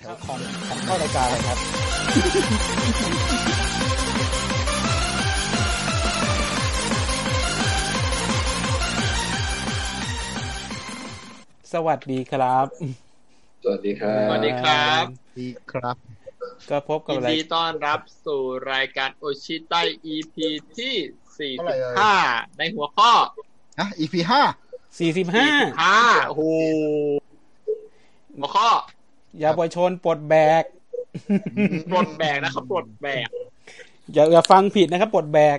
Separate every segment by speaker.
Speaker 1: แถวของของเข้ารายการเลยครับ สวัสดีครับ
Speaker 2: สวัสดีครับ
Speaker 3: สวัสดีครับ
Speaker 4: ดีครับ
Speaker 1: ก็พบกับ
Speaker 3: ยิน
Speaker 1: ราย
Speaker 3: ดีต้อนรับสู่รายการโอชิไต EP ที่
Speaker 4: เท่าไหร่เอ่
Speaker 3: 45 ในหัวข้อ
Speaker 4: นะ EP ห้า
Speaker 1: สี่สิบห้า
Speaker 3: 45โอ้โหหัวข้อ
Speaker 1: อย่าปล่อยชนปลดแบก
Speaker 3: ปลดแบกนะครับปลดแบก
Speaker 1: อย่าอย่าฟังผิดนะครับปลดแบก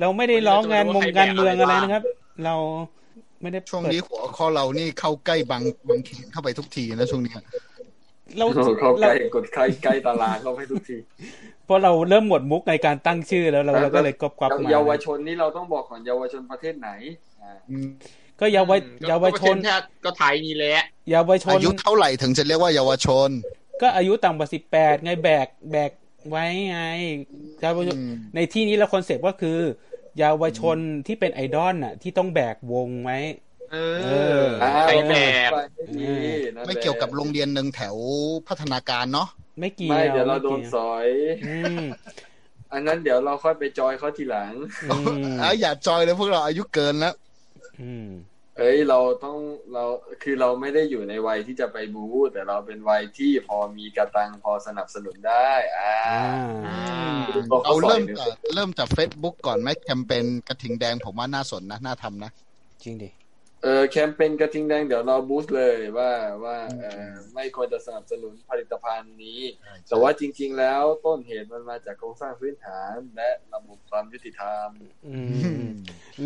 Speaker 1: เราไม่ได้ร้องงานมงการเมืองอะไรนะครับ เราไม่ได้
Speaker 4: ช่วง
Speaker 1: เปิด
Speaker 4: นี้หัวข้อเรานี่เข้าใกล้บางบางเขนเข้าไปทุกทีนะช่วงเนี้ย
Speaker 1: เรา
Speaker 2: เข้าใก
Speaker 1: เรา
Speaker 2: ล้กดใกล้ใกล้ตารางเข้าให้ทุกที
Speaker 1: เพราะเราเริ่มหมดมุกในการตั้งชื่อแล้วเราเราก็เลยกอบกอบมา
Speaker 2: เยาวชนนี่เราต้องบอกก่อนเยาวชนประเทศไหนอ่า
Speaker 4: อืม
Speaker 1: ก็เยาวชน
Speaker 3: อืม
Speaker 1: เยาวชน
Speaker 3: ก็ประเทศแทบก็ไทยนี่แหละ
Speaker 1: เยาวชน
Speaker 4: อายุเท่าไหร่ถึงจะเรียกว่าเยาวชน
Speaker 1: ก็อายุต่ำกว่าสิบแปดไงแบกแบกไว้ไงเยาวชน
Speaker 4: อืม
Speaker 1: ในที่นี้เราคอนเซปต์ก็คือเยาวชนที่เป็นไอดอลน่ะ ที่ต้องแบกวงไว้
Speaker 3: เอ
Speaker 1: อ
Speaker 3: อ
Speaker 1: อ่า
Speaker 3: ไทยแบก
Speaker 2: ไปให้ดีนั่นแหละ
Speaker 4: ไม่เกี่ยวกับโรงเรียนหนึ่งแถวพัฒนาการเนาะ
Speaker 1: ไม่เกี่ยว
Speaker 2: ไม่เดี๋ยวเราโดน
Speaker 1: ไม่
Speaker 2: ส
Speaker 1: กี่ยว
Speaker 2: อย
Speaker 1: อืม
Speaker 2: อันนั้นเดี๋ยวเราค่อยไปจอยเขาทีหลัง
Speaker 1: อื ม
Speaker 4: เอ้ยอย่าจอยเลยพวกเราอายุเกินแล้ว
Speaker 1: อืม
Speaker 2: เอ้ยเราต้องเราคือเราไม่ได้อยู่ในวัยที่จะไปบู๊แต่เราเป็นวัยที่พอมีกระตังพอสนับสนุนได้ อ่า
Speaker 1: อ่า
Speaker 4: เอาเริ่มจากเริ่มจาก Facebook ก่อนไหมแคมเปญกระถิงแดงผมว่าน่าสนนะ น่าทำนะ
Speaker 1: จริงดิ
Speaker 2: เออแคมเปญกระทิงแดงเดี๋ยวเราบูสต์เลยว่าว่าเออไม่ควรจะสนับสนุนผลิตภัณฑ์นี้ แต่ว่าจริง ๆ แล้วต้นเหตุมันมาจากโครงสร้างพื้นฐาน และระบบความยุติธรรม
Speaker 1: อืม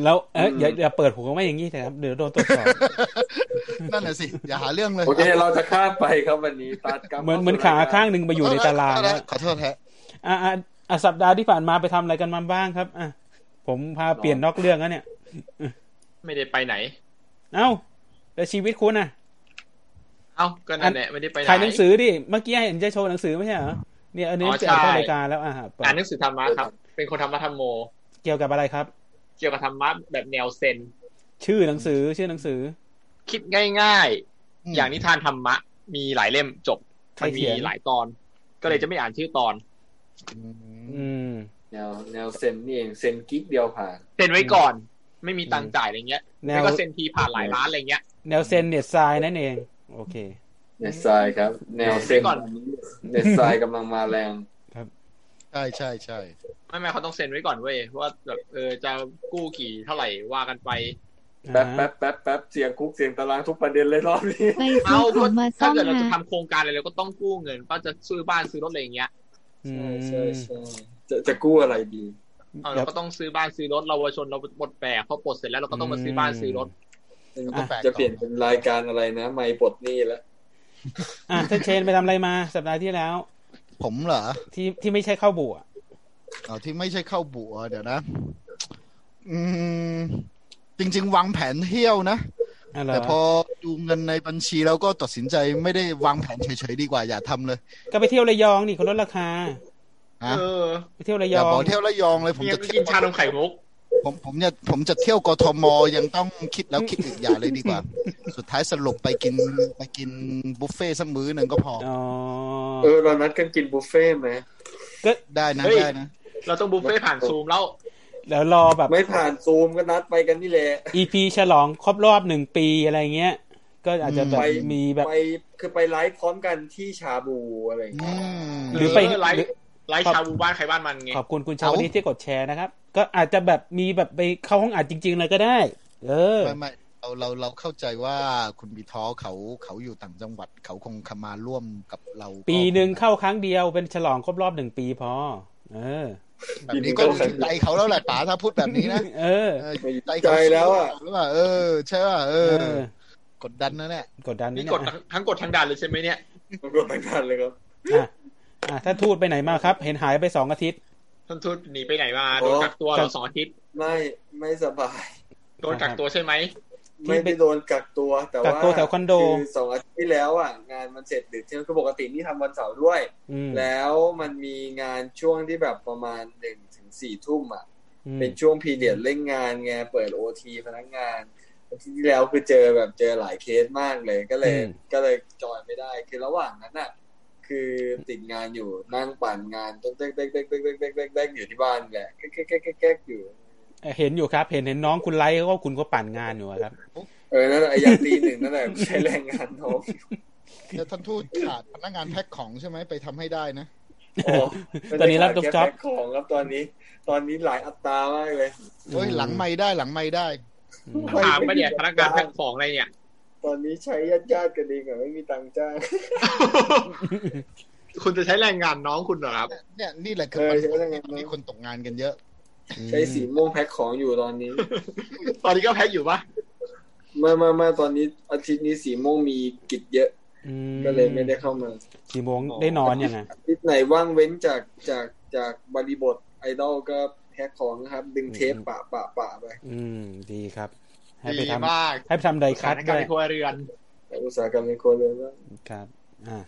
Speaker 1: แล้วเอ๊ะอย่าอย่าเปิดหัวไม่อย่างนี้นะครับเดี๋ยวโดนตรวจสอบ
Speaker 4: นั่นน่ะสิ อย่าหาเรื่องเลย
Speaker 2: โอเค เราจะข้ามไปครับวันนี้ตัดกลับ
Speaker 1: เหมือนเหมือนขาข้างหนึ่งไปอยู่ในตารางแล้ว
Speaker 4: ขอโทษฮะ
Speaker 1: อ่ะอ่ะอ่ะสัปดาห์ที่ผ่านมาไปทำอะไรกันมาบ้างครับ อ่ะ ผมพาเปลี่ยนนอกเรื่องแล้วเนี่ย
Speaker 3: ไม่ได้ไปไหน
Speaker 1: เอ้าแล้วชีวิตคุณอ่ะ
Speaker 3: เอ้าก็นั่นแหละไม่ได้ไปไหน
Speaker 1: ถ่ายหนังสือดิ เมื่อกี้เห็นจะโชว์หนังสือไม่ใช่เหรอ เนี่ยอันนี้
Speaker 3: อ๋อ
Speaker 1: เปลี่ยนเข้า
Speaker 3: ใช่
Speaker 1: รายการแล้วอ่ะเปิด
Speaker 3: อ่านหนังสือธรรมะครับ เป็นคนธรรมะธรรมโม
Speaker 1: เกี่ยวกับอะไรครับ
Speaker 3: เกี่ยวกับธรรมะแบบแนวเซน
Speaker 1: ชื่อหนังสือชื่อหนังสือ
Speaker 3: คิดง่าย ๆ อย่างนิทานธรรมะ มีหลายเล่มจบ
Speaker 1: ใคร
Speaker 3: มัน
Speaker 1: เขี
Speaker 3: มี
Speaker 1: ยน
Speaker 3: หลายตอน ก็เลยจะไม่อ่านชื่อตอน
Speaker 4: อืม
Speaker 1: อืม
Speaker 2: แนวแนวเซนนี่เองเซนกิ๊กเดียวผ่าน
Speaker 3: เซ็นไว้ก่อน ไม่มีตังค์จ่ายอะไรเงี้ย
Speaker 1: แน
Speaker 3: แล้ว
Speaker 1: ว
Speaker 3: ก็เซ็นทีผ่านหลายร้านอะไรเงี้ย
Speaker 1: แนวเซนเน็ตไซน์นั่นเอง โอเค
Speaker 2: เนสไซด์ครับ แนวเซน
Speaker 3: ก่อน
Speaker 2: เนสไซด์กำลังมาแรง
Speaker 4: ใช่ใช่ใช่
Speaker 3: ไม่ไม่เขาต้องเซ็นไว้ก่อนเว้ยว่าแบบเออจะกู้กี่เท่าไหร่ว่ากันไป
Speaker 2: แป๊บแป๊บแป๊บแป๊บเสียงคุกเสียงตารางทุกประเด็นเลยรอบนี้
Speaker 5: ไปซื้อของมาซ่
Speaker 3: ถ้า
Speaker 5: อม
Speaker 3: เกิดเราจะ
Speaker 5: หา
Speaker 3: ทำโครงการอะไรเราก็ต้องกู้เงิน ก็จะซื้อบ้านซื้อรถอะไรอย่างเงี้ย
Speaker 1: อืม
Speaker 2: ใช่ใช่จะจะกู้อะไรดี
Speaker 3: เออเราก็ต้องซื้อบ้านซื้อรถเราเยาวชนเราปลดแปลกพอปลดเสร็จแล้วเราก็ต้องมาซื้อบ้านซื้อรถ
Speaker 4: ก็แปลก
Speaker 2: จะเปลี่ยนเป็นรายการอะไรนะ ไม่ปลดหนี้แล้ว
Speaker 1: อ่ะท่านเชนไปทำอะไรมา สัปดาห์ที่แล้ว
Speaker 4: ผมเหรอ
Speaker 1: ที่ที่ไม่ใช่เข้าบัว
Speaker 4: เอาที่ไม่ใช่เข้าบัวเดี๋ยวนะ อืม จริง ๆ วางแผนเที่ยวนะ
Speaker 1: อ่ะเหร
Speaker 4: แต่พอ
Speaker 1: อ
Speaker 4: ดูเงินในบัญชีแล้วก็ตัดสินใจไม่ได้วางแผนเฉยๆดีกว่าอย่าทำเลย
Speaker 1: ก็ไปเที่ยวระยองนี่เขาลดราคา
Speaker 4: ฮะ
Speaker 3: เออ
Speaker 1: ไปเที่ยวระ
Speaker 4: อย ย่า
Speaker 1: อง
Speaker 4: บอกเที่ยวระยองเลย ผม
Speaker 3: เนี่ย
Speaker 4: จะ
Speaker 3: ก็
Speaker 4: เที่ย
Speaker 3: กิน
Speaker 4: ว
Speaker 3: ชานมไข่มุก
Speaker 4: ผมผมจะผมจะเที่ยวกทมยังต้องคิดแล้วคิดอีกอย่าเลยดีกว่า สุดท้ายสรุปไปกินไปกินบุฟเฟ่ต์สักมื้อหนึ่งก็พอ
Speaker 1: อ๋อ
Speaker 2: เออเรานัดกันกินบุฟเฟ่ต์ไหม
Speaker 4: ได้นะ
Speaker 3: เฮ้ย
Speaker 4: ได้นะ
Speaker 3: เราต้องบุฟเฟ่ต์ผ่านซูมแล้ว
Speaker 1: แล้วรอแบบ
Speaker 2: ไม่ผ่านซูมก็นัดไปกันนี่แหละ
Speaker 1: อีพีฉลองครบรอบหนึ่งปีอะไรเงี้ย ก็อาจจะแบบ
Speaker 2: ไป
Speaker 1: มีแบบ
Speaker 2: ไปคือไปไลฟ์พร้อมกันที่ชาบูอะไรอย่าง
Speaker 4: อื
Speaker 2: เงี้ย
Speaker 4: ม
Speaker 1: หรือไป
Speaker 3: เไล
Speaker 1: หรื
Speaker 3: ฟ์
Speaker 1: อ
Speaker 3: ไลฟ์ชาบูบ้านใครบ้านมันไง
Speaker 1: ขอบคุณคุณชาว
Speaker 4: เอ้า
Speaker 1: นี้ที่กดแชร์นะครับ ก็อาจจะแบบมีแบบไปเข้าห้องอัดจริง ๆ เลยก็ได้ เออ
Speaker 4: ไม่ไม่เราเราเราเข้าใจว่าคุณบีท้อเขาเขาอยู่ต่างจังหวัดเขาคงขมาร่วมกับเราก็
Speaker 1: ปีหนึ่งเข้าครั้งเดียวเป็นฉลองครบรอบหนึ่งปีพอ เออ
Speaker 4: แบบนี้ก็อยู่ที่ใจเขาแล้วแหละป๋าถ้าพูดแบบนี้นะ
Speaker 1: เออ
Speaker 4: เออ
Speaker 2: ไม่
Speaker 4: ใจ
Speaker 2: ใจ
Speaker 4: เขา
Speaker 2: แล้วอ่ะ
Speaker 4: หรือเปล่าเออ ใช่ป่ะเออ
Speaker 1: เออ
Speaker 4: กดดันนะเนี่ย
Speaker 1: กดดันนิด
Speaker 3: นี่
Speaker 1: ห
Speaker 3: ก
Speaker 1: น่อย
Speaker 3: ดทั้งทั้งกดทั้งดันเลยใช่ไหมเนี่ย
Speaker 2: มันก็ไม่ผ่านเลยครับ
Speaker 1: อ่ะอ่ะถ้าทูดไปไหนมาครับ เห็นหายไปสองอาทิตย์
Speaker 3: ท่านทูตหนีไปไหนมา
Speaker 2: โอ้
Speaker 3: โดนกักตัวเหรอสองอาทิตย์
Speaker 2: ไม่ไม่สบาย
Speaker 3: โดนกักตัวใช่ไหม
Speaker 1: ที่
Speaker 2: ไม่
Speaker 1: ไป
Speaker 2: ได้โดนกักตัว แต่
Speaker 1: กั
Speaker 2: ว่าก
Speaker 1: ตัวแถวคอนโด
Speaker 2: คือสองอาทิตย์ที่แล้วอ่ะ งานมันเสร็จดึกใช่ไหมคือปกตินี่ทำวันเสาร์ด้วย
Speaker 1: อืม
Speaker 2: แล้วมันมีงานช่วงที่แบบประมาณหนึ่งถึงสี่ทุ่มอ่ะ
Speaker 1: อืม
Speaker 2: เป็นช่วงพีเดียดเร่งงานไงเปิดโอทีพนักงาน อาทิตย์ที่แล้วคือเจอแบบเจอหลายเคสมากเลย ก็เลย
Speaker 1: อืม
Speaker 2: ก็เลยจอยไม่ได้ คือระหว่างนั้นน่ะ คือติดงานอยู่นั่งปั่นงานเต๊กเต๊กเต๊กเต๊กเต๊กเต๊กเต๊กเต๊กเต๊กอยู่ที่บ้านแหละแก๊กแก๊กแก๊กแก๊กแก๊กอยู่
Speaker 1: เอ่อเห็นอยู่ครับ เห็นเห็นน้องคุณไลท์เขาก็คุณก็ปั่นงานอยู่อะครับ
Speaker 2: เออนั่นน่ะไอ้ยาตีหนึ่งนั่นแหละใช้แรงงานน้อง
Speaker 4: เดี๋ยวท่านทูตขาดพนักงานแพ็คของใช่ไหมไปทำให้ได้นะ
Speaker 2: โอ้
Speaker 1: ตอนนี้รับทุก
Speaker 2: แค่
Speaker 1: จ็อบ
Speaker 2: แพ็คของครับตอนนี้ ตอนนี้หลายอัตรามากเลย
Speaker 4: เฮ้ย
Speaker 1: อืม
Speaker 4: หลังไม่ได้หลังไม่ได้
Speaker 1: อืม
Speaker 3: ถามไปเนี่ยพนักงานแพ็คของอะไรเนี่ย
Speaker 2: ตอนนี้ใช้ญาติญาติๆกันเองอะไม่มีตังค์จ้าง
Speaker 3: คุณจะใช้แรงงานน้องคุณเหรอครับ
Speaker 4: เนี่ยนี่แหละคือ
Speaker 2: เออ
Speaker 4: ปัญ
Speaker 2: ใช่ไหม
Speaker 4: หาที่คนตกงานกันเยอะ
Speaker 2: ใช้สีม่วงแพ็คของอยู่ตอนนี้
Speaker 3: ตอนนี้ก็แพ็คอยู่ปะ
Speaker 2: ไมามามาตอนนี้อาทิตย์นี้สีม่วงมีกิจเยอะ
Speaker 1: อื
Speaker 2: ก็เลยไม่ได้เข้ามา
Speaker 1: กี่โมงได้นอนยังไง
Speaker 2: อาทิตย์ไหนว่างเว้นจากจากจากบริบทไอดอลก็แพ็คของนะครับ ดึงเทป
Speaker 1: อืม
Speaker 2: ปะปะปะไป
Speaker 1: อืม ดีครับ ให้ไป
Speaker 3: ดี
Speaker 1: ทำ
Speaker 3: มาก
Speaker 1: ให้ไปทำได
Speaker 3: ส
Speaker 1: คั
Speaker 3: ถา
Speaker 1: ด
Speaker 3: นกา
Speaker 1: ด้วย
Speaker 3: รณ์ครัวเรือน
Speaker 2: แต่อุตสาหกรรมในครัวเรือนว่า
Speaker 1: ครับ อ่า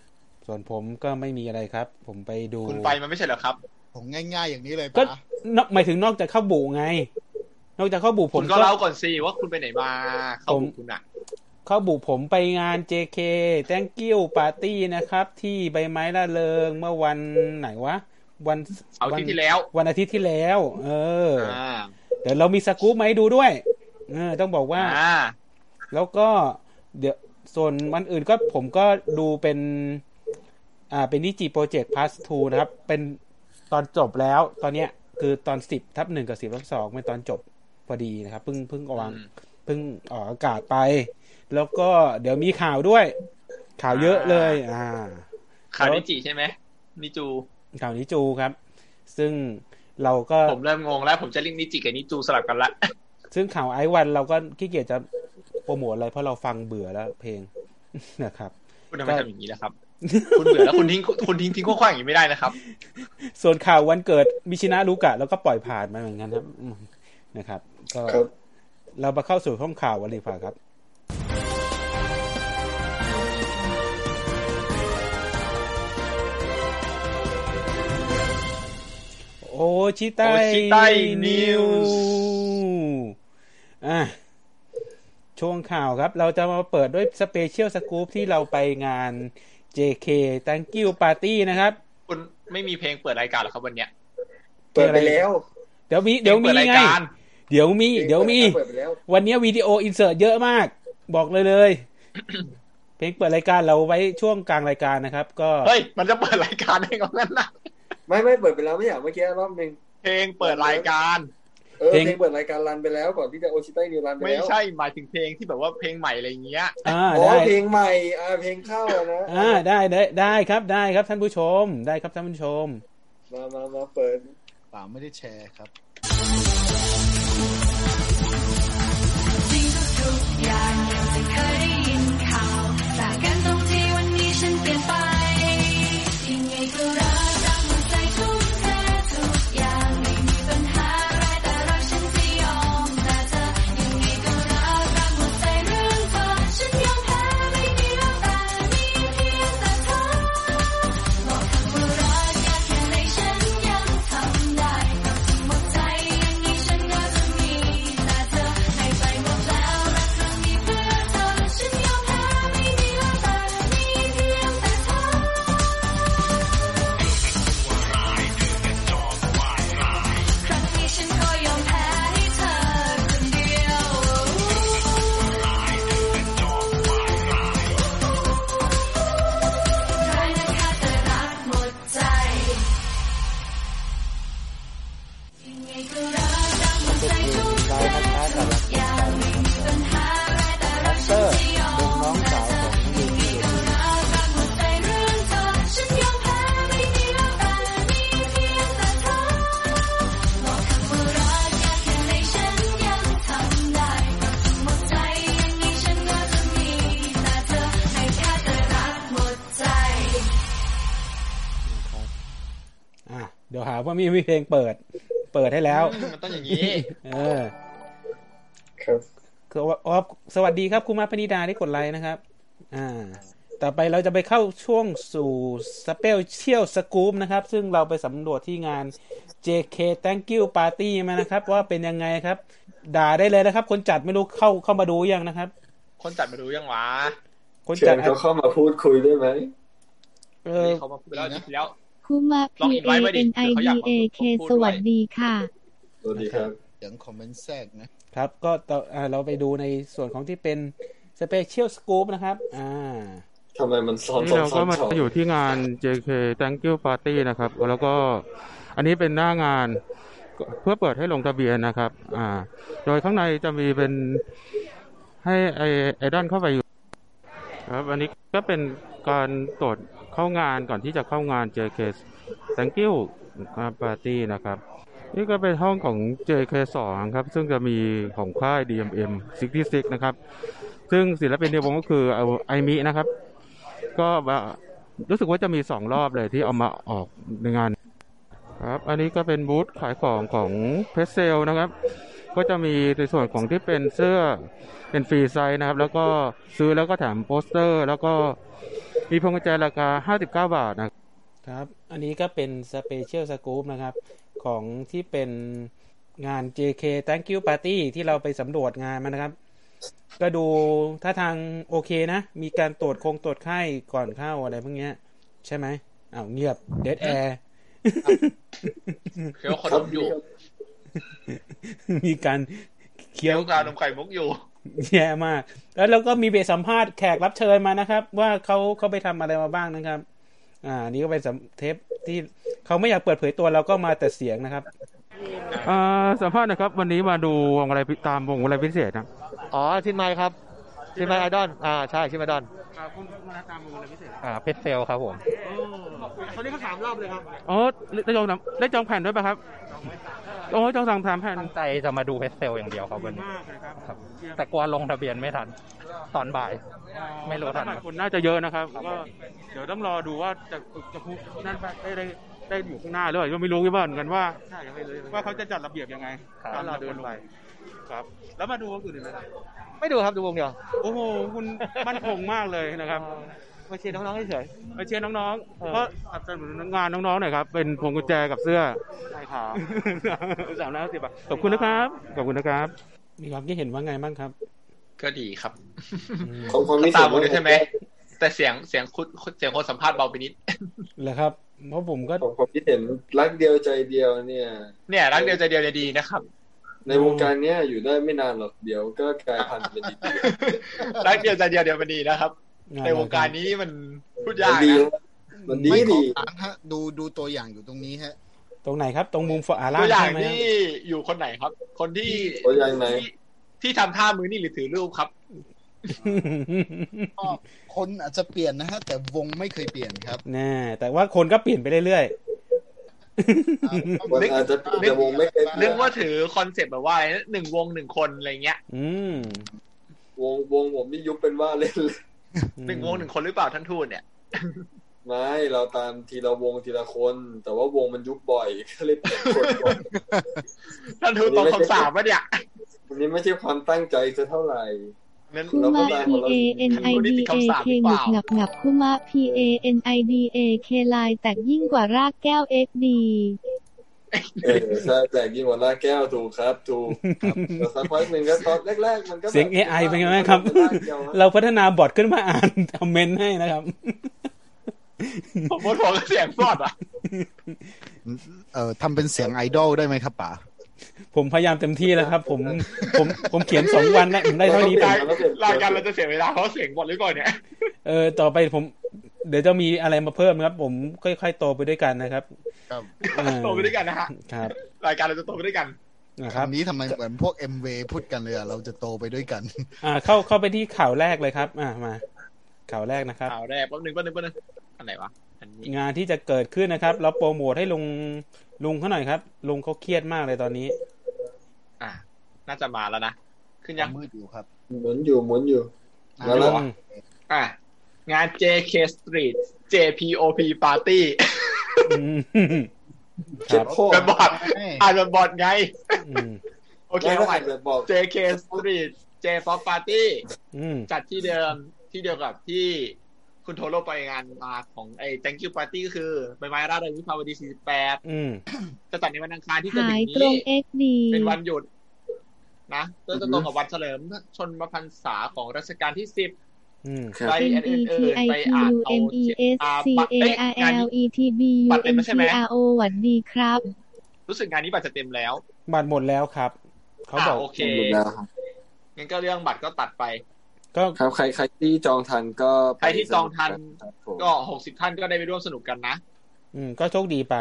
Speaker 1: ส่วนผมก็ไม่มีอะไรครับ ผมไปดู
Speaker 3: คุณไปมันไม่ใช่เหรอครับ
Speaker 4: ของง่ายๆอย่างนี้เลย
Speaker 1: ก็
Speaker 4: ปะ
Speaker 1: นอกหมายถึงนอกจากข้าวบูไง นอกจากข้าวบูผ
Speaker 3: คุ
Speaker 1: ม
Speaker 3: ณ
Speaker 1: ก็
Speaker 3: ก็เล่าก่อนสิว่าคุณไปไหนมาเข้า
Speaker 1: ผม
Speaker 3: บุกคุณอะ
Speaker 1: ข้าวบูผมไปงาน JK Thank you Party นะครับ ที่ใบไม้ละเริงเมื่อวันไหนวะ วัน
Speaker 3: เอา
Speaker 1: วัน
Speaker 3: ที่ที่แล้ว
Speaker 1: วันอาทิตย์ที่แล้ว เออ
Speaker 3: อ่า
Speaker 1: เดี๋ยวเรามีสกู๊ปมาให้ดูด้วยเออต้องบอกว่า
Speaker 3: อ่า
Speaker 1: แล้วก็เดี๋ยวส่วนวันอื่นก็ผมก็ดูเป็น อ่าเป็นนิจิโปรเจกต์พาสทูนะครับ เป็นตอนจบแล้ว ตอนเนี้ยคือตอนสิบทับหนึ่งกับสิบทับสองเป็นตอนจบพอดีนะครับเพิ่งเพิ่งออกวางเพิ่งออกอากาศไป แล้วก็เดี๋ยวมีข่าวด้วย ข่าวเยอะเลย อ่า
Speaker 3: คาริจิใช่ไหมนิจู
Speaker 1: ข่าวนิจูครับ ซึ่งเราก็
Speaker 3: ผมเริ่มงงแล้ว ผมจะเรียกนิจิกับนิจูสลับกันละ
Speaker 1: ซึ่งข่าวไอซ์วันเราก็ขี้เกียจจะโปรโมทอะไรเพราะเราฟังเบื่อแล้วเพลง นะครับ
Speaker 3: คุณทำไมทำอย่างนี้นะครับ คุณเบื่อแล้วคุณทิ้งคุณทิ้งทิ้งขว้างอย่างนี้ไม่ได้นะครับ
Speaker 1: ส่วนข่าววันเกิดมิชินะรุกะแล้วก็ปล่อยผ่านมาเหมือนกันครับอืมนะครับก็
Speaker 2: ครับ
Speaker 1: เรามาเข้าสู่ห้องข่าววันนี้ดีกว่าครับ โอชิไต
Speaker 3: โอชิไต้ News
Speaker 1: อ่ะช่วงข่าวครับ เราจะมาเปิดด้วยสเปเชียลสกู๊ปที่เราไปงาน JK Thank you Party นะครับ
Speaker 3: คุณไม่มีเพลงเปิดรายการเหรอครับวันเนี้ย
Speaker 2: เปิดไปแล้ว
Speaker 1: เดี๋ยวมีเดี๋ยวมี
Speaker 3: พลปิราย
Speaker 1: ไง
Speaker 3: การ
Speaker 1: เดี๋ยวมี เดี๋ยวมี
Speaker 2: เปิดไปแล้ว
Speaker 1: วันนี้วิดีโออินเสิร์ตเยอะมาก บอกเลยเลย เพลงเปิดรายการเราไว้ช่วงกลางรายการนะครับ ก็
Speaker 3: เฮ้ยมันจะเปิดรายการได้ก็งั้นนะ
Speaker 2: ไม่ไม่เปิดไปแล้วไม่อยากเมื่อกี้รอบหนึ่ง
Speaker 3: เพลงเปิดรายการ
Speaker 2: เออเพลงเปิดรายการรันไปแล้วก่อนที่จะโอชิไตนิวรันไป
Speaker 3: ไม่
Speaker 2: แล้ว
Speaker 3: ใช่หมายถึงเพลงที่แบบว่าเพลงใหม่อะไรอย่างเงี้ย
Speaker 1: อ่า
Speaker 2: อ๋อ
Speaker 1: ได้
Speaker 2: เพลงใหม่อ่าเพลงเข้าอะนะ
Speaker 1: อ่าได้ได้ได้ครับได้ครับท่านผู้ชม ได้ครับท่านผู้ชม
Speaker 2: มามามาเปิด
Speaker 4: ป่าไม่ได้แชร์ครับ
Speaker 5: สิ่งทุกๆอย่างยังจะเคยได้ยินข่าวจากกันตรงที่วันนี้ฉันเปลี่ยนไป ยังไงก็รักรักมันใจทุ่มเททุกอย่างไม่มีปัญหาอะไรแต่รักฉันจะยอมแต่เธอยังไงก็รักรักมันใจเรื่องเธอฉันยอมแพ้ไม่มีแล้วแต่มีเพียงแต่เธอ บอกคำว่ารักยากแค่ไหนฉันยังทำได้กับทั้งหมดใจอย่างนี้ฉันก็จะมีแต่เธอให้ไปหมดแล้วรักครั้งนี้เพื่อเธอฉันยอมแพ้ไม่มีแล้วแต่มีเพียงแต่เธอ ครั้งนี้ฉันก็ยอมแพ้ให้เธอคนเดียว ใครนะคะแต่รักหมดใจ ยังไงก็รักรักหมดใจทุกอย่างไม่มีปัญหาอะไรแต่รักฉันจะยอมแต่เธอยังไงก็รักรักหมดใจเรื่องเธอฉันยอมแพ้ไม่มีแล้วแต่มีเพียงแต่เธอ บอกคำว่ารักยากแค่ไหนฉันยังทำได้กับทั้งหมดใจอย่างนี้ฉันก็จะมีแต่เธอให้แค่แต่รักหมดใจ
Speaker 1: อ่ะเดี๋ยวหาว่ามีมีเพลงเปิด เปิดให้แล้ว
Speaker 3: อืมมันต้องอย่างนี้
Speaker 1: เออ
Speaker 2: ครับ
Speaker 1: คือว่าอ๋อสวัสดีครับคุณมาพนิดาที่กดไลค์นะครับ อ่า ต่อไปเราจะไปเข้าช่วงสู่สเปลเชียลสกู๊ปนะครับ ซึ่งเราไปสำรวจที่งาน JK Thank you Party มานะครับ ว่าเป็นยังไงครับ ด่าได้เลยนะครับ คนจัดไม่รู้เข้าเข้ามาดูยังนะครับ
Speaker 3: คนจัดไม่รู้ยังวะ
Speaker 1: คน
Speaker 2: เชิ
Speaker 1: จัด
Speaker 2: ญเขาเข้ามาพูดคุยได้ไหม
Speaker 1: เออ
Speaker 3: นี่เขามาพูดแล้วจริงๆแล้ว
Speaker 6: คุมา P
Speaker 3: ลอง
Speaker 6: A
Speaker 3: อินไว้ไว้ดิ
Speaker 6: N
Speaker 3: เผื่
Speaker 6: I
Speaker 3: อเขา
Speaker 6: D
Speaker 3: อยาก
Speaker 6: A
Speaker 3: มา
Speaker 6: K
Speaker 3: พูดด้วย
Speaker 6: สวัสดีค่ะ
Speaker 2: สวัสดีครับ
Speaker 4: เสียงคอมเมนต์แทรกนะ
Speaker 1: ครับ ก็ต่ออ่าเราไปดูในส่วนของที่เป็นสเปเชียลสกู๊ปนะครับ อ่า
Speaker 2: ทำไมมันซ้อน
Speaker 7: นี่
Speaker 2: ซ้อน
Speaker 7: เรา
Speaker 2: ซ้
Speaker 7: ก็
Speaker 2: อน
Speaker 7: มา
Speaker 2: ซ้อน
Speaker 7: อยู่ที่งาน JK Thank You Party นะครับ แล้วก็อันนี้เป็นหน้างานเพื่อเปิดให้ลงทะเบียนนะครับ อ่า โดยข้างในจะมีเป็นให้ไอไอดอนเข้าไปอยู่ ครับ อันนี้ก็เป็นการตรวจเข้างานก่อนที่จะเข้างาน JK Thank You Party นะครับ นี่ก็เป็นห้องของ JK2 ครับ ซึ่งจะมีของค่าย DMM 66นะครับ ซึ่งศิลปินในวงก็คือไอมินะครับ ก็ว่ารู้สึกว่าจะมีสองรอบเลยที่เอามาออกในงาน ครับ อันนี้ก็เป็นบูธขายของของเพชเซลนะครับ ก็จะมีในส่วนของที่เป็นเสื้อเป็นฟรีไซส์นะครับ แล้วก็ซื้อแล้วก็แถมโปสเตอร์ แล้วก็มีพวงกุญแจราคา 59 บาทนะครับ
Speaker 1: ครับ อันนี้ก็เป็นสเปเชียลสกู๊ปนะครับ ของที่เป็นงาน JK Thank You Party ที่เราไปสำรวจงานมานะครับ ก็ดูท่าทางโอเคนะ มีการตรวจโครงตรวจไข้ก่อนเข้าอะไรพวกเนี้ย ใช่ไหมอ้าวเงียบ Dead Air
Speaker 3: เคี้ยวขนมอยู่
Speaker 1: มีการเคี้
Speaker 3: เคี้
Speaker 1: ย
Speaker 3: ยว วกาวนมไข่มุกอยู่
Speaker 1: แย่มาก แล้วเราก็มีไปสัมภาษณ์แขกรับเชิญมานะครับ ว่าเขาเขาไปทำอะไรมาบ้างนะครับ อ่า นี่ก็เป็นสัมเทปที่เขาไม่อยากเปิดเผยตัวเราก็มาแต่เสียงนะครับ
Speaker 7: อ่าสัมภาษณ์หนะครับ วันนี้มาดูวงอะไรพิตามวงอะไรพิเศษนะ
Speaker 8: อ๋อชินไมค์ครับชินไมค์ไอดอลอ่าใช่ชินไมค์ไอดอล
Speaker 7: คุณมาตามวงอะไรพิเศษ
Speaker 8: อ่าเพชรเซลครับผม
Speaker 7: เขาได้ก็สามรอบเลยครับอ๋อได้จองนะได้จองแผ่นด้วยป่ะครับโอ้ยจองสั่งสามแผ่น
Speaker 8: ตั้งใจจะมาดูเพชรเซลอย่างเดียวครับวันนี้
Speaker 7: มากเลยครับ
Speaker 8: ครับ แต่กลัวลงทะเบียนไม่ทัน ตอนบ่าย ไม่รู้ทัน
Speaker 7: หลายคนน่าจะเยอะนะครับก็เดี๋ยวต้องรอดูว่าจะจะพูดนั่นปะได้ได้ได้อยู่ข้างหน้าหรือเปล่ายังไม่รู้กันบ้างเหมือนกันว่าว่าเขาจะจัดระเบียบยังไง
Speaker 8: ครับ
Speaker 7: ก็รอดูกันไปครับ แล้วมาดูวงอื่นอีกไหม
Speaker 8: ไม่ดูครับดูวงเดียว
Speaker 7: โอ้โหคุณมั่นคงมากเลยนะครับ
Speaker 8: มาเชียร์น้องๆเฉย
Speaker 7: มาเชียร์น้อง
Speaker 8: เออ
Speaker 7: ๆ เพราะสนับสนุนงานน้องๆหน่อยครับ เป็นพวงกุญแจกับเสื้อ
Speaker 8: ใช่ครับ
Speaker 7: สามร้อยห้าสิบบาท ขอบคุณนะครับ ขอบคุณนะครับ
Speaker 1: มีความคิดเห็นว่าไงบ้างครับ
Speaker 3: ก็ดีครับ
Speaker 1: อืม
Speaker 2: ของความ
Speaker 3: ก็
Speaker 2: ไม่
Speaker 3: ตามคนอยู่ใช่ไหม แต่เสียงเสียงคุณเสียงคนสัมภาษณ์เบาไปนิด
Speaker 1: เหรอครับ เพราะผมก็
Speaker 2: ของความคิดเห็นรักเดียวใจเดียวเนี่ย
Speaker 3: เนี่ยรักเดียวใจเดียวเนี่ยดีนะครับ
Speaker 2: ในวงการเนี้ยอยู่ได้ไม่นานหรอกเดี๋ยวก็กลายพันธุ์เป็นดี
Speaker 3: รักเดียวใจเดียวเดียวมันดีนะครับ ในวงการนี้มันพูดยา
Speaker 2: มั
Speaker 3: ก
Speaker 2: นดี
Speaker 3: นะ
Speaker 2: มันดี
Speaker 4: ไม่ขอ
Speaker 2: ดี
Speaker 4: ร้านฮะดูดูตัวอย่างอยู่ตรงนี้ฮะ
Speaker 1: ตรงไหนครับ ตรงมุมฝาล่าง
Speaker 3: ตัวอย่าง
Speaker 1: ใช่ไหม
Speaker 3: ที่อยู่คนไหนครับ คนที่
Speaker 2: ตัวอย่างไหน
Speaker 3: ที่ที่ทำท่ามือนี่หรือถือรูปครับ
Speaker 4: คนอาจจะเปลี่ยนนะฮะ แต่วงไม่เคยเปลี่ยนครับ
Speaker 1: แน่แต่ว่าคนก็เปลี่ยนไปเรื่อย
Speaker 2: มันอาจจะแต่วงไม่เคย
Speaker 3: นึกว่าถือคอนเซปต์แบบว่าอะไรนะหนึ่งวงหนึ่งคนอะไรเงี้ย
Speaker 1: ๆ อืม
Speaker 2: วงวงผมนี่ยุบเป็นว่าเล่นเลย
Speaker 3: หนึ่งวงหนึ่งคนหรือเปล่าท่านทูตเนี่ย
Speaker 2: ไม่เราตามทีละวงทีละคน แต่ว่าวงมันยุบบ่อยก็เลยเปลี่ยนคนบ่อย
Speaker 3: ท่านทูตตรงคำสาบปะเนี่ย
Speaker 2: อันนี้ไม่ใช่ความตั้งใจจะเท่าไหร่
Speaker 3: นั้น
Speaker 6: คุมา P A N I D A K หนุบหนับหนับคุมา P A N I D A K ลายแตกยิ่งกว่ารากแก้ว X D
Speaker 2: เออใช่แจกยิ่งกว่าลากแก้วถูกครับถูกแต่สักพักหนึ่งก็ตอนแรกๆมันก็แบบ
Speaker 1: เสียง AI เป็นไงบ้างครับ
Speaker 2: ลากแก้วนะ
Speaker 1: เราพัฒนาบอทขึ้นมาอ่าน คอมเมนต์ให้นะครับ
Speaker 3: ผมว่าผมก็เสียงฟอดอ่ะ
Speaker 4: เอ่อทำเป็นเสียงไอดอลได้ไหมครับป๋า
Speaker 1: ผมพยายามเต็มที่แล้วครับ ผมผมผมเขียนสองวันแล้วผมได้เท่า นี้ไป
Speaker 3: รายรายการเราจะเสียเวลาเพราะเสียงบอดหรือก่อนเนี่ย
Speaker 1: เออต่อไปผม เดี๋ยวจะมีอะไรมาเพิ่มนะครับ ผมค่อยๆโตไปด้วยกันนะครับ
Speaker 4: ครับ
Speaker 1: อ่า
Speaker 3: โตไปด้วยกันนะฮะ
Speaker 1: ครับ
Speaker 3: รายการเราจะโตไปด้วยกัน
Speaker 1: นะครับ
Speaker 4: คำนี้ทำไมเหมือนพวก MV พูดกันเลยอะเราจะโตไปด้วยกัน
Speaker 1: อ่าเข้าเข้าไปที่ข่าวแรกเลยครับ อ่ามา ข่าวแรกนะครับ
Speaker 3: ข่าวแรกแป๊บนึงแป๊บนึงแป๊บนึงอันไหนวะ อันนี้
Speaker 1: งานที่จะเกิดขึ้นนะครับ เราโปรโมทให้ลุงลุงเขาหน่อยครับลุงเขาเครียดมากเลยตอนนี้
Speaker 3: อ่ะน่าจะมาแล้วนะ ขึ้นยัง
Speaker 4: มืดอยู่ครับ
Speaker 2: หมุนอยู่หมุนอยู่มาแล้ว
Speaker 1: อืม
Speaker 3: อ่ะ งาน JK Street JPOP Party
Speaker 1: อืมค
Speaker 2: เจ็
Speaker 1: รั
Speaker 2: บบ โค้ง
Speaker 3: แบบบอด
Speaker 4: ใช่
Speaker 3: อ่านแบบบอดไง
Speaker 1: อืม
Speaker 3: โอเค
Speaker 2: แล้วก็
Speaker 3: เอาใหม่
Speaker 2: อาจจะบอก
Speaker 3: JK Street J-pop Party
Speaker 1: อืม
Speaker 3: จัดที่เดิมที่เดียวกับที่คุณโทโร่ไปงานมาของไอ้ Thank you Party ก็คือใบไม้ราดเลยวิภาวดี
Speaker 1: อืม
Speaker 3: 48 จะจัดในวันอังคารที่จะ
Speaker 6: หา
Speaker 3: ถึ
Speaker 6: ย
Speaker 3: ง
Speaker 6: ตรง
Speaker 3: นี้
Speaker 6: X D
Speaker 3: เป็นวันหยุด นะซึ่งจะตรงกับวันเฉลิมชนมพรรษาของรัชกาลที่สิบ
Speaker 1: อืม
Speaker 2: ครับ
Speaker 3: ไป
Speaker 6: N E
Speaker 3: เอ่
Speaker 6: T
Speaker 3: ย
Speaker 6: I
Speaker 3: ไป
Speaker 6: T
Speaker 3: อ่าน
Speaker 6: U
Speaker 3: เอา
Speaker 6: M E
Speaker 3: เขีย
Speaker 6: S
Speaker 3: อ่า
Speaker 6: C
Speaker 3: บัตร
Speaker 6: A
Speaker 3: เอ้ย
Speaker 6: R
Speaker 3: งาน
Speaker 6: L
Speaker 3: นี้
Speaker 6: E T B U
Speaker 3: บัตรเต็ม
Speaker 6: M
Speaker 3: แล้ว
Speaker 6: T
Speaker 3: ใช่ไหม
Speaker 6: R O หวัดดีครับ
Speaker 3: รู้สึกงานนี้บัตรจะเต็มแล้ว
Speaker 1: บัตรหมดแล้วครับ เขา
Speaker 3: อ่า
Speaker 1: บอก
Speaker 3: โอเค
Speaker 2: หมดแล้วครับ
Speaker 3: งั้นก็เรื่องบัตรก็ตัดไป
Speaker 1: ก็
Speaker 2: ครับใครใครที่จองทันก็ไป
Speaker 3: ใครที่จองทัน
Speaker 2: ครับผม
Speaker 3: ก็หกสิบท่านก็ได้ไปร่วมสนุกกันนะ
Speaker 1: อืมก็โชคดีไป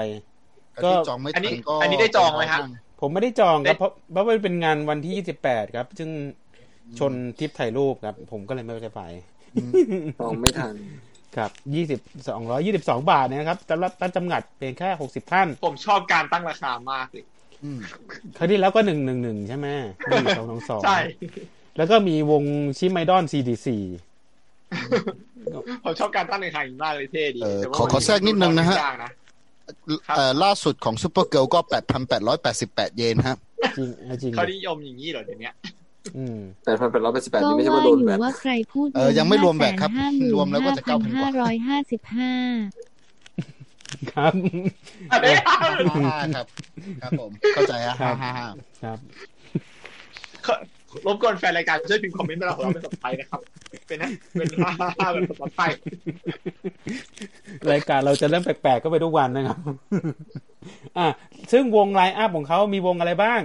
Speaker 4: แต่ที่จองไม่
Speaker 3: อันนี้
Speaker 4: ทันก็
Speaker 3: อันนี้ได้จองไหมฮะ
Speaker 1: ผมไม่ได้จองค
Speaker 3: ได้
Speaker 1: รับ เพราะเพราะมันเป็นงานวันที่ยี่สิบแปดครับ ซึ่งชนทริปถ่ายรูปครับ ผมก็เลยไม่ได้ไป
Speaker 2: จองไม่ทัน
Speaker 1: ครับยี่สิบสองร้อยี่สิบสองบาทนะครับสำหรับตั้งจำกัดเพียงแค่หกสิบท่าน
Speaker 3: ผมชอบการตั้งราคามากเลย
Speaker 4: อืม
Speaker 1: ครั้งที่แล้วก็หนึ่งหนึ่งหนึ่งใช่ไหมหนึ่งสองสองสอง
Speaker 3: ใช่
Speaker 1: แล้วก็มีวงชิไมดอน c d c
Speaker 3: ผมชอบการตั้งราคาอย่างนี้มากเลยเท่ดี
Speaker 4: เอ่อ
Speaker 3: แต่ว่า
Speaker 4: ขอขอแทรกนิดนึงนะฮะ
Speaker 3: ยาก
Speaker 4: เอ่อล่าสุดของซูเปอร์เกิลก็ 8,888 เยนฮะ
Speaker 1: จริงเอาจริง
Speaker 3: เขานิยมอย่างนี้เหรอเดี๋ยวนี้
Speaker 1: อืม
Speaker 2: แต่พันแปดร้อยแปดสิบแปด
Speaker 6: ก็
Speaker 2: นี่ไม่ใช่
Speaker 6: ว่า
Speaker 2: ว่าโดน
Speaker 6: อยู่
Speaker 2: แบน
Speaker 6: ว่าใครพูด
Speaker 4: เออยังไม่รวมแบตครับ
Speaker 6: 155,555
Speaker 4: รวมแล้วก็จะ9,000กว่า
Speaker 1: ครับ
Speaker 4: ห้าครับ ครับผม เข้าใจฮะ
Speaker 1: ครับ
Speaker 4: ห้าห้า
Speaker 1: ครับ
Speaker 3: รบกวนแฟนรายการช่วยพิมพ์คอมเมนต์มาเราของเราเป็นสปายนะครับ เป็นนะเป็นห้าห้าเป็นสปาย
Speaker 1: รายการเราจะเริ่มแปลกๆก็ไปทุกวันนะครับ อ่ะซึ่งวงไลน์อัพของเขามีวงอะไรบ้าง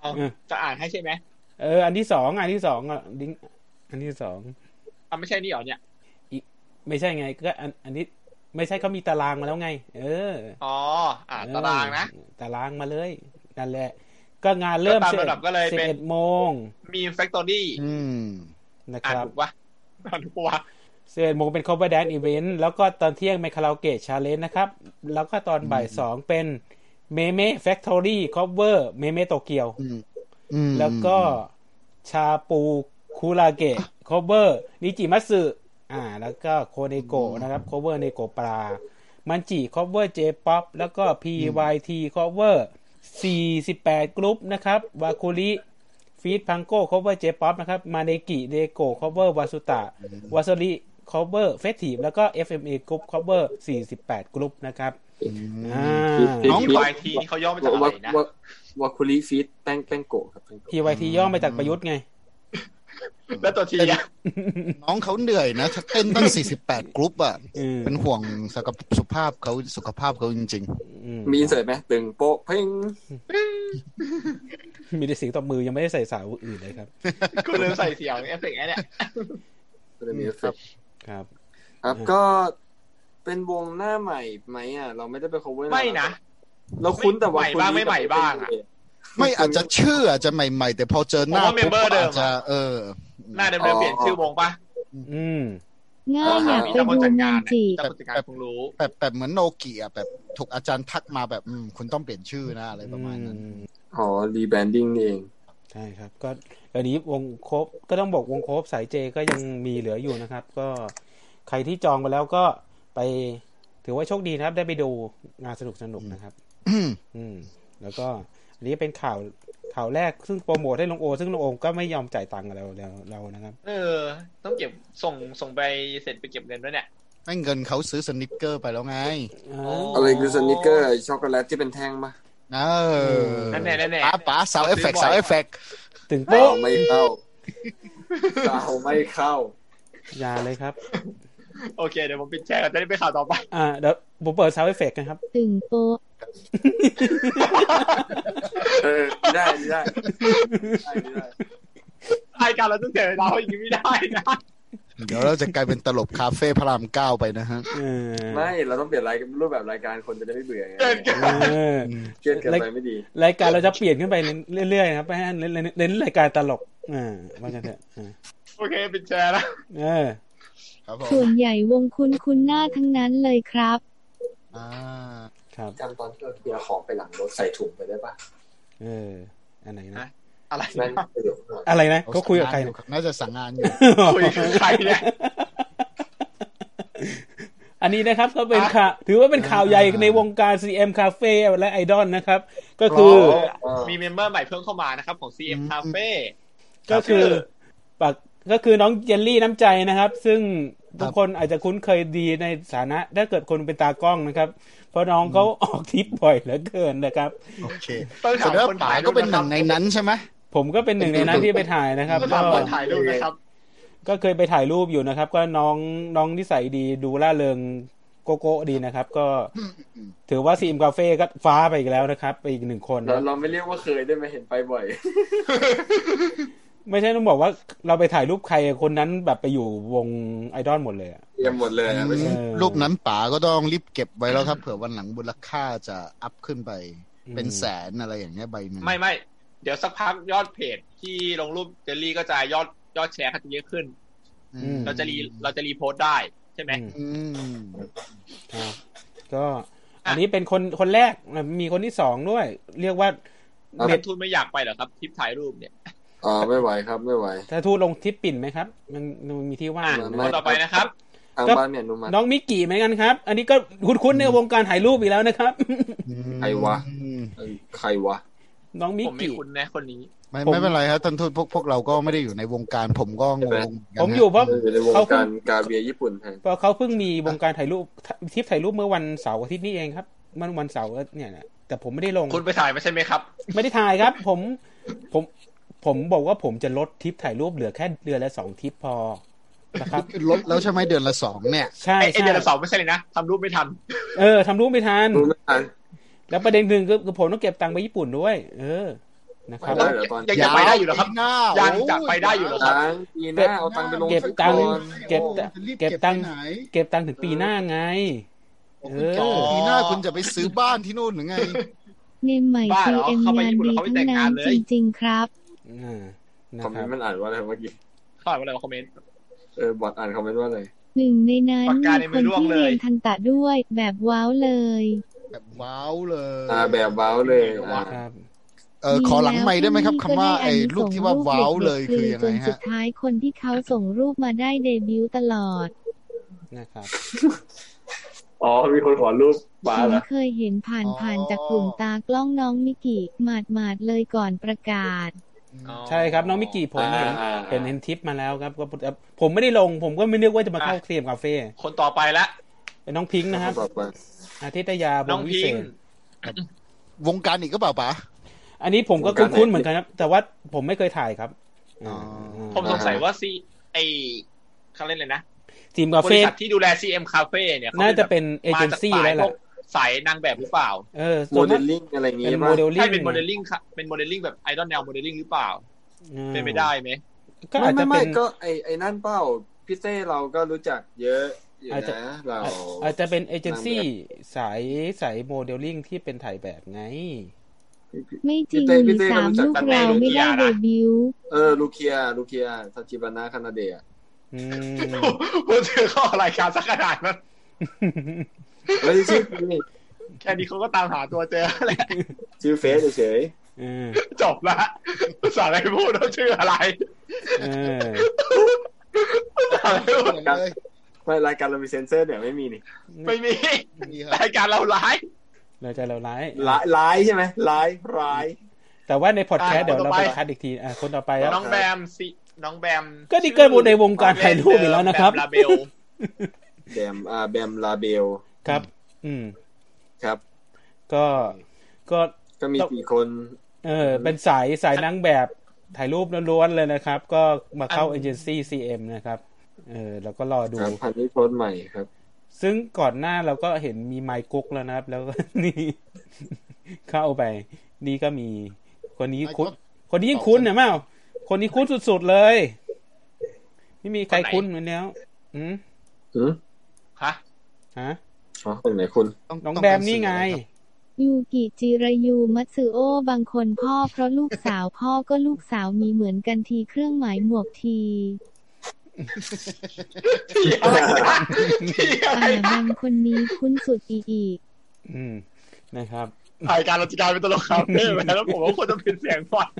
Speaker 3: เอาจะอ่านให้ใช่ไหม
Speaker 1: เออ อันที่สองอันที่สองอ่ะลิงก์อันที่สอง
Speaker 3: อ่ะไม่ใช่นี่เหรอเนี่ย
Speaker 1: ไม่ใช่ไงก็อันอันนี้ไม่ใช่เขามีตารางมาแล้วไง เออ
Speaker 3: อ๋อ อ่าตารางนะ
Speaker 1: เออตารางมาเลยนั่นแหละ ก็งานเริ่ม
Speaker 3: ก็ตามระดับก็เลย
Speaker 1: สิบ
Speaker 3: เป็น
Speaker 1: เอ็ดโมง
Speaker 3: มีแฟคตอรี่
Speaker 4: อืม
Speaker 1: นะค
Speaker 3: อ่าน
Speaker 1: รับ
Speaker 3: ถูกปะ อ่านถูกปะ
Speaker 1: สิบเอ็ดโมงเป็น cover dance event แล้วก็ตอนเที่ยงเป็นคาราโอเกะชาเลนจ์นะครับ แล้วก็ตอนบ่ายสองเป็นเมเม่ factory cover เมเม่โตเกียว
Speaker 4: อืมอืม
Speaker 1: แล้วก็ชาปูคุราเกะโคเวอร์นิจิมัตสึอ่า แล้วก็โคเนโกะนะครับโคเวอร์เนโกะปลา มันจิโคเวอร์เจป๊อปแล้วก็ PYT โคเวอร์48กรุ๊ปนะครับ วาคุริฟีดพังโก้โคเวอร์เจป๊อปนะครับ มาเนกิเดโกะโคเวอร์วาสุตะวาซริโคเวอร์เฟสทีฟแล้วก็ FMA กรุ๊ปโคเวอร์48กรุ๊ปนะครับอ่า
Speaker 3: น้องวายทีนี่เขาย่อมาจากอะไรนะ
Speaker 2: วาวาคุริฟีดแป้งแป้งโกะครับแป้งโกะ
Speaker 1: PYT ย่อมาจากประยุทธ์ไง
Speaker 3: แล้วตัวทีอ่ะ
Speaker 4: น้องเขาเหนื่อยนะถ้าเต้นตั้ง 48 กรุ๊ปอ่ะ
Speaker 1: อืม
Speaker 4: เป็นห่วงสกับสุขภาพเขาสุขภาพเขาจริง
Speaker 1: อืม
Speaker 2: มีอินเสิร์ตไหมตึงโป๊ะเพ่ง
Speaker 1: มีแต่เสียงตบมือยังไม่ได้ใส่สาวอื่นเลยครับ
Speaker 3: คุณลืมใส่เสียงเอฟเฟกต์ไอ้เนี่ย
Speaker 2: จะมีเอฟเฟกต์
Speaker 1: ครับ
Speaker 2: ครับก็เป็นวงหน้าใหม่ไหมอ่ะ เราไม่ได้ไป cover
Speaker 3: ไม่นะ
Speaker 2: เราคุ้นแต่วาคุริ
Speaker 3: ใหม่บ้างไม่ใหม่บ้างอะ
Speaker 4: ๆ ไม่อาจจะชื่ออาจจะใหม่ ๆ แต่พอเจอหน้า
Speaker 3: ผมว่าเมมเบอร์เดิม
Speaker 4: จจะเออ
Speaker 3: หน้าเดิมๆเปลี่ยนชื่อวงปะ
Speaker 1: อืม
Speaker 6: ง่ายอยากไป
Speaker 3: เจ้าคน
Speaker 6: ดู
Speaker 3: จัดงาง
Speaker 6: าน นจิ
Speaker 3: เจ้าคนจัดงานคงรู้
Speaker 4: แบบแบบเหมือนโนเกียแบบถูกอาจารย์ทักมาแบบอืมคุณต้องเปลี่ยนชื่อนะอะไรประมาณนั้น
Speaker 1: อืม
Speaker 2: อ๋อรีแบรนดิ้งเอง
Speaker 1: ใช่ครับ ก็ตอนนี้วงโคบก็ต้องบอกวงโคบสายเจก็ยังมีเหลืออยู่นะครับ ก็ใครที่จองไปแล้วก็ไป ถือว่าโชคดีนะครับ ได้ไปดูงานสนุกสนุกๆนะครับ อืม แล้วก็อันนี้เป็นข่าวข่าวแรกซึ่งโปรโมทให้ลงโอ ซึ่งลงโอก็ไม่ยอมจ่ายตังค์กับเราแล้วเรานะครับ
Speaker 3: เออ ต้องเก็บส่งส่งไปเสร็จไปเก็บเงินด้วยเนี่ย
Speaker 4: ไม่เงินเขาซื้อสนิกเกอร์ไปแล้วไง
Speaker 2: อะไรคือสนิเกอร์ช็อกโกแลตที่เป็นแท่งปะ
Speaker 4: เออ
Speaker 3: นั่นแน่นั่นแน่
Speaker 4: ป๋าป๋าสาวเอฟเฟกสาวเอฟเฟก
Speaker 1: ถึง
Speaker 2: เปล่า
Speaker 1: โป๊ะ
Speaker 2: ไม่เข้าเปล่าไม่เข้า
Speaker 1: อย่าเลยครับ
Speaker 3: โอเคเดี๋ยวผมปิดแชร์ก่อนจะได้ไปข่าวต่อไป
Speaker 1: อ่าเดี๋ยวผมเปิดซาวเอฟเฟกต์นะครับ
Speaker 6: ตึงโป๊ะ
Speaker 2: เออได้ได้ได้ได้
Speaker 3: รายการเราต้องเสียเวลาอย่างนี้ไม่ได้นะ
Speaker 4: เดี๋ยวเราจะกลายเป็นตลบคาเฟ่พระรามเก้าไปนะฮะ
Speaker 1: เออ
Speaker 2: ไม่เราต้องเปลี่ยนรายรูปแบบรายการคนจะได้ไม่เบื่อไง
Speaker 3: เกินเกิน
Speaker 1: เออ
Speaker 2: เครียดเกินไปไม่ดี
Speaker 1: รายการเราจะเปลี่ยนขึ้นไปเรื่อยๆนะครับไม่ให้เน้นเน้นเน้นรายการตลกอ่าว่ากันเถอะอ่า
Speaker 3: โอเคปิดแชร์แล้ว
Speaker 1: เออ
Speaker 4: ครับผม
Speaker 6: ส่วนใหญ่วงคุณคุณหน้าทั้งนั้นเลยครับ
Speaker 4: อ่า
Speaker 1: ครับ
Speaker 2: จำตอนที่เราเคลียร์ของไปหลังรถใส่ถุงไปได้ปะ
Speaker 1: เออ อันไหนนะ
Speaker 3: อ่ะ อะไร
Speaker 2: นั่น
Speaker 3: นะ
Speaker 2: ประโยคหน่อย
Speaker 1: อะไรนะเขาคุยกับใคร นะ
Speaker 4: น่าจะสั่งงานอยู่
Speaker 3: คุยกับใครเนี่ย
Speaker 1: อันนี้นะครับก็เป็นข่าวถือว่าเป็นข่าวใหญ่ในวงการ CM Cafe และไอดอลนะครับ ก็คือ
Speaker 4: อ๋
Speaker 3: มีเมมเบอร์ใหม่เพิ่มเข้ามานะครับ ของ CM Cafe
Speaker 1: ก็คือปักก็คือน้องเจลลี่น้ำใจนะครับ ซึ่งทุกคนอาจจะคุ้นเคยดีในฐานะ ถ้าเกิดคนเป็นตากล้องนะครับ เพราะน้องเขาออกทริปบ่อยเหลือเกินนะครับ
Speaker 4: โอเค
Speaker 3: ต้องถาม
Speaker 4: แสดง
Speaker 3: คน
Speaker 4: ว่าป๋า
Speaker 3: ขาย
Speaker 4: ก็เป็น
Speaker 3: ด้วย
Speaker 4: หนึ่
Speaker 3: นะครับ
Speaker 4: งในนั้นใช่ไหม
Speaker 1: ผมก็เป็นหนึ่งในนั้นที่ไปถ่ายนะครับ
Speaker 3: ก็สามารถถ่ายรูปนะครับ
Speaker 1: ก็เคยไปถ่ายรูปอยู่นะครับ ก็น้องน้องนิสัยดีดูล่าเริงโกโก้ดีนะครับ ก็ ถือว่าซีมกาเฟ่ก็ฟ้าไปอีกแล้วนะครับ ไปอีกหนึ่งคน
Speaker 2: เราเราไม่เรียกว่าเคยได้ไหมเห็นไปบ่อย
Speaker 1: ไม่ใช่ต้องบอกว่าเราไปถ่ายรูปใครคนนั้นแบบไปอยู่วงไอดอลหมดเลยอะ
Speaker 2: เตรียมหมดเลยอะไม่ใช่
Speaker 1: เออ
Speaker 4: รูปนั้นป๋าก็ต้องรีบเก็บไว้แล้วครับ เผื่อวันหลังมูลค่าจะอัพขึ้นไป
Speaker 1: อืม
Speaker 4: เป็นแสนอะไรอย่างเงี้ยใบหนึ่ง
Speaker 3: ไม่ไม่เดี๋ยวสักพักยอดเพจที่ลงรูปเจลลี่ก็จะยอดยอดแชร์ก็จะเยอะขึ้น
Speaker 4: อืม
Speaker 3: เราจะรีเราจะรีโพสต์ได้ใช่ไหม
Speaker 1: อืม
Speaker 4: อืม
Speaker 1: ครับก็อันนี้เป็นคนคนแรกมีคนที่สองด้วย เรียกว่า
Speaker 3: นั
Speaker 1: เน็ต
Speaker 3: กทุนไม่อยากไปเหรอครับทริปถ่ายรูปเนี่ย
Speaker 2: อ๋อไม่ไหวครับไม่ไหว
Speaker 1: ถ้าทูตลงทิปปิ่นไหมครับ มันมันมีที่ว่างอยู่
Speaker 2: ไม่
Speaker 3: ค
Speaker 1: นะ
Speaker 3: นต่อไปนะครับ
Speaker 2: ทางบ้านเนี่ยอนุมัติ
Speaker 1: น้องมิกกี้เหมือนกันครับ อันนี้ก็คุ้นๆในวงการถ่ายรูปอีกแล้วนะครับ
Speaker 2: ใครวะ ใครวะ
Speaker 1: น้องมิก
Speaker 3: ผมไม่
Speaker 1: กี้
Speaker 3: คุ้นนะคนนี้
Speaker 4: ไม่
Speaker 1: ผม
Speaker 4: ไม่เป็นไรครับท่านทูตพวกพวกเราก็ไม่ได้อยู่ในวงการผมก็งงเหนกัน
Speaker 1: ผมอยู่เพราะ
Speaker 2: อยู่ในวง
Speaker 1: เขาเพิ่
Speaker 2: การ
Speaker 1: ง
Speaker 2: กาเบียญี่ปุ่นแทน
Speaker 1: เพราะเขาเพิ่งมีวงการถ่ายรูปทริปถ่ายรูปเมื่อวันเสาร์อาทิตย์นี้เองครับ มันวันเสาร์เนี่ยนะแต่ผมไม่ได้ลง
Speaker 3: คุณไปถ่ายมาใช่ไหมครับ
Speaker 1: ไม่ได้ถ่ายครับ ผมผมผมบอกว่าผมจะลดทริปถ่ายรูปเหลือแค่เดือนละสองทริปพอนะครับ
Speaker 4: ลดแล้วใช่ไหมเดือนละสองเนี่ย
Speaker 1: ใช่
Speaker 3: ไอ้ไอ้
Speaker 1: ใช่
Speaker 3: เดือนละสองไม่ใช่เลยนะทำรูปไม่ทัน
Speaker 1: เออทำรูปไม่ทัน
Speaker 2: รู้ไหมทัน
Speaker 1: แล้วประเด็นหนึ่งคือคือผมต้องเก็บตังค์ไปญี่ปุ่นด้วย เออ นะครับ
Speaker 2: ได้เหรอตอน
Speaker 3: ยังจะไปได้อยู่เหรอครับ
Speaker 4: หน้า
Speaker 3: ยังจะไปได้อยู่เหรอครับ
Speaker 2: ตังค์ปีหน้าเอาตังค์ไปลง
Speaker 1: เก็บ
Speaker 2: สัก
Speaker 1: ตั
Speaker 2: ก่
Speaker 1: งค์
Speaker 2: อน
Speaker 1: เก็บตังค์
Speaker 4: โอ้โหรีบ
Speaker 1: เก็
Speaker 4: เก็
Speaker 1: บบ ตั
Speaker 4: ตั
Speaker 1: ง
Speaker 4: ง
Speaker 1: ค์
Speaker 4: ไหน
Speaker 1: เก็บตังค์ถึงปีหน้าไง เออ
Speaker 4: ปีหน้าคุณจะไปซื้อบ้านที่นู่นหรือไง
Speaker 6: เนมใหม่
Speaker 3: บ้า
Speaker 6: พี
Speaker 3: เหรอ
Speaker 6: เอ็ม
Speaker 3: เข้าไป
Speaker 6: งา
Speaker 3: ญี่
Speaker 6: น
Speaker 3: ปุ่น
Speaker 6: ดี
Speaker 3: เขาไม่แต่ง
Speaker 6: ทั้ง
Speaker 3: งา
Speaker 6: นั้น น
Speaker 3: เลย
Speaker 6: จริงๆครับ
Speaker 1: อ่านะ
Speaker 2: คอม
Speaker 1: ค
Speaker 2: เม
Speaker 1: รั
Speaker 2: น
Speaker 1: บ
Speaker 2: ต์มันอ่านว่าอะไรเมื่อกี้
Speaker 3: ถ่ายมาเลยคอมเมนต์
Speaker 2: เออบอทอ่านคอมเมนต์ว่าอะไร
Speaker 6: หนึ่งในนั้น
Speaker 3: ปาก
Speaker 6: มี
Speaker 3: กา
Speaker 6: คน
Speaker 3: ใน
Speaker 6: ที่
Speaker 3: มือร่วงเลย
Speaker 6: เรียนทันตะด้วย แบบว้าวเลย
Speaker 4: แบบว้าวเลย
Speaker 2: อ่าแบบว้าวเลยอ่า
Speaker 1: ครับ
Speaker 4: เออขอหลังไม่ได้ไหมครับ
Speaker 6: มี
Speaker 4: คำว่า
Speaker 6: แล้ว
Speaker 4: ไอ้รูปที่ว่าว้าวเลยคือยังไง
Speaker 6: จนสุ
Speaker 4: ฮะ
Speaker 6: ดท้ายคนที่เขาส่งรูปมาได้เดบิวต์ตลอด
Speaker 1: นะครับ
Speaker 2: อ๋อมีคนขอรูปบ้า
Speaker 6: ฉัน
Speaker 2: เหรอ
Speaker 6: เคยเห็นผ่านผ่านจากกลุ่มตากล้องน้องมิกิหมาดหมาดๆเลยก่อนประกาศ
Speaker 1: ใช่ครับ น้องมิกกี้ผมเห็น
Speaker 2: อ่า
Speaker 1: เห็นเห็นทริปมาแล้วครับก็ผมไม่ได้ลง ผมก็ไม่นึกว่าจะมาเข้าเคลียมคาเฟ่
Speaker 3: คนต่อไปละ
Speaker 1: เป็นน้องพิงค์นะครับ
Speaker 2: ต่อไป
Speaker 1: อาทิตยาบ
Speaker 3: น้อง
Speaker 1: งวิ
Speaker 3: พิ
Speaker 1: เศ
Speaker 3: ง
Speaker 1: ษ
Speaker 3: ค์
Speaker 4: วงการอีกก็เปล่าปะ
Speaker 1: อันนี้ผมก็คุ้นๆเหมือนกันครับ แต่ว่าผมไม่เคยถ่ายครับ
Speaker 4: อ๋อ
Speaker 1: า
Speaker 3: ผมสงสัยว่าซีไอเขาเล่นเลยนะ
Speaker 1: ทีมคา
Speaker 3: บ
Speaker 1: เฟ่
Speaker 3: ริษัทที่ดูแล CM Cafe เนี่ยข
Speaker 1: น่าจะเป็นเอ
Speaker 3: มา
Speaker 1: เจน
Speaker 3: จาก
Speaker 1: ซี่
Speaker 3: สาย
Speaker 1: แล้ว
Speaker 3: พ
Speaker 1: ล่ะ
Speaker 3: วกสายนางแบบหรือเปล่า
Speaker 1: เออ
Speaker 2: โม
Speaker 1: ส่วน
Speaker 2: เด
Speaker 1: มาก
Speaker 2: ลลิ่งอะไรอย่างงี้
Speaker 1: เป็น
Speaker 2: มา
Speaker 1: โม
Speaker 2: ก
Speaker 1: เดลลิ่ง
Speaker 3: ใช่เป็นโมเดลลิ่งค่ะเป็นโมเดลลิ่งแบบไอดอลแนวโมเดลลิ่งหรือเปล่า
Speaker 1: อ่า
Speaker 3: เป็นไปได้ไหม
Speaker 1: ก็
Speaker 2: ไม่
Speaker 1: อาจ
Speaker 2: ไม่
Speaker 1: จะ
Speaker 2: ไม่
Speaker 1: เป็น
Speaker 2: ก็ไอไอนั่นเป้าพี่เต้เราก็รู้จักเยอะอยู่
Speaker 1: อาจจะ
Speaker 2: นะเรา
Speaker 1: อาจอาจจะเป็นเอเจนซี่
Speaker 2: นั่นแหล
Speaker 1: สายสายโมเดลลิ่งที่เป็นถ่ายแบบไง
Speaker 6: ไม่จริง
Speaker 2: พี่เต้พี่
Speaker 6: มี
Speaker 2: เต้ก็
Speaker 6: สาม
Speaker 2: รู้จัก
Speaker 6: ลูกเราไม่ได้เดบิวต์
Speaker 2: เออลูเคียลูเคียทาจิบานาคานาเดะ
Speaker 1: อืม
Speaker 3: ผมเจอเข้อรายการสักขนาดนั้น
Speaker 2: ไม่ใช่ชื่อนี่
Speaker 3: แค่นี้เขาก็ตามหาตัวเจอแล้ว
Speaker 2: ชื่อเฟซเฉย
Speaker 1: เออ
Speaker 3: จบละสาอะไรพูดว่าชื่ออะไร
Speaker 1: เออ
Speaker 3: สาอะไร พูด
Speaker 4: เลย
Speaker 2: ๆไม่รายการเรามีเซนเซอร์เนี่ยไม่มีนี่
Speaker 3: ไม่มี
Speaker 4: นี่ครับ
Speaker 3: รายการเราร้าย
Speaker 1: เราจะเราร้าย
Speaker 2: ร้ายร้ายใช่ไหมร้ายร้าย
Speaker 1: แต่ว่าในพอดแคสต์เดี๋ยวเราไปคัดอีกทีอ่ะคนต่อไปครับ
Speaker 3: น้องแบมสิน้องแบม
Speaker 1: ก็นี่ก็อยู่ในวงการถ่ายรูปอีกแล้วนะครับ
Speaker 3: แมลาเบล
Speaker 2: แบมอ่าแบมลาเบล
Speaker 1: ครับ อืม
Speaker 2: ครับ
Speaker 1: ก็ก็
Speaker 2: ก็มี
Speaker 1: แล้ว
Speaker 2: สี่คน
Speaker 1: เออเป็นสายสายนางแบบถ่ายรูปล้วนๆเลยนะครับ ก็มาเข้าเอเจนซี่ซีเอ็มนะครับ เออแล้วก็รอดู
Speaker 2: ครับพันนิพนธ์ใหม่ครับ
Speaker 1: ซึ่งก่อนหน้าเราก็เห็นมีไมค์กุ๊กแล้วนะครับ แล้วก็ นี่ เข้าไป นี่ก็มีคนนี้คุ้น คนนี้ยิ่งคุ้นเนี่ยมั้งคนนี้คุ้นสุดๆเลย ไม่มีใครคุ้นเหมือนแล้วอืม
Speaker 2: หืม
Speaker 3: ฮะ
Speaker 1: ฮะ
Speaker 2: อ๋อตรงไหนคุณ
Speaker 1: น้องแบมนี่ไง
Speaker 6: ยูกิจิรายูมัตสึโอบางคนพ่อเพราะลูกสาวพ่อก็ลูกสาวมีเหมือนกันทีเครื่องหมายหมวกที
Speaker 3: ที่อะไรนะที่อะไร
Speaker 6: อ่า
Speaker 3: นะ
Speaker 6: บางคนนี้คุ้นสุดอีอีก
Speaker 1: อืมนะครับ
Speaker 3: รายการเราจะกลายเป็นตลกคาเฟ่ไปแล้วผมว่าคนจะเป็นเสียงฟัง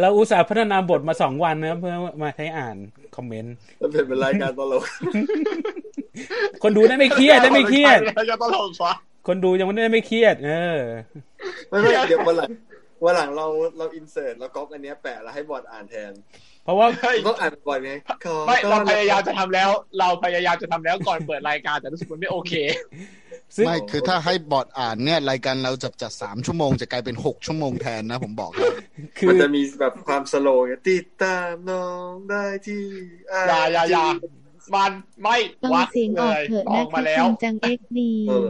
Speaker 1: เราอุตส่าห์พัฒนาบทมาสองวันนะครับเพื่อมาใช้อ่านคอมเมนต์
Speaker 2: แล้วเป็นเป็นรายการตล ก
Speaker 1: คนดูได้ไม่เครียดได้ไม่เครียด
Speaker 3: รายการตลกวะ
Speaker 1: คนดูยังไม่ได้ไม่เครียด เออ
Speaker 2: ไม่ไม่เดี๋ยววันหลังวันหลังเราเราอินเสิร์ตเราก๊อปอันเนี้ยแปะแล้วให้บอดอ่านแทน
Speaker 1: เพราะว่า
Speaker 3: เฮ้ย
Speaker 2: ต้องอ่านบ่อยไหมขอ
Speaker 3: ไม่
Speaker 2: ต้
Speaker 3: เรา
Speaker 2: อน
Speaker 3: พ
Speaker 2: รับ
Speaker 3: ยายามจะทำแล้ว เราพยายามจะทำแล้วก่อนเปิดรายการแต่รู้สึกมันไม่โอเค
Speaker 1: ซึ่ง
Speaker 4: ไม่คือถ้าให้บอร์ดอ่านเนี่ยรายการเราจะจากสามชั่วโมงจะกลายเป็นหกชั่วโมงแทนนะผมบอกเลย
Speaker 1: คื
Speaker 2: มัน
Speaker 1: อ
Speaker 2: จะมีแบบความสโลว์ไงติดตามน้องได้ที่
Speaker 3: อย่าอย่าอย่ามันไม่
Speaker 6: ต้อง
Speaker 3: วัด
Speaker 6: เสียง
Speaker 3: เล
Speaker 6: ออก
Speaker 3: ย
Speaker 6: เถอะ
Speaker 3: ออ
Speaker 6: นะ
Speaker 3: ก
Speaker 6: คะ
Speaker 3: มาแล้
Speaker 6: จ
Speaker 3: ว
Speaker 6: ริงจังเอ็กดี
Speaker 2: เออ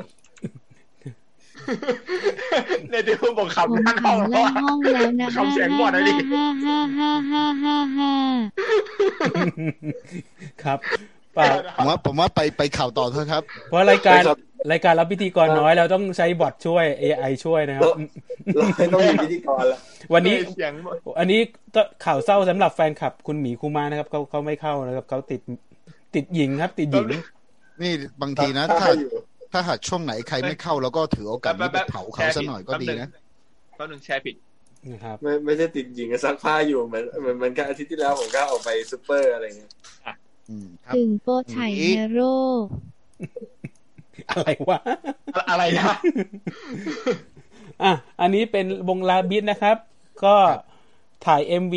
Speaker 3: เนี่ยที่คุณบอก
Speaker 6: ผม
Speaker 3: ขำนั่งห้อง
Speaker 6: หัน
Speaker 3: แล้ว
Speaker 6: ไล่
Speaker 3: อะ
Speaker 6: ห้องแล้วนะ
Speaker 3: คำเสียงบอดนะดิ
Speaker 6: ฮ่าฮ่าฮ่าฮ่าฮ่าฮ่า
Speaker 1: ครับเปล
Speaker 4: ผม
Speaker 1: ่า
Speaker 4: ว่าผมว่าไปไปข่าวต่อเถอะครับ
Speaker 1: เพราะรายการรายการรับพิธีกรน้อยเราต้องใช้บอทช่วย AI ช่วยนะครับ
Speaker 2: เราไม่ต้องมีพิธีกรละ
Speaker 1: วันนี้
Speaker 3: เสียง
Speaker 1: อันนี้ก็ข่าวเศร้าสำหรับแฟนคลับ คุณหมีคูมานะครับเขาเขาไม่เข้านะครับเขาติดติดหญิงครับ ติดหญิง
Speaker 4: นี่บางทีนะ ถ้า
Speaker 2: ถ้าอยู่
Speaker 4: ถ้าหากช่วงไหนใครไม่เข้าแล้วก็ถือโอกาสนี้ไปเผาเขาซะหน่อยก็ดีนะ
Speaker 3: แป๊บหนึงแชร์ผิด
Speaker 1: นะครับ
Speaker 2: ไม่ไม่ใช่ติดหญิงอะซักผ้าอยู่เหมือนเหมือนเหมือนกับอาทิตย์ที่แล้วผมก็ออกไปซูเปอร์อะไรเงี้ย
Speaker 4: อืมครับ
Speaker 6: ตึงโปะไฉเนโร
Speaker 1: อะไรวะ
Speaker 3: อะไรนะ
Speaker 1: อ่ะ อันนี้เป็นวงลาบิสนะครับ ก็ถ่าย MV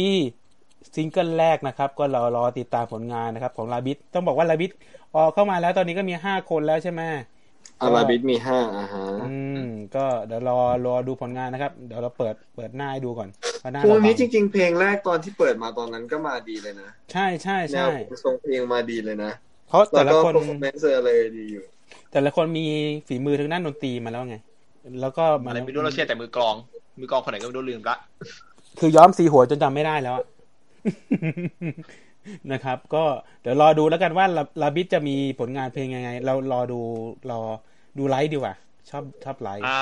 Speaker 1: ซิงเกิลแรกนะครับ ก็รอรอติดตามผลงานนะครับของลาบิสต้องบอกว่าลาบิสออกเข้ามาแล้วตอนนี้ก็มีห้าคนแล้วใช่ไหม
Speaker 2: อาราบิดมีห้าอ่าฮะ
Speaker 1: อืม ก็เดี๋ยวรอรอดูผลงานนะครับ เดี๋ยวเราเปิดเปิดหน้าให้ดูก่อนว่าหน้า
Speaker 2: พว
Speaker 1: เรา
Speaker 2: กนี้จ
Speaker 1: เป็น
Speaker 2: ริง ๆ เพลงแรกตอนที่เปิดมาตอนนั้นก็มาดีเลยนะ
Speaker 1: ใช่ใช่
Speaker 2: แน
Speaker 1: ใช่
Speaker 2: วทรงเพลงมาดีเลยนะ
Speaker 1: เพราะแต่
Speaker 2: แล้ว
Speaker 1: ละ
Speaker 2: ก็
Speaker 1: คน
Speaker 2: โปรแมนเซอร์เลยดีอยู่
Speaker 1: แต่ละคนมีฝีมือทางด้านดนตรีมาแล้วไง แล้วก็
Speaker 3: อะไรไม่รู้เราเชื่อแต่มือกลอง มือกลองคนไหนก็ไม่รู้ลืมละ
Speaker 1: คือย้อมสีหัวจนจำไม่ได้แล้วอะ นะครับ ก็เดี๋ยวรอดูแล้วกันว่าลาลาบิดจะมีผลงานเพลงยังไง เรารอดูรอดูไลฟ์ดีกว่า ชอบชอบไลฟ์
Speaker 3: อ่า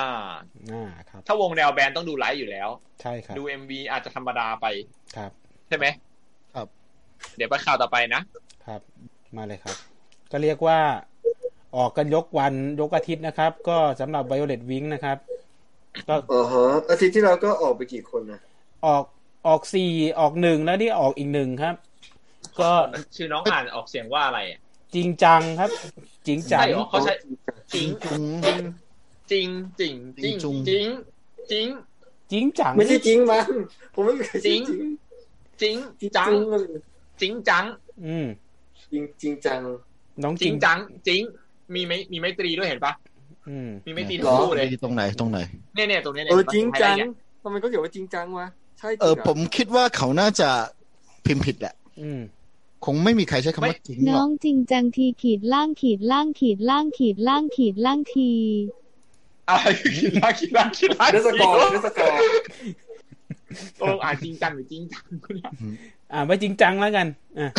Speaker 1: อ่าครับ
Speaker 3: ถ้าวงแนวแบนด์ต้องดูไลฟ์อยู่แล้ว
Speaker 1: ใช่ครับ
Speaker 3: ดูเอ็มวีอาจจะธรรมดาไป
Speaker 1: ครับ
Speaker 3: ใช่ไหม
Speaker 4: ครับ
Speaker 3: เดี๋ยวไปข่าวต่อไปนะ
Speaker 1: ครับ มาเลยครับ ก็เรียกว่าออกกันยกวันยกอาทิตย์นะครับ ก็สำหรับ Violet Wing นะครับ ก็
Speaker 2: อ๋อฮะอาทิตย์ที่เราก็ออกไปกี่คนนะ
Speaker 1: ออกออกสี่ออกหนึ่งแล้วนี่ออกอีกหนึ่งครับ ก็
Speaker 3: ชื่อน้องอ่านออกเสียงว่าอะไรอะ
Speaker 1: จริงจังครับ จริงจัง
Speaker 3: ใช่เหรอเขาใช้จริง
Speaker 4: จุง
Speaker 3: จริงจริงจริง
Speaker 4: จริง
Speaker 3: จริง
Speaker 1: จ
Speaker 3: จริง
Speaker 1: ริงจัง
Speaker 2: ไม่ใช่จริงมั้งผมไม่เคย
Speaker 3: จริง จริงจังจริงจัง
Speaker 1: อืม
Speaker 2: จริงจริงจัง
Speaker 1: น้อง
Speaker 3: จ
Speaker 1: จ
Speaker 3: ริ
Speaker 1: ริ
Speaker 3: ง
Speaker 1: ง
Speaker 3: จังจริง มีไหมมีไมตรีด้วยเห็นปะ
Speaker 1: อืม
Speaker 3: มีไมตรี
Speaker 2: เหร
Speaker 3: ทั้
Speaker 2: อ
Speaker 3: งคู่เลย
Speaker 4: ตรงไหนตรงไหน
Speaker 3: เนี่ยเนี่ยตรงเนี้ย
Speaker 2: เอ
Speaker 3: เนี่ย
Speaker 2: อจริงจัง
Speaker 3: เนี่ย
Speaker 2: ทำไมก็เขียนว่าจริงจังวะใช่จริง
Speaker 4: เออ
Speaker 2: หร
Speaker 4: ผมคิดว่าเขาน่าจะพิมพ์ผิดแหละ
Speaker 1: อืม
Speaker 4: คงไม่มีใครใช้คำว่าจริงหร
Speaker 6: น้อ
Speaker 4: อก
Speaker 6: งจริงจังทีขีดล่างขีดล่างขีดล่างขีดล่างขีดล่างที
Speaker 3: อะไร คิดละคิดละคิดละ
Speaker 2: เดสกอร์เดสกอร์
Speaker 3: เอออ่านจริงจังหรือจริงจัง
Speaker 1: อ่าไว้จริงจังแล้วกันอ่ะ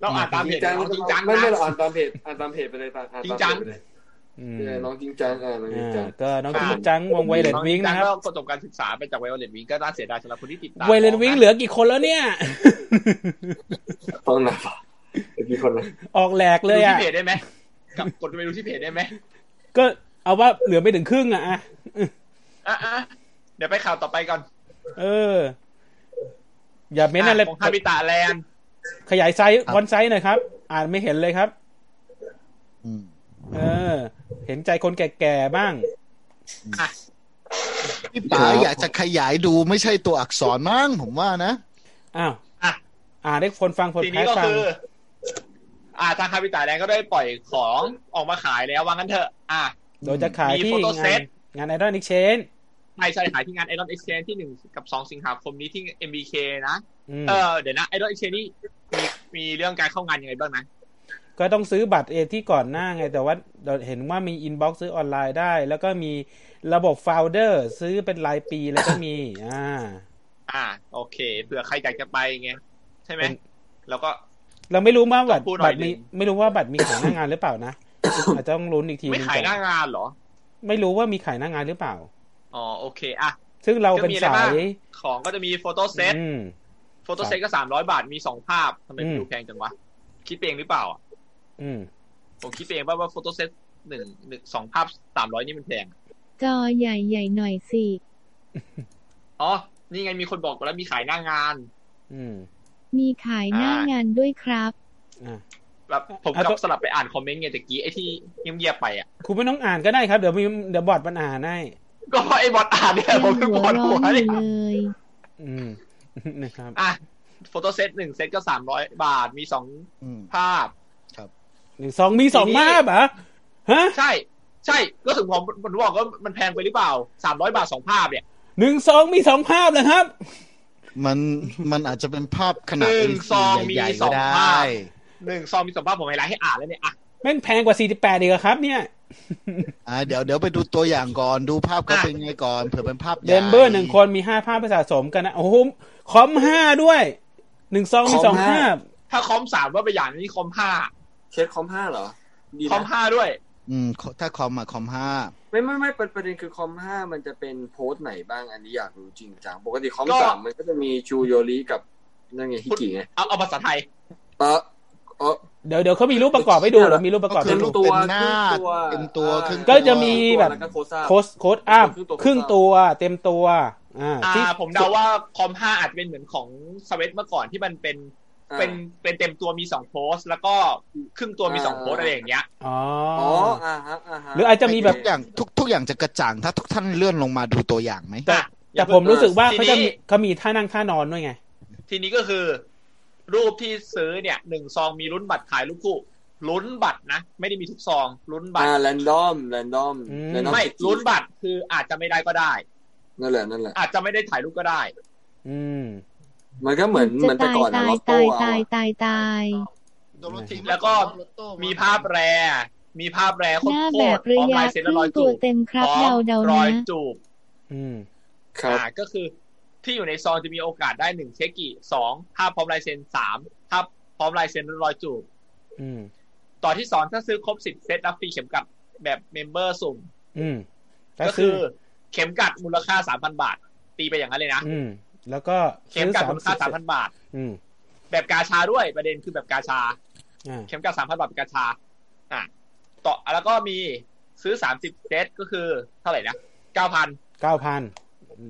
Speaker 3: เราอ่านตามเพ
Speaker 2: จริ
Speaker 3: จ
Speaker 2: งจัง
Speaker 3: น้องจริงจัง
Speaker 2: ไม่ไม่เรา
Speaker 3: นะ
Speaker 2: อ่านตามเพจอ่านตามเพจไปเลยตามอ่านตามเพจไปเลย
Speaker 1: อื ม
Speaker 2: เออน้องจริงจังอ่าน้องจริงจั
Speaker 1: อ่าง ก็น้องจริงจังวง Violet Wing นะครับ
Speaker 3: ก็ประสบการณ์ศึกษาไปจากไวโอเลตวิงก็น่าเสียดายสำหรับคนที่ติดตาม
Speaker 1: Violet Wing เหลือกี่คนแล้วเนี่ย
Speaker 2: ต้องนะมีคนนะ
Speaker 1: ออกแหลก
Speaker 3: เล
Speaker 1: เลยย
Speaker 3: อ่ะ
Speaker 1: อ่ะ
Speaker 3: ดูที่เพจได้ไหมกลับกดไปดูที่เพจได้ไหม
Speaker 1: ก็เอาว่าเหลือไม่ถึงครึ่งอ่ะอ่ะ
Speaker 3: อ่ะอ่ะเดี๋ยวไปข่าวต่อไปก่อน
Speaker 1: เออ อย่าเม้นอะไร
Speaker 3: ของฮาบิตาแลนด์
Speaker 1: ขยายไซส์ฟอนต์ไซส์หน่อยครับ อ่านไม่เห็นเลยครับ
Speaker 4: อืม
Speaker 1: เออ เห็นใจคนแก่ๆบ้าง
Speaker 4: พี่ป๋าอยากจะขยายดูไม่ใช่ตัวอักษรมั้งผมว่านะ
Speaker 1: อ้าว
Speaker 3: อ่ะ
Speaker 1: อ่าได้คนฟังคน
Speaker 3: ที
Speaker 1: แพ้
Speaker 3: นี้ก็
Speaker 1: ฟัง
Speaker 3: คือ อ่าทางฮาบิตาแลนด์ก็ได้ปล่อยของออกมาขายแล้วว่างั้นเถอะ อ่ะ
Speaker 1: โดยจะขาย
Speaker 3: มี
Speaker 1: ที่
Speaker 3: photo
Speaker 1: งาน
Speaker 3: set
Speaker 1: งานไอรอน c ิ a เชน
Speaker 3: ใช่ใช่ขายที่งาน Iron Exchange ที่หนึ่งกับสองสิงหาคมนี้ที่ MBK นะ เออเดี๋ยวนะ Iron Exchange นี่มีมีเรื่องการเข้างานยังไงบ้างนะ
Speaker 1: ก็ต้องซื้อบัตรเอที่ก่อนหน้าไง แต่ว่าเราเห็นว่ามีอินบ็อกซ์ซื้อออนไลน์ได้ แล้วก็มีระบบโฟลเดอร์ ซื้อเป็นรายปีแล้วก็มี อ่า
Speaker 3: อ่า โอเคเผื่อใครอยากจะไปไงใช่ไหม
Speaker 1: เป็น
Speaker 3: แล้วก็
Speaker 1: เราไม่รู้ว่าบัตร
Speaker 3: พูดหน่
Speaker 1: บั
Speaker 3: อย
Speaker 1: ตรมี
Speaker 3: หนึ่ง
Speaker 1: ไม่รู้ว่าบัตรมีขายหน้างานหรือเปล่านะ อาจจะต้องลุ้นอีกที
Speaker 3: ไม่
Speaker 1: นึง
Speaker 3: ขา
Speaker 1: ก่
Speaker 3: ยห
Speaker 1: อ
Speaker 3: น้าน งานเหรอ
Speaker 1: ไม่รู้ว่ามีขายหน้างานหรือเปล่า
Speaker 3: อ๋อโอเคอ่ะ
Speaker 1: ซึ่งเราเป็น
Speaker 3: จะมีอะไร
Speaker 1: สา
Speaker 3: บ้าง
Speaker 1: ย
Speaker 3: ของก็จะมีโฟโต้เซต
Speaker 1: อืม
Speaker 3: โฟโต้เซตก็สามร้อยบาทมีสองภาพทำไม
Speaker 1: อืม
Speaker 3: ดูแพงจังวะ คิดเองหรือเปล่าอ่ะ
Speaker 1: อืม
Speaker 3: ผมคิดเองว่าว่าโฟโต้เซตหนึ่งหนึ่งสองภาพสามร้อยนี่มันแพง
Speaker 6: จอใหญ่ใหญ่หน่อยสิ
Speaker 3: อ๋อ นี่ไงมีคนบอกแล้วมีขายหน้างาน
Speaker 1: อืม
Speaker 6: มีขายหน้างานด้วยครับ
Speaker 1: อ่า
Speaker 3: แบบผม
Speaker 1: อ่ะ
Speaker 3: ก็
Speaker 1: ต้อง
Speaker 3: สลับไปอ่านคอมเมนต์ไงตะกี้ไอ้ที่เงียบๆไปอ่ะ
Speaker 1: คุณไม่ต้องอ่านก็ได้ครับ เดี๋ยวมีเดี๋ยวบอร์ดมันอ่านให้
Speaker 3: ก็เพราะไอ้บอทอ่านเนี่ย
Speaker 6: ยัง
Speaker 3: ผมก็
Speaker 6: หัว
Speaker 3: ปวดหัว
Speaker 6: ร้อนอ
Speaker 3: เนี่ย
Speaker 6: ยู่เลย
Speaker 1: อืม นะครับ
Speaker 3: อ่ะโฟโต้เซตหนึ่งเซตก็สามร้อยบาทมีสอง
Speaker 4: อืม
Speaker 3: ภาพ
Speaker 1: หนึ่งสองมีสอง
Speaker 3: ทีนี้
Speaker 1: ภาพเหรอฮะ
Speaker 3: ใช่ ใช่ก็ถึงผมผมบอกว่ามันแพงไปหรือเปล่าสามร้อยบาทสองภาพเนี่ย
Speaker 1: หนึ่งสองมีสองภาพนะครับ
Speaker 4: มันมันอาจจะเป็นภาพข
Speaker 3: ห
Speaker 4: นาด
Speaker 3: นึ่ง
Speaker 4: LCD
Speaker 3: ซองมี
Speaker 4: ใหญ่ๆ
Speaker 3: ส
Speaker 4: ก็
Speaker 3: อง
Speaker 4: ได
Speaker 3: ภา
Speaker 4: ้
Speaker 3: พหนึ่งซองมีสองภาพผมไฮไลท์ให้อ่านแล้วเนี่ยอ่ะ
Speaker 1: แม่งแพงกว่าสี่สิบแปดอีกอะครับ เนี่ย
Speaker 4: อ่าเดี๋ยวเดี๋ยวไปดูตัวอย่างก่อนดูภาพก็เป็นไงก่อนเผื่อเป็นภาพให
Speaker 1: เด
Speaker 4: ญ่
Speaker 1: มเบอร์หนึ่งคนมีห้าภาพไปสะสมกันนะโอ้โหคอมห้าด้วยหนึ่งซองมี
Speaker 2: คอม
Speaker 1: สอง
Speaker 2: ห้า
Speaker 1: ภาพ
Speaker 3: ถ้าคอมสามว่าไปอย่างนี้คอมห้า
Speaker 2: เช็คคอมห้าเหรอ ดี
Speaker 3: คอม
Speaker 2: นะ
Speaker 3: ห้าด้วย
Speaker 4: อืมถ้าคอมอะคอมห้า
Speaker 2: ไม่ไม่ไม่ประเด็นคือคอมห้ามันจะเป็นโพสต์ไหนบ้างอันนี้อยากรู้จริงจังปกติคอม
Speaker 3: ก็
Speaker 2: สามมันก็จะมีชูโยริกับนั่นไงฮิกิไง
Speaker 3: เอาเอาภาษาไทย
Speaker 2: เออเออ
Speaker 1: เดี๋ยวเดี๋ยวเขามีรูปประกอบให้ดูเดี๋ยวมีรูปประกอบ
Speaker 4: คื
Speaker 1: ให้
Speaker 4: อ
Speaker 1: ดู
Speaker 4: รูปเป็นหน้าเป็นตัว
Speaker 2: ครึ่
Speaker 4: ครึ่ง
Speaker 2: งตัว
Speaker 1: ก็จะมีแบบ
Speaker 2: แล้วก็โคซ่า
Speaker 1: โค้ดโค้ดอัพ
Speaker 2: ครึ่งตัว
Speaker 1: ครึ่งตัวเต็มตัว อ่า
Speaker 3: อ่า
Speaker 1: ที่
Speaker 3: ผมเดาว่าคอมห้าอาจจะเป็นเหมือนของสเวตเมื่อก่อนที่มันเป็น
Speaker 2: อ่า
Speaker 3: เป็นเป็นเต็มตัวมีสองโพสต์ แล้วก็ครึ่งตัวมีสอง
Speaker 2: อ่า
Speaker 3: โพสต์อะไรอย่างเงี้ย
Speaker 1: อ๋อ
Speaker 2: อ๋
Speaker 1: อ
Speaker 2: ออ่าฮะอ่าฮะ
Speaker 1: หรืออาจจะมีแบบ
Speaker 4: ทุกอย่างทุกทุกอย่างจะกระจ่างถ้าทุกท่านเลื่อนลงมาดูตัวอย่างไหม
Speaker 3: แต่
Speaker 1: แต่ผมรู้สึกว่า
Speaker 3: ที
Speaker 1: เขาจะ
Speaker 3: นี้
Speaker 1: มีเขามีท่านั่งท่านอนด้วยไง
Speaker 3: ทีนี้ก็คือ รูปที่ซื้อเนี่ยหนึ่งซองมีลุ้นบัตรขายรูปคู่ลุ้นบัตรนะ ไม่ได้มีทุกซองลุ้นบัตร
Speaker 2: อ่าแรนดอมแรนดอม
Speaker 1: อืม
Speaker 3: ไม่ลุ้นบัตรคืออาจจะไม่ได้ก็ได้
Speaker 2: นั่นแหละนั่นแหละ
Speaker 3: อาจจะไม่ได้ถ่ายรูปก็ได้
Speaker 1: อืม
Speaker 2: มันก็เหมือนเห
Speaker 6: จะ
Speaker 2: มือนแต่ก่อนอะ
Speaker 6: ตายตาย
Speaker 2: ล็อตโต้
Speaker 6: ตาย
Speaker 2: เอา
Speaker 6: ตาย
Speaker 2: อะ
Speaker 6: ตายตาย
Speaker 3: แล้วก็ มีภาพแรร์มีภาพแรร์โค
Speaker 6: หน้า
Speaker 3: ตร
Speaker 6: แบ
Speaker 3: ๆ
Speaker 6: บ
Speaker 3: พ
Speaker 6: ระ
Speaker 3: ร้อม
Speaker 6: ยะ
Speaker 3: ลายเซ็น
Speaker 6: ค
Speaker 3: และร
Speaker 6: รึ่
Speaker 3: อง ย
Speaker 6: ตั
Speaker 3: จู
Speaker 6: ว
Speaker 3: บ
Speaker 6: เต็มครับ
Speaker 3: พร้อ
Speaker 6: เดาม เดาร
Speaker 3: อย
Speaker 6: นะ
Speaker 3: จูบ
Speaker 1: อืม
Speaker 2: ครับ
Speaker 3: อ่าก็คือที่อยู่ในซองจะมีโอกาสได้หนึ่งเชคกิสองภาพพร้อมลายเซ็นสามภาพพร้อมลายเซ็นรอยจูบ
Speaker 1: อืม
Speaker 3: ต่อที่สองถ้าซื้อครบสิบเซตรับฟรีเข็มกัดแบบเมมเบอร์สุ่ม
Speaker 1: อืม
Speaker 3: ก็คือเข็มกัดมูลค่าสามพันบาท ตีไปอย่างนั้นเลยนะ
Speaker 1: อืม แล้วก็
Speaker 3: เข็มกัดมูลค่าสามพัน
Speaker 1: 30
Speaker 3: บาท
Speaker 1: อืม
Speaker 3: แบบกาชาด้วยประเด็นคือแบบกาชา
Speaker 1: อ่า
Speaker 3: เข็มกัดสามพันบาทเป็นกาชาอ่ะต่อแล้วก็มีซื้อสามสิบเซตก็คือเท่าไหร่นะเก้าพัน
Speaker 1: เก้าพัน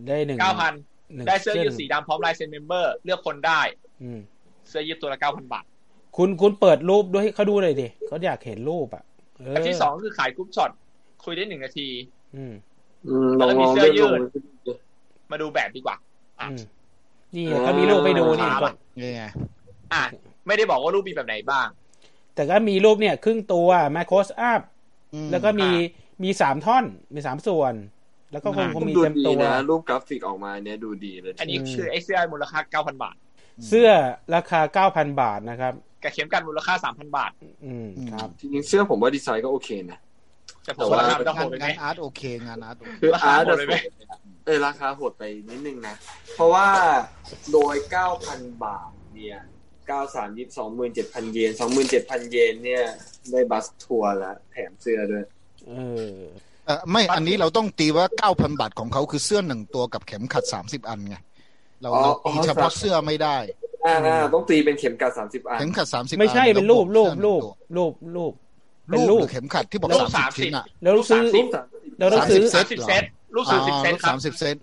Speaker 1: ได้หนึ่ง
Speaker 3: เก้าพัน
Speaker 1: หนึ่ง
Speaker 3: ได้เสื้อยืดสีดำพร้อมลายเซ็นเมมเบอร์เลือกคนได้
Speaker 1: อืม
Speaker 3: เสื้อยืดตัวละเก้าพันบาท
Speaker 1: คุณคุณเปิดรูปด้วยให้เขาดูเลยดิเขาอยากเห็นรูปอ่ะเ
Speaker 3: แบบที่สองคือขายกรุ๊ปช็อตคุยได้หนึ่งนาที
Speaker 1: อืม
Speaker 2: อืมลองลอง
Speaker 3: แล้วก็มีเสื้
Speaker 2: เลื
Speaker 3: อ
Speaker 2: อก
Speaker 3: ยื
Speaker 2: ล
Speaker 3: ด
Speaker 2: ง
Speaker 3: มาดูแบบดีกว่า อ่ะ
Speaker 1: อืม นี่
Speaker 2: อ่า
Speaker 1: เขามีรูปไปดูนี่
Speaker 3: ครับ
Speaker 4: นี่ไง
Speaker 3: อ่ะไม่ได้บอกว่ารูปมีแบบไหนบ้าง
Speaker 1: แต่ก็มีรูปเนี่ย ครึ่งตัวมาโคสอัพ
Speaker 4: อืม
Speaker 1: แล้วก็มี
Speaker 3: อ่
Speaker 1: มีสามท่อน มีสามส่วน แล้วก็คง
Speaker 3: อ่า
Speaker 1: คงมี
Speaker 2: ดู
Speaker 1: เต็ม
Speaker 2: ดี
Speaker 1: ตัว
Speaker 2: นะ รูปกราฟิกออกมาเนี่ยดูดีเลย
Speaker 3: อันนี้คือไอ้เสื้อมูลค่าเก้าพันบาท
Speaker 1: เสื้อราคาเก้าพันบาทนะครับ
Speaker 3: กับเข็มกัดมูลค่าสามพันบาท
Speaker 1: อืมครับ
Speaker 2: จริงๆเสื้อผมว่าดีไซน์ก็โอเคนะ
Speaker 3: แต่ผ
Speaker 2: แต่
Speaker 3: ม
Speaker 2: ว่า
Speaker 3: ว่าไม่ต้อง
Speaker 4: งาน
Speaker 3: โหดเลยไหม
Speaker 4: งานอาร์ตโอเคงานอาร์ตโอเค
Speaker 2: คือ
Speaker 3: ราคา
Speaker 2: อาร์ต
Speaker 3: โหดเลยไหม
Speaker 2: เออราคาโหดไปนิดนึงนะ เพราะว่าโดย 9,000 บาทเนี่ย93ยิบ27,000 เยน 27,000 เยนเนี่ย ได้บัสทัวร์แล้ว แถมเสื้อด้วย
Speaker 1: เออ
Speaker 4: เออไม่อันนี้เราต้องตีว่า 9,000 บาทของเขาคือเสื้อหนึ่งตัวกับเข็มขัด 30 อันไงเรา
Speaker 2: อ๋อ
Speaker 4: เรา
Speaker 2: อ๋อ
Speaker 4: ตีเฉพาะเสื้อไม่ได้
Speaker 2: อ่าอ่าต้องตีเป็นเข็มกาด30 อัน
Speaker 4: เข็มขัด 30
Speaker 1: ไม่ใช่
Speaker 4: อั
Speaker 1: เป็นรูปรูป
Speaker 4: เสื้อห
Speaker 1: รู
Speaker 4: นึ่ง
Speaker 1: ป
Speaker 4: ตัว
Speaker 1: รูปรูปเป็น
Speaker 4: รูปห
Speaker 1: รูป
Speaker 4: รือเข็มขัดที่บอก
Speaker 1: รูป
Speaker 4: สามสิบชิ้นอ่ะ
Speaker 1: แล้ว
Speaker 3: รูป
Speaker 1: ซื้อ
Speaker 3: สามสิบ
Speaker 1: เราต้องซื้อ
Speaker 4: 30 เซต
Speaker 3: สามสิบ
Speaker 4: เหรอ
Speaker 3: เซตรูปสามสิบ
Speaker 4: อ๋อ
Speaker 3: เซต
Speaker 4: รูป
Speaker 3: ครับ
Speaker 4: สามสิบเซน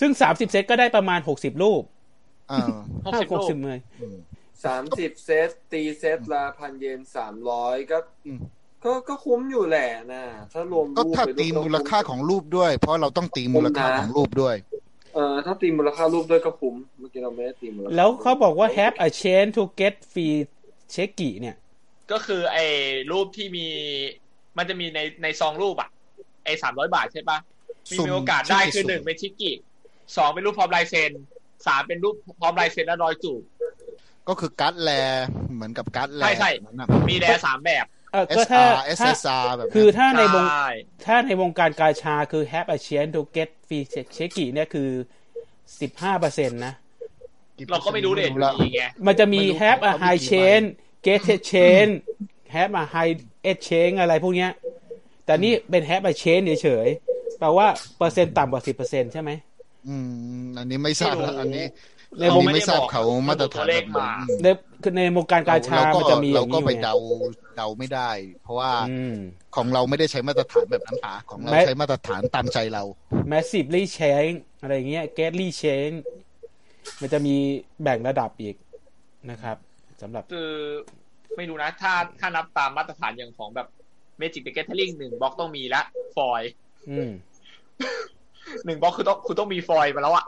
Speaker 1: ซึ่งสามสิบเซตก็ได้ประมาณหกสิบรูป
Speaker 4: อ่า
Speaker 3: หก
Speaker 1: ห้า
Speaker 3: สิ
Speaker 1: ห
Speaker 3: บ
Speaker 1: ก
Speaker 3: รูป
Speaker 1: สิบเลย
Speaker 4: อืม
Speaker 2: 30 เซต ตีเซตละพันเยน 300 ก็
Speaker 4: อืม
Speaker 2: ก็ก็คุ้มอยู่แหละนะ ถ้ารวม
Speaker 4: ก็
Speaker 2: รูป
Speaker 4: ถ้า
Speaker 2: ไปด้วย
Speaker 4: ตีมูลค่าของรูปด้วย เพราะเราต้องตีมูลค่าของรูปด้วย
Speaker 2: เออถ้าตีมูลค่ารูปด้วยก็คุ้ม เมื่อกี้เราไม่ได้ตีมูลค่า
Speaker 1: แล้วเขาบอกว่า have a chance to get free เชกิเนี่ย
Speaker 3: ก็คือไอ้รูปที่มี มันจะมีในในซองรูปอ่ะ ไอ้สามร้อยบาทใช่ปะมี
Speaker 4: สุ่ม
Speaker 3: มีโอกาสได้
Speaker 4: ชิคกี้
Speaker 3: คือ
Speaker 4: สุ่ม
Speaker 3: หนึ่งเป็นชิคกิสองเป็นรูปพร้อมลายเซ็นสามเป็นรูปพร้อมลายเซ็นและรอยจูบ
Speaker 4: ก็คือการ์ดแลเหมือนกับการ์ดแล
Speaker 3: ใช่ใช่
Speaker 4: แบบนั้นน่ะ
Speaker 3: มีแดสามแบบ
Speaker 1: เออก็ถ้า
Speaker 4: SR
Speaker 1: ถ้า
Speaker 4: SSR แบบนั้น
Speaker 1: คือถ้าในวง
Speaker 3: ช่
Speaker 1: ถ้าในวงการกาชาคือ have a chance to get free เชกิเนี่ยคือสิบห้าเปอร์เซ็นต์นะ
Speaker 3: เราก็ไม่รู้เด็ด
Speaker 4: ละ
Speaker 3: ดีไง
Speaker 1: มันจะมี
Speaker 4: ไม่รู้
Speaker 1: have a
Speaker 4: เขามี
Speaker 1: high
Speaker 4: กี่ใบ
Speaker 1: chain get a chain have a high exchange อะไรพวกเนี้ย แต่นี่เป็น have a chain เฉยๆ แปลว่าเปอร์เซ็นต์ต่ำกว่าสิบเปอร์เซ็นต์ใช่ไหม
Speaker 4: อืมอันนี้ไม่ทราบละ
Speaker 3: ไม่รู้
Speaker 4: อันนี้
Speaker 1: ใน
Speaker 4: อัน
Speaker 1: วง
Speaker 4: นี้ไม่ทราบเขามาตรฐาน
Speaker 3: ตัวเลขมา
Speaker 1: ในคือในวงการกาชา
Speaker 4: เราก็
Speaker 1: มันจะมีอ
Speaker 4: เรา
Speaker 1: ย่าง
Speaker 4: ก็
Speaker 1: นี้อยู่
Speaker 4: ไป
Speaker 1: ไง
Speaker 4: เดาเดาไม่ได้ เพราะว่า
Speaker 1: อืม
Speaker 4: ของเราไม่ได้ใช้มาตรฐานแบบนั้นป่ะของเรา
Speaker 1: ไม่
Speaker 4: ใช้มาตรฐานตามใจเรา
Speaker 1: massively change อะไรเงี้ย getly change มันจะมีแบ่งระดับอีกนะครับสำหรับ
Speaker 3: คือไม่รู้นะ ถ้าถ้านับตามมาตรฐานอย่างของแบบเมจิกเ e เกตเทลลิงหนึ่งบล็อกต้องมีละฟอย
Speaker 1: อืม
Speaker 3: หนึ่งบล็อกคือต้องคุณต้องมีฟอยมาแล้วอะ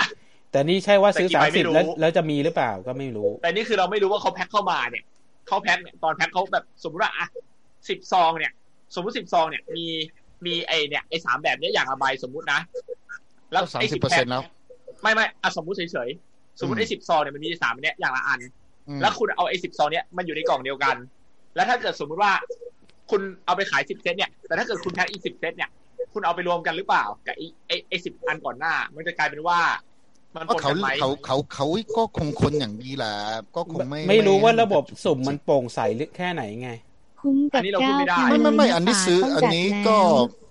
Speaker 1: แต่นี่ใช่ว่าซื้อ
Speaker 3: แต่กี่
Speaker 1: สา
Speaker 3: ใบ
Speaker 1: ม
Speaker 3: ไม่
Speaker 1: สิบ
Speaker 3: รู้
Speaker 1: แล้วแล้วจะมีหรือเปล่าก็ไม่รู้
Speaker 3: แต่นี่คือเราไม่รู้ว่าเขาแพ็คเข้ามาเนี่ยเขาแพ็คเนี่ยตอนแพ็คเขาแบบสมมติว่าอะสิบซองเนี่ย สมมติสิบซองเนี่ยมี มีไอเนี่ยไอสามแบบเนี้ยอย่างละใบสมมุตินะ
Speaker 4: แล้วสาม
Speaker 3: ไอ้
Speaker 4: สิบ
Speaker 3: 10
Speaker 4: เปอร์เซ็นต์แล้ว
Speaker 3: ไม่ไม่อ่ะสมมุติเฉยๆสมมุติไอสิบซองเนี่ยมันมีสามเนี้ยอย่างละอัน
Speaker 4: อืม
Speaker 3: แล้วคุณเอาไอ้สิบซองเนี้ยมันอยู่ในกล่องเดียวกัน แล้วถ้าเกิดสมมุติว่า คุณเอาไปขายสิบเซตเนี่ย แต่ถ้าเกิดคุณแพ็คอีกสิบเซตเนี่ย คุณเอาไปรวมกันหรือเปล่า กับไอ้ไอ้ไอ้สิบอันก่อนหน้า มันจะกลายเป็นว่า มัน
Speaker 4: ก็
Speaker 3: ปน
Speaker 4: เขา
Speaker 3: กันไหม
Speaker 4: เขาเขาเขาก็คงคนอย่างดีแหละก็คงไม่
Speaker 1: ไม่รู้ว่าระบบสุ่มมันโปร่งใสหรือแค่ไหนไง
Speaker 6: คุ้มกับก้าวขา
Speaker 4: ไม่ไม่ไม่
Speaker 6: เลยะ
Speaker 4: อันนี้ซื้อ
Speaker 6: ป่าต้
Speaker 4: อัน
Speaker 6: งจัด
Speaker 4: นี้
Speaker 6: แล้ว
Speaker 4: ก็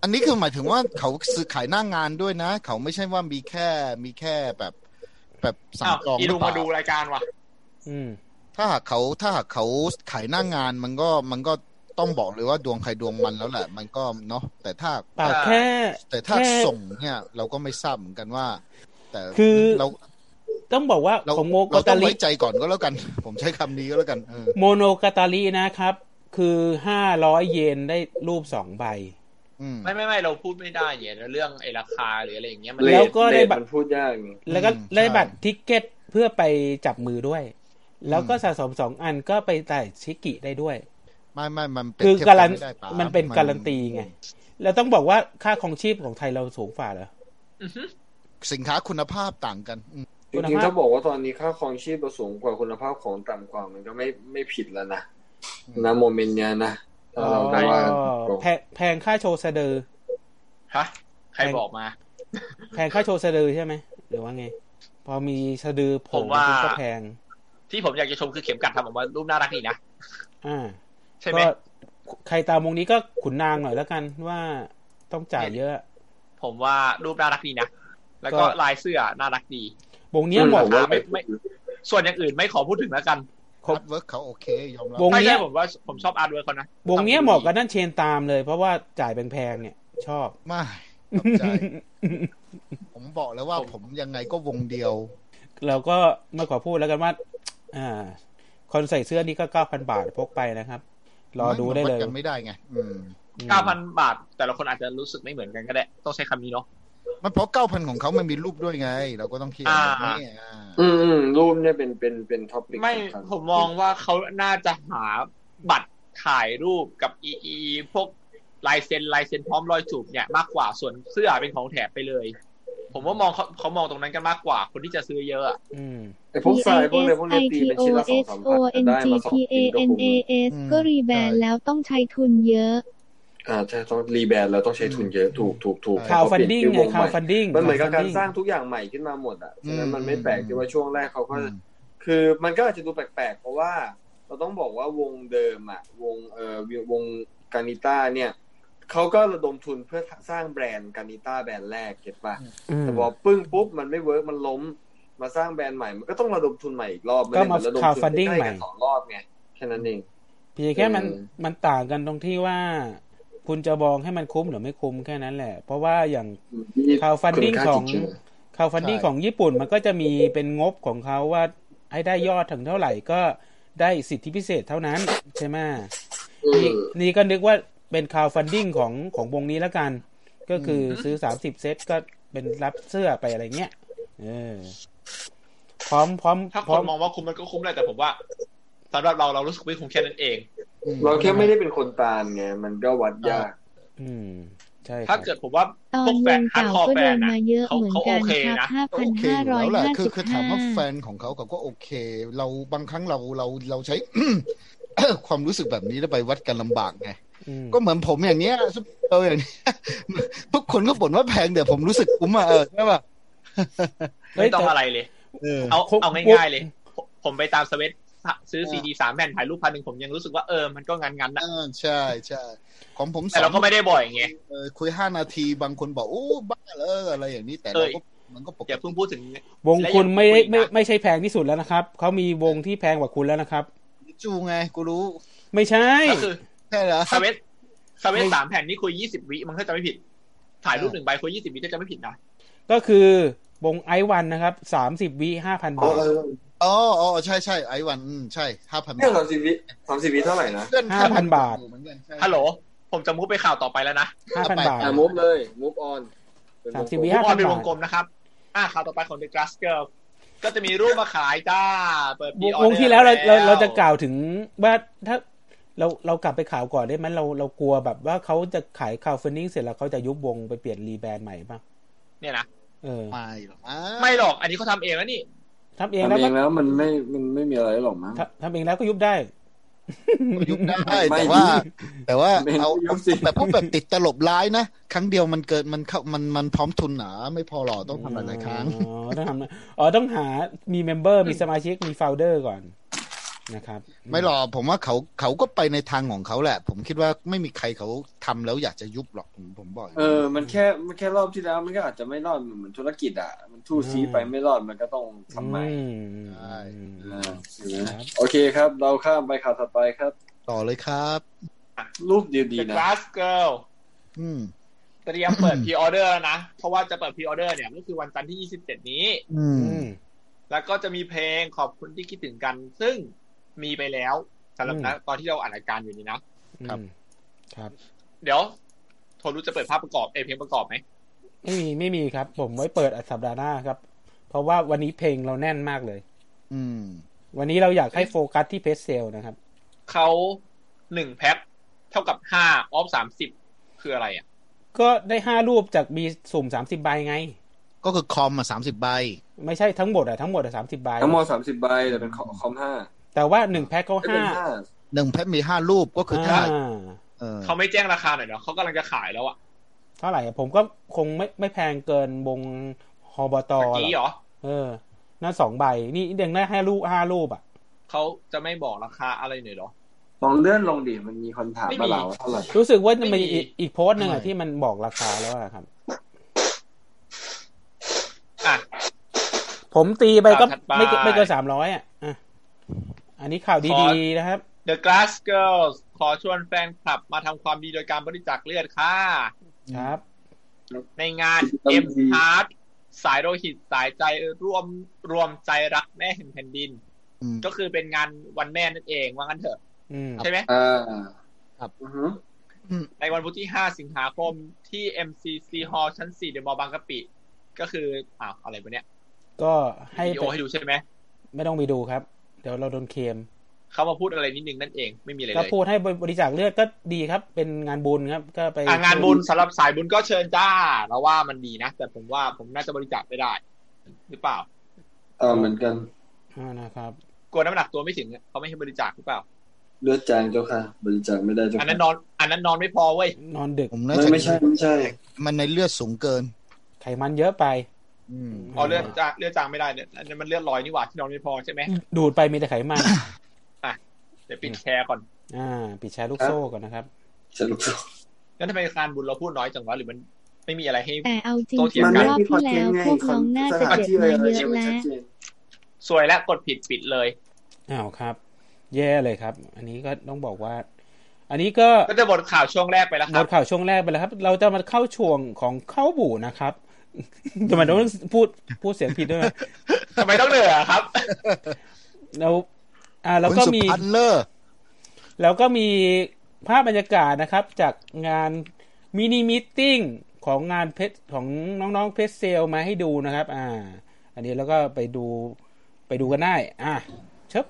Speaker 4: อันนี้คือหมายถึงว่าเขาซื้อขายหน้างานด้วยนะ เขาไม่ใช่ว่ามีแค่มีแค่แบบ แบบสั่ง
Speaker 3: อ้าว
Speaker 4: จองห
Speaker 3: อี
Speaker 4: รื
Speaker 3: ลุ
Speaker 4: อง เป
Speaker 3: มา
Speaker 4: ล่าร
Speaker 3: ดูายการว่ะ
Speaker 1: อืม
Speaker 4: ถ้าหากเขาถ้าหากเขาขายหน้างานมันก็มันก็ต้องบอกเลยว่าดวงใครดวงมันแล้วแหละ มันก็เนาะแต่ถ้า
Speaker 1: เปล่า
Speaker 3: อ่า
Speaker 1: แค่
Speaker 4: แต่ถ้า
Speaker 1: แค่
Speaker 4: ส่งเนี่ยเราก็ไม่ทราบเหมือนกันว่า แต่
Speaker 1: คือ
Speaker 4: เรา
Speaker 1: ต้องบอกว่า
Speaker 4: เรา
Speaker 1: ของโม
Speaker 4: เรา
Speaker 1: กา
Speaker 4: ต้อ
Speaker 1: ตาง ลิ
Speaker 4: ไว้ใจก่อนก็แล้วกัน ผมใช้คำนี้ก็แล้วกันเออ
Speaker 1: โมโนกาตาลินะครับ คือห้าร้อยเยนได้รูปสองใบ
Speaker 4: อืม
Speaker 3: ไม่ไม่ไม่เราพูดไม่ได้เนี่ยเรื่องไอ้ราคาหรืออะไรอย่างเงี้ยมัน
Speaker 1: แล้
Speaker 2: เร
Speaker 1: ว
Speaker 2: ท
Speaker 1: ก็ได้
Speaker 2: เรท
Speaker 1: บัตร
Speaker 2: มันพูดยากไง
Speaker 1: แล้วก็
Speaker 4: อืม
Speaker 1: ได้
Speaker 4: ใช่
Speaker 1: บัตรทิกเก็ตเพื่อไปจับมือด้วย แล้วก็สะสมสองอันก็ไปใส่ชิกิได้ด้วย
Speaker 4: ไม่ไม่มันเปรียบ
Speaker 1: คือ
Speaker 4: เทียบ
Speaker 1: การัน
Speaker 4: ไม่ได้ป๋า
Speaker 1: มันเป็นการันตีไง แล้วต้องบอกว่าค่าของชีพของไทยเราสูงฝ่าเหรอ
Speaker 3: อื้อหือ
Speaker 4: สินค้าคุณภาพต่างกันอืม
Speaker 2: จริงๆถ้าบอกว่าตอนนี้ค่าครองชีพเราสูงกว่าคุณภาพของต่ำกว่ามันก็ไม่ไม่ผิดแล้วนะนะโมเมนต์เนี้ยนะถ้าเราได้ว่า
Speaker 1: แพงแพงค่าโชว์สะดือ
Speaker 3: ฮะใครบอกมา
Speaker 1: แพงค่าโชว์สะดือใช่ไหมหรือว่าไง พอมีสะดือโผล่
Speaker 3: ผมว่า
Speaker 1: ก็แพง
Speaker 3: ที่ผมอยากจะชมคือเข็มกัดทำออกมารูปน่ารักดีนะ
Speaker 1: อ่า
Speaker 3: ใช่ไหม
Speaker 1: ก็ใครตามวงนี้ก็ขุนนางหน่อยแล้วกันว่าต้องจ่ายเยอะ
Speaker 3: ผมว่ารูปน่ารักดีนะแล้วก็
Speaker 1: ก็
Speaker 3: ลายเสื้อน่ารักดี
Speaker 1: วงเนี้ยเหมาะ
Speaker 2: ผมว่า
Speaker 3: ไม่ไม่ ส่วนอย่างอื่นไม่ขอพูดถึงแล้วกัน
Speaker 1: ครบ
Speaker 4: อาร์ตเวิร์กเขาโอเคยอมรับ
Speaker 1: วง
Speaker 3: ไม่ใช่ผมว่าผมชอบอาร์ตเวิร์คเขานะ
Speaker 1: วงเนี้ยเหมาะกับนั่นเชนตามเลย เพราะว่าจ่ายแพงๆเนี่ย ชอบ
Speaker 4: ไม่ขอบใจ ผมบอกแล้วว่าผมยังไงก็วงเดียว
Speaker 1: เราก็มาขอพูดแล้วกันว่า อ่า คนใส่เสื้อนี่ก็เก้าพันบาทพกไปนะครับ รอดูได้เลย
Speaker 4: มันวักันไม่ได้ไง อืม
Speaker 1: อืม
Speaker 3: เก้าพันบาท แต่ละคนอาจจะรู้สึกไม่เหมือนกันก็ได้ ต้องใช้คำนี้เนาะ
Speaker 4: มันเพราะเก้าพันของเขามันมีรูปด้วยไง เราก็ต้องคิด
Speaker 3: อ่า
Speaker 4: แบบนี้อ่า
Speaker 2: อืมอืมรูปเนี่ยเป็นเป็นเป็นท็อปิก
Speaker 3: ไม่ผมมองว่าเขาน่าจะหาบัตรถ่ายรูปกับอีอีพวกลายเซ็นลายเซ็นพร้อมรอยจูบเนี่ยมากกว่าส่วนเสื้อเป็นของแถมไปเลย ผมว่ามองเขาเขามองตรงนั้นกันมากกว่า คนที่จะซื้อเยอะอะ
Speaker 1: อืม
Speaker 2: ไอพวกทรายพวกอะไรพวกเนี้ยตีเป็นชิ้นละสอง
Speaker 6: S
Speaker 2: สามพ
Speaker 6: O
Speaker 2: ันแต่
Speaker 6: N
Speaker 2: ได้
Speaker 6: G
Speaker 2: มาส
Speaker 6: P
Speaker 2: อง
Speaker 6: A
Speaker 2: ชิ้นก็คุ้ม
Speaker 6: N A S ก็รีแบรนด์แล้วต้องใช้ทุนเยอะ
Speaker 2: อ่าใช่ต้องรีแบรนด์แล้วต้องใช้ทุนเยอะถูกถูกถูก
Speaker 1: ข่าว
Speaker 2: เข
Speaker 1: ฟัน
Speaker 2: เปลี่ย
Speaker 1: ดิ้ง
Speaker 2: ชื่อ
Speaker 1: ไง
Speaker 2: วให
Speaker 1: ข่าว
Speaker 2: ม่
Speaker 1: ฟันดิ้ง
Speaker 2: มันเหมือนกับการสร้าง
Speaker 1: ข่ว
Speaker 2: ทุกอย่างใหม่ขึ้นมาหมดอ่ะ ฉะนั้นมันไม่แปลกที่ว่าช่วงแรกเขาก็
Speaker 4: อื
Speaker 2: จะ
Speaker 4: ม
Speaker 2: คือมันก็อาจจะดูแปลกๆ เพราะว่าเราต้องบอกว่าวงเดิมอ่ะ วงเอ่อวงกานิต้าเนี่ยเขาก็ระดมทุนเพื่อสร้างแบรนด์กานิต้าแบรนด์แรกเก็ตป่ะ แต่พอปึ้งปุ๊บมันไม่เวิร์กมันล้ม มาสร้างแบรนด์ใหม่ มันก็ต้องระดมทุนใหม่อีกรอบนเลย
Speaker 1: ก็มา
Speaker 2: เหอนระดม
Speaker 1: ข่าว
Speaker 2: ทุน
Speaker 1: funding
Speaker 2: ใกล้
Speaker 1: ใหม่
Speaker 2: กันสองรอบไงแค่นั้นเอง
Speaker 1: เพียงแค่มัน
Speaker 2: เออ
Speaker 1: มันต่างกันตรงที่ว่า คุณจะมองให้มันคุ้มหรือไม่คุ้มแค่นั้นแหละ เพราะว่าอย่าง ข่าว funding
Speaker 2: คุณค่า
Speaker 1: ของ
Speaker 2: จริๆ
Speaker 1: ข่าวฟันดิ้งของญี่ปุ่นมันก็จะมีเป็นงบของเขาว่าให้ได้ยอดถึงเท่าไหร่ก็ได้สิทธิพิเศษเท่านั้นใช่ไหมนี่นี่ก็นึกว่าเป็นข่าวฟันดิ้งของของวงนี้แล้วกัน ก็คืออซื้อสามสิบเซตก็เป็นรับเสื้อไปอะไรเงี้ยเออพร้อมพร้อม
Speaker 3: ถ้า
Speaker 1: พ
Speaker 3: ค
Speaker 1: ร้อม
Speaker 3: นมองว่าคุ้มมันก็คุ้มแหละแต่ผมว่าสำหรับเราเรารู้สึกไม่คุ้มแค่นั้นเอง
Speaker 4: อืม
Speaker 2: เราแค่ไม่ได้เป็นคนตาลไงมันก็วัดยาก
Speaker 1: อืม ใช่ครั
Speaker 3: ถ้า
Speaker 1: บ
Speaker 3: เกิดผมว่า
Speaker 6: ตอ
Speaker 3: พ
Speaker 6: น
Speaker 3: วกแฟน
Speaker 6: เงิน
Speaker 3: ฮาร์ดคอ
Speaker 6: เก่า
Speaker 3: ร์
Speaker 6: ก็
Speaker 3: แฟ
Speaker 6: โด
Speaker 3: น
Speaker 6: น
Speaker 3: นะ
Speaker 6: มาเยอะเหมือนกัน
Speaker 3: เขาเขาโอเค
Speaker 6: ครั
Speaker 3: นะ
Speaker 6: บ
Speaker 4: ก็โอ
Speaker 6: 5,555
Speaker 4: เคอยู่แล้วแหละคือคือถามว่าแฟนของเขากับก็โอเค เราบางครั้งเราเราเราใช้ ความรู้สึกแบบนี้แล้วไปวัดกันลำบากไง
Speaker 1: อืม
Speaker 4: ก็เหมือนผมอย่างเนี้ย ซุปเปอร์อย่างเนี้ย ทุกคนก็บ่นว่าแพงเดี๋ยวผมรู้สึกคุ้มอ่ะเออใช่ป่ะ
Speaker 3: ไม่ต้อง
Speaker 1: เฮ้ย
Speaker 3: อะไรเลย
Speaker 4: เออ
Speaker 3: เอา
Speaker 1: ครบ
Speaker 3: เอา
Speaker 1: คร
Speaker 3: ง่าย
Speaker 1: บ
Speaker 3: ๆเลยผมผมไปตามสเวตซื้อซีดีสามแผ่นถ่ายรูปพันหนึ่งผมยังรู้สึกว่าเออมันก็งันงันๆนะ
Speaker 4: อ่าใช่ใช่ของผม
Speaker 3: แต่เราก็ไม่ได้บ่อยไง
Speaker 4: เออคุยห้านาทีบางคนบอกโอ้บ้าเหรออะไรอย่างนี้แต่เราก็มันก็ปก
Speaker 3: อย่า
Speaker 4: ติ
Speaker 3: เพิ่งพูดถึง
Speaker 1: วงคุณไม่ได้ไม่
Speaker 3: และยังคุยอีกนะ
Speaker 1: ไม่ใช่แพงที่สุดแล้วนะครับ เขามีวงที่แพงกว่าคุณแล้วนะครับ
Speaker 4: จูไงกูรู้
Speaker 1: ไม่ใช่
Speaker 3: ก็คือ
Speaker 4: ใช่เหรอ
Speaker 3: สเวตสเวต
Speaker 1: ไม่
Speaker 3: สามแผ่นนี่คุยยี่สิบวิมันก็จะไม่ผิด ถ่ายรูปหนึ่งใบคุยยี่สิบวิก็จะไม่ผิดนะ
Speaker 1: ก็คือวงไอวันนะครับสามสิบวิห้าพันบาท
Speaker 4: อ๋ออ๋อใช่ใช่ไอ้วันอืมใช่ห้าพัน
Speaker 2: เนี่ยสามสิบวิสามสิบวิเท่าไหร่นะ
Speaker 4: เพื่อน
Speaker 1: ห้าพันบาท
Speaker 4: เหมือนกันใช่
Speaker 3: ฮัลโหลผมจะมุกไปข่าวต่อไปแล้วนะ
Speaker 1: ห้าพันบาท
Speaker 2: อ่ะมุฟเลยมุฟออน
Speaker 1: สามสิบวิ
Speaker 3: มุกออ
Speaker 1: 5,000
Speaker 3: นเป็นวงกลมนะครับอ่ะข่าวต่อไปของ The Glass Girl ก็จะมีรูปมาขายจ้า เปิด
Speaker 1: ว
Speaker 3: ปี
Speaker 1: ง
Speaker 3: ออ
Speaker 1: วง
Speaker 3: เดอร์
Speaker 1: ที่แล้วเราเรา
Speaker 3: แล้
Speaker 1: เราจะกล่าวถึงว่าถ้า เราเรากลับไปข่าวก่อนได้ไหมเราเรากลัวแบบว่าเขาจะขายข่าวเฟอร์นิ่งเสร็จแล้วเขาจะยุบวงไปเปลี่ยนรีแบรนด์ใหม่ป่ะ
Speaker 3: เนี่ยนะ
Speaker 1: เออ
Speaker 4: ไม่หรอกมั้ง
Speaker 3: ไม่หรอกอันนี้เขาทำเองแล้วนี่
Speaker 1: ทำเอง
Speaker 2: ทำ
Speaker 1: แล้ว
Speaker 2: เอ
Speaker 1: ก็
Speaker 2: งแล้วมันไม่มันไม่มีอะไรหรอกมั้ง
Speaker 1: ทำทำเองแล้วก็ยุบได้
Speaker 4: ยุบได้
Speaker 2: ไม่
Speaker 4: แต่ว่า แต่ว่า
Speaker 2: ไม่
Speaker 4: เอา
Speaker 2: ยุบสิ
Speaker 4: แต่พวกแบบติดตลบร้ายนะ ครั้งเดียวมันเกิดมันเข้ามันมันพร้อมทุนหนาไม่พอหรอกต้องทำหลายๆครั้ง
Speaker 1: อ๋อต้องทำอ๋อต้องหามีเมมเบอร์มีสมาชิกมีโฟลเดอร์ก่อนนะครับ
Speaker 4: ไม่หรอกผมว่าเขาเขาก็ไปในทางของเขาแหละ ผมคิดว่าไม่มีใครเขาทำแล้วอยากจะยุบหรอกผมผมบอก
Speaker 2: เออ มันแค่ มันแค่รอบที่แล้ว มันก็อาจจะไม่รอดเหมือนธุรกิจอ่ะ มันทู่ซีไปไม่รอด มันก็ต้องทำใหม่
Speaker 1: อื
Speaker 2: เออใช่ไหมโอเคครับ เราข้ามไปข่าวถัดไปครับ
Speaker 4: ต่อเลยครับ
Speaker 2: รูปดี
Speaker 3: The
Speaker 2: ๆนะ
Speaker 3: Glass Girl
Speaker 4: อืม
Speaker 3: เตรียมเปิด พรีออเดอร์แล้วนะ เพราะว่าจะเปิดพรีออเดอร์เนี่ยก็คือวันจันทร์ที่ 27 นี้
Speaker 4: อืม
Speaker 1: อืม
Speaker 3: แล้วก็จะมีเพลงขอบคุณที่คิดถึงกัน ซึ่งมีไปแล้วสำหรับนะตอนที่เราอ่านรายการอยู่นี่นะ
Speaker 4: ครับ
Speaker 1: ครับ
Speaker 3: เดี๋ยวโทรู้จะเปิดภาพประกอบเอยเพลงประกอบไหม
Speaker 1: ไม่มีไม่มีครับ ผมไว้เปิดสัปดาห์หน้าครับ เพราะว่าวันนี้เพลงเราแน่นมากเลย
Speaker 4: อืม
Speaker 1: วันนี้เราอยากให้โฟกัสที่เพจเซลนะครับ
Speaker 3: เขาหนึ่งแพ็คเท่ากับห้าออฟสามสิบคืออะไรอ่ะ
Speaker 1: ก็ได้ห้ารูปจากมีสุ่มสามสิบใบไง
Speaker 4: ก็คือคอมมาสามสิบใบ
Speaker 1: ไม่ใช่ทั้งหมดอะทั้งหมดอะสามสิบใบ
Speaker 2: ทั้งหมดสามสิบใบแต่เป็นคอมคอมห้า
Speaker 1: แต่ว่าหนึ่งแพ็คเขา
Speaker 2: ไม่เป็
Speaker 1: ห้าน
Speaker 2: ห้า
Speaker 4: หนึ่งแพ็คมีห้ารูปก็คือถ้า
Speaker 1: อ่า
Speaker 4: เออ
Speaker 3: เขาไม่แจ้งราคาหน่อยเนาะเขากำลังจะขายแล้วอ่ะ
Speaker 1: เท่าไหร่อะผมก็คงไม่ไม่แพงเกินวงฮอบตอ
Speaker 3: ตะกี้เหรอ
Speaker 1: เออนั่นสองใบ นี่เด็กได้ห้ารูปห้ารูปอะ
Speaker 3: เขาจะไม่บอกราคาอะไรหน่อยเหรอ
Speaker 2: ลองเลื่อนลงดิ มันมีคนถาม
Speaker 3: ไม่มี
Speaker 2: มาเราว่าเท่าไหร่
Speaker 1: รู้สึกว่าจะมี
Speaker 3: ไม่มี
Speaker 1: อีกอีกโพสต์หนึ่งอะที่มันบอกราคาแล้วอะครับ
Speaker 3: อ่ะ
Speaker 1: ผมตีไปก็
Speaker 3: ข่าวถัดไป
Speaker 1: ไม่เกินไม่เกินสามร้อยอ่ะอ่ะ อันนี้ข่าว
Speaker 3: ขอ
Speaker 1: ดีๆนะครับ
Speaker 3: The Glass Girls ขอชวนแฟนคลับมาทำความดีโดยการบริจาคเลือดค่ะ
Speaker 1: ครับ
Speaker 3: ในงาน
Speaker 2: ต้อง
Speaker 3: M
Speaker 2: ดี
Speaker 3: Heart สายโลหิตสายใจร่วมรวมใจรักแม่แห่งแผ่นดิน
Speaker 4: อืม
Speaker 3: ก็คือเป็นงานวันแม่นั่นเองว่างั้นเถอะ
Speaker 1: อืม
Speaker 3: ใช่ไหม
Speaker 2: อ่า
Speaker 4: ครับ
Speaker 2: อือฮึ
Speaker 3: ในวันพุธที่ 5 สิงหาคมที่ MCC Hall ชั้น 4 เดมอบางกะปิ ก็คืออ้าวอะไรวะเนี่ย
Speaker 1: ก็ให้
Speaker 3: วิดีโอ
Speaker 1: ไป
Speaker 3: ให้ดูใช่ไหม
Speaker 1: ไม่ต้องไปดูครับ เดี๋ยวเราโดนเคลม
Speaker 3: เขามาพูดอะไรนิดนึงนั่นเองไม่มีอะไร
Speaker 1: ก็
Speaker 3: เลย
Speaker 1: พูดให้บริจาคเลือดก็ดีครับ เป็นงานบุญครับ ก็ไป
Speaker 3: อ่ะงานบุญสำหรับสายบุญก็เชิญจ้าเราว่ามันดีนะ แต่ผมว่าผมน่าจะบริจาคไม่ได้ หรือเปล่า
Speaker 2: เออเหมือนกัน
Speaker 1: อ่านะครับ
Speaker 3: กลัวน้ำหนักตัวไม่ถึงเขาไม่ให้บริจาคหรือเปล่า
Speaker 2: เลือดจางเจ้าค่ะ บริจาคไม่ได้เจ้า
Speaker 3: อันนั้น
Speaker 2: ค่ะ
Speaker 3: นอน อันนั้นนอนไม่พอเว้ย
Speaker 1: นอนดึก
Speaker 4: ผมน่า
Speaker 2: ไม่
Speaker 4: จะ
Speaker 2: ไม่ใช่ไม่ใช่
Speaker 4: มันในเลือดสูงเกิน
Speaker 1: ไขมันเยอะไป
Speaker 4: อืม
Speaker 3: อ๋อเลือดจางเลือดจางไม่ได้เนี่ยอันนั้นมันเลือดลอยนี่หว่าที่นอนไม่พอใช่ไหม
Speaker 1: ดูดไปมีแต่ไข มัน
Speaker 3: เดี๋ยวปิดแชร์ก่อน
Speaker 1: อ่า ปิดแชร์ลูกโซ่ก่อนนะครับ
Speaker 2: สรุป
Speaker 3: งั้นทำไมการบุญเราพูดน้อยจังวะหรือมันไม่มีอะไรให้
Speaker 6: แต่เอาจริง
Speaker 3: โตเถียง
Speaker 6: ๆ
Speaker 3: กัน
Speaker 6: รอบที่แล้วพวกน้องน่าจะเจ็บมาเยอะแล้ว
Speaker 3: สวยแล้วกดผิดปิดเลย
Speaker 1: อ้าวครับ แย่เลยครับ อันนี้ก็ต้องบอกว่า อันนี้ก็
Speaker 3: ก็จะหมดข่าวช่วงแรกไปแล้ว
Speaker 1: ห
Speaker 3: ค
Speaker 1: ม
Speaker 3: รับ
Speaker 1: ดข่าวช่วงแรกไปแล้วครับ เราจะมาเข้าช่วงของเข้าบู่นะครับ จะมาต้องพูดพูดเสียงผิดด้วยนะ
Speaker 3: ทำไมต้องเหนื่อยอะครับ
Speaker 1: แล้วอ่าแล้ว
Speaker 4: คุณ
Speaker 1: ก็
Speaker 4: สุ
Speaker 1: มี
Speaker 4: พันธ์เลอร์
Speaker 1: แล้วก็มีภาพบรรยากาศนะครับ จากงานมินิมิทติ้งของงานเพชรของน้องๆเพชรเซลมาให้ดูนะครับ อ่า อันนี้แล้วก็ไปดูไปดูกันได้ อ่ะเชิบ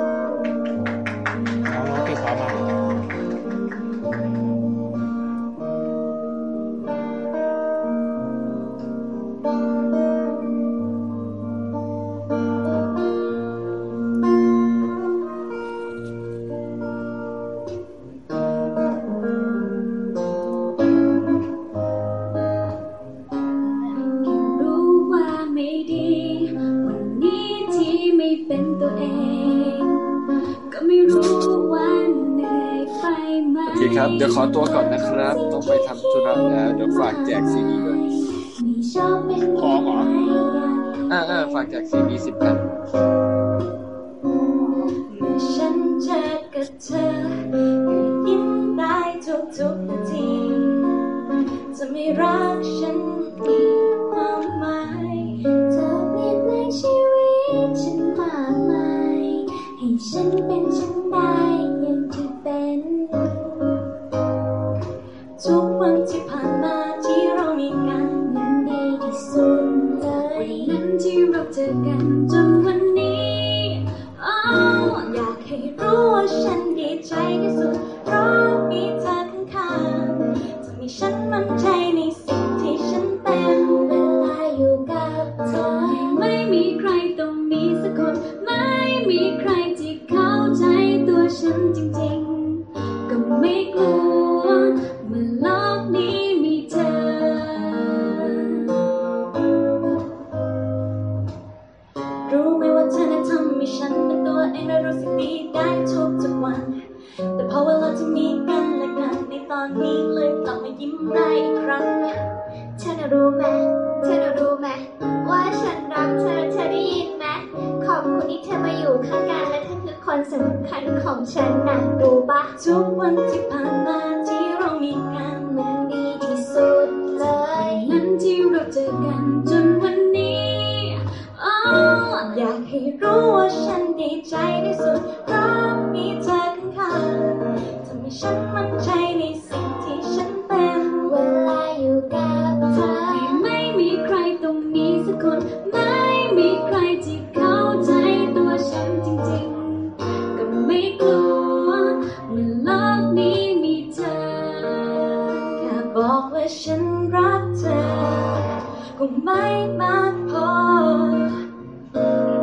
Speaker 1: น้องๆติดพร้อมมา
Speaker 5: รู้ว่าไม่ดี วันนี้ที่ไม่เป็นตัวเอง ก็ไม่รู้ว่าเหนื่อยไปไหม
Speaker 2: โอเคครับเดี๋ยวขอตัวก่อนนะครับต้องไปทำธุระแล้วเดี๋ยวฝากแจกซีดีด้วย
Speaker 5: มีชอบเป็น
Speaker 3: ของเหรอ
Speaker 2: อ่าอ่าฝากแจกซีดีสิบแผ่น
Speaker 5: เมื่อฉันเจอกับเธอก็ยิ้มได้ทุกทุกๆนาที จะไม่รักฉันอีกความหมาย เธอเปลี่ยนแปลงชีวิตฉันมากมาย ให้ฉันเป็นฉันได้อย่างที่เป็น ทุกวันที่ผ่านมาที่เรามีกันนั้นดีที่สุดเลยวันนั้นที่เราเจอกันจนวันนี้ ฉันดีใจที่สุด เพราะมีเธอข้างๆทำให้ฉันมั่นใจในสิ่งที่ฉันเป็นเวลาอยู่กับเธอ ไม่มีใครตรงนี้สักคน ไม่มีใครที่เข้าใจตัวฉันจริงๆ ก็ไม่กลัวเมื่อโลกนี้มีเธอ รู้ไหมว่าเธอนั้นทำให้ฉันเป็นตัวเองและรู้สึกดีได้ทุกทุกๆวัน แต่พอเวลาที่มีกันและกันในตอนนี้เลยกลับมายิ้มได้อีกครั้ง เธอน่ะรู้ไหมเธอน่ะรู้ไหมว่าฉันรักเธอ เธอได้ยินไหมขอบคุณที่เธอมาอยู่ข้างกายและเธอคือคนสำคัญของฉันนะรู้ปะทุกวันที่ผ่านมาที่เรามีกันมันดีที่สุดเลยนั้นที่เราเจอกันจนวันนี้ อ้าวอยากให้รู้ว่าฉันดีใจที่สุดเพราะมีเธอข้างๆทำให้ฉันมั่นใจในสิ่งที่ฉันเป็นเวลาอยู่กับเธอ ไม่มีใครตรงนี้สักคน ไม่มีใครที่เข้าใจตัวฉันจริงๆ ก็ไม่กลัวเมื่อโลกนี้มีเธอ แค่บอกว่าฉันรักเธอ คงไม่มากพอ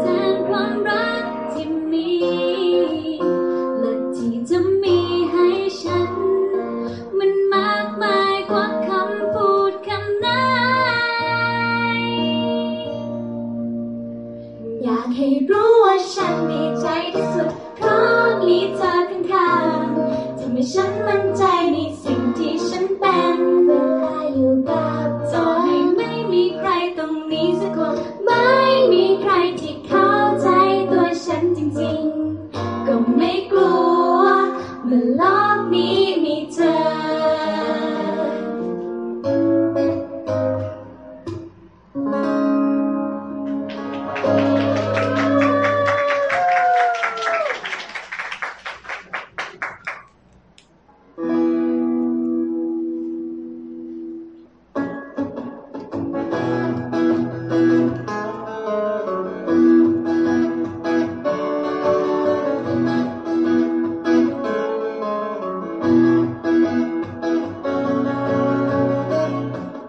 Speaker 5: แทนความรักที่มี และที่จะมีให้ฉัน มันมากมายกว่าคำพูดคำไหน อยากให้รู้ว่าฉันดีใจที่สุด เพราะมีเธอข้างๆทำให้ฉันมั่นใจในสิ่งที่ฉันเป็นเวลาอยู่กับเธอไม่มีใครตรงนี้สักคน ไม่มีใครที่เข้าใจตัวฉันจริงๆ ก็ไม่กลัวเมื่อโลกนี้มีเธอ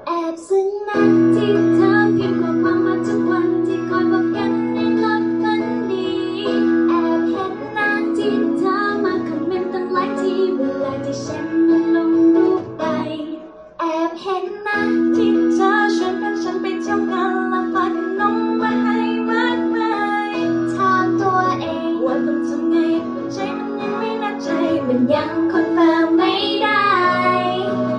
Speaker 5: แอบซึ้งนะที่เธอพิมพ์ข้อความมาทุกวันที่คอยบอกกันในโลกฝันดี แอบเห็นนะที่เธอมาคอมเมนต์ตั้งหลายทีเวลาที่ฉันนั้นลงรูปไป แอบเห็นนะที่เธอชวนเพื่อนฉันไปเที่ยวงานและฝากขนมมาให้มากมายถามตัวเองว่าต้องทำไงใจมันยังไม่น่าใจมันยังคอนเฟิร์มไม่ได้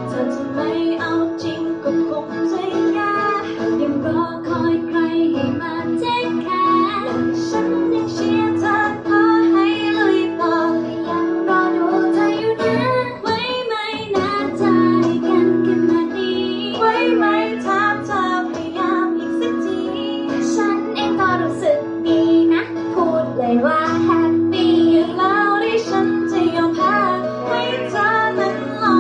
Speaker 5: เธอจะไม่เอาจริงก็คงจะยากยังรอคอยใครให้มาเทคแคร์และฉันยังเชียร์เธอขอให้ลุยต่อและยังรอดูเธออยู่นะ ไว้ไหมนาใจกันขนาดนี้ ไว้ไหมถามเธอพยายามอีกสักที ฉันเองก็รู้สึกดีนะ พูดเลยว่าแฮปปี้อยู่แล้วที่ฉันจะยอมแพ้ให้เธอ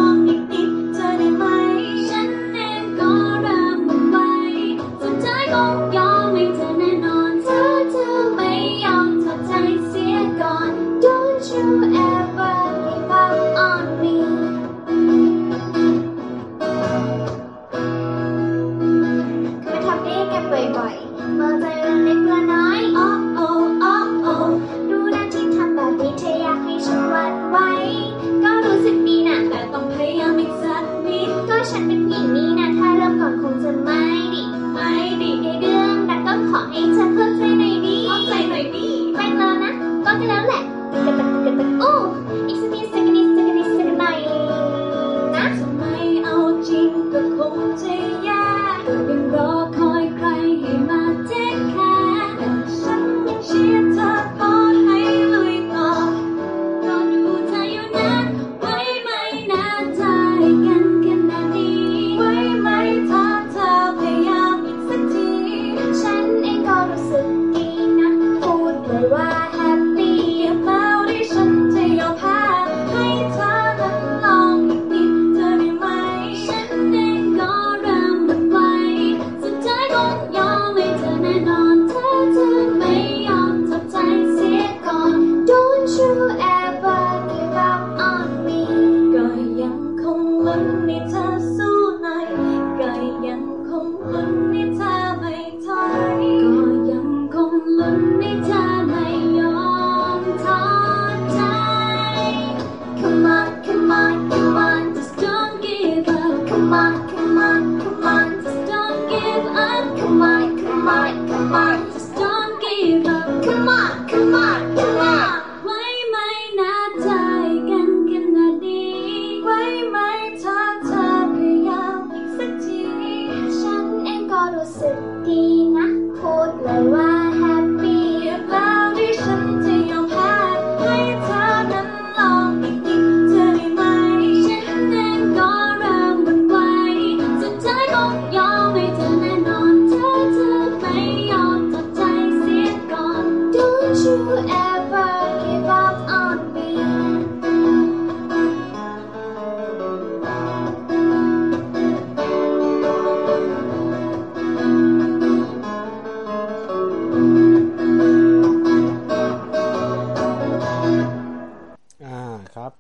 Speaker 1: อ่าครับ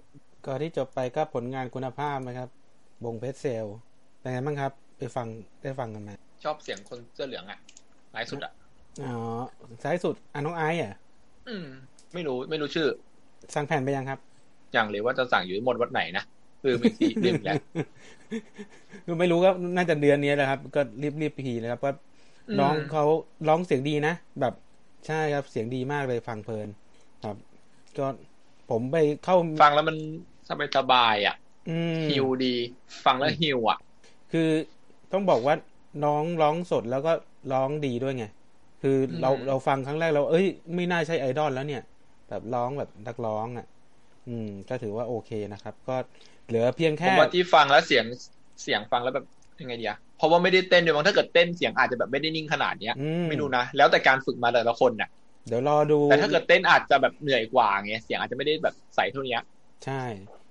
Speaker 1: ก็ที่จบไปก็ผลงานคุณภาพนะครับวงเพชรเซลเป็นไงบ้างครับ ไปฟังได้ฟังกันไหม
Speaker 3: ชอบเสียงคนเสื้อเหลืองอะหลายสุดอะ
Speaker 1: อ๋อซ้ายสุดอ่ะน้องไอซ์อ่ะ
Speaker 3: อืม ไม่รู้ไม่รู้ชื่อ
Speaker 1: สั่งแผ่นไปยังครับ
Speaker 3: อย่างเลยว่าจะสั่งอยู่หมดวัดไหนนะลืมอีก ทีลืมอีกแล้ว
Speaker 1: คือไม่รู้ก็น่าจะเดือนนี้แหละครับ ก็รีบรีบพีเลยครับก็น้อง
Speaker 3: อืม
Speaker 1: เขาร้องเสียงดีนะ แบบใช่ครับเสียงดีมากเลยฟังเพลินครับ ก็ผมไปเข้า
Speaker 3: ฟังแล้วมันสบายสบายๆอ่ะ
Speaker 1: อืม
Speaker 3: ฮิวดี ฟังแล้วฮิวอ่ะ
Speaker 1: คือต้องบอกว่าน้องร้องสดแล้วก็ร้องดีด้วยไง คือเรา
Speaker 3: อืม
Speaker 1: เราฟังครั้งแรกเราเอ้ย ไม่น่าใช่ไอดอลแล้วเนี่ย แบบร้องแบบนักร้องอ่ะ อืม ก็ถือว่าโอเคนะครับ ก็เหลือเพียง
Speaker 3: ผม
Speaker 1: แค่
Speaker 3: ว่าที่ฟังแล้วเสียงเสียงฟังแล้วแบบยังไงดีอะเพราะว่าไม่ได้เต้นด้วยมั้งถ้าเกิดเต้นเสียงอาจจะแบบไม่ได้นิ่งขนาดเนี้ย
Speaker 1: อื
Speaker 3: ไม่รู้นะแล้วแต่การฝึกมาแต่ละคนน่ะ
Speaker 1: เดี๋ยวรอดู
Speaker 3: แต่ถ้าเกิดเต้นอาจจะแบบเหนื่อยกว่าไงเสียงอาจจะไม่ได้แบบใสเท่านี้
Speaker 1: ใช่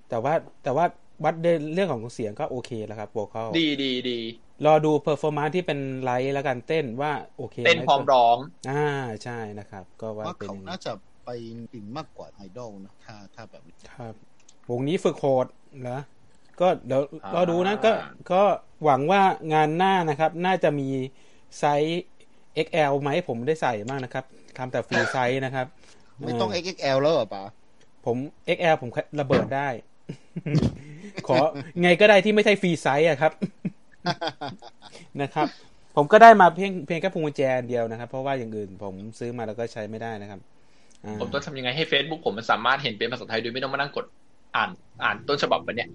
Speaker 1: แต่ว่าแต่ว่าวัดในเรื่องของเสียงก็โอเคแล้วครับโวคอล
Speaker 3: ดีดีดี
Speaker 1: รอดูเพอร์ฟอร์มานที่เป็นไลฟ์แล้วกันเต้นว่าโอเคไห
Speaker 3: เต้นพร้อมร้อง
Speaker 1: อ่าใช่นะครับ ก็ว่า
Speaker 4: ว่า
Speaker 1: เป็น
Speaker 4: เขา
Speaker 1: ยังไง
Speaker 4: น่าจะไปถึงมากกว่าไอดอลนะถ้าถ้าแบบนี้
Speaker 1: ครับวงนี้ฝึกโหดนะก็เดี๋ยวรอดูนะก็ก็หวังว่างานหน้านะครับ น่าจะมีไซส์ XL ไหมผมได้ใส่มากนะครับทำแต่ฟรีไซส์นะครับ
Speaker 4: ไม่ต้อง XXL แล้วเหรอป๋า
Speaker 1: ผม XL ผมระเบิดได้ ขอไงก็ได้ที่ไม่ใช่ฟรีไซส์อะครับ นะครับ ผมก็ได้มาเพียงเพียงแค่พวงกุญแจอันเดียวนะครับ เพราะว่าอย่างอื่นผมซื้อมาแล้วก็ใช้ไม่ได้นะครับอ่า
Speaker 3: ผมต้องทำยังไงให้ Facebook ผมมันสามารถเห็นเป็นภาษาไทยโดยไม่ต้องมานั่งกดอ่านอ่านต้นฉบับแบบเนี้ย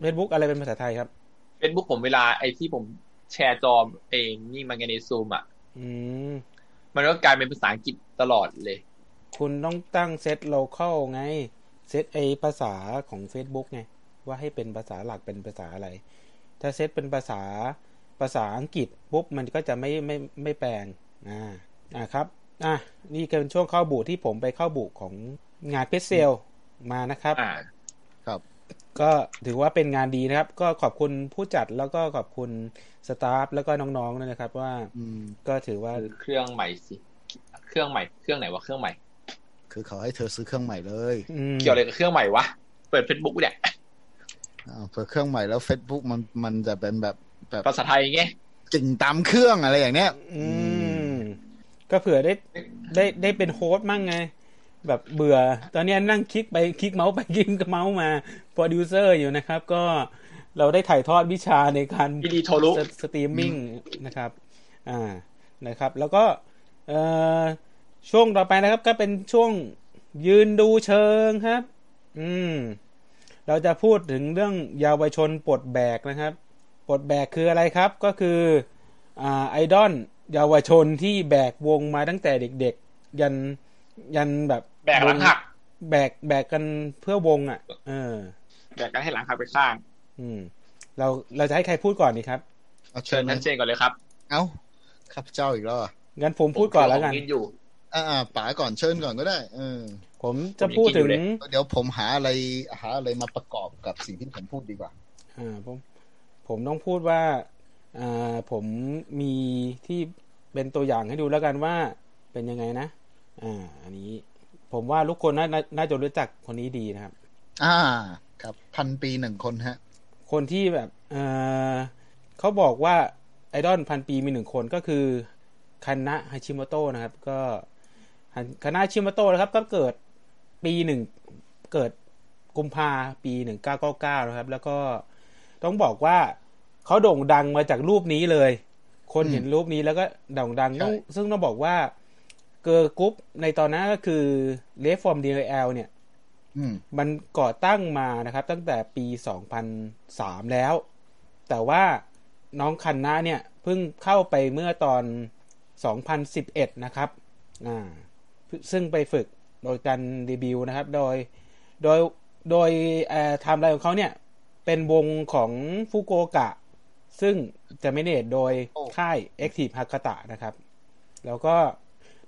Speaker 1: เฟซบุ๊กอะไรเป็นภาษาไทยครับ
Speaker 3: Facebook ผมเวลาไอ้ที่ผมแชร์จอเองนี่มันไงในซูมอ่ะ
Speaker 1: อืม
Speaker 3: มันก็กลายเป็นภาษาอังกฤษตลอดเลย
Speaker 1: คุณต้องตั้งเซต local ไง เซตไอภาษาของ Facebook ไง ว่าให้เป็นภาษาหลักเป็นภาษาอะไร ถ้าเซตเป็นภาษาภาษาอังกฤษปุ๊บ มันก็จะไม่ไม่ไม่แปลงอ่าอ่าครับ อ่ะนี่ก็เป็นช่วงเข้าบูที่ผมไปเข้าบูของงานเพชรเซลมานะครับ
Speaker 3: อ่า
Speaker 4: ครับ
Speaker 1: ก็ถือว่าเป็นงานดีนะครับ ก็ขอบคุณผู้จัดแล้วก็ขอบคุณสตาฟแล้วก็น้องๆด้วยนะครับว่า
Speaker 4: อืม
Speaker 1: ก็ถือว่า
Speaker 3: ซื้อเครื่องใหม่สิ เครื่องใหม่ เครื่องไหนวะ เครื่องใหม่
Speaker 4: คือเขาให้เธอซื้อเครื่องใหม่เลย
Speaker 1: อืม
Speaker 3: เกี่ยวอะไรกับเครื่องใหม่วะ เปิด Facebook เนี่ย
Speaker 4: อ้าวเผื่อเครื่องใหม่แล้ว Facebook มันมันจะเป็นแบบแบบ
Speaker 3: ภาษาไทยไง
Speaker 4: กิ่งตามเครื่องอะไรอย่างเนี้ย
Speaker 1: อืม ก็เผื่อได้ได้ได้เป็นโฮสต์มั่งไง แบบเบื่อ ตอนเนี้ยนั่งคลิกไปคลิกเมาส์ไปคลิกเมาส์มาโปรดิวเซอร์อยู่นะครับ ก็เราได้ถ่ายทอดวิชาในการ
Speaker 3: พี่ดีโทรลุ
Speaker 1: สสตรีมมิ่งนะครับ อ่านะครับ แล้วก็เอ่อช่วงต่อไปนะครับ ก็เป็นช่วงยืนดูเชิงครับ อืม เราจะพูดถึงเรื่องเยาวชนปลดแบกนะครับปลดแบกคืออะไรครับ ก็คือ อ่าไอดอลเยาวชนที่แบกวงมาตั้งแต่เด็กๆ ยันยันแบบ
Speaker 3: แบกหลังหัก
Speaker 1: แบกแบกกันเพื่อวงอ่ะ เออ
Speaker 3: แบกกันให้หลังหักไปข้าง
Speaker 1: อืม เราเราจะให้ใครพูดก่อนดีครับ
Speaker 4: เอาเชิ
Speaker 3: เชิ
Speaker 4: ญ
Speaker 3: ญ
Speaker 4: นะ
Speaker 3: ท่านเจนก่อนเลยครับ
Speaker 4: เอ้าข้าพเจ้าอีกแล้วเหรอ
Speaker 1: งั้นผมพูดก่อนแล้วกัน
Speaker 3: ผมยือยู่
Speaker 4: อ่าอ่าป๋าก่อนเชิญก่อนก็ได้เออ
Speaker 1: ผมจะพูดถึง
Speaker 3: ผมยังกินอยู่เลย
Speaker 4: เดี๋ยวผมหาอะไรหาอะไรมาประกอบกับสิ่งที่ผมพูดดีกว่า
Speaker 1: อ่าผมผมต้องพูดว่าอ่าผมมีที่เป็นตัวอย่างให้ดูแล้วกันว่าเป็นยังไงนะ อ่า อันนี้ ผมว่าทุกคนน่าน่าน่าจะรู้จักคนนี้ดีนะครับ
Speaker 4: อ่า ครับพันปีหนึ่งคนฮะ
Speaker 1: คนที่แบบเอ่อเขาบอกว่าไอดอลพันปีมีหนึ่งคนก็คือคานะฮาชิโมโตะนะครับ ก็คานะฮาชิโมโตะนะครับ ก็เกิดปีหนึ่งเกิดกุมภาปีหนึ่งเก้าเก้าเก้านะครับ แล้วก็ต้องบอกว่าเขาโด่งดังมาจากรูปนี้เลย คนเห็นรูปนี้แล้วก็โด่งดัง
Speaker 4: ใช่
Speaker 1: ต้องซึ่งต้องบอกว่าเกิร์ลกรุ๊ปในตอนนั้นก็คือเลฟฟอร์มดีเอลเนี่ย
Speaker 4: อืม
Speaker 1: มันก่อตั้งมานะครับ ตั้งแต่ปี 2003 แล้ว แต่ว่าน้องคันนะเนี่ยเพิ่งเข้าไปเมื่อตอน 2011 นะครับอ่าซึ่งไปฝึกโดยการรีบิวต์นะครับ โดยโดยโดยเอ่อไทม์ไลน์ของเขาเนี่ย เป็นวงของฟุกุโอกะ ซึ่งจะไม่เนตโดยค่าย Active Hakata นะครับ แล้วก็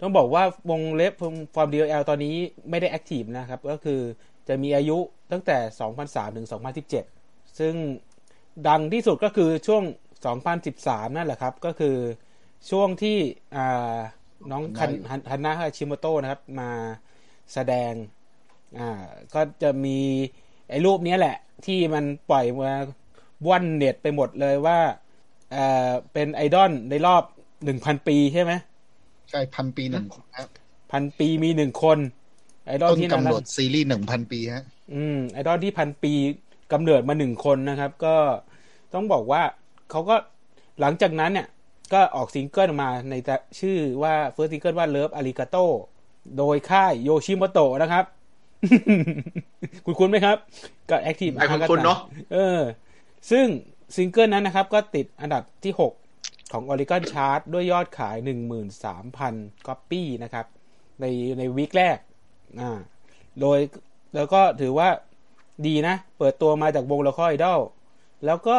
Speaker 1: ต้องบอกว่าวงเล็บฟอร์ม DLL ตอนนี้ไม่ได้แอคทีฟนะครับ ก็คือจะมีอายุตั้งแต่ 2003 ถึง 2017 ซึ่งดังที่สุดก็คือช่วง 2013 นั่นแหละครับ ก็คือช่วงที่อ่าน้องคันฮันฮันนาฮาชิโมโตะนะครับ มาแสดง อ่า ก็จะมีไอ้รูปเนี้ยแหละ ที่มันปล่อยมาว่อนเน็ตไปหมดเลยว่าเอ่อเป็นไอดอลในรอบหนึ่งพันปีใช่ไหม
Speaker 4: ใช่พันปีหนึ่งครับ
Speaker 1: พันปีมีหนึ่งคน ไอดอล
Speaker 4: ต้น
Speaker 1: ที่
Speaker 4: กำ
Speaker 1: นำ
Speaker 4: หนดซีรีส์หนึ่งพันปีฮะ
Speaker 1: อืมไอดอลที่พันปีกำเนิดมาหนึ่งคนนะครับ ก็ต้องบอกว่าเขาก็หลังจากนั้นเนี่ย ก็ออกซิงเกิลมาในแต่ชื่อว่าเฟิร์สซิงเกิลว่า Love Arigato โดยค่ายโยชิโมโตะนะครับ คุณคุ้นไหมครับ ก็แอคทีฟ
Speaker 3: ไอ้คุ้นๆเนอะ
Speaker 1: เออ ซึ่งซิงเกิลนั้นนะครับ ก็ติดอันดับที่ 6 ของ Oricon Chart ด้วยยอดขาย 13,000 Copy นะครับ ในในวีคแรก อ่า โดยแล้วก็ถือว่าดีนะ เปิดตัวมาจากวงละครไอดอลแล้วก็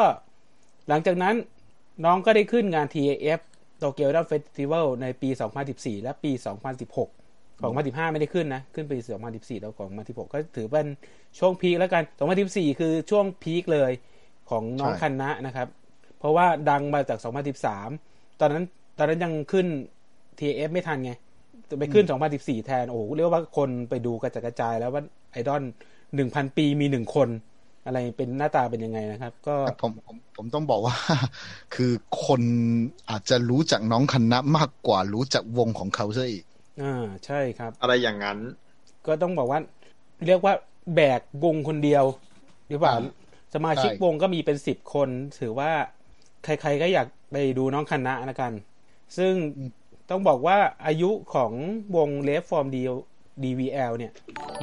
Speaker 1: หลังจากนั้นน้องก็ได้ขึ้นงาน TAF โตเกียวดัมเฟสติวัลในปี 2014 และปี 2016 2015 ไม่ได้ขึ้นนะ ขึ้นปี 2014 แล้วของ2016 ก็ถือเป็นช่วงพีคแล้วกัน 2014 คือช่วงพีคเลยของน้อง
Speaker 4: ใช่
Speaker 1: คันนะนะครับ เพราะว่าดังมาจาก 2013 ตอนนั้นตอนนั้นยังขึ้น TAF ไม่ทันไง จะไปขึ้น 2014 แทน โอ้โห เรียกว่าคนไปดูกระจัดกระจายแล้วว่าไอดอล1,000 ปีมีหนึ่งคน อะไรเป็นหน้าตาเป็นยังไงนะครับ ก็
Speaker 4: แต่ผมผมผมต้องบอกว่า คือคนอาจจะรู้จักน้องคณะมากกว่ารู้จักวงของเขาซะอีก
Speaker 1: อ่า ใช่ครับ
Speaker 3: อะไรอย่างนั้น
Speaker 1: ก็ต้องบอกว่า เรียกว่าแบกวงคนเดียว หรือเปล่า
Speaker 4: อ่า
Speaker 1: สมาชิก
Speaker 4: ใช่
Speaker 1: วงก็มีเป็นสิบคน ถือว่าใครๆก็อยากไปดูน้องคณะนะกัน ซึ่งต้องบอกว่าอายุของวงเลฟฟอร์มดี DVL เนี่ย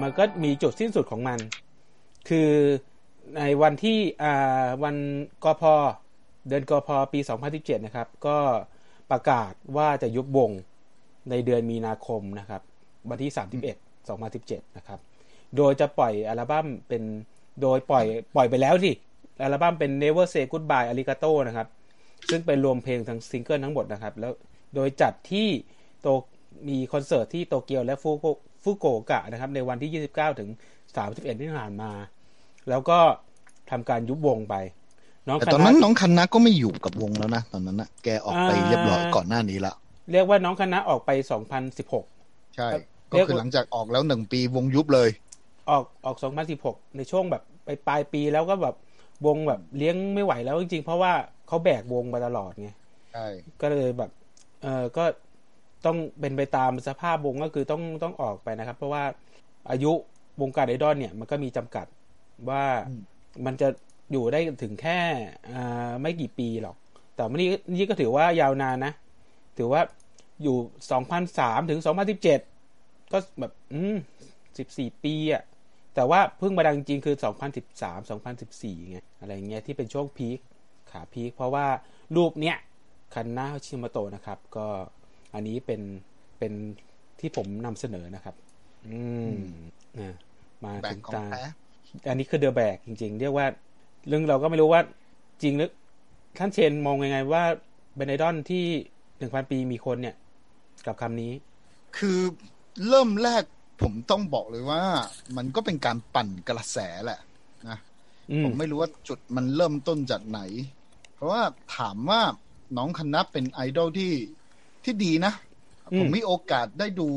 Speaker 1: มันก็มีจุดสิ้นสุดของมัน คือในวันที่อ่าวันกพเดือนกพปี 2017 นะครับ ก็ประกาศว่าจะยุบวงในเดือนมีนาคมนะครับ วันที่ 31 2017 นะครับ โดยจะปล่อยอัลบั้มเป็นโดยปล่อยปล่อยไปแล้วสิอัลบั้มเป็น Never Say Goodbye Arigato นะครับ ซึ่งเป็นรวมเพลงทั้งซิงเกิลทั้งหมดนะครับ แล้วโดยจัดที่โตมีคอนเสิร์ตที่โตเกียวและฟุกุฟุกุโอกะนะครับ ในวันที่ 29 ถึง 31 ที่ผ่านมา แล้วก็ทำการยุบวงไป น้อง
Speaker 4: แต่
Speaker 1: ค
Speaker 4: ตอนนั้น
Speaker 1: ณะ
Speaker 4: น้องคณะก็ไม่อยู่กับวงแล้วนะตอนนั้นนะแกออกไป
Speaker 1: อ่า
Speaker 4: เรียบร้อยก่อนหน้านี้ละ
Speaker 1: เรียกว่าน้องคณะออกไป 2016
Speaker 4: ใช่
Speaker 1: เรี
Speaker 4: ก็
Speaker 1: ยก
Speaker 4: คือหลังจากออกแล้วหนึ่งปีวงยุบเลย
Speaker 1: ออกออก 2016 ในช่วงแบบปลายปลายปีแล้วก็แบบวงแบบเลี้ยงไม่ไหวแล้วจริงๆ เพราะว่าเขาแบกวงมาตลอดไง
Speaker 4: ใช่
Speaker 1: ก็เลยแบบ เออก็ต้องเป็นไปตามสภาพวงก็คือต้องต้องออกไปนะครับ เพราะว่าอายุวงการไอดอลเนี่ยมันก็มีจำกัดว่ามันจะอยู่ได้ถึงแค่อ่าไม่กี่ปีหรอก แต่วันนี้นี่ก็ถือว่ายาวนานนะ ถือว่าอยู่ 2003 ถึง 2017 ก็แบบ อืม 14 ปีอะแต่ว่าเพิ่งมาดังจริงคือ 2013 2014ไงอะไรเงี้ยที่เป็นช่วงพีคขาพีคเพราะว่ารูปเนี้ย คันนาชิมาโตะนะครับ ก็อันนี้เป็นเป็นที่ผมนำเสนอนะครับ อืมนะมา
Speaker 4: แบ่
Speaker 1: ถึ
Speaker 4: ง
Speaker 1: ง
Speaker 4: ของ
Speaker 1: ตา
Speaker 4: แท้
Speaker 1: อันนี้คือเดอะแบกจริง ๆ เรียกว่า เรื่องเราก็ไม่รู้ว่าจริงหรือท่านเชนมองยังไงว่าเบนไอดอนที่หนึ่งพันปีมีคนเนี่ย กับคำนี้
Speaker 4: คือเริ่มแรกผมต้องบอกเลยว่า มันก็เป็นการปั่นกระแสแหละนะ
Speaker 1: อื
Speaker 4: ผม มไม่รู้ว่าจุดมันเริ่มต้นจากไหน เพราะว่าถามว่าน้องคณะเป็นไอดอลที่ที่ดีนะ ผมมีโอกาสได้ดู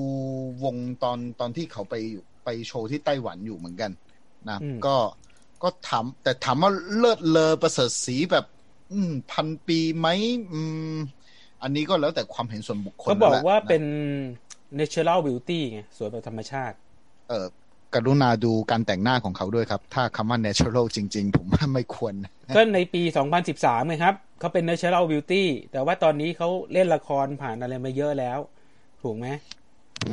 Speaker 4: วงตอนตอนที่เขาไปอยู่ไปโชว์ที่ไต้หวันอยู่เหมือนกันนะก็ก็ถามแต่ถามว่าเลิศเลอประเสริฐสีแบบ อืมพันปีไหมอืม อันนี้ก็แล้วแต่ความเห็นส่วนบุคคล
Speaker 1: ก็บอก
Speaker 4: แหละ
Speaker 1: ว่า
Speaker 4: ะ
Speaker 1: เป็น natural beauty ไงสวยแบบธรรมชาติ
Speaker 4: เออกรุณาดูการแต่งหน้าของเขาด้วยครับ ถ้าคำว่า natural จริง ๆ ผมว่าไม่ควร
Speaker 1: ก็ในปี 2013ไงครับเขาเป็น natural beauty แต่ว่าตอนนี้เขาเล่นละครผ่านอะไรมาเยอะแล้ว ถูกไหมเอ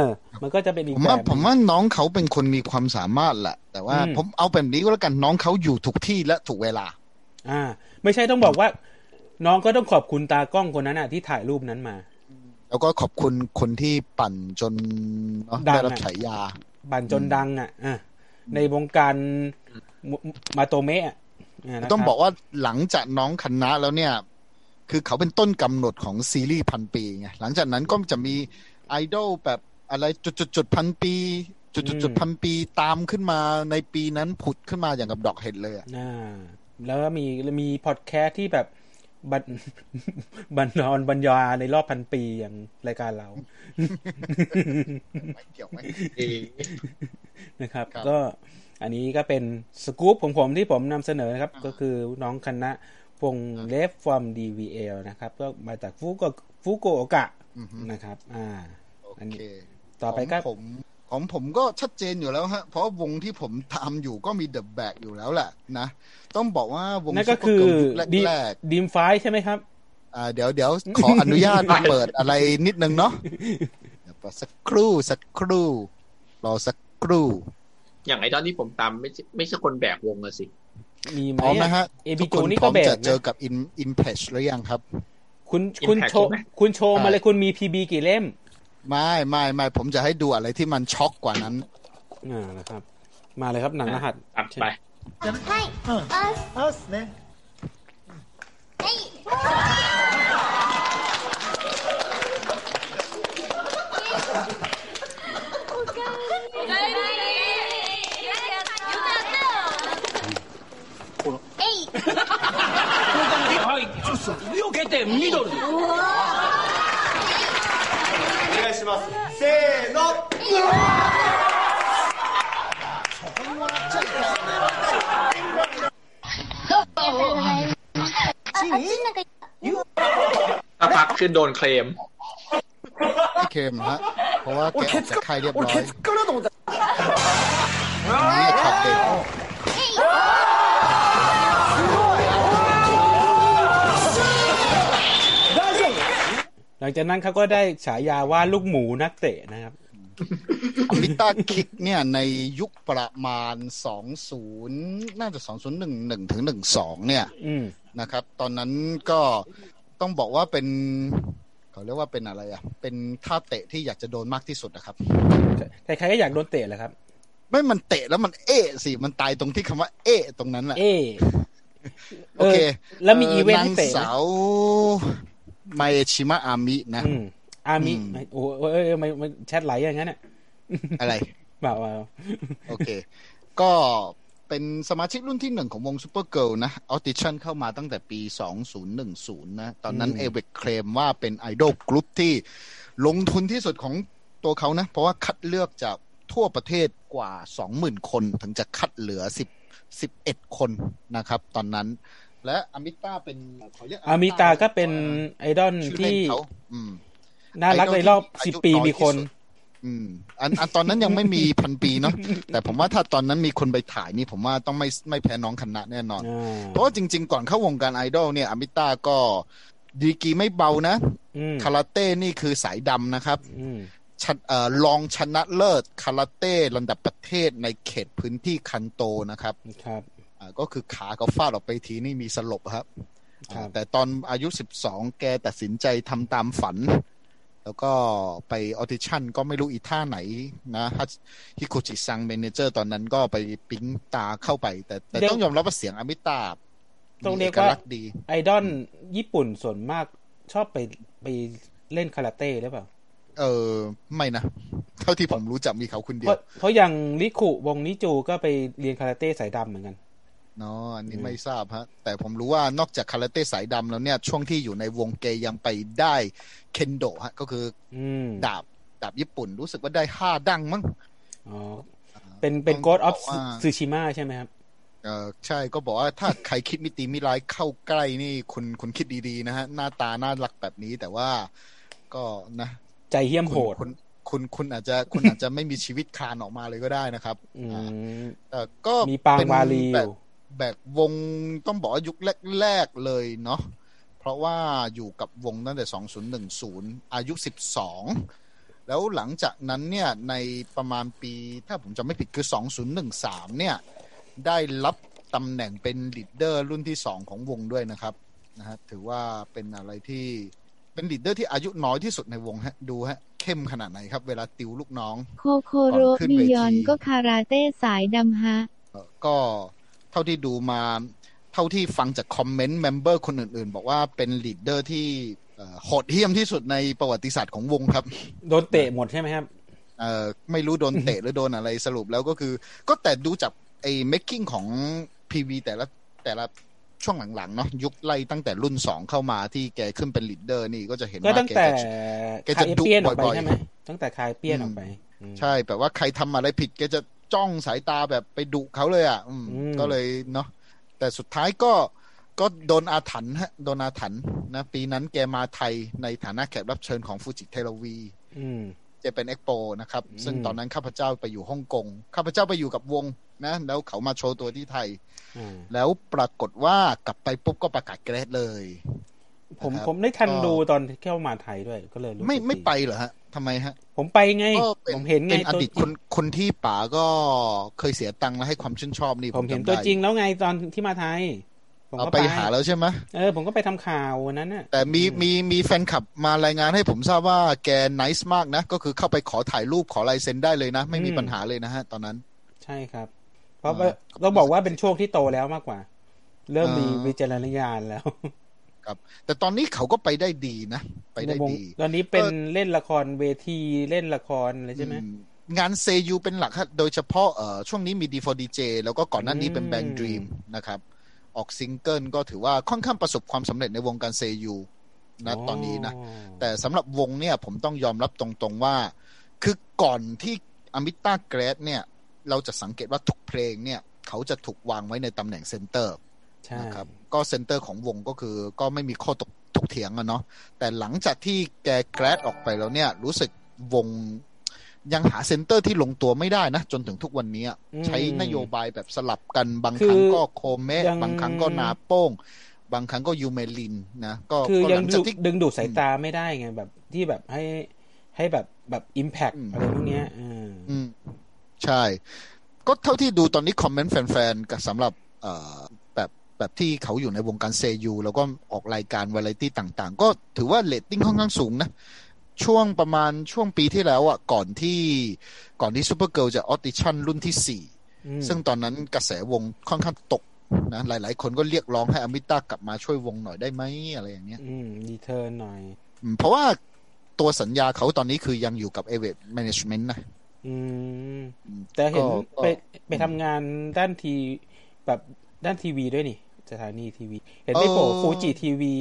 Speaker 1: อมันก็จะเป็นอี
Speaker 4: ผ
Speaker 1: ก
Speaker 4: ม
Speaker 1: แบ
Speaker 4: ว่า
Speaker 1: บหนึ่ง
Speaker 4: ผมว่าน้องเขาเป็นคนมีความสามารถแหละ แต่ว่า
Speaker 1: อืม
Speaker 4: ผมเอาแบบนี้ก็แล้วกันน้องเขาอยู่ถูกที่และถูกเวลา
Speaker 1: อ่า ไม่ใช่ต้องบอกว่า น้องก็ต้องขอบคุณตากล้องคนนั้นอ่ะที่ถ่ายรูปนั้นมา
Speaker 4: แล้วก็ขอบคุณคนที่ปั่นจนเนอะ
Speaker 1: ดัง
Speaker 4: ได้รับ
Speaker 1: อะ
Speaker 4: ฉายา
Speaker 1: บันจนดังอ่ะอ่ะในวงการมุมาโตเมะอ่ะะนะครับ
Speaker 4: ต้องบอกว่าหลังจากน้องคณะแล้วเนี่ย คือเขาเป็นต้นกำหนดของซีรีส์พันปีไงหลังจากนั้นก็จะมีไอดอลแบบอะไรจุดๆๆพันปี จุดๆๆพันปีตามขึ้นมาในปีนั้นผุดขึ้นมาอย่างกับดอกเห็ดเลยอะ
Speaker 1: อ่าแล้วก็มีมีพอดแคสต์ที่แบบ บัน บันนอนบรรยาในรอบพันปีอย่างรายการเรา
Speaker 4: ไม่เกี่ยวไหม
Speaker 1: นะครับ
Speaker 4: ครับ
Speaker 1: ก็อันนี้ก็เป็นสกู๊ปของผมที่ผมนำเสนอนะครับ ก็คือน้องคณะพงเลฟฟอร์ม DVL นะครับ ก็มาจากฟุกฟุกโอกะ
Speaker 4: อือฮึ
Speaker 1: นะครับ อ่า
Speaker 4: โอ
Speaker 1: อัน
Speaker 4: เค
Speaker 1: นี้ ต่อไปก็
Speaker 4: ของผมของผมก็ชัดเจนอยู่แล้วฮะ เพราะวงที่ผมตามอยู่ก็มีเดอะแบกอยู่แล้วแหละนะ ต้องบอกว่าวง
Speaker 1: นั่นก็คือ
Speaker 4: ซุปเปร์เกิร์ล
Speaker 1: ดี
Speaker 4: ยุคแรก
Speaker 1: ดีมไฟใช่ไหมครับ
Speaker 4: ๆอ่าเดี๋ยวเดี๋ยวขออนุญาต เปิดอะไรนิดนึงเนาะเดี๋ยวสักครู่สักครู่รอสักครู่
Speaker 3: อย่างไอ้ตอนที่ผมตามไม่ใช่ไม่ใช่คนแบกวงอะสิ
Speaker 1: มีไหม
Speaker 4: พร้อมนะฮะ
Speaker 1: เอ
Speaker 4: ทุ
Speaker 1: บิ
Speaker 4: ก
Speaker 1: โก
Speaker 4: คน
Speaker 1: นี่
Speaker 4: พร้
Speaker 1: ก็
Speaker 4: อม
Speaker 1: แบ
Speaker 4: จะ
Speaker 1: ก
Speaker 4: เจอ
Speaker 1: นะ
Speaker 4: กับอินอินเพชหรือยังครับ
Speaker 1: คุณคุณโชว์
Speaker 3: ใช่ไหม
Speaker 1: คุณโชว์มาเลยคุณมีพีบีกี่เล่ม
Speaker 4: ไม่ไม่ไม่ผมจะให้ดูอะไรที่มันช็อกกว่านั้น
Speaker 1: อ่านะครับ มาเลยครับหนังรหัส
Speaker 3: ตัดไป ถ้าพักขึ้นโดนเคลม
Speaker 4: พี่เคมฮะ เพราะว่าแกออกจากค่ายเรียบร้อยนี่ช็อตเด็ด
Speaker 1: หลังจากนั้นเขาก็ได้ฉายาว่าลูกหมูนักเตะนะครับ
Speaker 4: อมิต้าคิกเนี่ย ในยุคประมาณ 20 น่าจะ 2011 ถึง 12 เนี่ย
Speaker 1: อืม
Speaker 4: นะครับ ตอนนั้นก็ต้องบอกว่าเป็น เขาเรียกว่าเป็นอะไรอ่ะ เป็นท่าเตะที่อยากจะโดนมากที่สุดนะครับ
Speaker 1: ใครๆก็อยากโดนเตะแหละครับ
Speaker 4: ไม่มันเตะแล้วมันเอะสิ มันตายตรงที่คำว่าเอะตรงนั้นแหละ
Speaker 1: เอะ
Speaker 4: โอเค
Speaker 1: แล้วมีอีเวนต์
Speaker 4: าง
Speaker 1: ที่เตะไหม
Speaker 4: สาวไมเอชิมะอามินะ
Speaker 1: อืมอามิ
Speaker 4: อืม
Speaker 1: โอ้โหเอ้ยไม่ไม่แชทไหลอย่างนั้นอ่ะ
Speaker 4: อะไร
Speaker 1: เปล่าเปล่า
Speaker 4: โอเค ก็เป็นสมาชิกรุ่นที่หนึ่งของวงซูเปอร์เกิลนะ ออติชั่นเข้ามาตั้งแต่ปี 2010 นะ ตอนนั้นเอเวกเคลมว่าเป็นไอดอลกรุ๊ปที่ลงทุนที่สุดของตัวเขานะ เพราะว่าคัดเลือกจากทั่วประเทศกว่า 20,000 คน ถึงจะคัดเหลือ 10 11 คนนะครับ ตอนนั้น และอามิต้าเป็นขเรีย
Speaker 1: อามิตาก็เป็นไอดอล
Speaker 4: ชื่อเล่
Speaker 1: ที่
Speaker 4: นเขาอืม
Speaker 1: น่ารักในรอบ
Speaker 4: ไอดอลที่
Speaker 1: สิบปี
Speaker 4: อายุน้อย
Speaker 1: มีคน
Speaker 4: ที่สุด อืมอันอันตอนนั้นยังไม่มี พันปีเนาะแต่ผมว่าถ้าตอนนั้นมีคนไปถ่ายนี่ผมว่าต้องไม่ไม่แพ้น้องคณะแน่นอน
Speaker 1: อ่า
Speaker 4: เพราะว่าจริง ๆ ก่อนเข้าวงการไอดอลเนี่ยอามิต้าก็ดีกรีไม่เบานะ
Speaker 1: อืม
Speaker 4: คาราเต้นี่คือสายดำนะครับ
Speaker 1: อืม
Speaker 4: ชนเอ่อรองชนะเลิศคาราเต้ระดับประเทศในเขตพื้นที่คันโตนะครับ
Speaker 1: ครับ
Speaker 4: อ่าก็คือขาเขาฟาดออกไปทีนี่มีสลบครับ
Speaker 1: ครับ
Speaker 4: แต่ตอนอายุ 12 แกตัดสินใจทำตามฝัน แล้วก็ไปออดิชั่นก็ไม่รู้อีท่าไหนนะฮัตฮิโคจิซังเมเนเจอร์ตอนนั้นก็ไปปิ๊งตาเข้าไป แต่แต่
Speaker 1: เดี๋ยว
Speaker 4: ต้องยอมรับว่าเสียงอามิตา
Speaker 1: ต้องเรียก
Speaker 4: มี
Speaker 1: ว่า
Speaker 4: ลัษณ์ดี
Speaker 1: ไอดอลญี่ปุ่นส่วนมากชอบไปไปเล่นคาราเต้หรือเปล่า
Speaker 4: เออ ไม่นะ เท่าที่ผมรู้จักมีเขาคนเดียว
Speaker 1: เพราะเพราะอย่างลิขุวงนิจูก็ไปเรียนคาราเต้สายดำเหมือนกัน
Speaker 4: เนาะอันนี้ไม่ทราบฮะ แต่ผมรู้ว่านอกจากคาราเต้สายดำแล้วเนี่ย ช่วงที่อยู่ในวงเกย์ยังไปได้เคนโดฮะ ก็คือ
Speaker 1: อืม
Speaker 4: ดาบดาบญี่ปุ่นรู้สึกว่าได้ห้าดังมั้ง
Speaker 1: อ๋อ เป็นเป็นโกดออฟ
Speaker 4: ต้องบอกว่า
Speaker 1: ซูชิมะใช่ไหมครับ
Speaker 4: เออใช่ก็บอกว่าถ้าใครคิดมิติมิร้ายเข้าใกล้นี่คุณคุณคิดดีๆนะฮะ หน้าตาน่ารักแบบนี้แต่ว่าก็นะ
Speaker 1: ใจเหี้ยม
Speaker 4: คุณ
Speaker 1: โหด
Speaker 4: คุณคุณคุณอาจจะคุณอาจจะไม่มีชีวิตคลานออกมาเลยก็ได้นะครับ
Speaker 1: อื
Speaker 4: อ่าม แต่ก็
Speaker 1: มีปาง
Speaker 4: เน
Speaker 1: วาลีอ
Speaker 4: แบบ
Speaker 1: ยู่
Speaker 4: แบบวงต้องบอกว่ายุคแรก ๆ เลยเนาะเพราะว่าอยู่กับวงตั้งแต่ 2010 อายุ 12 แล้วหลังจากนั้นเนี่ยในประมาณปีถ้าผมจำไม่ผิดคือ 2013 เนี่ย ได้รับตำแหน่งเป็นลีดเดอร์รุ่นที่สองของวงด้วยนะครับนะฮะถือว่าเป็นอะไรที่เป็นลีดเดอร์ที่อายุน้อยที่สุดในวงฮะดูฮะเข้มขนาดไหนครับ เวลาติวลูกน้อง
Speaker 6: โคโคโร
Speaker 4: ก่อนขึ้น
Speaker 6: บิ
Speaker 4: เวที
Speaker 6: ยอนก็คาราเต้สายดำฮะ
Speaker 4: เอ่อก็เท่าที่ดูมาเท่าที่ฟังจากคอมเมนต์เมมเบอร์คนอื่นๆ บอกว่าเป็นลีดเดอร์ที่เอ่อโหดเหี้ยมที่สุดในประวัติศาสตร์ของวงครับ
Speaker 1: โดนเตะหมดใช่ไหมครับ
Speaker 4: เอ่อไม่รู้โดนเตะ หรือโดนอะไรสรุปแล้วก็คือ ก็แต่ดูจากไอ้ making ของ PV แต่ละแต่ละ ช่วงหลังๆเนาะยุคไล่ตั้งแต่รุ่นสองเข้ามาที่แกขึ้นเป็นลีดเดอร์นี่ก็จะเห็น
Speaker 1: ก็
Speaker 4: ว่า
Speaker 1: ตั้ง
Speaker 4: แก
Speaker 1: แต่
Speaker 4: จะ แก
Speaker 1: คา
Speaker 4: จะ
Speaker 1: ย
Speaker 4: ดุ
Speaker 1: เปียนออกไป
Speaker 4: บ่อยๆ
Speaker 1: ใช่ไหมตั้งแต่คายเปียน
Speaker 4: อืม
Speaker 1: ออกไปอืม
Speaker 4: ใช่แบบว่าใครทำอะไรผิดแกจะจ้องสายตาแบบไปดุเขาเลยอ่ะ อืม
Speaker 1: อืม
Speaker 4: ก็เลยเนาะแต่สุดท้ายก็ก็โดนอาถรรพ์ฮะโดนอาถรรพ์นะ ปีนั้นแกมาไทยในฐานะแขกรับเชิญของฟูจิเทลวี
Speaker 1: อืม
Speaker 4: จะเป็นเอ็กโปนะครับ
Speaker 1: อืม
Speaker 4: ซึ่งตอนนั้นข้าพเจ้าไปอยู่ฮ่องกงข้าพเจ้าไปอยู่กับวงนะ แล้วเขามาโชว์ตัวที่ไทย
Speaker 1: อ่า
Speaker 4: แล้วปรากฏว่ากลับไปปุ๊บก็ประกาศเกรดเลย
Speaker 1: ผม
Speaker 4: นะครับ
Speaker 1: ผมได้ทัน
Speaker 4: ก็
Speaker 1: ดูตอนเข้ามาไทยด้วยก็เลยรู้สึก
Speaker 4: ไม่ไม่
Speaker 1: ดี
Speaker 4: ไปเหรอฮะทำไมฮะ
Speaker 1: ผมไปไง
Speaker 4: ก็เป็น
Speaker 1: ผมเห็นไง
Speaker 4: เป็นอ
Speaker 1: ตัว
Speaker 4: ดีตคนคนที่ป๋าก็เคยเสียตังค์แล้วให้ความชื่นชอบนี่
Speaker 1: ผมเห็น
Speaker 4: จำ
Speaker 1: ตัว
Speaker 4: ได้
Speaker 1: จริงแล้วไงตอนที่มาไทย ผม
Speaker 4: เอา
Speaker 1: ก็
Speaker 4: ไปหาแล้วใช่ไหม
Speaker 1: เออ ผมก็ไปทำข่าววันนั้นน่ะ
Speaker 4: แต่มี
Speaker 1: อืม
Speaker 4: มีมีแฟนคลับมารายงานให้ผมทราบว่าแกไนส์มากนะ ก็คือเข้าไปขอถ่ายรูปขอลายเซ็นได้เลยนะ ไม่มีปัญหาเลยนะฮะ ตอนนั้น
Speaker 1: ใช่ครับ เพราะ
Speaker 4: อ่า
Speaker 1: ว่าต้องบอกว่าเป็นช่วงที่โตแล้วมากกว่า เริ่มมี
Speaker 4: อ่ามี
Speaker 1: วิจารณญาณแล้ว
Speaker 4: ครับ แต่ตอนนี้เขาก็ไปได้ดีนะ ไปได้
Speaker 1: ในวง
Speaker 4: ดี
Speaker 1: ตอนนี้เป็น
Speaker 4: ก็
Speaker 1: เล่นละครเวทีเล่นละครอะไรใช่ไหม
Speaker 4: อืมงานเซยูเป็นหลักฮะโดยเฉพาะเอ่อช่วงนี้มี D4DJ แล้วก็ก่อนหน้านี้เป็น
Speaker 1: อืม
Speaker 4: แบงดรีมนะครับ ออกซิงเกิลก็ถือว่าค่อนข้างประสบความสำเร็จในวงการเซยูนะตอนนี้นะ แต่สำหรับวงเนี่ยผมต้องยอมรับตรงๆว่า คือก่อนที่อมิต้าเกรดเนี่ย เราจะสังเกตว่าทุกเพลงเนี่ย เขาจะถูกวางไว้ในตำแหน่งเซนเตอร์
Speaker 1: ใช่
Speaker 4: นะครับก็เซนเตอร์ของวงก็คือก็ไม่มีข้อตกถกเถียงอะเนาะแต่หลังจากที่แกเกรดออกไปแล้วเนี่ย รู้สึกวงยังหาเซนเตอร์ที่ลงตัวไม่ได้นะ จนถึงทุกวันนี้อะ
Speaker 1: อืม
Speaker 4: ใช้นโยบายแบบสลับกันบาง
Speaker 1: คื
Speaker 4: ค
Speaker 1: อ
Speaker 4: รั้งก็โคเมะ
Speaker 1: ยัง
Speaker 4: บางครั้งก็นาโป้ง บางครั้งก็ยูเมลินนะก็
Speaker 1: คือ
Speaker 4: ก็
Speaker 1: ยั
Speaker 4: ห
Speaker 1: ง
Speaker 4: ลั
Speaker 1: ดึ
Speaker 4: จาก
Speaker 1: ง
Speaker 4: ที่
Speaker 1: ดึงดูดสายตาไม่ได้ไงแบบที่แบบให้ให้แบบแบบอิมแพค
Speaker 4: อืม
Speaker 1: อะไรพวกเนี้ยอืม
Speaker 4: อืมใช่ ก็เท่าที่ดูตอนนี้คอมเมนต์แฟนๆกับสำหรับเอ่อแบบแบบที่เขาอยู่ในวงการเซยูแล้วก็ออกรายการวาไรตี้ต่างๆ ก็ถือว่าเลตติ้งค่อนข้างสูงนะ ช่วงประมาณช่วงปีที่แล้วอ่ะก่อนที่ก่อนที่ซูเปอร์เกิลจะออดิชั่นรุ่นที่สี่
Speaker 1: อืม
Speaker 4: ซึ่งตอนนั้นกระแสวงค่อนข้างตกนะหลายๆ คนก็เรียกร้องให้อมิต้ากลับมาช่วยวงหน่อยได้ไหมอะไรอย่างเนี้ย
Speaker 1: อืมดีเทิร์นหน่อย
Speaker 4: อืมเพราะว่าตัวสัญญาเขาตอนนี้คือยังอยู่กับเอเว m แมネจเมนต์นะ
Speaker 1: อืม
Speaker 4: อืม
Speaker 1: แต่เห็น
Speaker 4: ก็ก็
Speaker 1: ไปไปทำงานด้านทีแบบด้านทีวีด้วยนี่สถานีทีวี เห็นไปโผล่
Speaker 4: เออ
Speaker 1: ฟูจิทีวี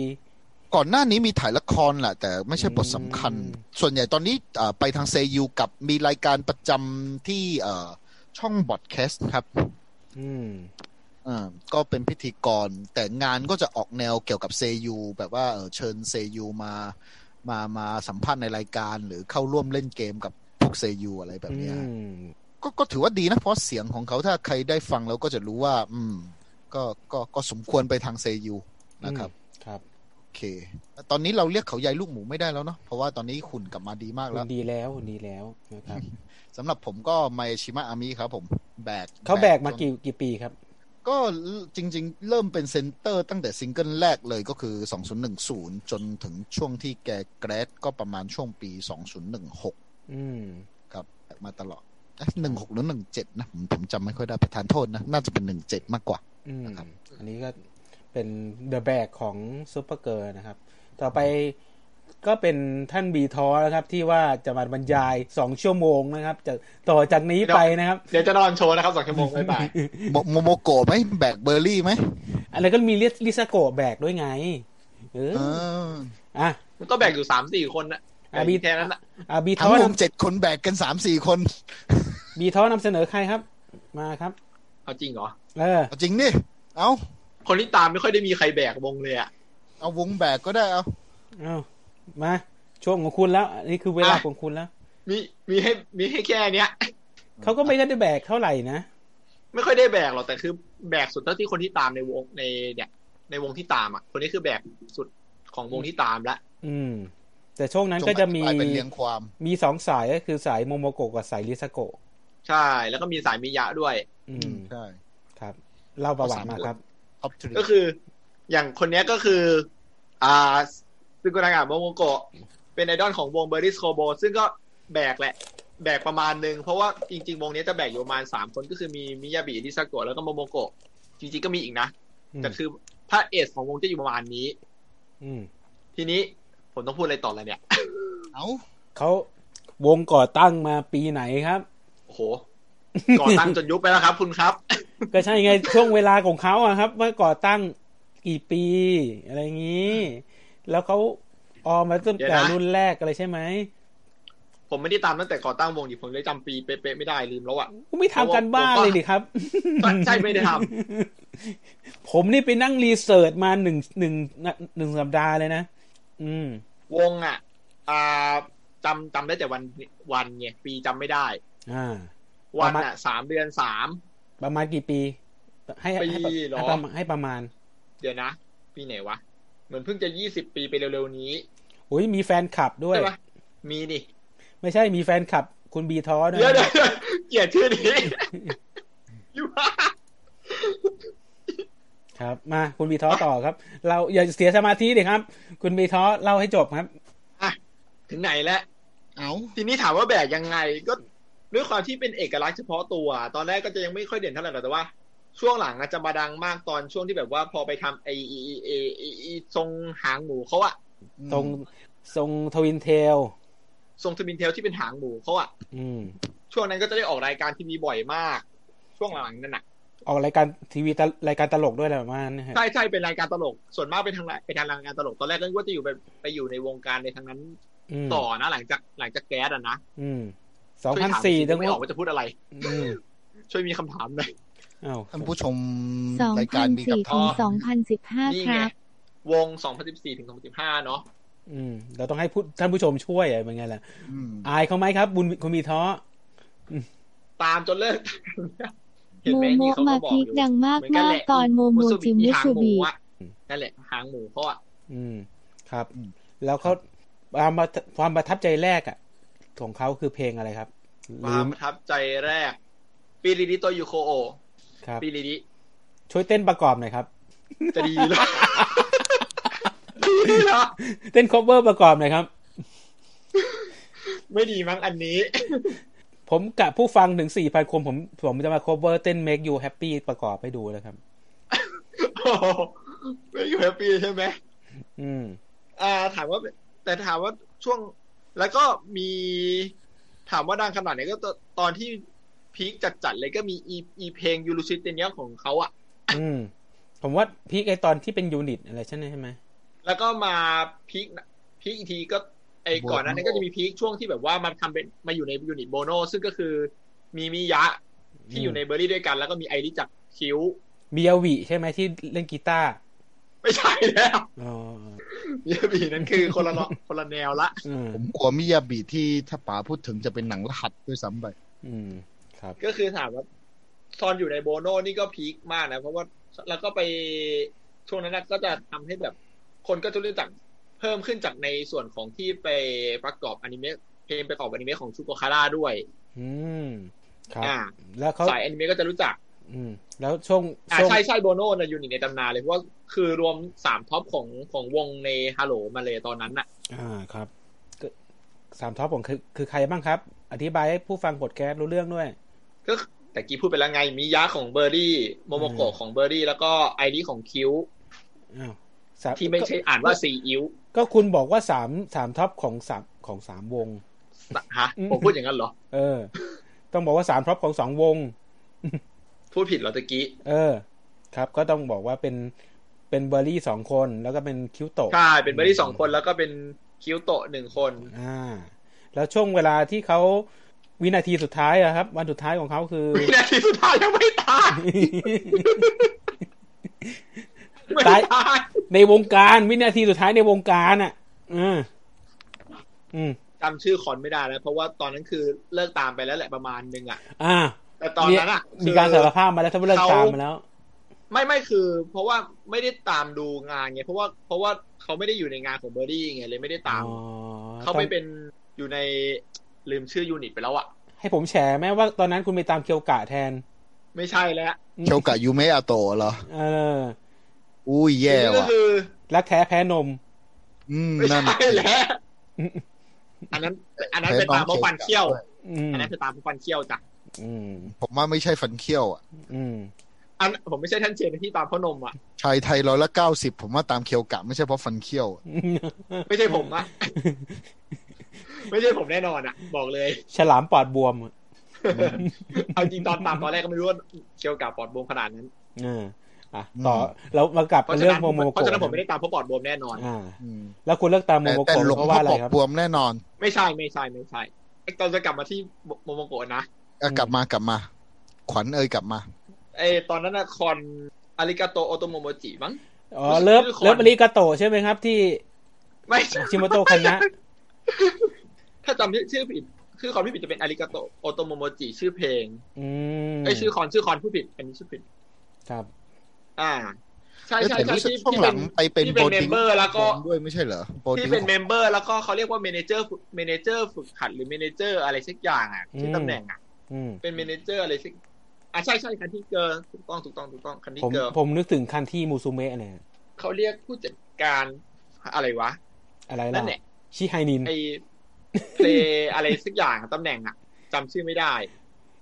Speaker 4: ก่อนหน้านี้มีถ่ายละครแหละแต่ไม่ใช่บทสำคัญ
Speaker 1: อืม
Speaker 4: ส่วนใหญ่ตอนนี้อ่าไปทางเซยูกับมีรายการประจำที่เอ่อช่องบอดแคสต์ครับ
Speaker 1: อืม
Speaker 4: อ่าก็เป็นพิธีกร แต่งานก็จะออกแนวเกี่ยวกับเซยูแบบว่าเอ่อเชิญเซยูมามามาสัมภาษณ์ในรายการหรือเข้าร่วมเล่นเกมกับพวกเซยูอะไรแบบเนี้ย
Speaker 1: อืม
Speaker 4: ก็ก็ถือว่าดีนะเพราะเสียงของเขาถ้าใครได้ฟังแล้วก็จะรู้ว่า อืม ก็ก็ก็สมควรไปทางเซยูนะครับ
Speaker 1: ครับ
Speaker 4: โอเค ตอนนี้เราเรียกเขาใหญ่ลูกหมูไม่ได้แล้วเนาะ เพราะว่าตอนนี้หุ่นกลับมาดีมาก
Speaker 1: คุ
Speaker 4: แล้ว
Speaker 1: ณดีแล้วคุณดีแล้วนะครับ
Speaker 4: สำหรับผมก็ไมชิมะอามิครับผม แบก
Speaker 1: เขาแบกมากี่กี่ปีครับ
Speaker 4: ก็จริง ๆ เริ่มเป็นเซนเตอร์ตั้งแต่ซิงเกิลแรกเลยก็คือ 2010 จนถึงช่วงที่แกแกรดก็ประมาณช่วงปี 2016
Speaker 1: อืม
Speaker 4: ครับแบกมาตลอดเอ๊ะ16 หรือ 17 นะผมผมจำไม่ค่อยได้ประทานโทษนะ น่าจะเป็น 17 มากกว่า
Speaker 1: อืม
Speaker 4: นะครับ
Speaker 1: อันนี้ก็เป็นเดอะแบกของซูเปอร์เกิร์นะครับ ต่อไปก็เป็นท่านบีทอแล้วครับ ที่ว่าจะมาบรรยายสองชั่วโมงนะครับ จะต่อจากนี้ไปนะครับ
Speaker 3: เดี๋ยวจะนอนโชว์นะครับสองชั่วโมงบ่าย
Speaker 4: โมโมโมโกะไหมแบกเบอร์รี่ไหม
Speaker 1: อะไรก็มีเรียกลิซาโกะแบกด้วยไง เออ
Speaker 4: เออ
Speaker 1: อ่ะ
Speaker 3: ๆมันก็แบกอยู่สามสี่คนนะแบ
Speaker 1: อ่ะ
Speaker 3: ก
Speaker 1: มี
Speaker 3: แค่นั้นนะ
Speaker 1: อ่ะบีท
Speaker 4: ทั้ง
Speaker 1: อ
Speaker 4: ร
Speaker 1: น
Speaker 4: วมเจ็ดคนแบกกันสามสี่คน
Speaker 1: ำบีทอนำเสนอใครครับ มาครับ
Speaker 3: เอาจริงเหรอ
Speaker 1: เออ
Speaker 4: เอาจริงนี่เอา
Speaker 3: คนที่ตามไม่ค่อยได้มีใครแบกวงเลยอ่ะ
Speaker 4: เอาวงแบกก็ได้เอา
Speaker 1: เอามาช่วงของคุณแล้วอันนี่คือเวลา
Speaker 3: อ่ะ
Speaker 1: ของคุณแล้ว
Speaker 3: มีมีให้มีให้แค่เนี้ย
Speaker 1: เขาก็ไม่ได้แบกเท่าไหร่นะ
Speaker 3: ไม่ค่อยได้แบกหรอกแต่คือแบกสุดเท่าที่คนที่ตามในวงในเนี่ยในวงที่ตามอ่ะ คนนี้คือแบกสุดของวงที่ตามละ
Speaker 1: อืม แต่ช่วงนั้น
Speaker 4: จง
Speaker 1: ก็จะ
Speaker 4: อธิ
Speaker 1: มี
Speaker 4: บายเป็นเรียงความ
Speaker 1: มีสองสายก็คือสายโมโมโกะกับสายริซาโกะ
Speaker 3: ใช่ แล้วก็มีสายมิยะด้วย
Speaker 1: อืม
Speaker 4: ใช่
Speaker 1: ครับ เล่าประวัติมาครับ
Speaker 4: ท็อปทรี
Speaker 3: ก็คือ อย่างคนเนี้ยก็คือ อ่าซึกุนางะโมโมโกะเป็นไอดอลของวงเบอร์ริสโคโบ ซึ่งก็แบกแหละ แบกประมาณหนึ่งเพราะว่าจริง ๆ วงเนี้ยจะแบกอยู่ประมาณสามคนก็คือมีมิยาบิริซาโกะแล้วก็โมโมโกะจริงๆก็มีอีกนะ
Speaker 1: อืม
Speaker 3: แต่คือถ้าเอสของวงจะอยู่ประมาณนี้
Speaker 1: อืม
Speaker 3: ทีนี้ผมต้องพูดอะไรต่อแล้วเนี่ย
Speaker 4: เอา
Speaker 1: เขาวงก่อตั้งมาปีไหนครับ
Speaker 3: โอ้โหก่อตั้งจนยุบไปแล้วครับ คุณครับ
Speaker 1: ก็ใช่ไงช่วงเวลาของเขาอะครับ ว่าก่อตั้ง กี่ปีอะไรอย่างนี้ แล้วเขาออมมาตั้ง
Speaker 3: เดี๋ยว
Speaker 1: แต่
Speaker 3: นะ
Speaker 1: รุ่นแรกอะไรใช่ไหม
Speaker 3: ผมไม่ได้ตามตั้งแต่ก่อตั้งวงดิผมเลยจำปีเป๊ะๆไม่ได้ลืมแล้ว อ่ะ
Speaker 1: กูไม่ทำกันบ้านเลยดิครับ
Speaker 3: ใช่ไม่ได้ท
Speaker 1: ผมนี่ไปนั่งรีเสิร์ชมาหนึ่งหนึ่งหนึ่งสัปดาห์เลยนะ อืม
Speaker 3: ำวงอ่ะอ่าจำจำได้แต่วันวันไงปีจำไม่ได้
Speaker 1: อ่า
Speaker 3: วัน
Speaker 1: ประมา
Speaker 3: อ่ะ
Speaker 1: ณ
Speaker 3: สามเดือนสาม
Speaker 1: ประมาณกี่ปี ให้ให้ให้
Speaker 3: ปีเหรอ
Speaker 1: ให้ประมาณให้ประมาณ
Speaker 3: เดี๋ยวนะ ปีไหนวะ เหมือนเพิ่งจะยี่สิบปีไปเร็วๆนี้
Speaker 1: โอ้ยมีแฟนคลับด้วย
Speaker 3: ใช่ปะมีนี่
Speaker 1: ไม่ใช่มีแฟนคลับ คุณบีท้อด้ว
Speaker 3: เดี๋ยวย เดี๋ยวเดี๋ยวเกลียดชื่อนี้ อยู่ ว่า
Speaker 1: ครับ มาคุณบีท้อต่อครับ เราอย่าเสียสมาธิเลยครับ คุณบีท้อเล่าให้จบครับ
Speaker 3: อ่ะถึงไหนแล้ว
Speaker 4: เอา
Speaker 3: ทีนี้ถามว่าแบกยังไงก็ด้วยความที่เป็นเอกลักษณ์เฉพาะตัว ตอนแรกก็จะยังไม่ค่อยเด่นเท่าไหร่หรอกแต่ว่า ช่วงหลังอาจจะมาดังมากตอนช่วงที่แบบว่าพอไปทำไอไอ้ไอไอ้ไอ้ทรงหางหมูเขาอะ
Speaker 1: ทรงทรงทวินเทล
Speaker 3: ทรงทวินเทลที่เป็นหางหมูเขาอะ
Speaker 1: อืม
Speaker 3: ช่วงนั้นก็จะได้ออกรายการทีวีบ่อยมาก ช่วงหลังๆนั่นน่ะ
Speaker 1: ออกรายการทีวีตะรายการตลกด้วยแหละประมาณนะฮะ
Speaker 3: ใช่ใช่เป็นรายการตลกส่วนมากเป็นทางเป็นทางรายการตลกตอนแรกก็นึกว่าจะอยู่ไปไปอยู่ในวงการในทางนั้น
Speaker 1: ม
Speaker 3: ต่อนะ หลังจากหลังจากแก๊สอะนะ
Speaker 1: อืมสอง
Speaker 3: ช่วย
Speaker 1: พัน
Speaker 3: ถาม
Speaker 1: สี่
Speaker 3: จริๆ
Speaker 1: ทั้ง
Speaker 3: ไม่ออกว่าจะพูดอะไร
Speaker 1: อืม
Speaker 3: ช่วยมีคำถามหน่อย
Speaker 1: อ้าว
Speaker 4: ท่านผู้ชมรายการมีกับ
Speaker 6: 2004
Speaker 4: ท่
Speaker 6: ถึ
Speaker 4: อง
Speaker 6: 2015
Speaker 3: นี่
Speaker 6: ค
Speaker 3: ไง
Speaker 6: รับ
Speaker 3: วง 2014 ถึง 2015 เนาะ
Speaker 1: อืม เราต้องให้ผู้ท่านผู้ชมช่วยอะเป็นไงล่ะ
Speaker 4: อืม
Speaker 1: อายเขาไหมครับ บุญคุณบีท้อ
Speaker 3: ตามจนเลิก เห็น
Speaker 6: โม
Speaker 3: ไหมนี่
Speaker 6: โมะ
Speaker 3: เขา
Speaker 6: มา
Speaker 3: ก็บอก
Speaker 6: พีค
Speaker 3: อยู่
Speaker 6: ดังมาก
Speaker 3: เหมือนกัน
Speaker 6: มา
Speaker 3: แห
Speaker 6: ก
Speaker 3: ละ
Speaker 6: ตอนโมโมจิมุ
Speaker 3: หาง
Speaker 6: สุ
Speaker 3: ห
Speaker 6: บิ
Speaker 3: อะนั่นแหละหางหมูเขาอะ
Speaker 1: อืม ครับ แล้วเขาความประความประทับใจแรกอะของเขาคือเพลงอะไรครับ
Speaker 3: ความประทับใจแรกปีริดิโตยูโคโอ
Speaker 1: ครับ
Speaker 3: ปีริดิ
Speaker 1: ช่วยเต้นประกอบหน่อยครับ
Speaker 3: จะดีเหรอดีเหรอ
Speaker 1: เต้นคอเวอร์ประกอบหน่อยครับ
Speaker 3: ไม่ดีมั้งอันนี้
Speaker 1: ผมกับผู้ฟังถึงสี่พันคนผมผมจะมาคอเวอร์เต้น make you happy ประกอบให้ดูนะครับ
Speaker 3: โอ้โหไม่อยู่แฮปปี้ใช่ไหม
Speaker 1: อืม
Speaker 3: อ่าถามว่าแต่ถามว่าช่วงแล้วก็มีถามว่าดังขนาดไหนก็ตตอนที่พีคจัดๆเลยก็มีอีอีเพลงยูรุชิตเนี้ยของเขาอะ
Speaker 1: อืม ผมว่าพีคไอตอนที่เป็นยูนิตอะไรใช่ไหมใช่ไหม
Speaker 3: แล้วก็มาพีคพีคอีกทีก็ไอก่อนหนั้านนก็จะมีพีคช่วงที่แบบว่ามาทำเป็นมาอยู่ในยูนิตโบโนซึ่งก็คือมีมิยะที่อยู่ในเบอร์รี่ด้วยกัน แล้วก็มีไอริจากคิว
Speaker 1: เบียวีใช่ไหมที่เล่นกีตาร์
Speaker 3: ไม่ใช่แล้ว
Speaker 1: อ๋อ
Speaker 3: เยบีนั้นคือคนละ เนาะคนละแนวละ
Speaker 1: อืม
Speaker 4: ผมกลัวมิยาบิที่ถ้าป๋าพูดถึงจะเป็นหนังรหัสด้วยซ้ำไป
Speaker 1: อืม ครับ
Speaker 3: ก็คือถามว่าตอนอยู่ในโบโนนี่ก็พีคมากนะ เพราะว่าแล้วก็ไปช่วงนั้นนะก็จะทำให้แบบ คนก็จะรู้จักเพิ่มขึ้นจากในส่วนของที่ไปประกอบอนิเมะเพลงประกอบอนิเมะของชูโกคาร่าด้วย
Speaker 1: อืม ครับ
Speaker 3: อ่า
Speaker 1: แล้วเขา
Speaker 3: สายอนิเมะก็จะรู้จัก
Speaker 1: อืม แล้วช่วง
Speaker 3: อ่า
Speaker 1: ช่วง
Speaker 3: ใช่ใช่โบโนนะอยู่หนึ่งในตำนานเลยเพราะว่าคือรวมสามท็อปของของวงในฮัลโหลมาเลยตอนนั้นน่ะ
Speaker 1: อ่าครับก็สามท็อปของคือคือใครบ้างครับ อธิบายให้ผู้ฟังพอดแคสต์รู้เรื่องด้วย
Speaker 3: ก็แต่กี้พูดไปแล้วไงมียะของเบอร์รี่โมโมโกะของเบอร์รี่ แล้วก็ไอริของคิว
Speaker 1: อ้าวสาม
Speaker 3: ที่ไม่ใช่อ่านว่าซีอิ๊ว
Speaker 1: ก็คุณบอกว่าสามสามท็อปของสามของสามวง
Speaker 3: ฮะผมพูดอย่างนั้นเหรอ
Speaker 1: เออ ต้องบอกว่าสามท็อปของสองวง
Speaker 3: พูดผิดเหรอตะกี้
Speaker 1: เออ ครับก็ต้องบอกว่าเป็นเป็นเบอร์รี่สองคนแล้วก็เป็นคิวโตะ
Speaker 3: ใช่ เป็นเบอร์รี่สองคนแล้วก็เป็นคิวโตะหนึ่งคน
Speaker 1: อ่า แล้วช่วงเวลาที่เขาวินาทีสุดท้ายอะครับ วันสุดท้ายของเขาคือ
Speaker 3: วินาทีสุดท้ายยังไม่ตายไม่
Speaker 1: ตาย
Speaker 3: ตาย
Speaker 1: ในวงการวินาทีสุดท้ายในวงการอ่ะอืมอืม
Speaker 3: จำชื่อคอนไม่ได้แล้ว เพราะว่าตอนนั้นคือเลิกตามไปแล้วแหละประมาณหนึงอ่ะ
Speaker 1: อ่า
Speaker 3: แต่ตอนนั้นอ่ะ
Speaker 1: มีมีการ
Speaker 3: คื
Speaker 1: สา
Speaker 3: อ
Speaker 1: รภาพมาแล้วถ้าเลิก
Speaker 3: เขา
Speaker 1: ตามมาแล้ว
Speaker 3: ไม่ไม่คือ เพราะว่าไม่ได้ตามดูงานไงเพราะว่าเพราะว่าเขาไม่ได้อยู่ในงานของเบอร์รี่ไงเลยไม่ได้ตาม
Speaker 1: อ๋อ
Speaker 3: เขาไปเป็นอยู่ในลืมชื่อยูนิตไปแล้วอ่ะ
Speaker 1: ให้ผมแฉไหมว่าตอนนั้นคุณไปตามเคียวกะแทน
Speaker 3: ไม่ใช่แล้ว
Speaker 4: เคียวกะยูเมะอาโตะเหรอ
Speaker 1: เออ
Speaker 4: อุ้ยแย่
Speaker 3: นี่ก็
Speaker 4: ว่ะ
Speaker 3: คือ
Speaker 1: รักแท้แพ้นม
Speaker 4: อืม
Speaker 3: ไม่
Speaker 4: นั่น
Speaker 3: ใช่แล้วอันนั้น อันนั้นเป็นตามเพราะฟันเขี้ยว
Speaker 1: อืม
Speaker 3: อันนั้นเป็นตามเพราะฟันเขี้ยวจ้ะ
Speaker 1: อืม
Speaker 4: ผมว่าไม่ใช่ฟันเขี้ยวอ่ะ
Speaker 1: อืม
Speaker 3: อันผมไม่ใช่ท่านเชนที่ตามพ่อนมอ่ะ
Speaker 4: ชายไทยร้อยละเก้าสิบผมว่าตามเคียวกะไม่ใช่เพราะฟันเขี้ยวอะ
Speaker 3: ไม่ใช่ผมอ่ะ ไม่ใช่ผมแน่นอนอ่ะ บอกเลย
Speaker 1: ฉลามปอดบวมอะ
Speaker 3: เอาจริงตอนตามตอนแรกก็ไม่รู้ว่าเกี่ยวกับปอดบวมขนาดนั้น
Speaker 1: เออ อ่ะต่อเรามากลับ
Speaker 3: เพ
Speaker 1: มา
Speaker 3: ราะฉะ
Speaker 1: เรื่อง
Speaker 3: นั้น
Speaker 1: โมโม
Speaker 3: เพราะ
Speaker 1: โกะ
Speaker 3: ฉะนั้นผมไม่ได้ตามเพราะบอร์ดบวมแน่นอน
Speaker 1: อ่า
Speaker 4: อืม
Speaker 1: แล้วคุณเลือกตามโม
Speaker 9: แต่
Speaker 1: โม
Speaker 9: แต่
Speaker 1: โกะ
Speaker 9: หลวง
Speaker 1: เพราะ
Speaker 9: พ่
Speaker 1: ว่า
Speaker 9: อ
Speaker 1: อะไร
Speaker 9: ปก
Speaker 1: ครับ
Speaker 9: บวมแน่นอน
Speaker 3: ไม่ใช่ไม่ใช่ไม่ใช่ไอ้ตอนจะกลับมาที่โมโมโกะนะ
Speaker 9: อ่ะ
Speaker 1: อืม
Speaker 9: กลับมากลับมา ขวัญเอ่ยกลับมา
Speaker 3: ไอ้ตอนนั้นนะคอนอาริกาโตโอโตโมโมจิมั้ง
Speaker 1: อ๋อเลิฟ
Speaker 3: ชื่อคน
Speaker 1: เลิฟอริกาโตะใช่ไหมครับ ที่
Speaker 3: ไม่ใช่
Speaker 1: ชิโมโตะคณะ
Speaker 3: ถ้าจำชื่อผิดคือคอนพี่ผิดจะเป็นอาริกาโตโอโตโมโมจิชื่อเพลง
Speaker 1: อืม
Speaker 3: ไอ้ยชื่อคอนชื่อคอนผู้ผิดอันนี้ชื่อผิด
Speaker 1: ครับ
Speaker 3: อ่า ใช่
Speaker 9: เอ้ย
Speaker 3: ใช่
Speaker 9: แต่
Speaker 3: ใช่
Speaker 9: รู้สึก
Speaker 3: ที่
Speaker 9: ช่วง
Speaker 3: ที่
Speaker 9: ห
Speaker 3: เป็
Speaker 9: ลั
Speaker 3: น
Speaker 9: งไปเป็น
Speaker 3: ที่
Speaker 9: โป
Speaker 3: เป็น
Speaker 9: รติ้ง
Speaker 3: member แล้วก็
Speaker 9: ด้วยไม่ใช่เหรอโปรติ้
Speaker 3: ที่
Speaker 9: ง
Speaker 3: เป็นเมมเบอร์แล้วก็เขาเรียกว่าเมเนเจอร์เมเนเจอร์ฝึกหัดหรือเมเนเจอร์อะไรสักอย่างอ่ะที่
Speaker 1: อืม
Speaker 3: ตำแหน่งอ่ะ
Speaker 1: อืม
Speaker 3: เป็นเมเนเจอร์อะไรสักอ่ะใช่ใช่คันที่เกิร์ลถูกต้องถูกต้องถูกต้องคันที่
Speaker 1: ผม
Speaker 3: เกิร์ล
Speaker 1: ผมนึกถึงคันที่มูซูเมะเนี่ย
Speaker 3: เขาเรียกผู้จัดการอะไรวะ
Speaker 1: อะไร
Speaker 3: นั่
Speaker 1: ล่ะ
Speaker 3: นแหละ
Speaker 1: ชิไฮนิน
Speaker 3: ไอเพลย์อะไรสักอย่างตำแหน่งอ่ะจำชื่อไม่ได้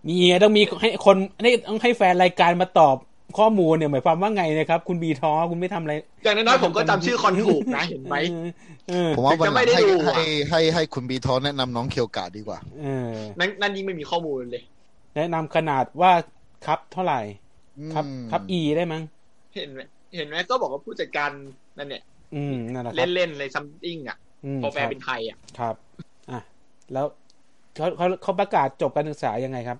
Speaker 1: นี่ไงต้องมีให้คนให้ต้องให้แฟนรายการมาตอบข้อมูลเนี่ยหมายความว่าไงนะครับ คุณบีท้อคุณไม่ทำอะไร
Speaker 3: อย่างน้อยๆผมก็จำชื่อคอนถูก นะเห็นไหม
Speaker 1: เออเออ
Speaker 9: ผมว่าวันหลังให้
Speaker 3: จะไม่ได้ดูอ่ะ
Speaker 9: ให้ให้ให้คุณบีทอนแนะนำน้องเคียวกาดีกว่า
Speaker 1: เออ
Speaker 3: นั่นนั่นยิ่งไม่มีข้อมูลเลย
Speaker 1: แนะนำขนาดว่าครับเท่าไหร่ครับ
Speaker 9: อืม
Speaker 1: ครับอีได้มั้ง
Speaker 3: เห็นไหมเห็นไหมก็บอกว่าผู้จัดการนั่นเนี่ย
Speaker 1: อืมนั่นแหละครับ
Speaker 3: เล่นๆอะไรซัมติงอ่ะ
Speaker 1: อืม
Speaker 3: พอแป
Speaker 1: ค
Speaker 3: ล
Speaker 1: รับ
Speaker 3: เป็นไทยอ่ะ
Speaker 1: ครับอ่ะแล้วเขาเขาเขาประกาศจบการศึกษายังไงครับ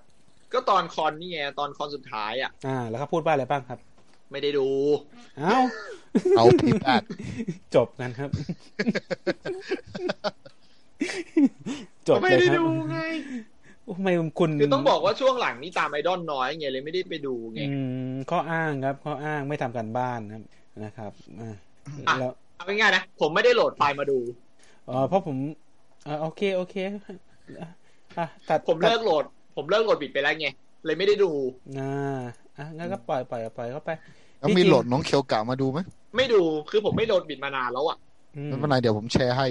Speaker 3: ก็ตอนคอนนี่ไงตอนคอนสุดท้ายอ่ะ
Speaker 1: อ่า แล้วเขาพูดว่าอะไรบ้างครับ
Speaker 3: ไม่ได้ดู
Speaker 1: เอ้า
Speaker 9: เอาผิด อาด
Speaker 1: จบกันครับ จบ
Speaker 3: ไม่
Speaker 1: เลยค
Speaker 3: ได้
Speaker 1: รับ
Speaker 3: ดูไง
Speaker 1: โอ้ทำไมคุณ
Speaker 3: คือต้องบอกว่าช่วงหลังนี่ตามไอดอลน้อยไงเลยไม่ได้ไปดูไง
Speaker 1: อืมข้ออ้างครับ ข้ออ้างไม่ทำการบ้านครับนะครับอ่ะ
Speaker 3: อ่ะ
Speaker 1: แล้ว
Speaker 3: เอาง่ายๆนะ ผมไม่ได้โหลดไฟล์มาดู
Speaker 1: อ๋อเพราะผมอ่ะโอเคโอเคอ่ะอ่ะตัด
Speaker 3: ผมเลิกโหลด ผมเลิกโหลดบิดไปแล้วไง เลยไม่ได้ดู
Speaker 1: อ่าอ่ะงั้นก็ปล่อยปล่อยปล่อยเข้าไป
Speaker 9: แล้วมีโหลดน้องเคียวกามาดูไหม
Speaker 3: ไม่ดู คือผมไม่โหลดบิดมานานแล้วอ่ะ
Speaker 1: อืม
Speaker 9: ไม่เป็นไรเดี๋ยวผมแชร์ให้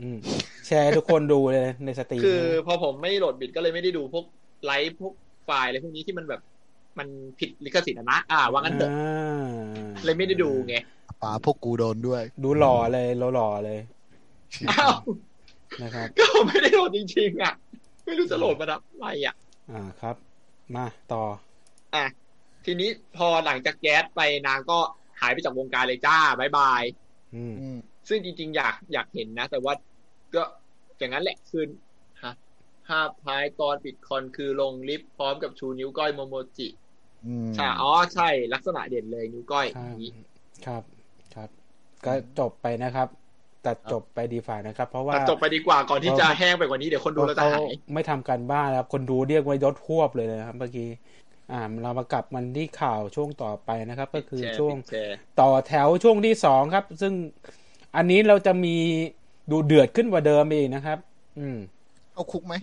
Speaker 1: อืมแชร์ให้ทุกคนดูเลยในสตรีม
Speaker 3: คือพอผมไม่โหลดบิดก็เลยไม่ได้ดูพวกไลฟ์พวกไฟล์อะไรพวกนี้ที่มันแบบ มันผิดลิขสิทธิ์อะนะ อ่าว่างั้นเถอะ เลยไม่ได้ดูไง
Speaker 9: ป่าพวกกูโดนด้วย
Speaker 1: ดูหล่อเลยเราหล่อเลย
Speaker 3: อ้าว
Speaker 1: นะครับ
Speaker 3: ก็ผมไม่ได้โหลดจริงๆอ่ะ ไม่รู้จะโหลดมาทำอะไรอ่ะ
Speaker 1: อ่าครับ มาต่อ
Speaker 3: อ่ะทีนี้พอหลังจากแก๊สไปนางก็หายไปจากวงการเลยจ้าบายบาย
Speaker 1: อืม
Speaker 9: อืม
Speaker 3: ซึ่งจริงๆ อยากอยากเห็นนะ แต่ว่าก็อย่างนั้นแหละคือฮะภาพท้ายตอนปิดคอนคือลงลิฟต์พร้อมกับชูนิ้วก้อยโมโมจิ
Speaker 9: อืม
Speaker 3: ใช่อ๋อใช่ลักษณะเด่นเลยนิ้วก้อย
Speaker 1: ค
Speaker 3: อ
Speaker 1: รับ
Speaker 3: ย่างนี้
Speaker 1: ครับ ครับ ก็จบไปนะครับ ตัดจบไปดีฝ่านะครับ เพราะว่า
Speaker 3: ตัดจบไปดีกว่าก่อนที่จะแห้งไปกว่านี้เดี๋ยวคนดูแล้วจะ
Speaker 1: เขา
Speaker 3: หาย
Speaker 1: ไม่ทำการบ้านนะครับ คนดูเรียกว่ายศควบเลยนะครับ เมื่อกี้ อ่า เรามากลับมันที่ข่าวช่วงต่อไปนะครับ ก็คือ
Speaker 3: แชร์
Speaker 1: ช่วง
Speaker 3: แชร์
Speaker 1: ต่อแถวช่วงที่สองครับ ซึ่งอันนี้เราจะมีดูเดือดขึ้นกว่าเดิมอีกนะครับ อืม
Speaker 9: เข้าคุกไหม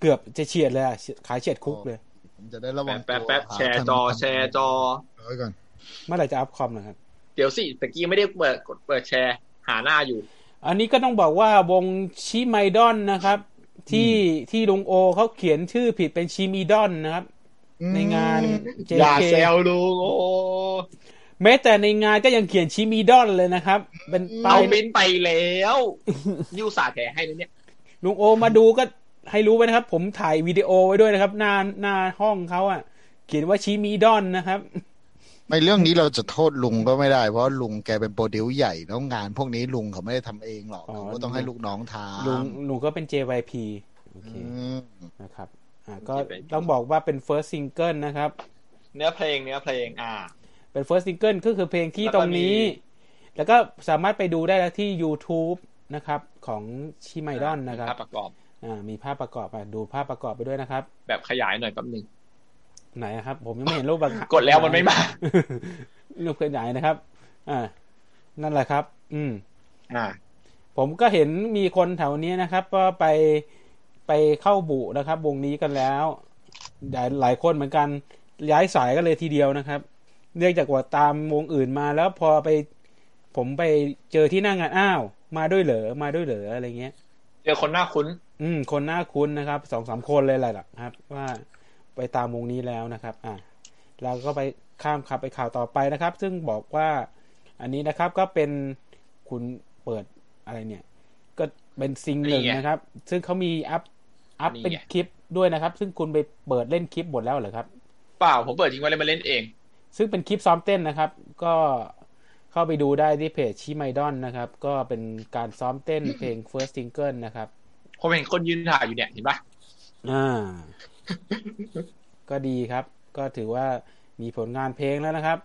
Speaker 1: เกือบจะเฉียดเลยอะขายเฉียดคุกเลย
Speaker 9: ผมจะได้ระวัง
Speaker 3: แป๊บแป๊บแชร์จอแชร์จอ
Speaker 9: ไว้ก่อน
Speaker 1: เมื่อไหร่จะอัพคอมนะครับ
Speaker 3: เดี๋ยวสิตะกี้ไม่ได้เปิดกดเปิดแชร์ หาหน้าอยู่
Speaker 1: อันนี้ก็ต้องบอกว่าวงชิไมดอนนะครับ ที่ที่ลุงโอเขาเขียนชื่อผิดเป็นชิมิดอนนะครับ ในงาน
Speaker 3: อย่า
Speaker 1: JK
Speaker 3: แซวลุงโอ้
Speaker 1: แม้แต่ในงานก็ยังเขียนชิมิดอนเลยนะครับ เป็นป้า
Speaker 3: เอา
Speaker 1: ย
Speaker 3: บินไป แล้วยูสาห์แถให้แล้วเนี่ย
Speaker 1: ลุงโอมาดูก็ให้รู้ไว้นะครับ ผมถ่ายวิดีโอไว้ด้วยนะครับ หน้าหน้าห้องเขาอะเขียนว่าชิมิดอนนะครับ
Speaker 9: ในเรื่องนี้เราจะโทษลุงก็ไม่ได้ เพราะลุงแกเป็นโปรดิวใหญ่แล้วงานพวกนี้ลุงเขาไม่ได้ทำเองหรอก
Speaker 1: อ๋อ
Speaker 9: เขาก็ต้องให้ลูกน้องทำ
Speaker 1: ลุงลุงก็เป็น JYP โอเค
Speaker 9: อืม
Speaker 1: นะครับอ่ะก็
Speaker 3: JYP
Speaker 1: ต้องบอกว่าเป็น first single นะครับ
Speaker 3: เนื้อเพลงเนื้อเพลงอ่า
Speaker 1: เป็น first single ก็คือเพลงที่
Speaker 3: แล้วก็
Speaker 1: ตรงนี้
Speaker 3: มี
Speaker 1: แล้วก็สามารถไปดูได้แล้วที่ YouTube นะครับ ของชิไมดอนนะครับ
Speaker 3: ภาพประกอบ
Speaker 1: อ่ามีภาพประกอบอ่ะดูภาพประกอบไปด้วยนะครับ
Speaker 3: แบบขยายหน่อยแป๊บหนึง
Speaker 1: ไหนอะครับ ผมยังไม่เห็นรูปประกอบ
Speaker 3: กดแล้วมันไม่มา
Speaker 1: รูปเคลื่อนไหวนะครับ อ่า นั่นแหละครับ อืม
Speaker 3: อ่า
Speaker 1: ผมก็เห็นมีคนแถวนี้นะครับก็ไปไปเข้าบุนะครับ วงนี้กันแล้วหลายหลายคนเหมือนกันย้ายสายกันเลยทีเดียวนะครับเนื่องจากว่าตามวงอื่นมาแล้วพอไป ผมไปเจอที่หน้างงานอ้าว มาด้วยเหรอมาด้วยเหรออะไรเงี้ย
Speaker 3: เจอคนหน้าคุ้น
Speaker 1: อืม คนน่าคุ้นนะครับสองสามคนเลยแหละครับ ว่าไปตามวงนี้แล้วนะครับ อ่ะเราก็ไปข้ามขับไปข่าวต่อไปนะครับ ซึ่งบอกว่า อันนี้นะครับก็เป็นคุณเปิดอะไรเนี่ย ก็เป็นซิงหนึ่ง
Speaker 3: นี่ไง
Speaker 1: นะครับ ซึ่งเขามีอัพอัพ
Speaker 3: นี่ไง
Speaker 1: เป็นคลิปด้วยนะครับ ซึ่งคุณไปเปิดเล่นคลิปหมดแล้วเหรอครับ
Speaker 3: เปล่าผมเปิดทิ้งไว้เลยมาเล่นเอง
Speaker 1: ซึ่งเป็นคลิปซ้อมเต้นนะครับ ก็เข้าไปดูได้ที่เพจชิไมดอนนะครับ ก็เป็นการซ้อมเต้นเพลง first single นะครับ
Speaker 3: ผมเห็นคนยืนถ่ายอยู่เนี่ยเห็นปะ
Speaker 1: อ่า ก็ดีครับ ก็ถือว่ามีผลงานเพลงแล้วนะครับ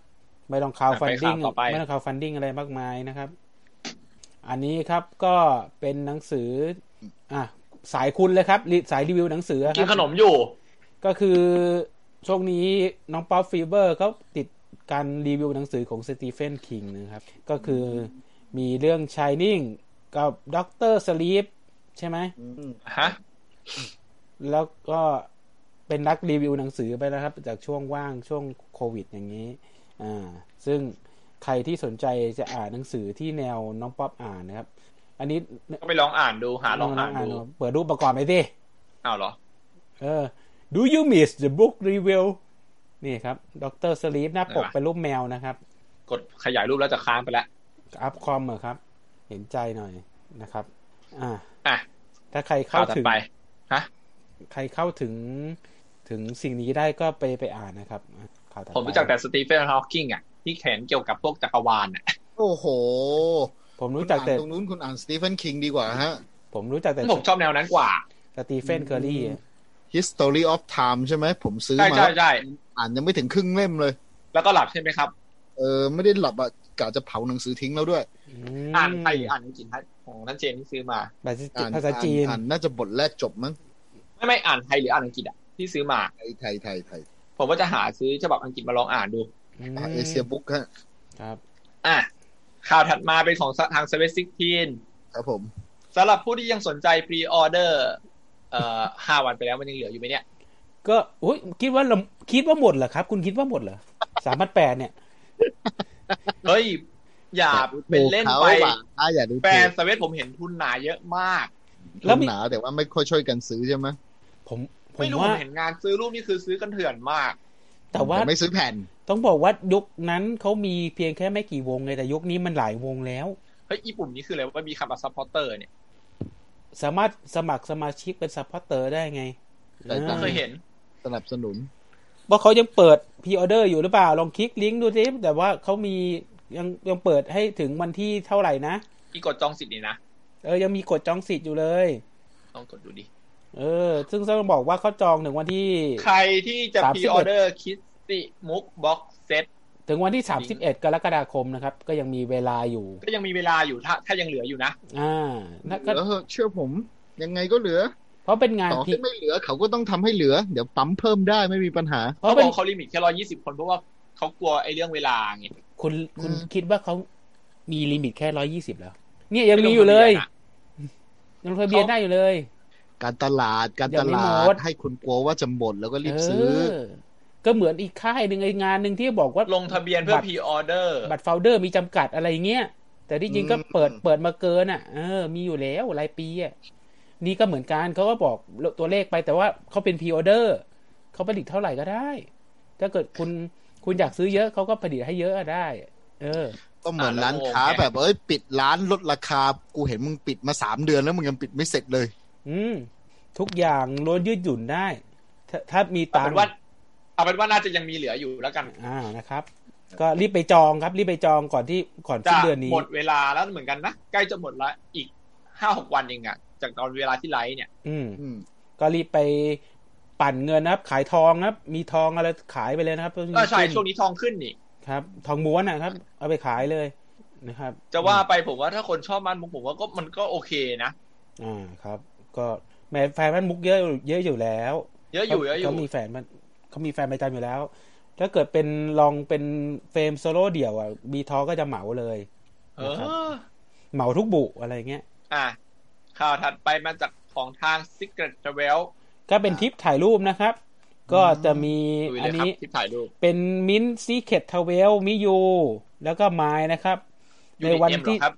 Speaker 1: ไม่ต้องข่าวฟันดิ้งไม่ต้องข่าวฟันดิ้งอะไรมากมายนะครับ อันนี้ครับก็เป็นหนังสือ อ่ะสายคุณเลยครับรีสายรีวิวหนังสือค
Speaker 3: กิ
Speaker 1: รั
Speaker 3: น
Speaker 1: บ
Speaker 3: ขนมอยู่
Speaker 1: ก็คือช่วงนี้น้องป๊อปฟีเบอร์เขาติดการรีวิวหนังสือของสตีเฟนคิงนะครับ ก็คือมีเรื่อง Shining กับด็อกเตอร์สลีปใช่ไหม
Speaker 3: ฮะ
Speaker 1: แล้วก็เป็นนักรีวิวหนังสือไปแล้วครับ จากช่วงว่างช่วงโควิดอย่างนี้ อ่า ซึ่งใครที่สนใจจะอ่านหนังสือที่แนวน้องป๊อปอ่านนะครับ อันนี้
Speaker 3: ก็ไปลองอ่านดูหาลองอ่านดู
Speaker 1: ดูเปิดรูปประกอบไปดิ
Speaker 3: อ้าวเหรอ
Speaker 1: เออ Do you miss the book review นี่ครับดรสลีปหน้าปก
Speaker 3: อะไรวะ
Speaker 1: เป็นรูปแมวนะครับ
Speaker 3: กดขยายรูปแล้วจะค้างไปแล้ว
Speaker 1: อัพคอมเหรอครับ เห็นใจหน่อยนะครับ อ่า
Speaker 3: อ่ะ
Speaker 1: ถ้าใคร
Speaker 3: ข่า
Speaker 1: เข้าว
Speaker 3: ถัด
Speaker 1: ถึง
Speaker 3: ไปฮะ
Speaker 1: ใครเข้าถึงถึงสิ่งนี้ได้ก็ไปไปอ่านนะครับอ่ะข่าวต่อไป
Speaker 3: ผมรู้จักแต่สตีเฟนฮอว์กิงอ่ะ ที่เขียนเกี่ยวกับพวกจักรวาลอ่ะ
Speaker 9: โอ้โห
Speaker 1: ผมรู้จักแต่
Speaker 9: คุณอ่านตรงนู้นคุณอ่านสตีเฟนคิงดีกว่าฮะ
Speaker 1: ผมรู้จักแต่
Speaker 3: ผมชอบแนวนั้นกว่า
Speaker 1: สตีเฟนเคอรี่อ่ะ
Speaker 9: History of Time ใช่ไหมผมซื้อ
Speaker 3: ใช่
Speaker 9: มา
Speaker 3: ใช่ใช่
Speaker 9: อ่านยังไม่ถึงครึ่งเล่มเลย
Speaker 3: แล้วก็หลับใช่ไหมครับ
Speaker 9: เออ ไม่ได้หลับอะกะจะเผาหนังสือทิ้งแล้วด้วย
Speaker 1: ม
Speaker 3: อ่านไทยอ่านจริงๆของท่านเจนที่ซื้อมา
Speaker 1: ภาษาจี
Speaker 9: อ่าน น
Speaker 1: ภาษาจีน
Speaker 9: อ่านน่าจะบทแรกจบมั้ง
Speaker 3: ไม่ไม่อ่านไทยหรืออ่านอังกฤษอ่ะที่ซื้อมา
Speaker 9: ไทยไทยไทยไทย
Speaker 3: ผมก็จะหาซื้อฉบับอังกฤษมาลองอ่านดู
Speaker 1: ม
Speaker 9: เอเชียบุ๊กฮะ
Speaker 1: ครับ
Speaker 3: อ่ะข่าวถัดมาเป็นของทางเซเว่นซิกทีน
Speaker 9: ครับผม
Speaker 3: สำหรับผู้ที่ยังสนใจพรีออเดอร์เอ่อห้าวันไปแล้วมันยังเหลืออยู่ไหมเนี่ย
Speaker 1: ก็อุยคิดว่าเราคิดว่าหมดเหรอครับ คุณคิดว่าหมดเหรอสามพันแปดเนี่ย
Speaker 3: เฮ้ย อย่าเป็นเล่น
Speaker 9: เขา
Speaker 3: ไป
Speaker 9: ว่าอ่ะอย่าดู
Speaker 3: แฟ
Speaker 9: ถู
Speaker 3: น
Speaker 9: ก
Speaker 3: เซเว่นผมเห็นทุนหนาเยอะมาก
Speaker 1: แล้
Speaker 9: แล้ว ว
Speaker 1: มี
Speaker 9: หนาแต่ว่าไม่ค่อยช่วยกันซื้อใช่ไหม
Speaker 1: ผมผ
Speaker 3: ไม่
Speaker 1: ม
Speaker 3: รู้ผ
Speaker 1: ว่าม
Speaker 3: เห็นงานซื้อรูปนี่คือซื้อกันเถื่อนมาก
Speaker 1: แต่ว่า
Speaker 9: ไม่ซื้อแผ่น
Speaker 1: ต้องบอกว่ายุคนั้นเขามีเพียงแค่ไม่กี่วงเลยแต่ยุคนี้มันหลายวงแล้ว
Speaker 3: เฮ้ย ญี่ปุ่นนี่คืออะไรว่ามีคำว่าซัพพอร์เตอร์เนี่ย
Speaker 1: สามารถสมัครสมาชิกเป็นซัพพอร์เตอร์ได้ไง
Speaker 9: ได้ตัง
Speaker 3: เคยเห็น
Speaker 9: สนับสนุน
Speaker 1: ว่าเขายังเปิดพ r ีออเดอร์อยู่หรือเปล่า ลองคลิกลิงก์ดูสิแต่ว่าเขามียังยังเปิดให้ถึงวันที่เท่าไหร่นะ
Speaker 3: ที่กดจองสิทธิ์นี่นะ
Speaker 1: เออยังมีกดจองสิทธิ์อยู่เลย
Speaker 3: ต้องกดดูดิ
Speaker 1: เออ ซึ่งต้องบอกว่าเขาจองถึงวันที่
Speaker 3: ใครที่จะ
Speaker 1: 31
Speaker 3: พรีออเดอร์คิดติมุกบ็อกเซต
Speaker 1: ถึงวันที่
Speaker 3: จริง
Speaker 1: 31 กรกฎาคมนะครับ ก็ยังมีเวลาอยู่
Speaker 3: ก็ยังมีเวลาอยู่ถ้าถ้ายังเหลืออยู่นะ
Speaker 1: อ่านะก็
Speaker 9: แล้วเชื่อผมยังไงก็เหลือ
Speaker 1: เพราะเป็นงาน
Speaker 9: ต่อ
Speaker 1: พิ
Speaker 9: ให้ไม่เหลือเขาก็ต้องทำให้เหลือ เดี๋ยวปั๊มเพิ่มได้ไม่มีปัญหา
Speaker 1: เพ
Speaker 3: เขา
Speaker 1: ราะ
Speaker 3: บ
Speaker 1: เป็น
Speaker 3: อกเขาลิมิตแค่ร้อยี่สิบคนเพราะว่าเขากลัวไอ้เรื่องเวลาไง
Speaker 1: คุณคุณ
Speaker 9: อืม
Speaker 1: คิดว่าเขามีลิมิตแค่ร้อยี่สิบแล้ว เนี่ยยังมีอยู่เลย
Speaker 3: ไม่ง
Speaker 1: ยังลง
Speaker 3: ทะบีนอะ
Speaker 1: ทะเบียน
Speaker 3: เขา
Speaker 1: ได้อยู่เลย
Speaker 9: การตลาดการต
Speaker 1: ยัง
Speaker 9: ลา
Speaker 1: ไม่หม
Speaker 9: ด
Speaker 1: ด
Speaker 9: ให้คนกลัวว่าจะหมดแล้วก็รีบซื้อ
Speaker 1: เออ ก็เหมือนอีกค่ายหนึ่งไองานหนึ่งที่บอกว่า
Speaker 3: ลงทะเบียนเพื่อพรีออเดอร์
Speaker 1: บัตรโฟลเดอร์มีจำกัดอะไรเงี้ย แต่ที่จริงก็
Speaker 9: อืม
Speaker 1: เปิดเปิดมาเกินอ่ะ เออ มีอยู่แล้วรายปีอ่ะ นี่ก็เหมือนกันเขาก็บอกตัวเลขไปแต่ว่าเขาเป็นพ r ีออเดอร์เขาผลิตเท่าไหร่ก็ได้ ถ้าเกิดคุณคุณอยากซื้อเยอะเขาก็ผลิตให้เยอะอะได้ เออ
Speaker 9: ก็เหมือนร้านค้าแบบเอ้ยปิดร้านลดราคา กูเห็นมึงปิดมาสามเดือนแล้วมึงยังปิดไม่เสร็จเลย
Speaker 1: อืม ทุกอย่างล้วนยืดหยุ่นได้ ถ้าถ้ามี
Speaker 3: เอา
Speaker 1: ตัง
Speaker 3: เป็น
Speaker 1: ค์
Speaker 3: ว่าเอาเป็นว่าน่าจะยังมีเหลืออยู่แล้วกัน
Speaker 1: อ่านะครับ ก็รีบไปจองครับ รีบไปจองก่อนที่ก่อน
Speaker 3: จะ
Speaker 1: สิ้นเดือนนี้
Speaker 3: หมดเวลาแล้วเหมือนกันนะ ใกล้จะหมดละอีกห้าหกวันเองอะจากตอนเวลาที่ไลฟ์เนี่ย
Speaker 1: อืม
Speaker 9: อืม
Speaker 1: ก็รีบไปปั่นเงินนะครับ ขายทองนะครับ มีทองอะไรขายไปเลยนะครับ
Speaker 3: ก็ใช่ช่วงนี้ทองขึ้นนี่
Speaker 1: ครับ ทองม้วนนะครับ เอาไปขายเลยนะครับ
Speaker 3: จะว่าไปผมว่าถ้าคนชอบมันมุกผมว่าก็มันก็โอเคนะ
Speaker 1: อ่าครับ ก็แหมแฟนมันมุกเยอะเยอะอยู่แล้ว
Speaker 3: เยอะอยู่เยอะอยู่
Speaker 1: เขามีแฟนมันเขามีแฟนประจำอยู่แล้ว ถ้าเกิดเป็นลองเป็นเฟรมโซโล่เดี่ยวอ่ะมีทองก็จะเหมาเลย
Speaker 3: เออ
Speaker 1: เหมาทุกบุอะไรเงี้ย
Speaker 3: อ่ะข่าวถัดไปมาจากของทาง Secret Travel
Speaker 1: ก็เป็นทริปถ่ายรูปนะครับ ก็จะมี
Speaker 3: ดูเล
Speaker 1: อั
Speaker 3: ย
Speaker 1: น
Speaker 3: ครับ
Speaker 1: นี้
Speaker 3: ที่ถ่ายรูป
Speaker 1: เป็นมินซีเคททเวลมิยูแล้วก็ไม้นะครับ ในวัน
Speaker 3: UDM เหร
Speaker 1: ที่
Speaker 3: อครับ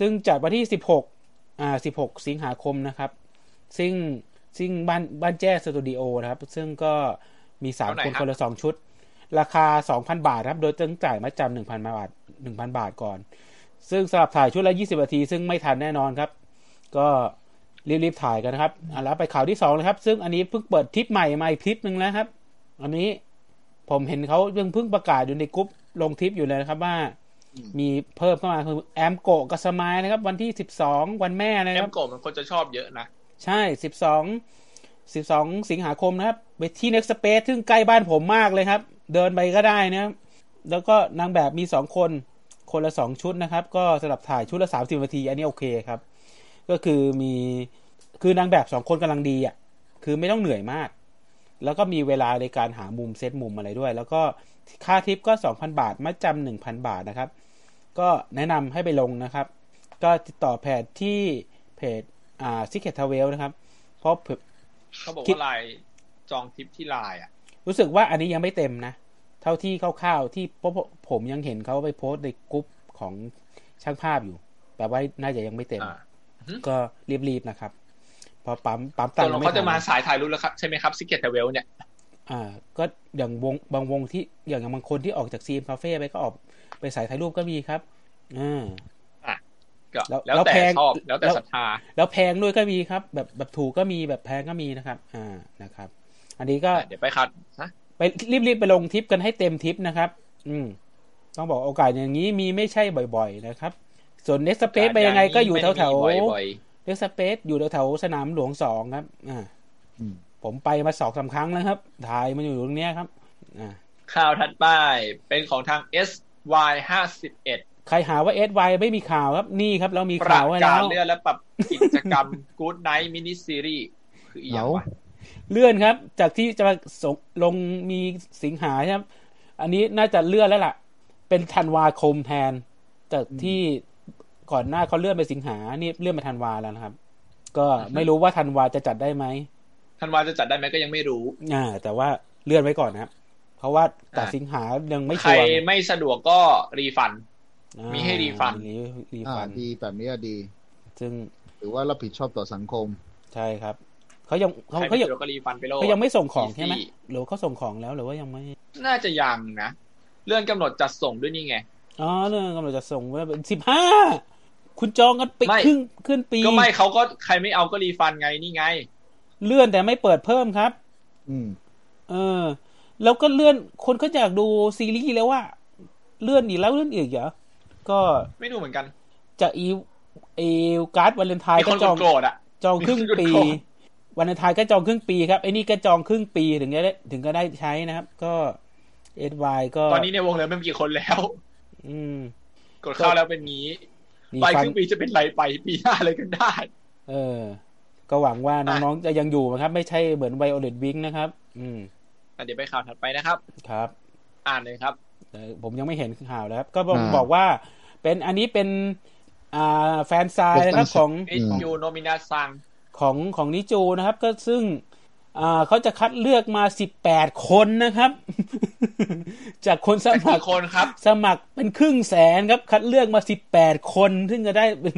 Speaker 1: ซึ่งจัดวันที่ 16อ่า16 สิงหาคมนะครับ ซึ่งซึ่งบ้านบ้านแจ้สตูดิโอนะครับ ซึ่งก็มีสาม
Speaker 3: เท่าไหร่
Speaker 1: คน
Speaker 3: ครับ
Speaker 1: คนละสองชุด ราคา 2,000 บาทครับ โดยต้องจ่ายมาจำ1,000 บาท 1,000 บาทก่อน ซึ่งสำหรับถ่ายชุดละ 20 นาที ซึ่งไม่ทันแน่นอนครับ ก็รีบๆถ่ายกันนะครับอ่ะแล้วไปข่าวที่สองเลยครับ ซึ่งอันนี้เพิ่งเปิดทริปใหม่มาอีกทริปหนึ่งแล้วครับ อันนี้ ผมเห็นเขาเพิ่งเพิ่งประกาศอยู่ในกรุ๊ปลงทริปอยู่เลยนะครับว่า มีเพิ่มเข้ามาคือแอมโกะกับสมายนะครับ วันที่สิบสองวันแม่นะค
Speaker 3: แอ
Speaker 1: รั
Speaker 3: ม
Speaker 1: บ
Speaker 3: โกะมันคนจะชอบเยอะนะ
Speaker 1: ใช่สิบสองสิบสองสิงหาคมนะครับไปที่ Next Space ซึ่งใกล้บ้านผมมากเลยครับ เดินไปก็ได้นะครับ แล้วก็นางแบบมีสองคน คนละสองชุดนะครับ ก็สลับถ่ายชุดละสามสิบนาที อันนี้โอเคครับ ก็คือมีคือนางแบบสองคนกำลังดีอ่ะ คือไม่ต้องเหนื่อยมาก แล้วก็มีเวลาในการหามุมเซตมุมอะไรด้วย แล้วก็ค่าทิปก็ 2,000 บาทมัดจำ1,000 บาทนะครับ ก็แนะนำให้ไปลงนะครับ ก็ติดต่อเพจที่เพจอ่าซิกเก็ตทเวลนะครับ เพราะ
Speaker 3: เขาบอก
Speaker 1: คิด
Speaker 3: ว่าไลน์จองทริปที่ไลน์อ่ะ
Speaker 1: รู้สึกว่าอันนี้ยังไม่เต็มนะ เท่าที่คร่าวๆที่เพราะผมยังเห็นเขาไปโพสต์ในกลุ่มของช่างภาพอยู่แปลว่าน่าจะยังไม่เต็ม
Speaker 3: อ่า
Speaker 1: ก็รีบๆนะครับเพอปั๊มปั๊ม
Speaker 3: ต
Speaker 1: ตัง
Speaker 3: ก
Speaker 1: ค์
Speaker 3: ลง
Speaker 1: ไม่
Speaker 3: เขาจะ
Speaker 1: ทั
Speaker 3: มาน สายถ่ายรูปแล้วครับ ใช่ไหมครับซิกเก็ตเวลเนี่ย
Speaker 1: อ่าก็อย่างวงบางวงที่อย่างบางคนที่ออกจากซีมคาเฟ่ไปก็ออกไปสายถ่ายรูปก็มีครับอ่า
Speaker 3: ก็
Speaker 1: แล้ว
Speaker 3: แล้ว
Speaker 1: แล้ว
Speaker 3: แต่
Speaker 1: แพง
Speaker 3: ชอบแล้วแต่
Speaker 1: แล้ว
Speaker 3: ศรัทธา
Speaker 1: แล้วแพงด้วยก็มีครับ แบบแบบถูกก็มีแบบแพงก็มีนะครับ อ่านะครับ อันนี้ก็
Speaker 3: เดี๋ยวไปคัดฮะ
Speaker 1: ไปรีบๆไปลงทิปกันให้เต็มทิปนะครับ อืม ต้องบอกโอกาสอย่างนี้มีไม่ใช่บ่อย ๆ นะครับ ส่วนเน็กสเปซไปยังไงก็อยู่แถวแถว
Speaker 3: ไม่มีบ่อย
Speaker 1: เน็กสเปซอยู่แถวแถวสนามหลวงสองครับ อ่า
Speaker 9: อืม
Speaker 1: ผมไปมาสองสามครั้งแล้วครับ ถ่ายมันอยู่ตรงเนี้ยครับ อ่า
Speaker 3: ๆข่าวถัดไปเป็นของทาง S Y ห้าสิบเอ็ด
Speaker 1: ใครหาว่าเอสไวไม่มีข่าวครับนี่ครับเรามี
Speaker 3: ป
Speaker 1: ข่า
Speaker 3: ระ
Speaker 1: วไว้
Speaker 3: กา
Speaker 1: แล้
Speaker 3: ศ
Speaker 1: ว
Speaker 3: เลื่อนและปรับกิจกรรม Good Night Mini Series คืออีกอย่างวะ
Speaker 1: เลื่อนครับ จากที่จะส่งลงมีสิงหาใช่ไหมอันนี้น่าจะเลื่อนแล้วล่ะ เป็นธันวาคมแทน จากที่ก่อนหน้าเขาเลื่อนไปสิงหานี่เลื่อนไปธันวาแล้วนะครับ ก็ไม่รู้ว่าธันวาจะจัดได้ไหม
Speaker 3: ธันวาจะจัดได้ไหมก็ยังไม่รู้
Speaker 1: อ่า แต่ว่าเลื่อนไว้ก่อนนะครับ เพราะว่าแต่สิงหายังไม่
Speaker 3: ใค
Speaker 1: ชั
Speaker 3: ร
Speaker 1: วร์
Speaker 3: ไม่สะดวกก็รีฟัน มีให้รีฟัน
Speaker 1: อ่ามีรี
Speaker 9: อ่า
Speaker 1: ฟัน
Speaker 9: ดีแบบนี้ก็ดี
Speaker 1: ซึ่ง
Speaker 9: หรือว่ารับผิดชอบต่อสังคม
Speaker 1: ใช่ครับเขายัง
Speaker 3: ใคร
Speaker 1: เขา
Speaker 3: ไม่
Speaker 1: เขายั
Speaker 3: สะ
Speaker 1: ง
Speaker 3: ดวกก็รีฟันไปโลด
Speaker 1: เขายังไม่ส่งของใช่ไหม
Speaker 3: Easy
Speaker 1: หรือเขาส่งของแล้วหรือว่ายังไม่
Speaker 3: น่าจะยังนะ เลื่อนกำหนดจัดส่งด้วยนี่ไง
Speaker 1: อ๋อเรื่องกำลังจะส่งไว้เป็นสิบห้าคุณจองกันไป
Speaker 3: ไม่
Speaker 1: ครึ่งครึ่งปี
Speaker 3: ก็ไม่เขาก็ใครไม่เอาก็รีฟันไงนี่ไง
Speaker 1: เลื่อนแต่ไม่เปิดเพิ่มครับ
Speaker 9: อืม
Speaker 1: เออ แล้วก็เลื่อนคนเขาอยากดูซีรีส์แล้วว่า เลื่อนอีกแล้วเลื่อนอีกเหรอก็
Speaker 3: ไม่ดูเหมือนกัน
Speaker 1: จะอีเอวการ์ดวาเลนไทน์
Speaker 3: มีค
Speaker 1: ก็
Speaker 3: น
Speaker 1: จอง
Speaker 3: โกรธๆอ่ะ
Speaker 1: จองครึ่ง
Speaker 3: มีคน
Speaker 1: ปี
Speaker 3: โกรธ
Speaker 1: วาเลนไทน์ก็จองครึ่งปีครับไอ้นี่ก็จองครึ่งปีถึงจะได้ถึงก็ได้ใช้นะครับ ก็เอ็ดวายก็
Speaker 3: ตอนนี้ในวงเหลือไม่กี่คนแล้ว
Speaker 1: อืม
Speaker 3: กดเข้าแล้วเป็นงี้
Speaker 1: มี
Speaker 3: ไป
Speaker 1: ฟั
Speaker 3: ครึ่
Speaker 1: น
Speaker 3: งปีจะเป็นไรไปปีหน้าเลยก็ได้
Speaker 1: เออ ก็หวังว่าน้องๆจะยังอยู่นะครับ ไม่ใช่เหมือนไวโอเลตวิงนะครับ อืม
Speaker 3: อ่ะเดี๋ยวไปข่าวถัดไปนะครับ
Speaker 1: ครับ
Speaker 3: อ่านเลยครับ
Speaker 1: เอ่อผมยังไม่เห็นข่าวแล้วครับ ก็บอก
Speaker 9: อ่า
Speaker 1: บอกว่า เป็นอันนี้เป็นอ่าแฟนซาย
Speaker 9: เป็น
Speaker 1: นะครับ
Speaker 9: แฟนซาย
Speaker 1: ของ
Speaker 3: i ิ
Speaker 9: อืม
Speaker 3: you n o m i n a s a n g
Speaker 1: ของของนิจูนะครับ ก็ซึ่งอ่าเขาจะคัดเลือกมาสิบแปดคนนะครับ จากคนส
Speaker 3: แต่
Speaker 1: มัค
Speaker 3: กี่
Speaker 1: ร
Speaker 3: คนครับ
Speaker 1: สมัครเป็นครึ่งแสนครับ คัดเลือกมาสิบแปดคน ซึ่งจะได้เป็น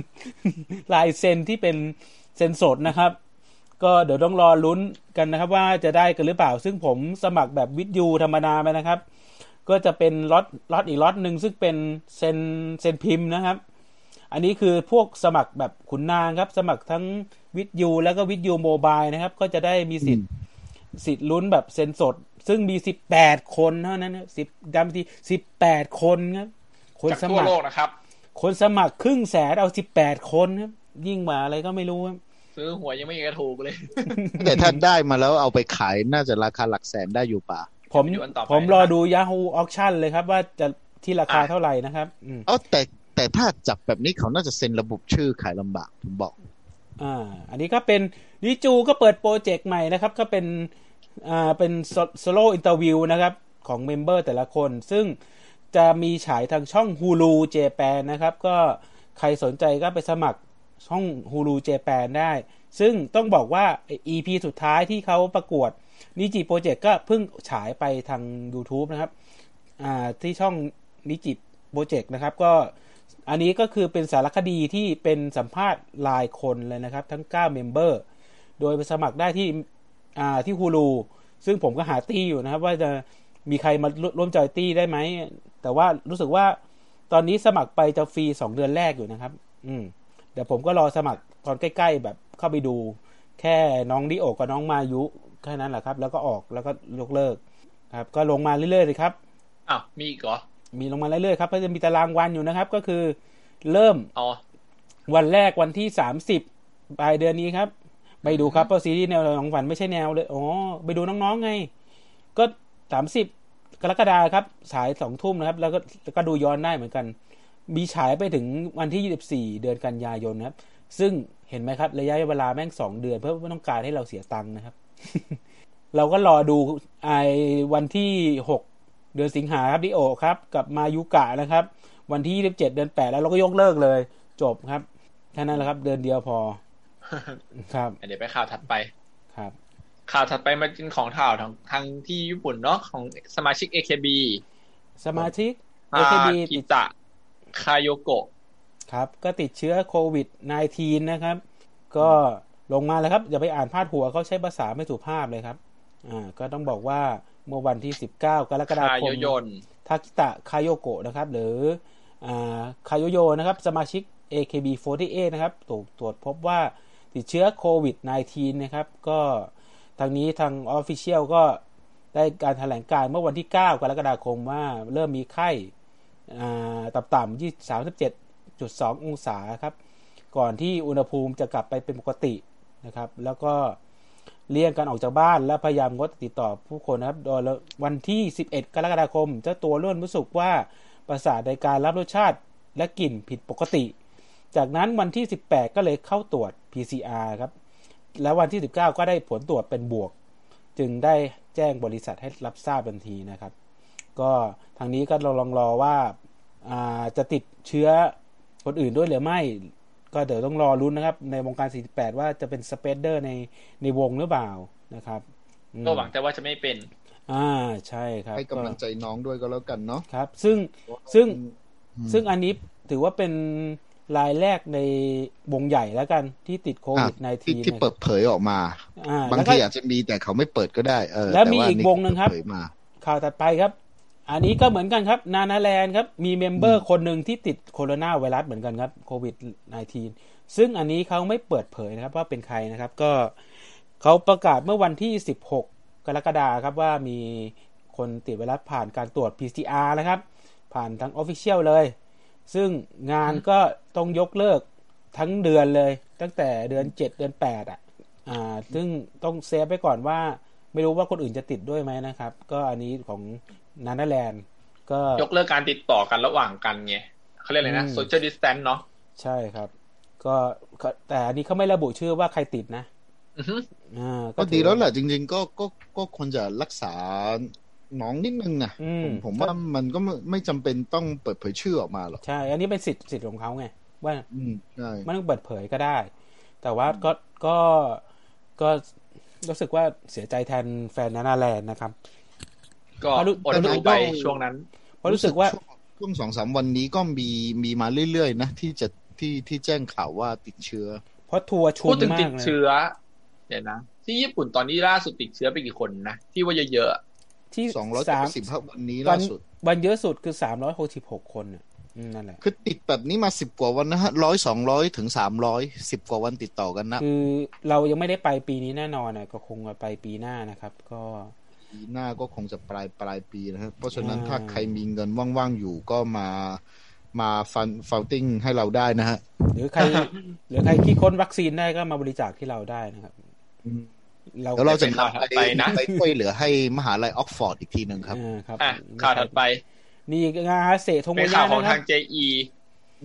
Speaker 1: ลายเซ็นที่เป็นเซ็นสดนะครับ ก็เดี๋ยวต้องรอลุ้นกันนะครับว่าจะได้กันหรือเปล่า ซึ่งผมสมัครแบบวิทยูธรรมดาไปนะครับ ก็จะเป็นล็อตล็อตอีกล็อตหนึ่งซึ่งเป็นเซนเซนพิมพ์นะครับ อันนี้คือพวกสมัครแบบขุนนางครับ สมัครทั้งวิทยูแล้วก็วิทยูโมบายนะครับ ก็จะได้มีสิทธิ์สิทธิ์ลุ้นแบบเซนสด ซึ่งมีสิบแปดคนเท่านั้นนะสิบดำทีสิบแปดคนครับคน
Speaker 3: จาก
Speaker 1: ส
Speaker 3: ทั่ว
Speaker 1: มัคร
Speaker 3: โลกนะครับ
Speaker 1: คนสมัครครึ่งแสนเอาสิบแปดคนครับ ยิ่งกว่าอะไรก็ไม่รู้ครับ
Speaker 3: ซื้อหวยยังไม่กระถูกเลย
Speaker 9: แต่ถ้าได้มาแล้วเอาไปขายน่าจะราคาหลักแสนได้อยู่ป่ะ
Speaker 1: ผม
Speaker 3: เดี๋ยวอันต่อไป
Speaker 1: ผมรอ
Speaker 3: นะครับ
Speaker 1: ดู Yahoo Auction เลยครับ ว่าจะที่ราคา
Speaker 3: อ่ะ
Speaker 1: เท่าไหร่นะครับอืม
Speaker 9: เอ๋อแต่แต่ถ้าจับแบบนี้เขาน่าจะเซ็นระบุชื่อขายลำบากผมบอก
Speaker 1: อ่า อันนี้ก็เป็นนิจูก็เปิดโปรเจกต์ใหม่นะครับ ก็เป็นอ่าเป็นโซโล่อินเตอร์วิวนะครับ ของเมมเบอร์แต่ละคน ซึ่งจะมีฉายทางช่อง Hulu Japan นะครับ ก็ใครสนใจก็ไปสมัครช่อง Hulu Japan ได้ ซึ่งต้องบอกว่า EP สุดท้ายที่เขาประกวดนิจิโปรเจกต์ก็เพิ่งฉายไปทาง YouTube นะครับ อ่าที่ช่องนิจิโปรเจกต์นะครับก็อันนี้ก็คือเป็นสารคดีที่เป็นสัมภาษณ์รายคนเลยนะครับ ทั้ง 9 เมมเบอร์ โดยไปสมัครได้ที่อ่าที่ฮูลูซึ่งผมก็หาตี้อยู่นะครับ ว่าจะมีใครมาร่วมจอยตี้ได้ไหม แต่ว่ารู้สึกว่าตอนนี้สมัครไปจะฟรี 2 เดือนแรกอยู่นะครับ อืมเดี๋ยวผมก็รอสมัครตอนใกล้ ๆ แบบเข้าไปดู แค่น้องดิโอกับน้องมายุแค่นั้นแหละครับ แล้วก็ออกแล้วก็ยกเลิก ครับ ก็ลงมาเรื่อยๆเลยครับ
Speaker 3: อ้าวมีอีกเหรอ
Speaker 1: มีลงมาเรื่อยๆครับก็จะมีตารางวันอยู่นะครับ ก็คือเริ่ม
Speaker 3: อ๋ อ
Speaker 1: วันแรกวันที่สามสิบปลายเดือนนี้ครับไปดูครับเพราะซีรีส์แนวของฝันไม่ใช่แนวเลยอ๋อไปดูน้องๆไง ก็สามสิบกรกฎาคมครับฉายสองทุ่มนะครับ แล้วก็ก็ดูย้อนได้เหมือนกัน มีฉายไปถึงวันที่ยี่สิบสี่เดือนกันยายนนะครับ ซึ่งเห็นไหมครับ ระยะเวลาแม่งสองเดือน เพื่อไม่ต้องการให้เราเสียตังค์นะครับ เราก็รอดูไอวันที่หก เดือนสิงหาครับดิโอครับ กับมายุกะนะครับ วันที่ 27 เดือน8 แล้วเราก็ยกเลิกเลย จบครับแค่นั้นแหละครับเดือนเดียวพอครับ
Speaker 3: เดี๋ยวไปข่าวถัดไป
Speaker 1: ครับ
Speaker 3: ข่าวถัดไปมาเป็นของข่าวทางทางที่ญี่ปุ่นเนาะของสมาชิก AKB
Speaker 1: สมาชิก
Speaker 3: a
Speaker 1: AKB
Speaker 3: กิ
Speaker 1: ติด
Speaker 3: ตะคาโยโกะ
Speaker 1: ครับ ก็ติดเชื้อโควิด -19 นะครับ ก็ลงมาแล้วครับ อย่าไปอ่านพาดหัวเขาใช้ภาษาไม่สุภาพเลยครับอ่าก็ต้องบอกว่าเมื่อวันที่ 19 กรกฎาค
Speaker 3: คาโย
Speaker 1: ม
Speaker 3: โยน
Speaker 1: ทากิตะคาโยโกะนะครับ หรืออ่าคาโยโยนะครับ สมาชิก AKB48 นะครับถูกตรวจพบว่าติดเชื้อโควิด -19 นะครับ ก็ทางนี้ทาง Official ก็ได้การแถลงการเมื่อวันที่ 9 กรกฎาคมว่าเริ่มมีไข้อ่าต่ำๆยี่สามสิบเจ็ดจุดสององศาครับ ก่อนที่อุณหภูมิจะกลับไปเป็นปกตินะครับ แล้วก็เลี่ยงการออกจากบ้านและพยายามงดติดต่อผู้คนนะครับ โดยวันที่ 11 กรกฎาคม เจ้าตัวเริ่มรู้สึกว่าประสาทในการรับรสชาติและกลิ่นผิดปกติ จากนั้นวันที่ 18 ก็เลยเข้าตรวจ PCR ครับ และวันที่ 19 ก็ได้ผลตรวจเป็นบวก จึงได้แจ้งบริษัทให้รับทราบทันทีนะครับ ก็ทางนี้ก็ลองลองรอว่าอ่าจะติดเชื้อคนอื่นด้วยหรือไม่ ก็เดี๋ยวต้องรอรุ้นนะครับ ในวงการ 48 ว่าจะเป็นสเปซเดอร์ในในวงหรือเปล่านะครับอืม
Speaker 3: ก็หวังแต่ว่าจะไม่เป็น
Speaker 1: อ่าใช่ครับ
Speaker 4: ให้กำลังใจน้องด้วยก็แล้วกันเนาะ
Speaker 1: ครับ ซึ่งซึ่งซึ่งอันนี้ถือว่าเป็นรายแรกในวงใหญ่แล้วกันที่ติดโควิด
Speaker 4: อ่ะ
Speaker 1: -19
Speaker 4: ที่ที่เปิดเผยออกมา
Speaker 1: อ่า
Speaker 4: บาง
Speaker 1: แล้วก็
Speaker 4: ทีอาจจะมีแต่เขาไม่เปิดก็ได้เออ
Speaker 1: และมี
Speaker 4: ต่า
Speaker 1: อีกวงหนึ่งครับ
Speaker 4: เปิดเผยมา
Speaker 1: ข่าวถัดไปครับ อันนี้ก็เหมือนกันครับนานาแลนด์ครับ มีเมมเบอร์คนหนึ่งที่ติดโคโรนาไวรัสเหมือนกันครับโควิด -19 ซึ่งอันนี้เขาไม่เปิดเผยนะครับว่าเป็นใครนะครับ ก็เขาประกาศเมื่อวันที่ 16 กรกฎาคมครับว่ามีคนติดไวรัสผ่านการตรวจ PCR นะครับ ผ่านทั้ง Official เลย ซึ่งงานก็ต้องยกเลิกทั้งเดือนเลย ตั้งแต่เดือน 7 เดือน 8 อ่ะ อ่า ซึ่งต้องเซฟไว้ก่อนว่า ไม่รู้ว่าคนอื่นจะติดด้วยไหมนะครับ ก็อันนี้ของนานาแลนด์ก็
Speaker 3: ยกเลิกการติดต่อกันระหว่างกันไงเขาเรียกอะไรนะ
Speaker 1: อืม
Speaker 3: social distance เนาะ
Speaker 1: ใช่ครับ ก็ก็แต่อันนี้เขาไม่ระบุชื่อว่าใครติดนะ
Speaker 3: อือฮึ
Speaker 1: อ่า
Speaker 4: ก็
Speaker 1: ถือ
Speaker 4: ดีแล้วแหละจริง ๆ ก็ก็ก็ควรจะรักษาน้องนิดนึงนะ
Speaker 1: อืม
Speaker 4: ผมผมว่ามันก็ไม่ไม่จำเป็นต้องเปิดเผยชื่อออกมาหรอก
Speaker 1: ใช่ อันนี้เป็นสิทธิ์สิทธิ์ของเขาไงว่า
Speaker 4: อืมใช่
Speaker 1: ไม่ต้องเปิดเผยก็ได้ แต่ว่าก็ก็ก็รู้สึกว่าเสียใจแทนแฟนนานาแลนด์นะครับ
Speaker 3: ก็
Speaker 1: เพราะรู้
Speaker 3: อดดูไปช่วงนั้น
Speaker 1: เพราะรู้สึกว่า
Speaker 4: ช่วงสองสามวันนี้ก็มีมีมาเรื่อยๆนะที่จะที่ที่แจ้งข่าวว่าติดเชื้อ
Speaker 1: เพราะทัวร์ชุ
Speaker 3: พู
Speaker 1: น
Speaker 3: ดถึง
Speaker 1: มาก
Speaker 3: ติด
Speaker 1: เลย
Speaker 3: เชื้อ เดี๋ยวนะ ที่ญี่ปุ่นตอนนี้ล่าสุดติดเชื้อไปกี่คนนะ ที่ว่าเยอะ
Speaker 1: ที่
Speaker 4: สองร้อย
Speaker 1: สาม
Speaker 4: สิบห้าวันนี้
Speaker 1: วั
Speaker 4: ล่าน สุด
Speaker 1: วันเยอะสุดคือสามร้อยหกสิบหกคนน่ะอืมนั่นแหละ
Speaker 4: คือติดแบบนี้มาสิบกว่าวันนะฮะร้อยสองร้อยถึงสามร้อยสิบกว่าวันติดต่อกันนะ
Speaker 1: คือเรายังไม่ได้ไปปีนี้แน่นอนนะก็คงไปปีหน้านะครับ ก็
Speaker 4: ปีหน้าก็คงจะปลายปลายปีนะฮะเพราะฉะนั้น
Speaker 1: อ่า
Speaker 4: ถ้าใครมีเงินว่างๆอยู่ก็มามาฟันฟาวติ้งให้เราได้นะฮะ
Speaker 1: หรือใค ร หรือใครที่ค้นวัคซีนได้ก็มาบริจาคที่เราได้นะครับ เรา
Speaker 4: เดี๋ยวเราจะ
Speaker 3: ข่าวถัดไปนะ
Speaker 4: ไปช่วยเหลือให้มหาลัยออกฟอร์ดอีกทีหนึ่งครับ
Speaker 1: อ่าครับ
Speaker 3: อ่ะ ข่าวถัดไป
Speaker 1: นี่งาเสะทง
Speaker 3: เป็น
Speaker 1: โมะ
Speaker 3: ข่าวของ
Speaker 1: นะค
Speaker 3: ทา
Speaker 1: รับ
Speaker 3: ง JE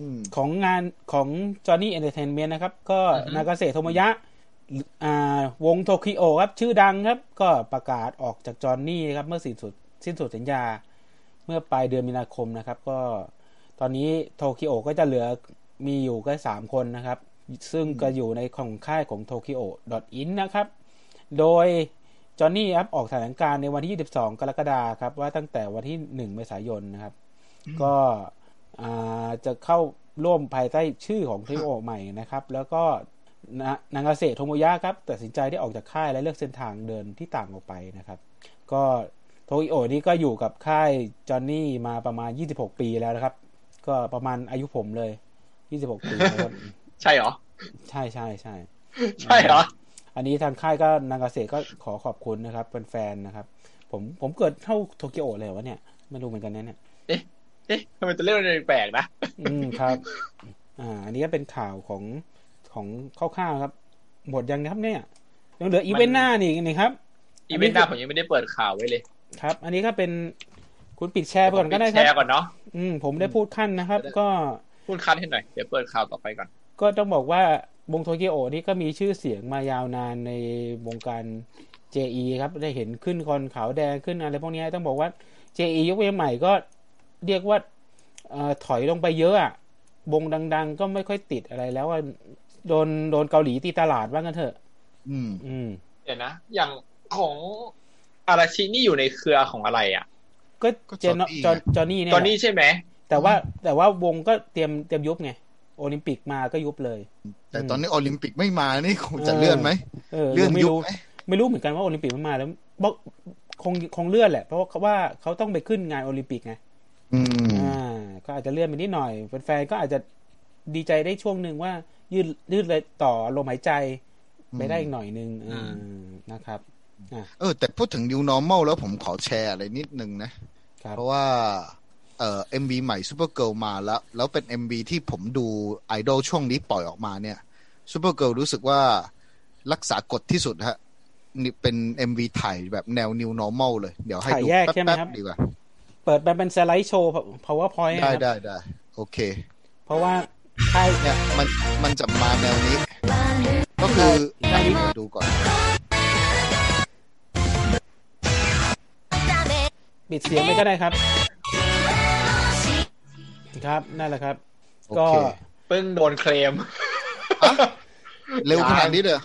Speaker 4: อืม
Speaker 1: ของงานของจอห์นนี่เอนเตอร์เทนเมนต์นะครับ ก็
Speaker 3: อือฮึ
Speaker 1: นากาเสะโทโมยะอ่าวงโทคิโอครับ ชื่อดังครับ ก็ประกาศออกจากจอห์นนี่นะครับ เมื่อสิ้นสุดสิ้นสุดสัญญา เมื่อปลายเดือนมีนาคมนะครับ ก็ตอนนี้โทคิโอก็จะเหลือมีอยู่แค่สามคนนะครับ ซึ่งก็อยู่ในของค่ายของโทคิโอ .in นะครับ โดยจอห์นนี่ครับออกแถลงการณ์ในวันที่ 22 กรกฎาคมครับ ว่าตั้งแต่วันที่ 1 เมษายนนะครับ ก็อ่าจะเข้าร่วมภายใต้ชื่อของคลิโอใหม่นะครับ แล้วก็นะนางาเซะโทโมยะครับตัดสินใจได้ออกจากค่ายและเลือกเส้นทางเดินที่ต่างออกไปนะครับ ก็โทอิโอนี่ก็อยู่กับค่ายจอห์นนี่มาประมาณ 26 ปีแล้วนะครับ ก็ประมาณอายุผมเลย 26 ปีนะครับ
Speaker 3: ใช่เหรอ
Speaker 1: ใช่ใช่ใช่
Speaker 3: ใช่เหรอ
Speaker 1: อันนี้ทางค่ายก็นางเกษตรก็ขอขอบคุณนะครับเป็นแฟนๆนะครับ ผ ผมผมเกิดเท่าโทเกียวเลยวะเนี่ยไม่รู้เหมือนกันนะเนี่ย
Speaker 3: เอ๊ะทำไมตัวเลขมันแปลกๆนะ
Speaker 1: อืมครับ อ่า อันนี้ก็เป็นข่าวของของคร่าวๆครับ หมดยังนะครับเนี่ยยังเหลืออีเวนต์หน้านี่นี่ครับ
Speaker 3: อีเวนต์หน้าผมยังไม่ได้เปิดข่าวไว้เลย
Speaker 1: ครับ อันนี้ก็เป็นคุณปิดแชร์ไปก่อนก็ได้ค
Speaker 3: แช
Speaker 1: รับ
Speaker 3: ร์ก่อนเนาะ
Speaker 1: อืมผมได้พูดขั้นนะครับ ก็
Speaker 3: พูดคัดให้หน่อย เดี๋ยวเปิดข่าวต่อไปก่อน
Speaker 1: ก็ต้องบอกว่าวงโทเกียวนี่ก็มีชื่อเสียงมายาวนานในวงการ JE ครับ ได้เห็นขึ้นคอนขาวแดงขึ้นอะไรพวกเนี้ยต้องบอกว่า JE ยกเว้นใหม่ก็เรียกว่าเอ่อถอยลงไปเยอะอะวงดัง ๆ ก็ไม่ค่อยติดอะไรแล้วอะโดนโดนเกาหลีตีตลาดว่างั้นเถอะ
Speaker 10: อืม
Speaker 1: อืม
Speaker 3: เดี๋ยวนะ อย่างของอาราชินี่อยู่ในเครือของอะไรอ่ะ
Speaker 1: ก็
Speaker 4: ก็
Speaker 1: เจน
Speaker 4: Johnny
Speaker 1: จอนจอนนี่เนี่ย
Speaker 3: ตอนนี้ใช่ไหม
Speaker 1: แต่ว่าแต่ว่าวงก็เตรียมเตรียมยุบไง โอลิมปิกมาก็ยุบเลย
Speaker 4: แต่
Speaker 1: อืม
Speaker 4: ตอนนี้โอลิมปิกไม่มานี่คงจะ
Speaker 1: เออ
Speaker 4: เลื่อนไหม
Speaker 1: เออ
Speaker 4: เลื่อน
Speaker 1: ไม่
Speaker 4: ยุบ
Speaker 1: รู้
Speaker 4: ไหม
Speaker 1: ไม่รู้เหมือนกันว่าโอลิมปิกมันมาแล้วบอกคงคงเลื่อนแหละ เพราะว่าเขาว่าเขาต้องไปขึ้นงานโอลิมปิกไง
Speaker 4: อืม
Speaker 1: อ่าก็อาจจะเลื่อนไปนิดหน่อยแฟนๆก็อาจจะดีใจได้ช่วงหนึ่งว่า ยืดยืดเลยต่อลมหายใจไปได้อีกหน่อยหนึงอ่านะครับ
Speaker 4: เออ แต่พูดถึง new normal แล้วผมขอแชร์อะไรนิดนึงนะ
Speaker 1: ครับ
Speaker 4: เพราะว่าเอ่อ MV ใหม่ Super Girl มาแล้ว แล้วเป็น MV ที่ผมดูไอดอลช่วงนี้ปล่อยออกมาเนี่ย Super Girl รู้สึกว่ารักษากฎที่สุดฮะนี่เป็น MV ถ่ายแบบแนว New Normal เลย เดี๋ยวให้ดู
Speaker 1: ถ่ายแยก
Speaker 4: แป๊บ
Speaker 1: ใช่ไหมครับ
Speaker 4: แป๊บดีกว่า
Speaker 1: เปิดมันเป็นสไลด์โชว์ powerpoint
Speaker 4: ได้
Speaker 1: นะครับ
Speaker 4: ได้ได้โอเค
Speaker 1: เพราะว่าค่าย
Speaker 4: เนี่ยมันมันจะมาแนวนี้ ก็คือดูก่อน
Speaker 1: ปิดเสียงไปก็ได้ครับ ครับนั่นแหละครับ
Speaker 4: โอ
Speaker 1: ก็
Speaker 4: เค
Speaker 3: เพิ่งโดนเคลม
Speaker 4: เร็วขนาดนี้เลยเหรอ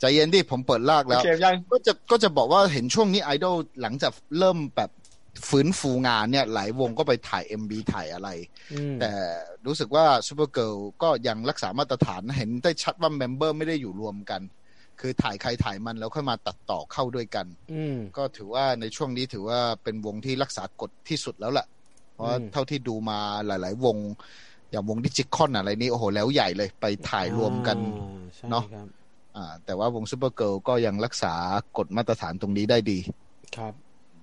Speaker 4: ใจเย็นดิผมเปิดลากแล้ว
Speaker 3: เคลมยัง
Speaker 4: ก็จะก็จะบอกว่าเห็นช่วงนี้ไอดอลหลังจากเริ่มแบบฟื้นฟูงานเนี่ย หลายวงก็ไปถ่าย MB ถ่ายอะไร
Speaker 1: อืม
Speaker 4: แต่รู้สึกว่าซูเปอร์เกิลก็ยังรักษามาตรฐานเห็นได้ชัดว่าเมมเบอร์ไม่ได้อยู่รวมกัน คือถ่ายใครถ่ายมันแล้วค่อยมาตัดต่อเข้าด้วยกัน
Speaker 1: อืม
Speaker 4: ก็ถือว่าในช่วงนี้ถือว่าเป็นวงที่รักษากฎที่สุดแล้วล่ะ เพราะ
Speaker 1: อืม
Speaker 4: เท่าที่ดูมาหลาย ๆ วง อย่างวงดิจิคอนอะไรนี่โอ้โห แล้วใหญ่เลยไปถ่ายรวมกัน
Speaker 1: อ่าใช่
Speaker 4: เนอะ
Speaker 1: ครับ
Speaker 4: อ่าแต่ว่าวงซูเปอร์เกิลก็ยังรักษากฎมาตรฐานตรงนี้ได้ดี
Speaker 1: ครับ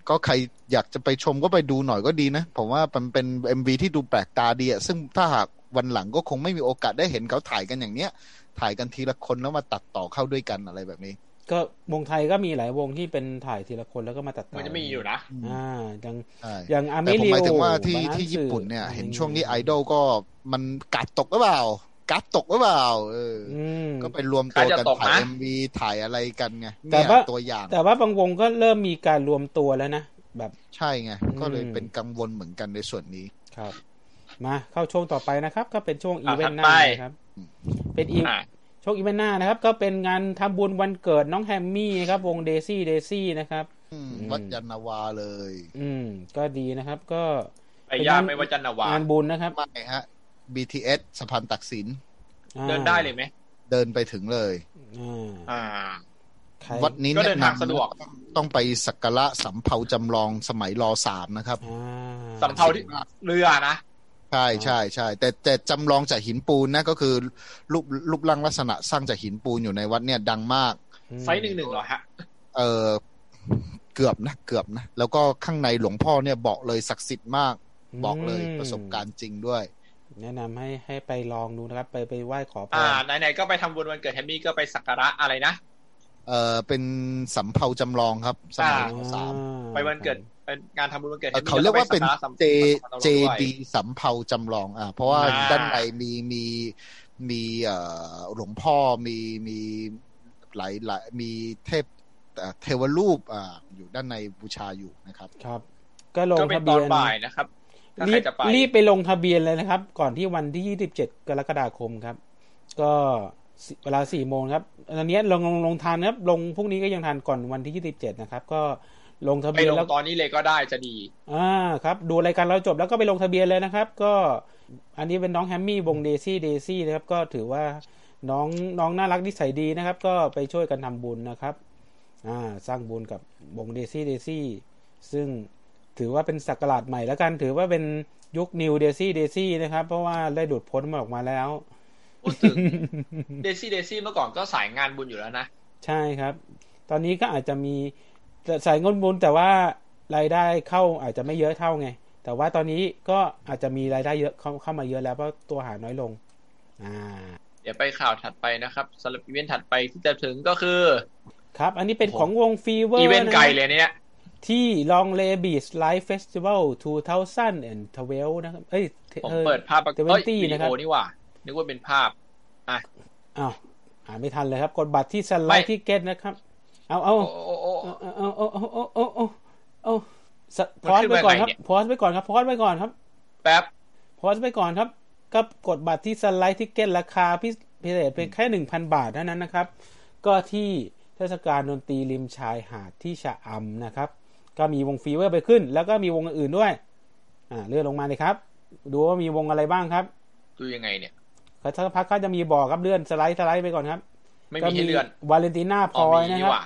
Speaker 4: ก็ใครอยากจะไปชมก็ไปดูหน่อยก็ดีนะ ผมว่ามันเป็น MV ที่ดูแปลกตาดีอะซึ่งถ้าหากวันหลังก็คงไม่มีโอกาสได้เห็นเขาถ่ายกันอย่างเนี้ย ถ่ายกันทีละคนแล้วมาตัดต่อเข้าด้วยกันอะไรแบบนี้
Speaker 1: ก็วงไทยก็มีหลายวงที่เป็นถ่ายทีละคนแล้วก็มาตัดต่อ
Speaker 3: มันจะมีอยู่นะ
Speaker 1: อ่าอย่าง
Speaker 4: ใช่
Speaker 1: อย่างอา
Speaker 4: แต่
Speaker 1: มิ
Speaker 4: ผมห
Speaker 1: เรีย
Speaker 4: มายถึงว่า
Speaker 1: ว่า
Speaker 4: ที่ที่ญี่ปุ่นเนี่ย เห็นช่วงนี้ไอดอลก็มันกัดตกหรือเปล่า กัดตกหรือเปล่าเอออก็ไปรวมตัวกัน
Speaker 3: กาดจะตกนะ
Speaker 4: ถ่ายเอ็มวีถ่ายอะไรกันไง
Speaker 1: แต่
Speaker 4: เนี่ย
Speaker 1: ว่า
Speaker 4: ตัวอย่าง
Speaker 1: แต่ว่าบางวงก็เริ่มมีการรวมตัวแล้วนะแบบ
Speaker 4: ใช่ไง ก็เลย
Speaker 1: อืม
Speaker 4: เป็นกังวลเหมือนกันในส่วนนี้
Speaker 1: ครับ มาเข้าช่วงต่อไปนะครับ ก็เป็นช่วงอี
Speaker 3: อ่ะ
Speaker 1: เวนต์ห
Speaker 3: ถัดไป
Speaker 1: น้านะครับ เป็นอี
Speaker 3: อ่ะ
Speaker 1: ช่วงอีเวนต์หน้านะครับ ก็เป็นงานทำบุญวันเกิดน้องแฮมมี่นะครับวงเดซี่เดซี่นะครับ
Speaker 4: อืม
Speaker 1: อืม
Speaker 4: วัดยานนาวาเลย
Speaker 1: อืม ก็ดีนะครับ ก็
Speaker 3: ไปย่าน
Speaker 1: เป็นงาน
Speaker 3: ไม่ว่าจันนาวาง
Speaker 1: านบุญนะครับ
Speaker 4: ไม่ฮะ BTS สะพานตักสิน
Speaker 1: อ่า
Speaker 3: เดินได้เลยไหม
Speaker 4: เดินไปถึงเลย
Speaker 1: อ่า
Speaker 3: อ่า
Speaker 1: ใคร
Speaker 4: วัดนี้
Speaker 3: ก็เดิ
Speaker 4: แนะ
Speaker 3: น
Speaker 4: น
Speaker 3: ทางสะดวก
Speaker 4: ำต้องไปสักการะสำเภาจำลองสมัยรอสามนะครับ
Speaker 1: อ่า
Speaker 3: สำเภาที่เรือนะ
Speaker 4: ใช่ใช่ใช่แต่แต่จำลองจากหินปูนนะก็คือรูปรูปร่างลักษณะสร้างจากหินปูนอยู่ในวัดเนี่ยดังมาก
Speaker 3: ไซส์หนึ่งหนึ่งเหรอฮะ
Speaker 4: เออเกือบนะเกือบนะ แล้วก็ข้างในหลวงพ่อเนี่ยบอกเลยศักดิ์สิทธิ์มาก บอกเลย
Speaker 1: ม
Speaker 4: ประสบการณ์จริงด้วย
Speaker 1: แนะนำให้ให้ไปลองดูนะครับ ไปไปไหว้ขอพร
Speaker 3: อ่า ไหนๆ ก็ไปทำบุญวันเกิดแฮมมี่ก็ไปสักการะอะไรนะ
Speaker 4: เออเป็นสำเภาจำลองครับสมัย
Speaker 3: อ่า
Speaker 4: รสาม
Speaker 3: ไปวันเกิดเป็นงานทำบุญวันเกิดแฮ
Speaker 4: เอ่อ
Speaker 3: มมี่
Speaker 4: เขาเรียกว่าเป็น
Speaker 3: แล้วก็ไสัก
Speaker 4: เจ
Speaker 3: การะสำ
Speaker 4: เจ
Speaker 3: สำหรับเราด้วย
Speaker 4: ดีสำเภาจำลองอ่าเพราะว่า
Speaker 3: อ่า
Speaker 4: ด้านในมีมีมีเอ่อหลวงพ่อมีมีหลายหลายมีเทพเอ่อเทวรูปอ่าอยู่ด้านในบูชาอยู่นะครับ
Speaker 1: ครับ ก็ลง
Speaker 3: ก็เป็น
Speaker 1: ทะ
Speaker 3: ต
Speaker 1: เบี
Speaker 3: อย น
Speaker 1: น
Speaker 3: บ่ายนะครับ ถ้า
Speaker 1: รี
Speaker 3: ใคร
Speaker 1: บ
Speaker 3: จะไป
Speaker 1: รีบไปลงทะเบียนเลยนะครับ ก่อนที่วันที่ 27 กรกฎาคมครับ ก็สิเวลา4โมงครับตอนนี้ลงลงลงทานครับ ลงพรุ่งนี้ก็ยังทานก่อนวันที่ 27 นะครับ ก็ลงทะ
Speaker 3: ไป
Speaker 1: เบียน
Speaker 3: ลง
Speaker 1: แล้ว
Speaker 3: ตอนนี้เลยก็ได้จะดี
Speaker 1: อ่าครับ ดูรายการเราจบแล้วก็ไปลงทะเบียนเลยนะครับ ก็อันนี้เป็นน้องแฮมมี่วงเดซี่เดซี่นะครับ ก็ถือว่าน้องน้องน่ารักนิสัยดีนะครับ ก็ไปช่วยกันทำบุญนะครับ อ่าสร้างบุญกับวงเดซี่เดซี่ซึ่งถือว่าเป็นสักราชใหม่แล้วกันถือว่าเป็นยุคนิวเดซี่เดซี่นะครับ เพราะว่าได้ดูดพ้นมาออกมาแล้ว
Speaker 3: พูดถึง เดซี่เดซี่เมื่อก่อนก็สายงานบุญอยู่แล้วนะ
Speaker 1: ใช่ครับ ตอนนี้ก็อาจจะมีสายงนบุญแต่ว่า รายได้เข้าอาจจะไม่เยอะเท่าไง แต่ว่าตอนนี้ก็อาจจะมีรายได้เยอะเข้าเข้ามาเยอะแล้วเพราะตัวหาน้อยลง อ่า
Speaker 3: เดี๋ยวไปข่าวถัดไปนะครับสำหรับอีเวนต์ถัดไปที่จะถึงก็คือ
Speaker 1: ครับ อันนี้เป็นของวงฟีเวอร์
Speaker 3: อีเวนต์ไกลเลยเนี่ย
Speaker 1: ที่ลองเลบีสไลฟ์เฟสติวัล2012นะครับ เอ้ย
Speaker 3: ผมเปิดภาพประก
Speaker 1: เท
Speaker 3: อบ
Speaker 1: เวน
Speaker 3: วิ
Speaker 1: ตี้
Speaker 3: ดี
Speaker 1: นะครับ
Speaker 3: โอนี่หว่า นึกว่าเป็นภาพ อ่ะ
Speaker 1: อ้าวหาไม่ทันเลยครับ กดบัตรที่สไล
Speaker 3: ไม่
Speaker 1: ด์ที่เก็ตนะครับ เอาเอา
Speaker 3: โอ้โอ้โอ้
Speaker 1: เอาเอาเอาเอาเอาเอาเอาสะพ
Speaker 3: มัน
Speaker 1: อส
Speaker 3: ขึ้น
Speaker 1: ไปก่อน
Speaker 3: ไว้ไหน
Speaker 1: ครับ
Speaker 3: เนี่ย
Speaker 1: พอสไปก่อนครับพอสไปก่อนครับ
Speaker 3: แป๊บ
Speaker 1: พอสไปก่อนครับก็กดบัตรที่สไลด์ทิกเก็ตราคาพิพิเศษเพียงแค่หนึ่งพันบาทเท่านั้นนะครับ ก็ที่เทศกาลดนตรีริมชายหาดที่ชะอำนะครับ ก็มีวงฟีเวอร์ไปขึ้น แล้วก็มีวงอื่นด้วย อ่าเลื่อนลงมาเลยครับ ดูว่ามีวงอะไรบ้างครับ
Speaker 3: ดูยังไงเนี่ย
Speaker 1: เขาสักพักก็จะมีบอกครับเลื่อนสไลด์สไลด์ไปก่อนครับ
Speaker 3: ไม่มีให้เลื่อน
Speaker 1: วาเลนติน่าพ
Speaker 3: อ๋อ
Speaker 1: อยนะ
Speaker 3: มี
Speaker 1: ค
Speaker 3: นี่
Speaker 1: รั
Speaker 3: ห
Speaker 1: บ
Speaker 3: ว่า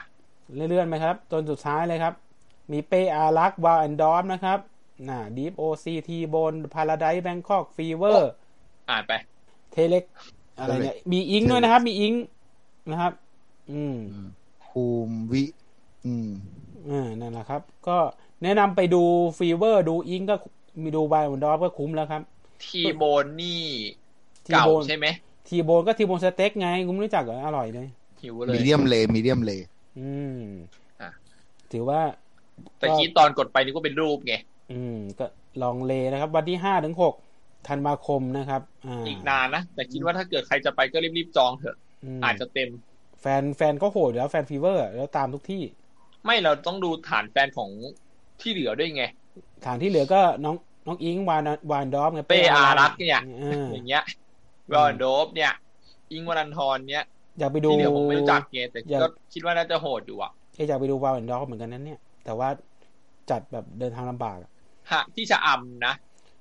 Speaker 1: เรื่อยๆไหมครับจนสุดท้ายเลยครับ มีเป้อารักวาอันดอมนะครับน่ะดีฟโอซีทีบนพาราไดแบงคอกฟีเวอร์
Speaker 3: อ่านไป
Speaker 1: เทเล็กอะไรเนี่ยมีอิงด้วยนะครับ มีอิงนะครับ อืม
Speaker 9: ภูมิวิ อืม
Speaker 1: อ่านั่นแหละครับ ก็แนะนำไปดูฟีเวอร์ดูอิงก็มีดูบายอันดอมก็คุ้มแล้วครับ
Speaker 3: ทีโบนนี่
Speaker 1: ที
Speaker 3: เก่า
Speaker 1: โบน
Speaker 3: ใช่ไหม
Speaker 1: ทีโบนก็ทีโบนสเต็กไง คุณไม่รู้จักเหรออร่อยเลย
Speaker 3: หิวเลย
Speaker 9: มีเดียมเลมีเดียมเล
Speaker 1: อืม
Speaker 3: อ่ะ
Speaker 1: ถือว่า
Speaker 3: แต่กี้ตอนกดไปนึกว่าเป็นรูปไง
Speaker 1: อืม ก็ลองเลนะครับ วันที่ห้าถึงหกธันวาคมนะครับ อ่า
Speaker 3: อีกนานนะ แต่คิดว่าถ้าเกิดใครจะไปก็รีบๆจองเถอะ
Speaker 1: ม
Speaker 3: อาจจะเต็ม
Speaker 1: แฟนแฟนก็โหดอยู่แล้วแฟนฟีเวอร์ แล้วตามทุกที่
Speaker 3: ไม่เราต้องดูฐานแฟนของที่เหลือด้วยไง
Speaker 1: ฐานที่เหลือก็น้องน้องอิงวานวานดอมไง
Speaker 3: เป้อารัก
Speaker 1: ษ์
Speaker 3: เนี่ย
Speaker 1: ออ
Speaker 3: อย่างเงี้ยรอนโดบเนี่ย อิงวรันทรเนี่ย
Speaker 1: อยากไปดู
Speaker 3: ที่เหลือผมไม่รู้จักไงแต่
Speaker 1: อยาก
Speaker 3: ก็คิดว่าน่าจะโหดอยู่อ่ะ
Speaker 1: เอ้ยอยากไปดูวานดอมเหมือนกันนั้นเนี่ย แต่ว่าจัดแบบเดินทางลำบากอะ
Speaker 3: ฮะที่จะอ่ำนะ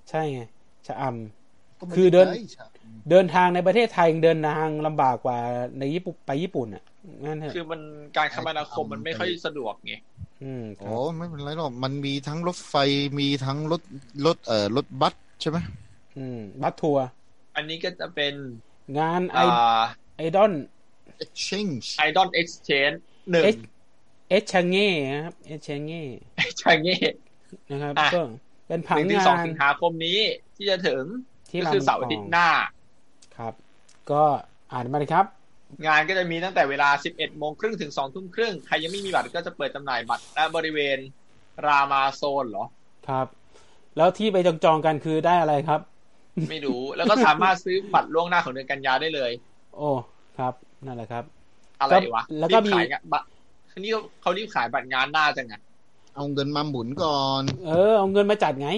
Speaker 1: ใช่ไงชะอำ
Speaker 4: ก็ไม่
Speaker 1: คือเดิน
Speaker 4: ไกลใช่
Speaker 1: เดินทางในประเทศไทยยังเดินทางลำบากกว่าในญี่ปุ่นไปญี่ปุ่นอ่ะนั่นเถ
Speaker 3: คือ
Speaker 1: อะ
Speaker 3: มันการคมนาคมมันไม่
Speaker 9: ใช่
Speaker 3: ค่อยสะดวกไง
Speaker 1: อืมครั
Speaker 9: โอ้
Speaker 1: บ
Speaker 9: ไม่เป็นไรหรอก มันมีทั้งรถไฟมีทั้งรถรถเอ่อรถบัสใช่ไหม
Speaker 1: อืมบัสทัวร์
Speaker 3: อันนี้ก็จะเป็น
Speaker 1: งานไอ
Speaker 3: อ่า
Speaker 1: ไอดอน
Speaker 9: เช่ง
Speaker 3: ไอดอลเอ็กซ์เชนหนึ่ง
Speaker 1: Ex- เอชชงเง่นะครับเอชชงเง่
Speaker 3: ใช่เงี้
Speaker 1: นะครับ
Speaker 3: อ่ะ
Speaker 1: ก็เป็นผัง
Speaker 3: หนึ่งถึง
Speaker 1: งา
Speaker 3: สอง
Speaker 1: น
Speaker 3: สิงหาคมนี้ที่จะถึง
Speaker 1: ที่
Speaker 3: ก็
Speaker 1: ลำ
Speaker 3: คือเสาร์
Speaker 1: ป
Speaker 3: อาง ทิตย์หน้า
Speaker 1: ครับ ก็อ่านมาเลยครับ
Speaker 3: งานก็จะมีตั้งแต่เวลา 11 โมงครึ่งถึง 2 ทุ่มครึ่ง ใครยังไม่มีบัตรก็จะเปิดจำหน่ายบัตรณบริเวณรามาโซนเหรอ
Speaker 1: ครับ แล้วที่ไปจองจองๆกันคือได้อะไรครับ
Speaker 3: ไม่รู้ แล้วก็สามารถซื้อบัตรล่วงหน้าของเดือนกันยาได้เลย
Speaker 1: โอ้ครับนั่นแหละครับ
Speaker 3: อะไรวะ
Speaker 1: แล้วก็มี
Speaker 3: รีบขายงานบัตรนี่เขารีบขายบัตรงานหน้าจังอะ
Speaker 9: เอาเงินมาหมุนก่อน
Speaker 1: เออเอาเงินมาจัดไง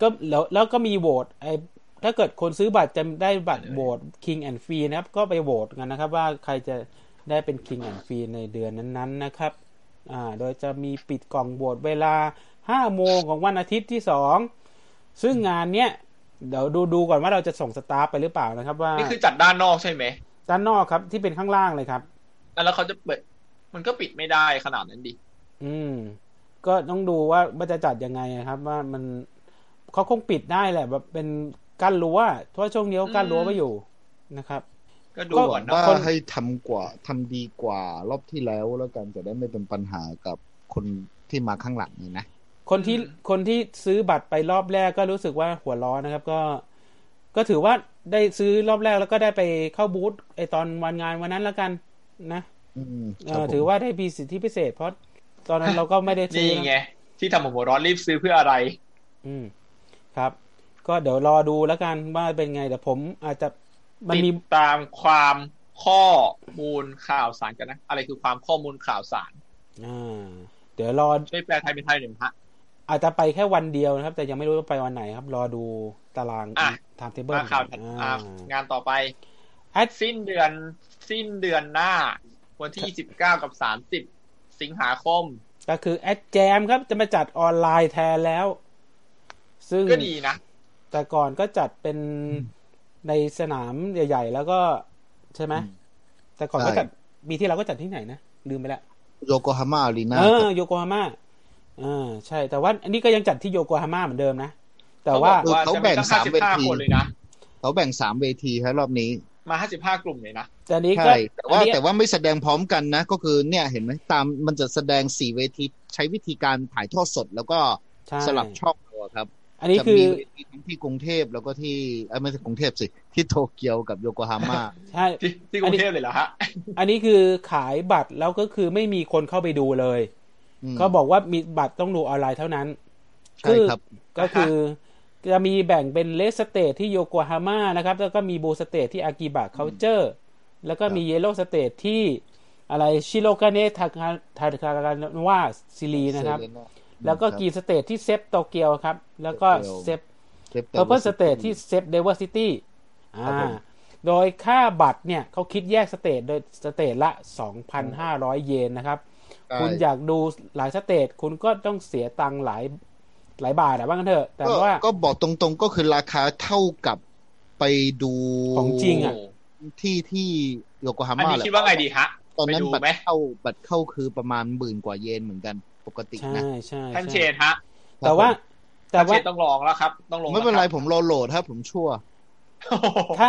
Speaker 1: ก็แล้วแล้วก็มีโหวตไอ้ถ้าเกิดคนซื้อบัตรจะได้บัตรโหวต King and Free นะครับ ก็ไปโหวตกันนะครับ ว่าใครจะได้เป็น King and Free ในเดือนนั้นๆนะครับ อ่า โดยจะมีปิดกล่องโหวตเวลา5โมงของวันอาทิตย์ที่ 2 ซึ่งงานเนี้ยเดี๋ยวดูดูก่อนว่าเราจะส่งสตาฟไปหรือเปล่านะครับ ว่า
Speaker 3: นี่คือจัดด้านนอกใช่ไหม
Speaker 1: ด้านนอกครับที่เป็นข้างล่างเลยครับ
Speaker 3: แล้วเขาจะเปิด มันก็ปิดไม่ได้ขนาดนั้นดิ
Speaker 1: อืม ก็ต้องดูว่ามันจะจัดยังไงนะครับ ว่ามันเขาคงปิดได้แหละแบบเป็นกั้นรั้วเพราะช่วงนี้เขากั้นรั้วไว้อยู่นะครับ
Speaker 3: ก็ดูก่อน
Speaker 1: ก็
Speaker 3: นะ
Speaker 9: ว่า
Speaker 1: คน
Speaker 9: ให้ทำกว่าทำดีกว่ารอบที่แล้วแล้วกันจะได้ไม่เป็นปัญหากับคนที่มาข้างหลังนี่นะ
Speaker 1: คนที่
Speaker 3: อืม
Speaker 1: คนที่ซื้อบัตรไปรอบแรกก็รู้สึกว่าหัวร้อนนะครับ ก็ ก็ถือว่าได้ซื้อรอบแรกแล้วก็ได้ไปเข้าบูธไอตอนวันงานวันนั้นแล้วกัน นะ
Speaker 9: อืม
Speaker 1: เอ
Speaker 9: ครับ
Speaker 1: อ
Speaker 9: ผม
Speaker 1: ถือว่าได้มีสิทธิพิเศษ เพราะตอน นั้นเราก็ไม่ได้ซื้
Speaker 3: นี่
Speaker 1: อ
Speaker 3: ไง
Speaker 1: นะ
Speaker 3: ที่ทำผมหัวร้อนรีบซื้อเพื่ออะไร
Speaker 1: อืม ครับ ก็เดี๋ยวรอดูแล้วกันว่าเป็นไงเดี๋ยวผมอาจจะมันมี
Speaker 3: ติดตามความข้อมูลข่าวสารกันนะ อะไรคือความข้อมูลข่าวสาร
Speaker 1: อ่าเดี๋ยวรอ
Speaker 3: ช่วยแปลไทยเป็นไทยหน่อยฮะ
Speaker 1: อาจจะไปแค่วันเดียวนะครับ แต่ยังไม่รู้ว่าไปวันไหนครับ รอดูตาราง
Speaker 3: อ่ะ
Speaker 1: ไทม์เทเบิล
Speaker 3: มาข่าวถัดอ่างานต่อไป สิ้นเดือนสิ้นเดือนหน้า วันที่ 29 กับ 30 สิงหาคม
Speaker 1: ก็คือแอดแจมครับจะมาจัดออนไลน์แทนแล้ว ซึ่ง
Speaker 3: ก็ดีนะ
Speaker 1: แต่ก่อนก็จัดเป็นในสนามใหญ่ ๆ แล้วก็ใช่ไหมแต่ก่อนก็จัดมีที่เราก็จัดที่ไหนนะ ลืมไปละ
Speaker 9: โยโกฮาม่าอารีนา
Speaker 1: เออโยโกฮาม่าอ่าใช่ แต่ว่าอันนี้ก็ยังจัดที่โยโกฮาม่าเหมือนเดิมนะ แต่ว่า
Speaker 3: เขบอก
Speaker 9: เขาแบ่ง
Speaker 3: ว่าจะมีตั้ง
Speaker 9: สามเว
Speaker 3: 55
Speaker 9: ที
Speaker 3: คนเลยนะ
Speaker 9: เขาแบ่งสามเวทีครับรอบนี้
Speaker 3: มาห้าสิบห้ากลุ่มเลยนะ
Speaker 1: แต่อันนี้ก็
Speaker 4: ใช่แต่ว่า
Speaker 1: อันนี้
Speaker 4: แต่ว่าไม่แสดงพร้อมกันนะ ก็คือเนี่ยเห็นไหมตามมันจะแสดงสี่เวทีใช้วิธีการถ่ายทอดสดแล้วก็
Speaker 1: ใช่
Speaker 4: สลับช่องเอาครับ
Speaker 1: อันนี้
Speaker 4: จะ
Speaker 1: คือ
Speaker 4: มีเวทีทั้งที่กรุงเทพแล้วก็ที่เอ้ยไม่ใช่กรุงเทพสิ ที่โตเกียวกับโยโกฮาม่า
Speaker 1: ใช่
Speaker 3: ที่ที่กรุงเทพเลยเหรอฮะ
Speaker 1: อันนี้คือขายบัตรแล้วก็คือไม่มีคนเข้าไปดูเลย
Speaker 4: อืม
Speaker 1: ก็บอกว่ามีบัตรต้องดูออนไลน์เท่านั้น
Speaker 4: ใช่ครับ
Speaker 1: ก็คือจะมีแบ่งเป็นเลสสเตทที่โยโกฮาม่านะครับ แล้วก็มีบูสเตทที่อากิบะเคาเจอร์ แล้วก็มีเยลโลสเตทที่อะไรชิโรกาเนะทาคาทาคารานวาซิลีนะครับ
Speaker 4: Serena
Speaker 1: แล้วก็
Speaker 4: ครับ
Speaker 1: กรีนสเตทที่เซฟโตเกียวครับ แล้วก็เซฟ
Speaker 4: Clip
Speaker 1: เพอร์เพ
Speaker 4: Double
Speaker 1: สเตทที่เซฟเดเวอร์ซิตี้
Speaker 4: ครับผม
Speaker 1: โดยค่าบัตรเนี่ยเขาคิดแยกสเตทโดยสเตทละ 2,500 เยนนะครับ
Speaker 4: ใช่
Speaker 1: คุณอยากดูหลายสเตทคุณก็ต้องเสียตังค์หลายหลายบาทอะว่างั้นเถอะ แต่
Speaker 4: ก็
Speaker 1: ว่า
Speaker 4: ก็บอกตรงๆก็คือราคาเท่ากับไปดู
Speaker 1: ของจริงอะ
Speaker 4: ที่ที่โยโกฮา
Speaker 3: อัน
Speaker 4: ม่า
Speaker 3: นี้
Speaker 4: แหละ
Speaker 3: คิดว่าไงดีฮะ
Speaker 4: ตอนนั้น
Speaker 3: ไปดู
Speaker 4: บัต
Speaker 3: ไหม
Speaker 4: รเข้าบัตรเข้าคือประมาณหมื่นกว่าเยนเหมือนกันปกติ
Speaker 1: ใช่
Speaker 4: นะ
Speaker 1: ใช่
Speaker 3: ท่านเช
Speaker 1: ใช่
Speaker 3: นฮะ
Speaker 1: แต่ว่าแต่
Speaker 3: ท่านเช
Speaker 1: ว่าน
Speaker 3: ต้องลองแล้วครับ ต้องลง
Speaker 4: ไม่เป็นไร
Speaker 3: แล้วคบ
Speaker 4: ผมรอโหลดครับผมชั่ว
Speaker 3: โอ้โห
Speaker 1: ถ้า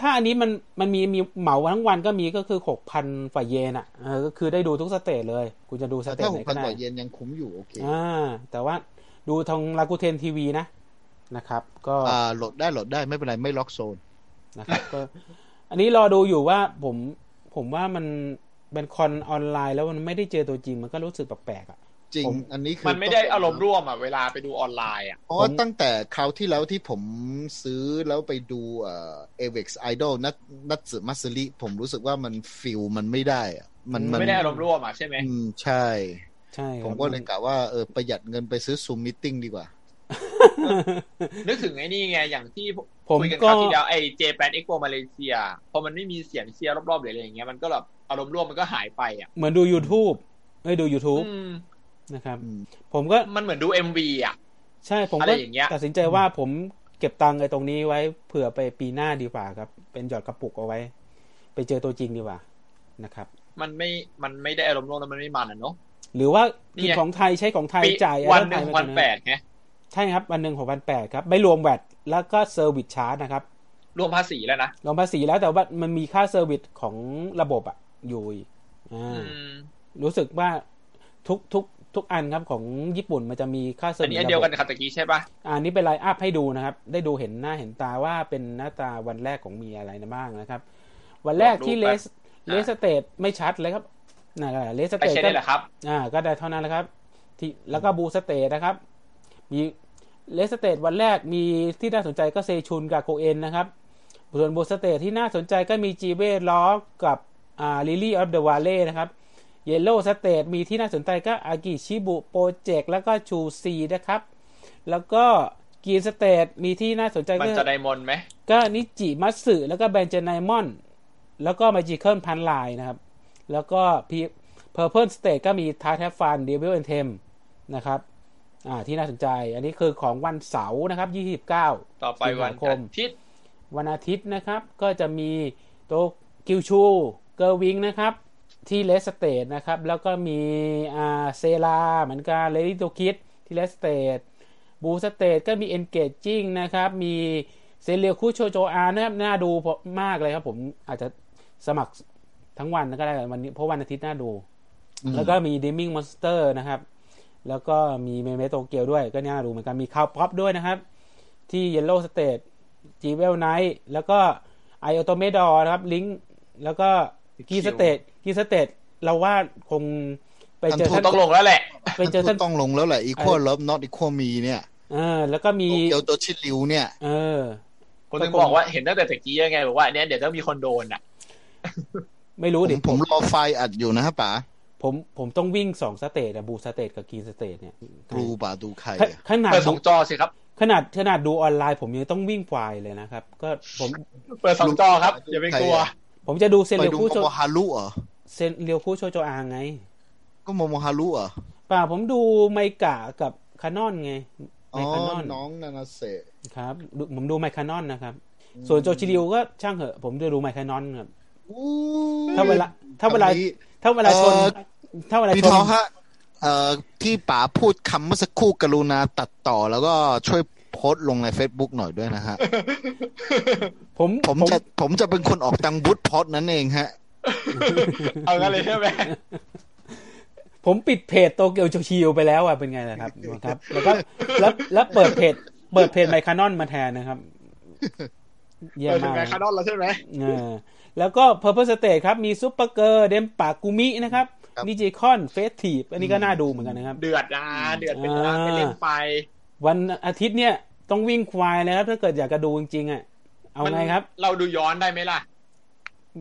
Speaker 1: ถ้าอันนี้มันมันมีมีเหมาทั้งวันก็มีก็คือ 6,000ฝ่ายเยนอะเออก็คือได้ดูทุกสเตทเลย คุณจะดูสเต
Speaker 4: ถ้า
Speaker 1: ทไห
Speaker 4: ห
Speaker 1: น
Speaker 4: ก
Speaker 1: ก็
Speaker 4: พัน
Speaker 1: ได้
Speaker 4: กว่าเยนยังคุ้มอยู่โอเค
Speaker 1: อ่าแต่ว่าดูทางลากูเทนทีวีนะนะครับ ก็
Speaker 4: อ่าโหลดได้โหลดได้ไม่เป็นไรไม่ล็อกโซน
Speaker 1: นะครับ ก็ อันนี้รอดูอยู่ว่าผมผมว่ามันเป็นคอนออนไลน์แล้วมันไม่ได้เจอตัวจริงมันก็รู้สึกแปลกๆอ่ะ
Speaker 4: จริง
Speaker 1: ผม
Speaker 4: อันนี้คือ
Speaker 3: มันไม่ได้อารมณ์ร่วมอ่ะเวลาไปดูออนไลน์อ่ะ
Speaker 4: เพราะว่าตั้งแต่คราวที่แล้วที่ผมซื้อแล้วไปดูเอ่อเอเว็กซ์ไอดอลนัทนัทสึมัสริผมรู้สึกว่ามันฟิลมันไม่ได้อะมันมัน
Speaker 3: ไม่ได้อารมณ์ร่วมอ่ะใช่ไหม
Speaker 4: อืมใช่
Speaker 1: ใช่ครับ
Speaker 4: ผมก็ เลยกะว่าเออประหยัดเงินไปซื้อซูมมิ e ติ้งดีกว่า
Speaker 3: นึกถึงไอ้นี่ไง อย่างที่
Speaker 1: ผม
Speaker 3: คุยกันค
Speaker 1: ก็
Speaker 3: ราวที่แล้วไอ้เจแปนเอ็กโปมาเลเซียพอมันไม่มีเสียงเชียร์รอบๆหรืออะไรอย่างเงี้ยมันก็แบบอารมณ์ร่วมมันก็หายไปอ่ะ
Speaker 1: เหมือนดู YouTube เอ้ยดู YouTube
Speaker 3: อืม
Speaker 1: นะครับ
Speaker 4: อืม
Speaker 1: ผมก็
Speaker 3: มันเหมือนดูเอ็มวีอ่ะ
Speaker 1: ใช่ผม
Speaker 3: อะไร
Speaker 1: ก็
Speaker 3: อย่างเงี้ย
Speaker 1: ตัดสินใจว่าผมเก็บตังค์ไอ้ตรงนี้ไว้เผื่อไปปีหน้าดีกว่าครับ เป็นหยอดกระปุกเอาไว้ ไปเจอตัวจริงดีกว่านะครับ
Speaker 3: มันไม่มันไม่ได้อารมณ์ร่วมแล้วมันไม่มันอ่ะเนาะ
Speaker 1: หรือว่า
Speaker 3: นี่
Speaker 1: คือ
Speaker 3: ไง
Speaker 1: ของไทยใช้ของไทย
Speaker 3: ปี
Speaker 1: จ่าย
Speaker 3: วัน
Speaker 1: เรื่อง
Speaker 3: ห
Speaker 1: ไท
Speaker 3: นึ่ง
Speaker 1: ย
Speaker 3: วัน
Speaker 1: มา
Speaker 3: แป
Speaker 1: เท่า
Speaker 3: ดไง
Speaker 1: ใช่ครับวันหนึ่งหกพันแปดครับ ไม่รวมแวดแล้วก็เซอร์วิสชาร์จนะครับ
Speaker 3: รวมภาษีแล้วนะ
Speaker 1: รวมภาษีแล้วแต่ว่ามันมีค่าเซอร์วิสของระบบอะอยู่อีกอ่า
Speaker 3: อืม
Speaker 1: รู้สึกว่าทุกทุกทุกอันครับของญี่ปุ่นมันจะมีค่าเซอ
Speaker 3: อั
Speaker 1: ร์
Speaker 3: น
Speaker 1: วิ
Speaker 3: นี้
Speaker 1: ส
Speaker 3: อัน
Speaker 1: ระ
Speaker 3: เดียว
Speaker 1: บบ
Speaker 3: กันกับตะกี้ใช่ปะ
Speaker 1: อันนี้เป็นไลน์อัพให้ดูนะครับ ได้ดูเห็นหน้าเห็นตาว่าเป็นหน้าตาวันแรกของมีอะไรนะบ้างนะครับ วันแรกที่เลสเลสเตทไม่ชัดเลยครับนั่นแหละเลส
Speaker 3: ไป
Speaker 1: เตท
Speaker 3: เช็ค
Speaker 1: ก็
Speaker 3: ได้เหรอครับ
Speaker 1: อ่าก็ได้เท่านั้นแหละครับ ที่แล้วก็บูสเตทนะครับ มีเลสเตทวันแรกมีที่น่าสนใจก็เซชุนกับโกเอนนะครับ ส่วนบูสเตทที่น่าสนใจก็มีจีเวล้อกับอ่าลิลี่ออฟเดอะวาเล่นะครับเยลโล่สเตทมีที่น่าสนใจก็อากิชิบุโปรเจกต์แล้วก็ชูซีนะครับ แล้วก็กีนสเตทมีที่น่าสนใจ
Speaker 3: มัน
Speaker 1: ก็
Speaker 3: จะไดมอนด์ไหม
Speaker 1: ก็นิจิมัตสึแล้วก็แบนเจไนมอน แล้วก็มาจิเคิลพันลายนะครับ แล้วก็พีเพอร์เพ s สเตทก็มีทาร์ทฟันเดวิลเอนเทมนะครับอ่าที่น่าสนใจ อันนี้คือของวันเสาร์นะครับ 29
Speaker 3: ต่อไปวัน
Speaker 1: สิงหาค
Speaker 3: อาม ทิตย์
Speaker 1: วันอาทิตย์นะครับ ก็จะมีโตกิวชูเกอร์วิงนะครับ ที่เลสเตทนะครับ แล้วก็มีอ่าเซราเหมือนกันเลดี้โตคิดที่เลสเตทบูสเตทก็มีเอนเกจจิ้งนะครับ มีเซเรียคูโชโจอานะครับน่าดูมากเลยครับ ผมอาจจะสมัครทั้งวันก็ได้วันนี้เพราะวันอาทิตย์น่าดู แล้วก็มีดิมมิ n งมอนสเตอร์นะครับ แล้วก็มีเมเมโตเกียวด้วยก็น่าดูเหมือนกัน มีคาวป๊อปด้วยนะครับ ที่เยลโล่สเต e จีเวลไนท์แล้วก็ไอออโตเมดอนะครับลิงแล้วก็กีสเต e กีสเต e เราว่าคงไปเจอ
Speaker 4: ท่านทูต
Speaker 1: ท่าน
Speaker 3: ต้องลงแล้วแหละ
Speaker 1: ไปเจอ
Speaker 4: ท่า
Speaker 1: ท่าน น
Speaker 4: พูดต้องลงแล้วแหละอีควอลลบนอตอีควอมีเนี่ย
Speaker 1: เออแล้วก็มี
Speaker 4: โตเกียวโตชิริวเนี่ย
Speaker 1: เออ
Speaker 3: คนถึงบอกว่าเห็นตั้งแต่ตะกี้ยังไงบอกว่าเนี่ยเดี๋ยวต้องมีคนโดนอ่ะ
Speaker 1: ไม่รู้
Speaker 4: ผม
Speaker 1: ดิ
Speaker 4: ผมรอไฟล์อัดอยู่นะฮะป๋า
Speaker 1: ผมผมต้องวิ่งสองสเต e อะบูสเต e กับกีสเต e เนี่ย
Speaker 4: กรูป๋าดูใคร
Speaker 1: ขขนาด
Speaker 3: เปิดสองจอสิครับ
Speaker 1: ขนาดขนาดดูออนไลน์ ผมยังต้องวิ่งควายเลยนะครับ ก็ผม
Speaker 3: เปิดสองจอครับอย่าไปกลัว
Speaker 1: ผมจะดูเซ
Speaker 4: ไป
Speaker 1: เรีย
Speaker 4: ดู
Speaker 1: คู
Speaker 4: โม
Speaker 1: โช
Speaker 4: โมฮารุเหรอ
Speaker 1: เซนเรียวคูโชโจอาไง
Speaker 4: ก็โมโมฮารุเหรอ
Speaker 1: เปล่าผมดูไมกะกับคานอนไง
Speaker 4: อ๋
Speaker 1: ไม
Speaker 4: อ
Speaker 1: คานอน
Speaker 4: น้องนานาเซะ
Speaker 1: ครับดูผมดูไมคานอนนะครับ ส่วนโจชิริวก็ช่างเหอะ ผมจะดูไมคานอนครับ
Speaker 4: อู้
Speaker 1: ถ้าเวลาถ้าเวลา
Speaker 4: คำนี้
Speaker 1: ถ้าเวลาชน
Speaker 4: เอ่อ
Speaker 1: ถ้าเวลา
Speaker 4: พี่
Speaker 1: ชน
Speaker 4: ท้องฮะเอ่อที่ป๋าพูดคำเมื่อสักครู่กรุณาตัดต่อแล้วก็ช่วย
Speaker 9: โพสต์ลงใน Facebook หน่อยด้วยนะฮะ
Speaker 1: ผม
Speaker 9: ผมจะผมจะเป็นคนออกตังค์บูธพอดนั้นเองฮะ
Speaker 3: เอางั้นเลยใช่ไหม
Speaker 1: ผมปิดเพจโตเกียวชิวไปแล้วอ่ะเป็นไงล่ะครับครับ แล้วก็แล้วแล้วเปิดเพจเปิดเพจไมคานอนมาแทนนะครับเยี่ยม
Speaker 3: เปิดถึ
Speaker 1: มาง ก
Speaker 3: ไงคานอนแล้วใช่ไหม
Speaker 1: เออแล้วก็ Purple State ครับ มีซุปเปอร์เกอร์เดมปากุมินะครับ
Speaker 9: ครับ
Speaker 1: นิจิคอนเฟสทีฟอันนี้ก็น่าดูเหมือนกันนะครับ
Speaker 3: เดือดนะเดือดเป็นร้านเป็นเล่นไป
Speaker 1: วันอาทิตย์เนี่ยต้องวิ่งควายแล้วครับถ้าเกิดอยากจะดูจริงๆอ่ะเอาไงครับ
Speaker 3: เราดูย้อนได้ไหมล่ะ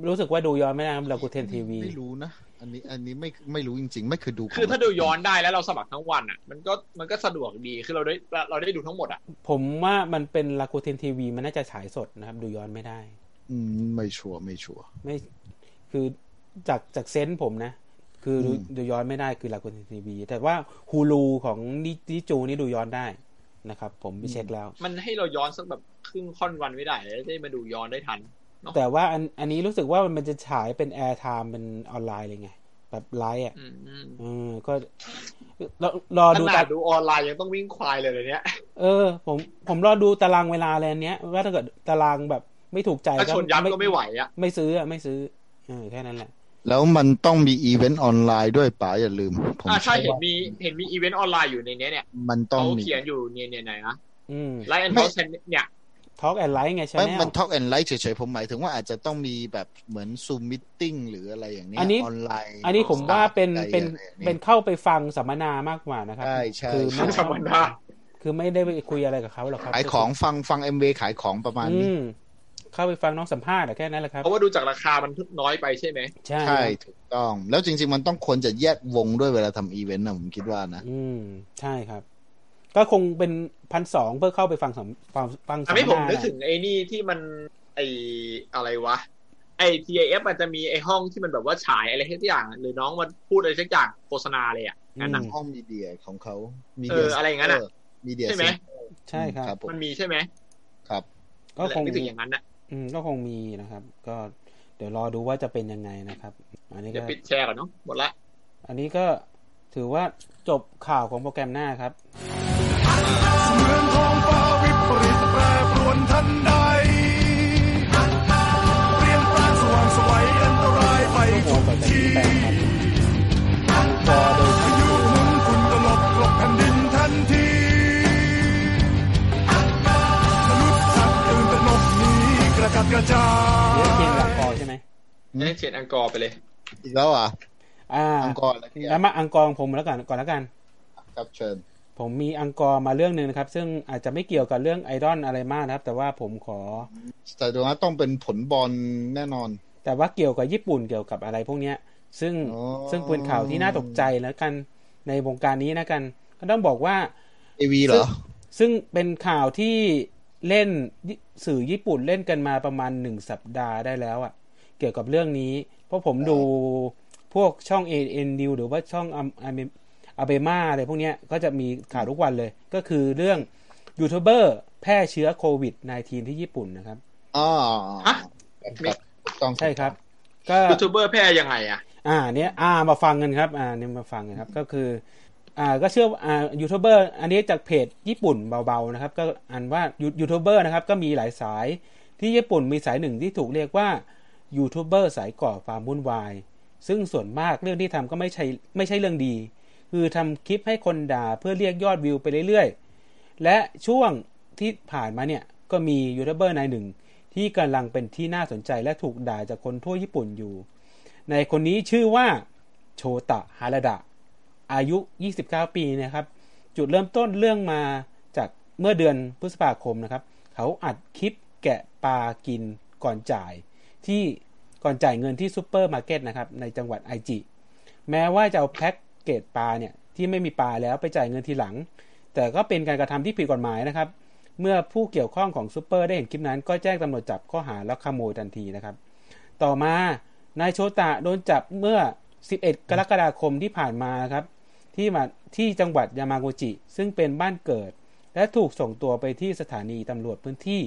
Speaker 1: รู้สึกว่าดูย้อนไม่ได้ครับเรากูเทนทีวี
Speaker 9: ไม่รู้นะ อันนี้อันนี้ไม่ไม่รู้จริงๆ ไม่เคยดู
Speaker 3: คือถ้าดูย้อนได้แล้วเราสมัครทั้งวันอ่ะ มันก็มันก็สะดวกดี คือเราได้เราได้ดูทั้งหมดอ่ะ
Speaker 1: ผมว่ามันเป็นลากูเทนทีวีมันน่าจะฉายสดนะครับ ดูย้อนไม่ได้
Speaker 9: อืมไม่ชัวร์ไม่ชัวร์
Speaker 1: ไม่คือจากจากเซนส์ผมนะ คือดู
Speaker 9: อืม
Speaker 1: ดูย้อนไม่ได้คือลากูเทนทีวีแต่ว่าฮูลูของนิจิจูนี่ดูย้อนได้นะครับ ผมไปเช็คแล้ว
Speaker 3: มันให้เราย้อนสักแบบครึ่งค่อนวันไม่ได้แล้วได้มาดูย้อนได้ทัน
Speaker 1: แต่ว่าอันอันนี้รู้สึกว่ามันจะฉายเป็นแอร์ไทม์เป็นออนไลน์เลยไง แบบไลฟ์อ่ะ
Speaker 3: อืม
Speaker 1: เออก็รอรอ
Speaker 3: ข
Speaker 1: ดู
Speaker 3: นา
Speaker 1: ตา
Speaker 3: ดดูออนไลน์ยังต้องวิ่งควายเลยเลยเนี่ย
Speaker 1: เออ ผมผมรอดูตารางเวลาเลยอันเนี้ย ว่าถ้าเกิดตารางแบบไม่ถูกใจ
Speaker 3: ถ้าชนยับก็ไม่ไหวอ่ะ
Speaker 1: ไม่ซื้ออ่ะไม่ซื้อเออแค่นั้นแหละ
Speaker 9: แล้วมันต้องมีอีเวนต์ออนไลน์ด้วยป๋าอย่าลืม ผม
Speaker 3: อ่าใช่เห็น
Speaker 9: ว่า
Speaker 3: มีเห็นมีอีเวนต์ออนไลน์อยู่ในเนี้ยเนี่ย
Speaker 9: มันต้อ
Speaker 3: เขา
Speaker 9: งมี
Speaker 3: เขียนอยู่เนี่ยเนี่ยไหนนะ
Speaker 1: อืม
Speaker 3: ไลน์แอนด์ทอสเนี่ย
Speaker 1: ทอล์กแอนไลฟ์ไงชา
Speaker 9: ไม่
Speaker 1: แนล
Speaker 9: มันท็อกแอนไลท์เฉยๆ ผมหมายถึงว่าอาจจะต้องมีแบบเหมือนซูมมิทติ้งหรืออะไรอย่างเนี้ย
Speaker 1: อันนี้
Speaker 9: ออนไลน์
Speaker 1: อันนี้ผมว่าเป็น
Speaker 9: อะไร
Speaker 1: เป็น
Speaker 9: อย่างงี้ย
Speaker 1: เป็นเข้าไปฟังสัมมนามากกว่านะครับ
Speaker 9: ใช่ใช่
Speaker 1: คือ ไม่
Speaker 3: สัมมนา
Speaker 1: คือไม่ได้ไปคุยอะไรกับเขาหรอกครับ
Speaker 9: ขายของฟังฟังเอ็มวขายของประมาณ
Speaker 1: อื
Speaker 9: นี้
Speaker 1: มเข้าไปฟังน้องสัมภาษณ์อะแค่นั้นแหละครับ
Speaker 3: เพราะว่าดูจากราคามันน้อยไปใช่ไหม
Speaker 1: ใช่
Speaker 9: ใช่ถูกต้อง แล้วจริง ๆ มันต้องควรจะแยกวงด้วยเวลาทำอีเวนต์นะผมคิดว่านะ
Speaker 1: อืมใช่ครับ ก็คงเป็นพันสองเพื่อเข้าไปฟังสัมฟังฟังสัม
Speaker 3: ทำ
Speaker 1: ม
Speaker 3: ให้ผม
Speaker 1: นา
Speaker 3: นึกถึงไอ้นี่ที่มันไออะไรวะ ไอ TIF มันจะมีไอห้องที่มันแบบว่าฉายอะไรสักอย่าง หรือน้องมันพูดอะไรสักอย่างโฆษณาเลยอ่ะงั้นน่ะ
Speaker 9: ห้องมีเดียของเขามี
Speaker 3: เอออะไรอย่างนั้นอะ
Speaker 9: มีเดีย
Speaker 3: ใช่ไหม
Speaker 1: ใช่ครับ
Speaker 9: ผม
Speaker 3: มันมีใช่ไหม
Speaker 9: ครับ
Speaker 1: ก็คง
Speaker 3: นึกถึงอย่างนั้นนะ
Speaker 1: อืมก็คงมีนะครับ ก็เดี๋ยวรอดูว่าจะเป็นยังไงนะครับ อันนี้
Speaker 3: เดี๋
Speaker 1: ก็
Speaker 3: ยวปิดแชร์ก่อนเนาะหมดละ
Speaker 1: อันนี้ก็ถือว่าจบข่าวของโปรแกรมหน้าครับ
Speaker 11: เหมือนท้องฟ้าวิปริตแปรปรวนทันใดเปลี่ยนแปลงสว่างไสวัยอันตรายไป
Speaker 1: ต้อง
Speaker 11: ทุ
Speaker 1: รอก ก่อนจาก
Speaker 11: ที
Speaker 1: ที่แปดครับจอโดย
Speaker 11: พายุหมุนฝุ่นตลบกลบแผ่นดินทันทีมนุษย์สัตว์ตื่นตระหนกหนีกระจัดกระจา
Speaker 1: เลือกเพียงหลั
Speaker 11: ย
Speaker 1: งกอใช่ไหม
Speaker 9: อืม
Speaker 3: ให้เขียนอังกอร์ไปเลย
Speaker 9: อีกแล้วอ่ะ
Speaker 1: อ่า
Speaker 9: อังกอร์อะไรที่
Speaker 1: แล้วมาอังกอร์ของผมแล้วกันก่อนแล้วกัน
Speaker 9: ครับเชิญ
Speaker 1: ผมมีอังกอร์มาเรื่องหนึ่งนะครับ ซึ่งอาจจะไม่เกี่ยวกับเรื่องไอดอลอะไรมากนะครับ แต่ว่าผมขอ
Speaker 9: แต่ดูนะต้องเป็นผลบอลแน่นอน
Speaker 1: แต่ว่าเกี่ยวกับญี่ปุ่นเกี่ยวกับอะไรพวกเนี้ย ซึ่ง
Speaker 9: อ๋อ
Speaker 1: ซึ่งเป็นข่าวที่น่าตกใจแล้วกันในวงการนี้นะกัน ก็ต้องบอกว่า
Speaker 9: เอวีเหรอ
Speaker 1: ซึ่งเป็นข่าวที่เล่นสื่อญี่ปุ่นเล่นกันมาประมาณหนึ่งสัปดาห์ได้แล้วอะ่ะ เกี่ยวกับเรื่องนี้ เพราะผมดูพวกช่อง a n News หรือว่าช่องอาเบมาอะไรพวกเนี้ยก็จะมีข่าวทุกวันเลย ก็คือเรื่องยูทูบเบอร์แพร่เชื้อโควิด -19 ที่ญี่ปุ่นนะครับ
Speaker 9: อ๋อ
Speaker 3: ฮะ
Speaker 9: ครับต้อง
Speaker 1: ใช่ครับ ก็
Speaker 3: ยูทูบเบอร์แพร่ยังไงอ่ะ
Speaker 1: อ่าเนี้ยอ่ามาฟังกันครับ อ่าเนี่ยมาฟังกันครับ ก็คือ อ่าก็เชื่อว่าอ่ายูทูบเบอร์อันนี้จากเพจญี่ปุ่นเบาๆนะครับ ก็อ่านว่ายูทูบเบอร์นะครับ ก็มีหลายสายที่ญี่ปุ่นมีสายหนึ่งที่ถูกเรียกว่ายูทูบเบอร์สายก่อความวุ่นวาย ซึ่งส่วนมากเรื่องที่ทำก็ไม่ใช่ไม่ใช่เรื่องดี คือทำคลิปให้คนด่าเพื่อเรียกยอดวิวไปเรื่อยๆ และช่วงที่ผ่านมาเนี่ย ก็มียูทูบเบอร์นายหนึ่ง ที่กำลังเป็นที่น่าสนใจและถูกด่าจากคนทั่วญี่ปุ่นอยู่ ในคนนี้ชื่อว่าโชตะฮาราดะ อายุ 29 ปีนะครับ จุดเริ่มต้นเรื่องมาจากเมื่อเดือนพฤษภาคมนะครับ เขาอัดคลิปแกะปลากินก่อนจ่าย ที่ก่อนจ่ายเงินที่ซูเปอร์มาร์เก็ตนะครับ ในจังหวัดไอจิ แม้ว่าจะเอาแพ็กเกจปลาเนี่ย ที่ไม่มีปลาแล้วไปจ่ายเงินทีหลัง แต่ก็เป็นการกระทำที่ผิดกฎหมายนะครับ เมื่อผู้เกี่ยวข้องของซูเปอร์ได้เห็นคลิปนั้น ก็แจ้งตำรวจจับข้อหาแล้วขโมยทันทีนะครับ ต่อมานายโชตะโดนจับเมื่อ 11 กรกฎาคมที่ผ่านมาครับ ที่มาที่จังหวัดยามาโกจิ ซึ่งเป็นบ้านเกิด และถูกส่งตัวไปที่สถานีตำรวจพื้นที่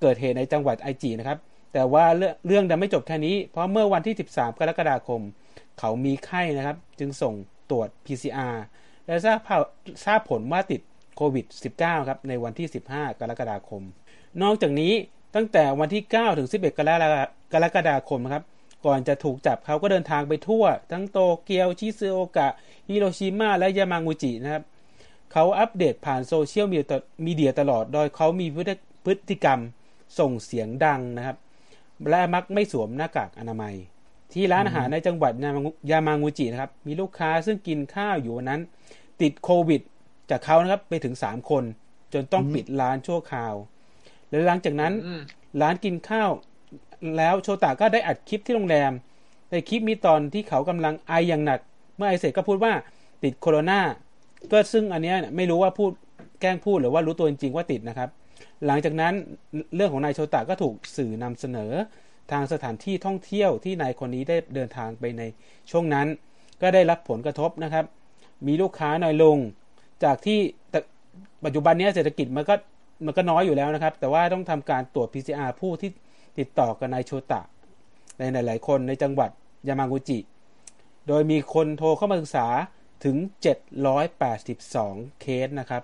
Speaker 1: เกิดเหตุในจังหวัดไอจินะครับ แต่ว่าเรื่องเรื่องดันไม่จบแค่นี้ เพราะเมื่อวันที่ 13 กรกฎาคม เขามีไข้นะครับ จึงส่งตรวจ PCR และทราบผลทราบผลว่าติด โควิด -19 ครับ ในวันที่ 15 กรกฎาคม นอกจากนี้ตั้งแต่วันที่ 9 ถึง 11 กรกฎากรกฎาคมนะครับ ก่อนจะถูกจับเขาก็เดินทางไปทั่ว ทั้งโตเกียว ชิซูโอกะ ฮิโรชิมา และยามางูจินะครับ เขาอัปเดตผ่านโซเชียลมีเดียตมีเดียตลอด โดยเขามีพฤติพฤติกรรมส่งเสียงดังนะครับ และมักไม่สวมหน้ากากอนามัย ที่ร้านอาหารในจังหวัดยามางูยามางูจินะครับ มีลูกค้าซึ่งกินข้าวอยู่วันนั้น ติดโควิด จากเขานะครับไปถึง 3 คน จนต้องปิดร้านชั่วคราว และหลังจากนั้น
Speaker 3: อืม
Speaker 1: ร้านกินข้าวแล้วโชตาก็ได้อัดคลิปที่โรงแรม ในคลิปมีตอนที่เขากำลังไออย่างหนัก เมื่อไอเสร็จก็พูดว่าติดโคโรนาก็ซึ่งอันเนี้ยไม่รู้ว่าพูดแกล้งพูดหรือว่ารู้ตัวจริงๆว่าติดนะครับ หลังจากนั้นเรื่องของนายโชตาก็ถูกสื่อนำเสนอ ทางสถานที่ท่องเที่ยวที่นายคนนี้ได้เดินทางไปในช่วงนั้น ก็ได้รับผลกระทบนะครับ มีลูกค้าน้อยลง จากที่แต่ปัจจุบันเนี้ยเศรษฐกิจมันก็มันก็น้อยอยู่แล้วนะครับ แต่ว่าต้องทำการตรวจ PCR ผู้ที่ติดต่อกับนายโชตะ ในหลาย ๆ คนในจังหวัดยามากุจิ โดยมีคนโทรเข้ามาศึกษาถึง 782 เคสนะครับ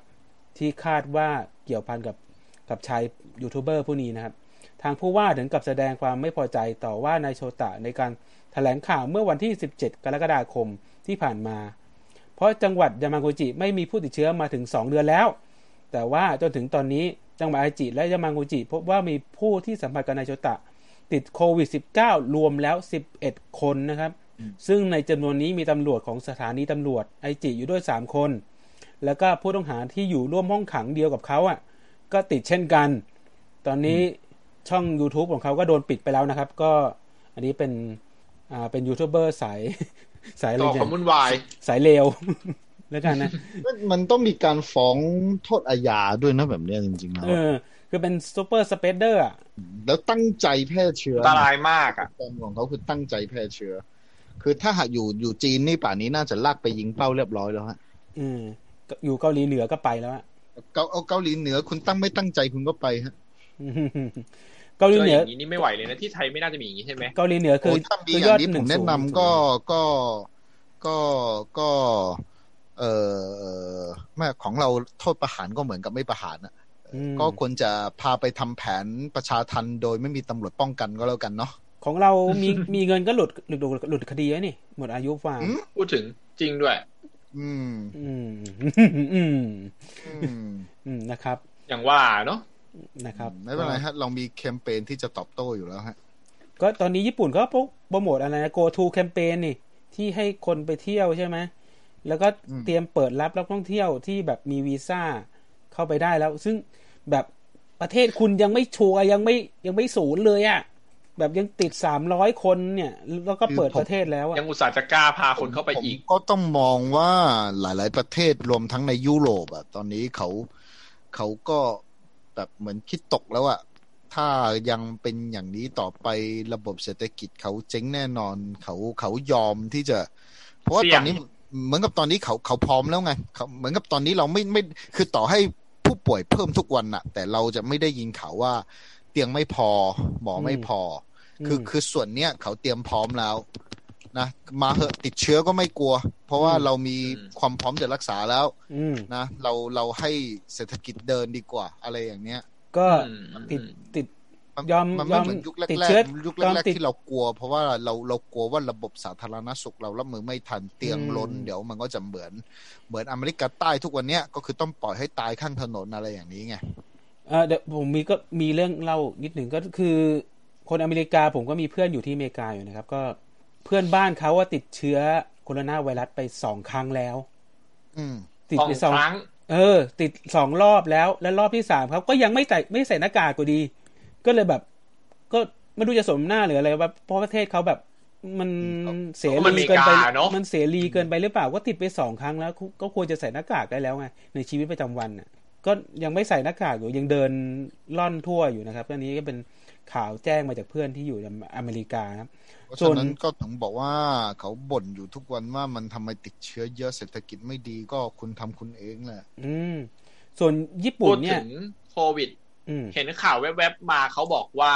Speaker 1: ที่คาดว่าเกี่ยวพันกับกับชายยูทูบเบอร์ผู้นี้นะครับ ทางผู้ว่าถึงกับแสดงความไม่พอใจต่อว่านายโชตะในการถแถลงข่าวเมื่อวันที่ 17 กรกฎาคมที่ผ่านมา เพราะจังหวัดยามากุจิไม่มีผู้ติดเชื้อมาถึง 2 เดือนแล้ว แต่ว่าจนถึงตอนนี้จังหวัดไอจิ และยามากุจิ พบว่ามีผู้ที่สัมผัสกับนายโชตะ ติดโควิด -19 รวมแล้ว 11 คนนะครับ ซึ่งในจำนวนนี้มีตำรวจของสถานีตำรวจไอจิอยู่ด้วย 3 คน แล้วก็ผู้ต้องหาที่อยู่ร่วมห้องขังเดียวกับเขาอ่ะ ก็ติดเช่นกัน ตอนนี้ช่อง YouTube ของเขาก็โดนปิดไปแล้วนะครับ ก็อันนี้เป็นอ่าเป็นยูทูบเบอร์สาย สายอะไร
Speaker 3: ก่อ
Speaker 1: เนี่
Speaker 3: ความ
Speaker 1: ย
Speaker 3: วุ่นวาย
Speaker 1: สายเลว แล้วกันนะ
Speaker 4: มันต้องมีการฟ้องโทษอาญาด้วยนะแบบเนี้ยจริงๆแล้ว
Speaker 1: เออ คือเป็นซูเปอร์สเปเดอร์อ่ะ
Speaker 4: แล้วตั้งใจแพร่เชื้อ
Speaker 3: อั
Speaker 4: นะ
Speaker 3: นตรายมากอ่ะ
Speaker 4: ตอนของเขาคือตั้งใจแพร่เชื้อ คือถ้าหากอยู่อยู่จีนนี่ป่านนี้น่าจะลากไปยิงเป้าเรียบร้อยแล้วฮะ
Speaker 1: อืมก็อยู่เกาหลีเหนือก็ไปแล้วอ่ะ
Speaker 4: เกาเอาเกาหลีเหนือคุณตั้งไม่ตั้งใจคุณก็ไปฮะ
Speaker 1: เกาห
Speaker 3: เจ
Speaker 1: ลีเห
Speaker 3: ออ
Speaker 1: นือ
Speaker 3: ย่างนี้นี่ไม่ไหวเลยนะที่ไทยไม่น่าจะมีอย่างนี้ใช่ไหม
Speaker 1: เกาหลีเหนือคือ
Speaker 4: โอ้ยถ้ามี
Speaker 1: คือ
Speaker 4: อย ย่า
Speaker 1: อง ด
Speaker 4: นี้
Speaker 1: ห
Speaker 4: ผ
Speaker 1: นึ่
Speaker 4: ม
Speaker 1: ง
Speaker 4: แนะนำ
Speaker 1: ศูย์
Speaker 4: ก็ก็ก็ก็เออเอ่อไม่ของเราโทษประหารก็เหมือนกับไม่ประหารนะ
Speaker 1: อืม
Speaker 4: ก็ควรจะพาไปทำแผนประชาทันโดยไม่มีตำรวจป้องกันก็แล้วกันเนาะ
Speaker 1: ของเรา มีมีเงินก็หลุดหลุดหลุดหลุดคดีแล้วนี่ หมดอายุความ
Speaker 4: อืม
Speaker 3: พูดถึงจริงด้วย
Speaker 4: อืม
Speaker 1: อืม อืม
Speaker 4: อืม
Speaker 1: อืมนะครับ
Speaker 3: อย่างว่าเนาะ
Speaker 1: นะครับ
Speaker 4: ไม่เป็นไรฮะ เรามีแคมเปญที่จะตอบโต้อยู่แล้วฮะ
Speaker 1: ก็ตอนนี้ญี่ปุ่นก็โปรโมทอะไรนะ go to แคมเปญนี่ ที่ให้คนไปเที่ยวใช่ไหม แล้วก็
Speaker 4: อืม
Speaker 1: เตรียมเปิดรับนักท่องเที่ยวที่แบบมีวีซ่าเข้าไปได้แล้ว ซึ่งแบบประเทศคุณยังไม่ชัวร์ยังไม่ยังไม่ศูนย์เลยอะแบบยังติดสามร้อยคนเนี่ย แล้วก็เปิดประเทศแล้วอะ
Speaker 3: ยังอุตส่าห์จะกล้าพาคนเข้าไปอีก
Speaker 4: ผมก็ต้องมองว่าหลาย ๆ ประเทศรวมทั้งในยุโรปอะตอนนี้เขาเขาก็แบบเหมือนคิดตกแล้วอะถ้ายังเป็นอย่างนี้ต่อไประบบเศรษฐกิจเขาเจ๊งแน่นอนเขาเขายอมที่จะ เพราะว่า
Speaker 3: เสี่
Speaker 4: ต
Speaker 3: ยง
Speaker 4: อนนี้เหมือนกับตอนนี้เขาเขาพร้อมแล้วไงเขาเหมือนกับตอนนี้เราไม่ไม่คือต่อให้ผู้ป่วยเพิ่มทุกวันอะแต่เราจะไม่ได้ยินข่าวว่า เตียงไม่พอ หมอไม่พออ
Speaker 1: ม
Speaker 4: คือ
Speaker 1: อืม
Speaker 4: คือส่วนเนี้ยเขาเตรียมพร้อมแล้ว นะมาเหอะติดเชื้อก็ไม่กลัว เพราะว่า
Speaker 1: อืม
Speaker 4: เรามีความพร้อมจะรักษาแล้ว
Speaker 1: อืม
Speaker 4: นะเราเราให้เศรษฐกิจเดินดีกว่า อะไรอย่างเนี้ย
Speaker 1: ก็
Speaker 3: อืม
Speaker 1: ติด
Speaker 3: อืม
Speaker 1: ติด
Speaker 4: มัน
Speaker 1: ยอม
Speaker 4: มัน
Speaker 1: ย
Speaker 4: ไม่
Speaker 1: อม
Speaker 4: เหมือนยุคแร
Speaker 1: ติด
Speaker 4: ก
Speaker 1: เชื้อ
Speaker 4: ๆยุค
Speaker 1: ตอน
Speaker 4: แรก
Speaker 1: ติด
Speaker 4: ๆที่เรากลัว เพราะว่าเราเรากลัวว่าระบบสาธารณสุขเรารับมือไม่ทันเตียงล้น
Speaker 1: อืม
Speaker 4: เดี๋ยวมันก็จะเหมือนเหมือนอเมริกาใต้ทุกวันเนี้ยก็คือต้องปล่อยให้ตายข้างถนนอะไรอย่างนี้ไง
Speaker 1: เออเดี๋ยวผมมีก็มีเรื่องเล่านิดหนึ่งก็คือ คนอเมริกาผมก็มีเพื่อนอยู่ที่อเมริกาอยู่นะครับ ก็เพื่อนบ้านเขาว่าติดเชื้อโคโรนาไวรัสไปสองครั้งแล้ว
Speaker 4: อืม
Speaker 1: ติด
Speaker 3: สอง
Speaker 1: ไปสอง
Speaker 3: ครั้ง
Speaker 1: เออ ติดสองรอบแล้ว และรอบที่สามเขาก็ยังไม่ใส่ไม่ใส่หน้ากากกูดี ก็เลยแบบ ก็ไม่รู้จะสมหน้าหรืออะไรว่าเพราะประเทศเขาแบบ มันเส
Speaker 3: เขาก็มัน
Speaker 1: รี
Speaker 3: อเมริ
Speaker 1: เกินไป
Speaker 3: กาเนอะ
Speaker 1: มันเสรีเกินไปหรือเปล่าก็ติดไปสองครั้งแล้วก็ก็ควรจะใส่หน้ากากได้แล้วไงในชีวิตประจำวันน่ะ ก็ยังไม่ใส่หน้ากากอยู่ยังเดินล่อนทั่วอยู่นะครับก็นี้ก็เป็นข่าวแจ้งมาจากเพื่อนที่อยู่ในอเมริกานะครับ
Speaker 4: เพราะ
Speaker 1: ส่
Speaker 4: ฉะ
Speaker 1: วน
Speaker 4: นั้นก็ถึงบอกว่าเขาบ่นอยู่ทุกวันว่ามันทำไมติดเชื้อเยอะเศรษฐกิจไม่ดีก็คุณทำคุณเองแหละ
Speaker 1: อืม ส่วนญี่ปุ่
Speaker 3: พู
Speaker 1: น
Speaker 3: ด
Speaker 1: เนี่
Speaker 3: ถึ
Speaker 1: ย
Speaker 3: งโควิด
Speaker 1: อืม
Speaker 3: เห็นข่าวแวบๆมาเขาบอกว่า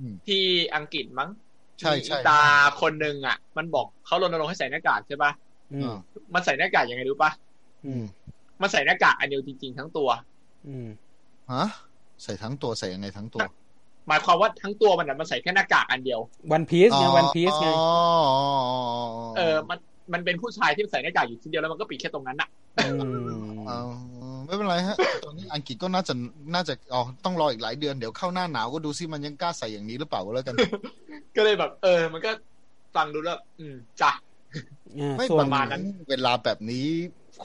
Speaker 4: อืม
Speaker 3: ที่อังกฤษมั้ง
Speaker 4: ใช่ใช่
Speaker 3: มีตาคนหนึ่งอ่ะ มันบอกเขารณรงค์ให้ใส่หน้ากากใช่ปะ
Speaker 1: อืม
Speaker 4: อ่า
Speaker 3: มันใส่หน้ากากยังไงรู้ปะ
Speaker 1: อืม
Speaker 3: มันใส่หน้ากากอันเดียวจริงๆทั้งตัว
Speaker 1: อืม
Speaker 4: ฮะใส่ทั้งตัวใส่ยังไงทั้งตัว
Speaker 3: หมายความว่าทั้งตัวมันอะมันใส่แค่หน้ากากอันเดียว
Speaker 1: วันพีซไงวันพีซไง
Speaker 4: อ๋ออ๋อ
Speaker 3: เออ มัน มันเป็นผู้ชายที่ใส่หน้ากากอยู่ชิ้นเดียวแล้วมันก็ปิดแค่ตรงนั้นอะ
Speaker 4: อ๋อไม่เป็นไรฮะ ตอนนี้อังกฤษก็น่าจะน่าจะอ๋อต้องรออีกหลายเดือนเดี๋ยวเข้าหน้าหนาวก็ดูซิมันยังกล้าใส่อย่างนี้หรือเปล่าก็แล้วกัน
Speaker 3: ก็เลยแบบ เออ มันก็ฟังดูแล้ว อืมจ้ะ
Speaker 1: อ่า
Speaker 4: ไม่
Speaker 1: ส่ว
Speaker 4: ป
Speaker 1: น
Speaker 4: ระมาณ
Speaker 3: ส่วน
Speaker 4: นั้นเวลาแบบนี้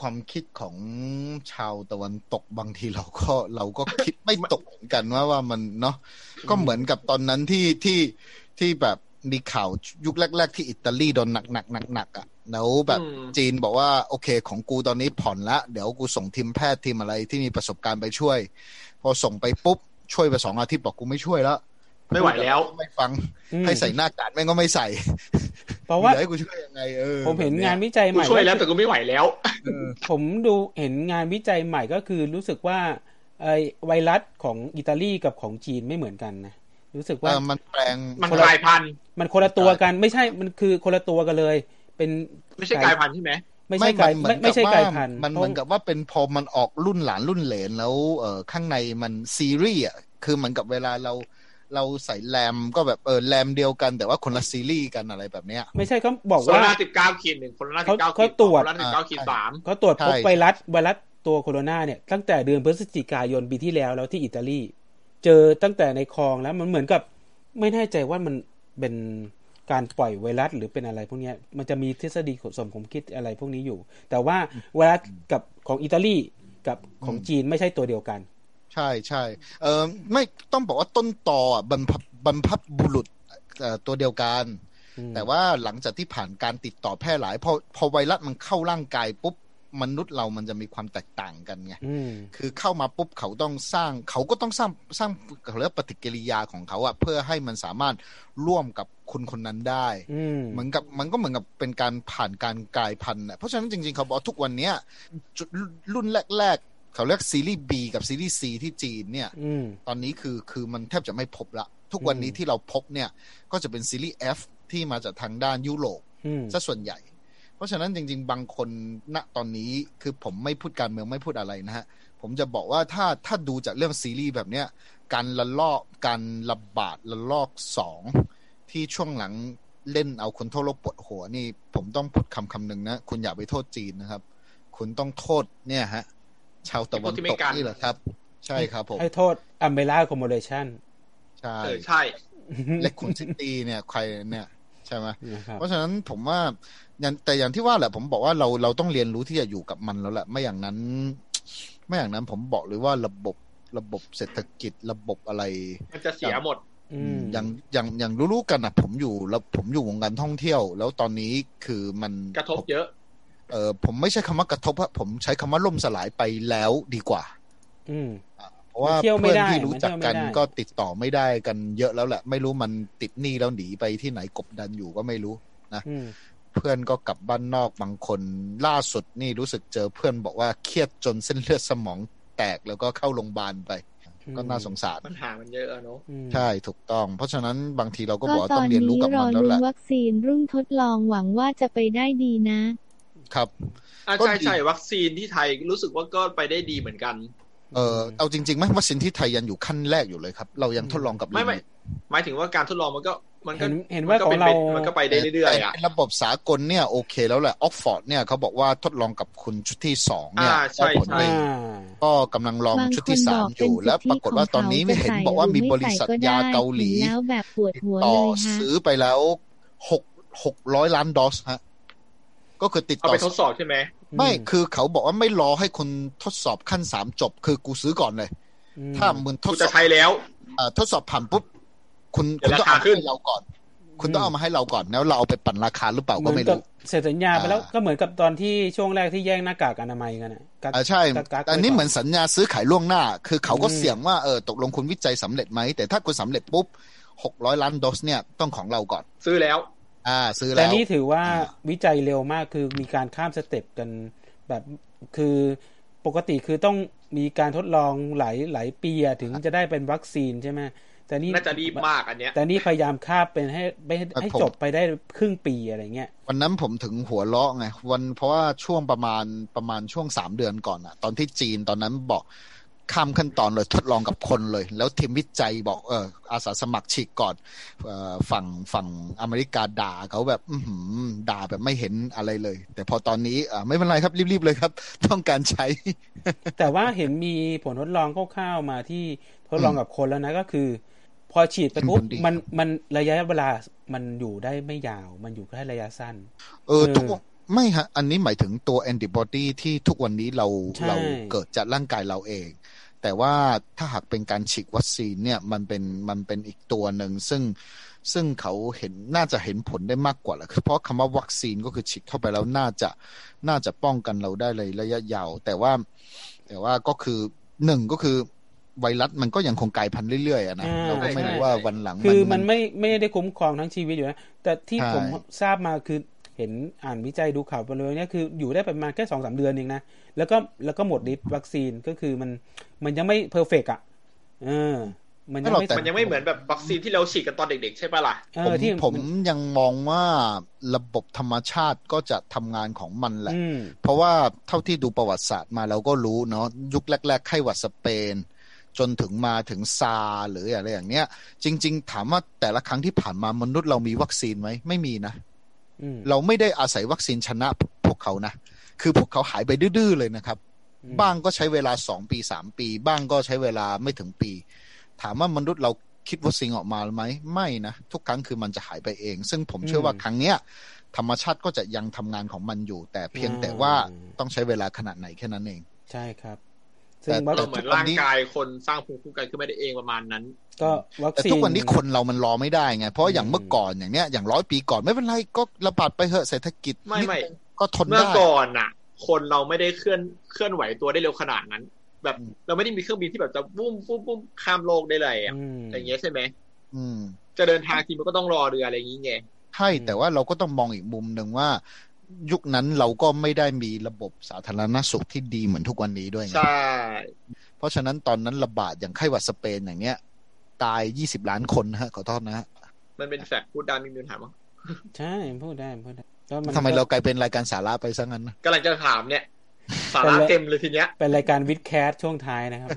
Speaker 4: ความคิดของชาวตะวันตกบางทีเราก็ เราก็คิดไม่ตกเหมือนกันว่าว่ามันเนาะก็เหมือนกับตอนนั้นที่ที่ที่แบบมีข่าวยุคแรก ๆ ที่อิตาลีโดนหนักหนักหนักหนักๆอ่ะแล้วแบบ
Speaker 3: อืม
Speaker 4: จีนบอกว่าโอเคของกูตอนนี้ผ่อนละ เดี๋ยวกูส่งทีมแพทย์ทีมอะไรที่มีประสบการณ์ไปช่วย พอส่งไปปุ๊บ ช่วยไปสองอาทิตย์บอกกูไม่ช่วยแล้ว
Speaker 3: ไม่ไหวแล้ว
Speaker 4: ไม่ฟัง
Speaker 1: อืม
Speaker 4: ให้ใส่หน้ากากแม่งก็ไม่ใส่
Speaker 1: เพราะว่า
Speaker 4: เหลือให้กูช่วยยังไงเออ
Speaker 1: ผมเห็น
Speaker 4: แบบย
Speaker 1: งานวิจัยให
Speaker 3: กู
Speaker 1: ม่
Speaker 3: ช่วยแล้วแต่กูไม่ไหวแล้ว
Speaker 1: ผมดูเห็นงานวิจัยใหม่ก็คือรู้สึกว่าไอไวรัสของอิตาลีกับของจีนไม่เหมือนกันนะ รู้สึกว่า
Speaker 4: เออมันแปลง
Speaker 3: มันกลายพันธุ์
Speaker 1: มันคนละตัวกันไม่ใช่มันคือคนละตัวกันเลย เป็น
Speaker 3: ไม่ใช่กลายพันธุ์ใช่ไหม
Speaker 1: ไม่ใช่กลาย
Speaker 4: เหมื
Speaker 1: ไม่
Speaker 4: อน
Speaker 1: ไม่ใช่
Speaker 4: กับ
Speaker 1: กลาย
Speaker 4: ว่
Speaker 1: พันธุ์
Speaker 4: มัน
Speaker 1: เพ
Speaker 4: เห
Speaker 1: ราะ
Speaker 4: มือนกับว่าเป็นพอมันออกรุ่นหลานรุ่นเหลนแล้วเออข้างในมันซีรีส์อ่ะคือเหมือนกับเวลาเราเราใส่แรมก็แบบเออแรมเดียวกันแต่ว่าคนละซีรีส์กันอะไรแบบเนี้ย
Speaker 1: ไม่ใช่เขาบอก
Speaker 3: โคโร
Speaker 1: ว่า
Speaker 3: นาสิบเก้าขีดหนึ่งโคโรนาสิบเก้า
Speaker 1: เขา
Speaker 3: ขีด
Speaker 1: ตรวจ
Speaker 3: โคโรนาสิบเก้าขีดสาม
Speaker 1: เขาตรวจพบ
Speaker 4: ใช่
Speaker 1: ไวรัสไวรัสตัวโคโรนาเนี่ยตั้งแต่เดือนพฤศจิกายนปีที่แล้วแล้วที่อิตาลีเจอตั้งแต่ในคลองแล้วมันเหมือนกับ ไม่แน่ใจว่ามันเป็นการปล่อยไวรัสหรือเป็นอะไรพวกเนี้ยมันจะมีทฤษฎีสมคมคิดอะไรพวกนี้อยู่ แต่ว่าไวรัสกับของอิตาลีกับของจีนไม่ใช่ตัวเดียวกัน
Speaker 4: ใช่ใช่เออไม่ต้องบอกว่าต้นตออ่ะบรรพบรรพบุรุษเอ่อตัวเดียวกัน
Speaker 1: อืม
Speaker 4: แต่ว่าหลังจากที่ผ่านการติดต่อแพร่หลายพอพอไวรัสมันเข้าร่างกายปุ๊บมนุษย์เรามันจะมีความแตกต่างกันไง
Speaker 1: อืม
Speaker 4: คือเข้ามาปุ๊บเขาต้องสร้างเขาก็ต้องสร้างสร้างเขาเรียกว่าปฏิกิริยาของเขาอะเพื่อให้มันสามารถร่วมกับคนคนนั้นได้
Speaker 1: อืม
Speaker 4: เหมือนกับมันก็เหมือนกับเป็นการผ่านการกลายพันธุ์อะเพราะฉะนั้นจริงๆเขาบอกว่าทุกวันเนี้ยจุดรุ่นแรกๆ เขาเรียกซีรีส์ B กับซีรีส์ C ที่จีนเนี่ย
Speaker 1: อืม
Speaker 4: ตอนนี้คือคือมันแทบจะไม่พบละ ทุกวันนี้
Speaker 1: อืม
Speaker 4: ที่เราพบเนี่ยก็จะเป็นซีรีส์ F ที่มาจากทางด้านยุโรป
Speaker 1: อืม
Speaker 4: ซะส่วนใหญ่ เพราะฉะนั้นจริง ๆ บางคนณตอนนี้คือผมไม่พูดการเมืองไม่พูดอะไรนะฮะ ผมจะบอกว่าถ้าถ้าดูจากเรื่องซีรีส์แบบเนี้ย การละลอกการระบาดระลอกสองที่ช่วงหลังเล่นเอาคนทั่วโลกปวดหัวนี่ ผมต้องพูดคำคำหนึ่งนะ คุณอย่าไปโทษจีนนะครับ คุณต้องโทษเนี่ยฮะ ชาวตะวันตกนี่แหละครับ ใช่ครับผม
Speaker 1: ให้โทษอัมเบล่าคอมโมเดชัน
Speaker 4: ใช่
Speaker 3: เออใช่
Speaker 4: เล็กคุณซิตี้เนี่ยใครเนี่ยใช่ไหม
Speaker 1: นะครับ
Speaker 4: เพราะฉะนั้นผมว่าอย่างแต่อย่างที่ว่าแหละ ผมบอกว่าเราเราต้องเรียนรู้ที่จะอยู่กับมันแล้วแหละไม่อย่างนั้น ไม่อย่างนั้นผมบอกเลยว่าระบบระบบเศรษฐกิจระบบอะไร
Speaker 3: มันจะเสียหมด
Speaker 1: อืม
Speaker 4: อย่างอย่างอย่างรู้ๆกันนะผมอยู่แล้วผมอยู่วงการท่องเที่ยว แล้วตอนนี้คือมัน
Speaker 3: กระทบเยอะ
Speaker 4: เออผมไม่ใช่คำว่ากระทบอะผมใช้คำว่าล่มสลายไปแล้วดีกว่า
Speaker 1: อืม
Speaker 4: เพราะว่า
Speaker 1: เที่ยวไม่
Speaker 4: เพื่อน
Speaker 1: ได้
Speaker 4: ที่รู้จักกัน
Speaker 1: มันเที่ยวไม่ได้
Speaker 4: ก็ติดต่อไม่ได้กันเยอะแล้วแหละ ไม่รู้มันติดหนี้แล้วหนีไปที่ไหนกบดันอยู่ก็ไม่รู้
Speaker 1: อืม
Speaker 4: เพื่อนก็กลับบ้านนอกบางคนล่าสุดนี่รู้สึกเจอเพื่อนบอกว่าเครียดจนเส้นเลือดสมองแตกแล้วก็เข้าโรงพยาบาลไป
Speaker 1: อืม
Speaker 4: ก็น่าสงสาร
Speaker 3: ปัญหามันเยอะอะเนาะ
Speaker 1: อืม
Speaker 4: ใช่ถูกต้อง เพราะฉะนั้นบางทีเราก็บ
Speaker 6: ก็
Speaker 4: อกว่า
Speaker 6: ต
Speaker 4: ต้
Speaker 6: อ
Speaker 4: อน งเรียน
Speaker 6: นี้
Speaker 4: รู้กับ
Speaker 6: รอ
Speaker 4: มันแล้
Speaker 6: ลุ้
Speaker 4: วน แหละ
Speaker 6: วัคซีนรุ่นทดลองหวังว่าจะไปได้ดีนะ
Speaker 4: ครับ
Speaker 3: อ่ะ
Speaker 4: ก็
Speaker 3: ใช่
Speaker 4: ดี
Speaker 3: ใช่วัคซีนที่ไทยรู้สึกว่าก็ไปได้ดีเหมือนกัน
Speaker 4: เออเอาจริงๆไหมวัคซีนที่ไทยยังอยู่ขั้นแรกอยู่เลยครับ เรายังทดลองกับ
Speaker 3: ไม่ไม่
Speaker 4: ลิง
Speaker 3: หมายถึงว่าการทดลองมันก็ มันก็
Speaker 1: เห็นเห็นว่าของเรามั
Speaker 3: นก็ไปได้เรื่อยๆอ่ะ
Speaker 4: แต่ระบบสากลเนี่ยโอเคแล้วแหละออกฟอร์ดเนี่ยเขาบอกว่าทดลองกับคุณชุดที่สองเนี่ย
Speaker 3: อ่าใช่
Speaker 4: ได้ผล
Speaker 3: ใช่
Speaker 4: ดี
Speaker 1: อ่า
Speaker 4: ก็กำลังลอง
Speaker 6: บาง
Speaker 4: ชุด
Speaker 6: คน
Speaker 4: ที่สา
Speaker 6: บ
Speaker 4: ม
Speaker 6: อก
Speaker 4: อ
Speaker 6: เป็น
Speaker 4: ยู่
Speaker 6: สิ
Speaker 4: แล้ว
Speaker 6: ท
Speaker 4: ป
Speaker 6: ธิ
Speaker 4: ราก
Speaker 6: ข
Speaker 4: ฏ
Speaker 6: อง
Speaker 4: ว่าตอน
Speaker 6: เขา
Speaker 4: นี้
Speaker 6: จะ
Speaker 4: เนี่ยเห็น
Speaker 6: ใส่
Speaker 4: บอกว่า
Speaker 6: หรื
Speaker 4: มี
Speaker 6: อบไม่
Speaker 4: ริ
Speaker 6: ใส่
Speaker 4: ษัท
Speaker 6: ก็
Speaker 4: ยา
Speaker 6: ได้
Speaker 4: เกาหลี
Speaker 6: ถึงแล้วแบบปวด
Speaker 4: ติด
Speaker 6: หัว
Speaker 4: ต่
Speaker 6: เล
Speaker 4: อย
Speaker 6: ฮะ
Speaker 4: ซื้อไปแล้วหกหกร้อยล้านโดสฮะ ก็คือติด
Speaker 3: เอา
Speaker 4: ต่อ
Speaker 3: ไปทดสอบใช่ไหม
Speaker 4: ไม่
Speaker 1: อืม
Speaker 4: คือเขาบอกว่าไม่รอให้คนทดสอบขั้นสามจบ คือกูซื้อก่อนเลย
Speaker 1: อืม
Speaker 4: ถ้ามึงท
Speaker 3: กู
Speaker 4: ดส
Speaker 3: จะ
Speaker 4: อบ
Speaker 3: ใช้แล้ว
Speaker 4: เอ่อทดสอบผ่านปุ๊บคุณคุณ
Speaker 3: เดี๋ยว
Speaker 4: ต้อง
Speaker 3: ราคา
Speaker 4: เอามา
Speaker 3: ขึ้น
Speaker 4: ให้เราก่อน คุณต้อง
Speaker 1: อืม
Speaker 4: เอามาให้เราก่อนแล้วเราเอาไปปั่นราคาหรือเปล่า
Speaker 1: เห
Speaker 4: ก็
Speaker 1: มือน
Speaker 4: ไม่
Speaker 1: กับ
Speaker 4: รู้
Speaker 1: เสร็จสัญญาไปแล้ว
Speaker 4: อ่า
Speaker 1: ก็เหมือนกับตอนที่ช่วงแรกที่แย่งหน้ากากอนามัยกันอ่ะกัก
Speaker 4: อ่าใช่
Speaker 1: กักกักไว้
Speaker 4: อันนี้
Speaker 1: ก่
Speaker 4: เหมือนสัญญาซื้อขายล่วงหน้า คือเขาก็
Speaker 1: อืม
Speaker 4: เสี่ยงว่าเออตกลงคุณวิจัยสำเร็จไหมแต่ถ้าคุณสำเร็จปุ๊บหกร้อยล้านโดสเนี่ยต้องของเราก่อน
Speaker 3: ซื้อแล้ว
Speaker 4: อ่า ซื้อ
Speaker 1: แต่
Speaker 4: แล้ว
Speaker 1: นี่ถือว่า
Speaker 4: อ่า
Speaker 1: วิจัยเร็วมากคือมีการข้ามสเต็ปกันแบบคือปกติคือต้องมีการทดลองหลายหลายปีอะถึงจะได้เป็นวัคซีนใช่ไหม แต่นี่
Speaker 3: น่าจะรีบมากอันเนี้ย
Speaker 1: แต่นี่พยายามคาบเป็นให้ไม่ให้ให้
Speaker 4: ผม
Speaker 1: จบไปได้ครึ่งปีอะไรเงี้ย
Speaker 4: วันนั้นผมถึงหัวเราะไงวันเพราะว่าช่วงประมาณประมาณช่วงสามเดือนก่อนอะตอนที่จีนตอนนั้นบอกข้ามขั้นตอนเลยทดลองกับคนเลย แล้วทีมวิจัยบอกเอออาสาสมัครฉีกก่อนเออฝั่งฝั่งอเมริกาด่าเขาแบบอื้อหือด่าแบบไม่เห็นอะไรเลย แต่พอตอนนี้อ่าไม่เป็นไรครับรีบๆเลยครับ ต้องการใช้
Speaker 1: แต่ว่าเห็นมีผลทดลองคร่าวๆมาที่ทดลองกับคนแล้วนะก็คือ พอฉีดไปปุ๊บ
Speaker 4: เป็นผลดี
Speaker 1: มันมันระยะเวลามันอยู่ได้ไม่ยาวมันอยู่แค่ระยะสั้น
Speaker 4: เออ
Speaker 1: เออ
Speaker 4: ทุกวันไม่ฮะ อันนี้หมายถึงตัวแอนติบอดีที่ทุกวันนี้เรา
Speaker 1: ใช่
Speaker 4: เราเกิดจากร่างกายเราเอง แต่ว่าถ้าหากเป็นการฉีดวัคซีนเนี่ยมันเป็นมันเป็นอีกตัวหนึ่งซึ่งซึ่งเขาเห็นน่าจะเห็นผลได้มากกว่าแหละคือเพราะคำว่าวัคซีนก็คือฉีดเข้าไปแล้วน่าจะน่าจะป้องกันเราได้เลยระยะยาว แต่ว่า แต่ว่าก็คือหนึ่งก็คือไวรัสมันก็ยังคงกลายพันธุ์เรื่อยๆอะนะเราก็ไม่รู้ว่าวันหลัง
Speaker 1: คือมันไม่ไม่ได้คุ้มครองทั้งชีวิตอยู่นะแต่ที่
Speaker 4: ใช่
Speaker 1: ผมทราบมาคือเห็นอ่านวิจัยดูข่าวไปเลยเนี่ยคืออยู่ได้ประมาณแค่สองสามเดือนเองนะแล้วก็แล้วก็หมดฤทธิ์วัคซีนก็คือมันมันยังไม่เพอร์เฟกอ่ะเออ มันยังไม่
Speaker 3: มันยังไม่เหมือนแบบวัคซีนที่เราฉีดกันตอนเด็ก ๆ ใช่ปะล่ะ
Speaker 1: เอ
Speaker 4: ผม
Speaker 1: อที่
Speaker 4: ผมยังมองว่าระบบธรรมชาติก็จะทำงานของมันแหละ
Speaker 1: อืม
Speaker 4: เพราะว่าเท่าที่ดูประวัติศาสตร์มาเราก็รู้เนาะยุคแรก ๆ ไข้หวัดสเปน จนถึงมาถึงซาร์หรืออะไรอย่างเนี้ย จริง ๆ ถามว่าแต่ละครั้งที่ผ่านมามนุษย์เรามีวัคซีนไหมไม่มีนะ
Speaker 1: อืม
Speaker 4: เราไม่ได้อาศัยวัคซีนชนะพวกเขานะ คือพวกเขาหายไปดื้อๆเลยนะครับ
Speaker 1: อืม
Speaker 4: บ้างก็ใช้เวลาสองปีสามปี บ้างก็ใช้เวลาไม่ถึงปี ถามว่ามนุษย์เราคิดวัคซีนออกมาไหมไม่นะ ทุกครั้งคือมันจะหายไปเอง ซึ่งผมเชื่อว่าครั้งเนี้ย ธรรมชาติก็จะยังทำงานของมันอยู่ แต่เพียงแต่ว่าต้องใช้เวลาขนาดไหนแค่นั้นเอง
Speaker 1: ใช่ครับ
Speaker 4: แต่
Speaker 1: ซึ่งวัค
Speaker 3: เราเหมือนร่างกายคนสร้างภูมิคุ้มกันขึ้นมาได้เองประมาณนั้น
Speaker 1: ก็วัค
Speaker 4: แต่
Speaker 1: ซีน
Speaker 4: ทุกวันนี้คนเรามันรอไม่ได้ไง เพราะอย่าง
Speaker 1: อืม
Speaker 4: เมื่อก่อนอย่างเนี้ยอย่างร้อยปีก่อนไม่เป็นไรก็ระบาดไปเหอะเศรษฐกิจ
Speaker 3: ไม่ไม่
Speaker 4: นิดนึงก็ทน
Speaker 3: เมื่อ
Speaker 4: ได้
Speaker 3: ก่อนน่ะ คนเราไม่ได้เคลื่อนเคลื่อนไหวตัวได้เร็วขนาดนั้น แบบ
Speaker 4: อืม
Speaker 3: เราไม่ได้มีเครื่องบินที่แบบจะวุ้มวุ้มวุ้มข้ามโลกได้เลยอะ
Speaker 1: อืม
Speaker 3: อย่างเงี้ยใช่ไหม
Speaker 4: อืม
Speaker 3: จะเดินทางทีมันก็ต้องรอเรืออะไรอย่างเงี้ย
Speaker 4: ใช่
Speaker 1: อืม
Speaker 4: แต่ว่าเราก็ต้องมองอีกมุมหนึ่งว่า ยุคนั้นเราก็ไม่ได้มีระบบสาธารณสุขที่ดีเหมือนทุกวันนี้ด้วยไง
Speaker 3: ใช่
Speaker 4: เพราะฉะนั้นตอนนั้นระบาดอย่างไข้หวัดสเปนอย่างเนี้ย ตายยี่สิบล้านคนนะฮะขอโทษนะฮะ
Speaker 3: มันเป็นแฟกต์พูดดันมีปัญหามั้ง
Speaker 1: ใช่พูดได้พูดได้ก็น
Speaker 4: ทำไมเรากลายเป็นรายการสาระไปซะงั้นนะ
Speaker 3: กำลังจะถามเนี่ย สา
Speaker 1: เป็น
Speaker 3: ระ
Speaker 1: ไร
Speaker 3: เต็มเลยทีเนี้ย
Speaker 1: เป็นรายการวิดแคสช่วงท้ายนะครับ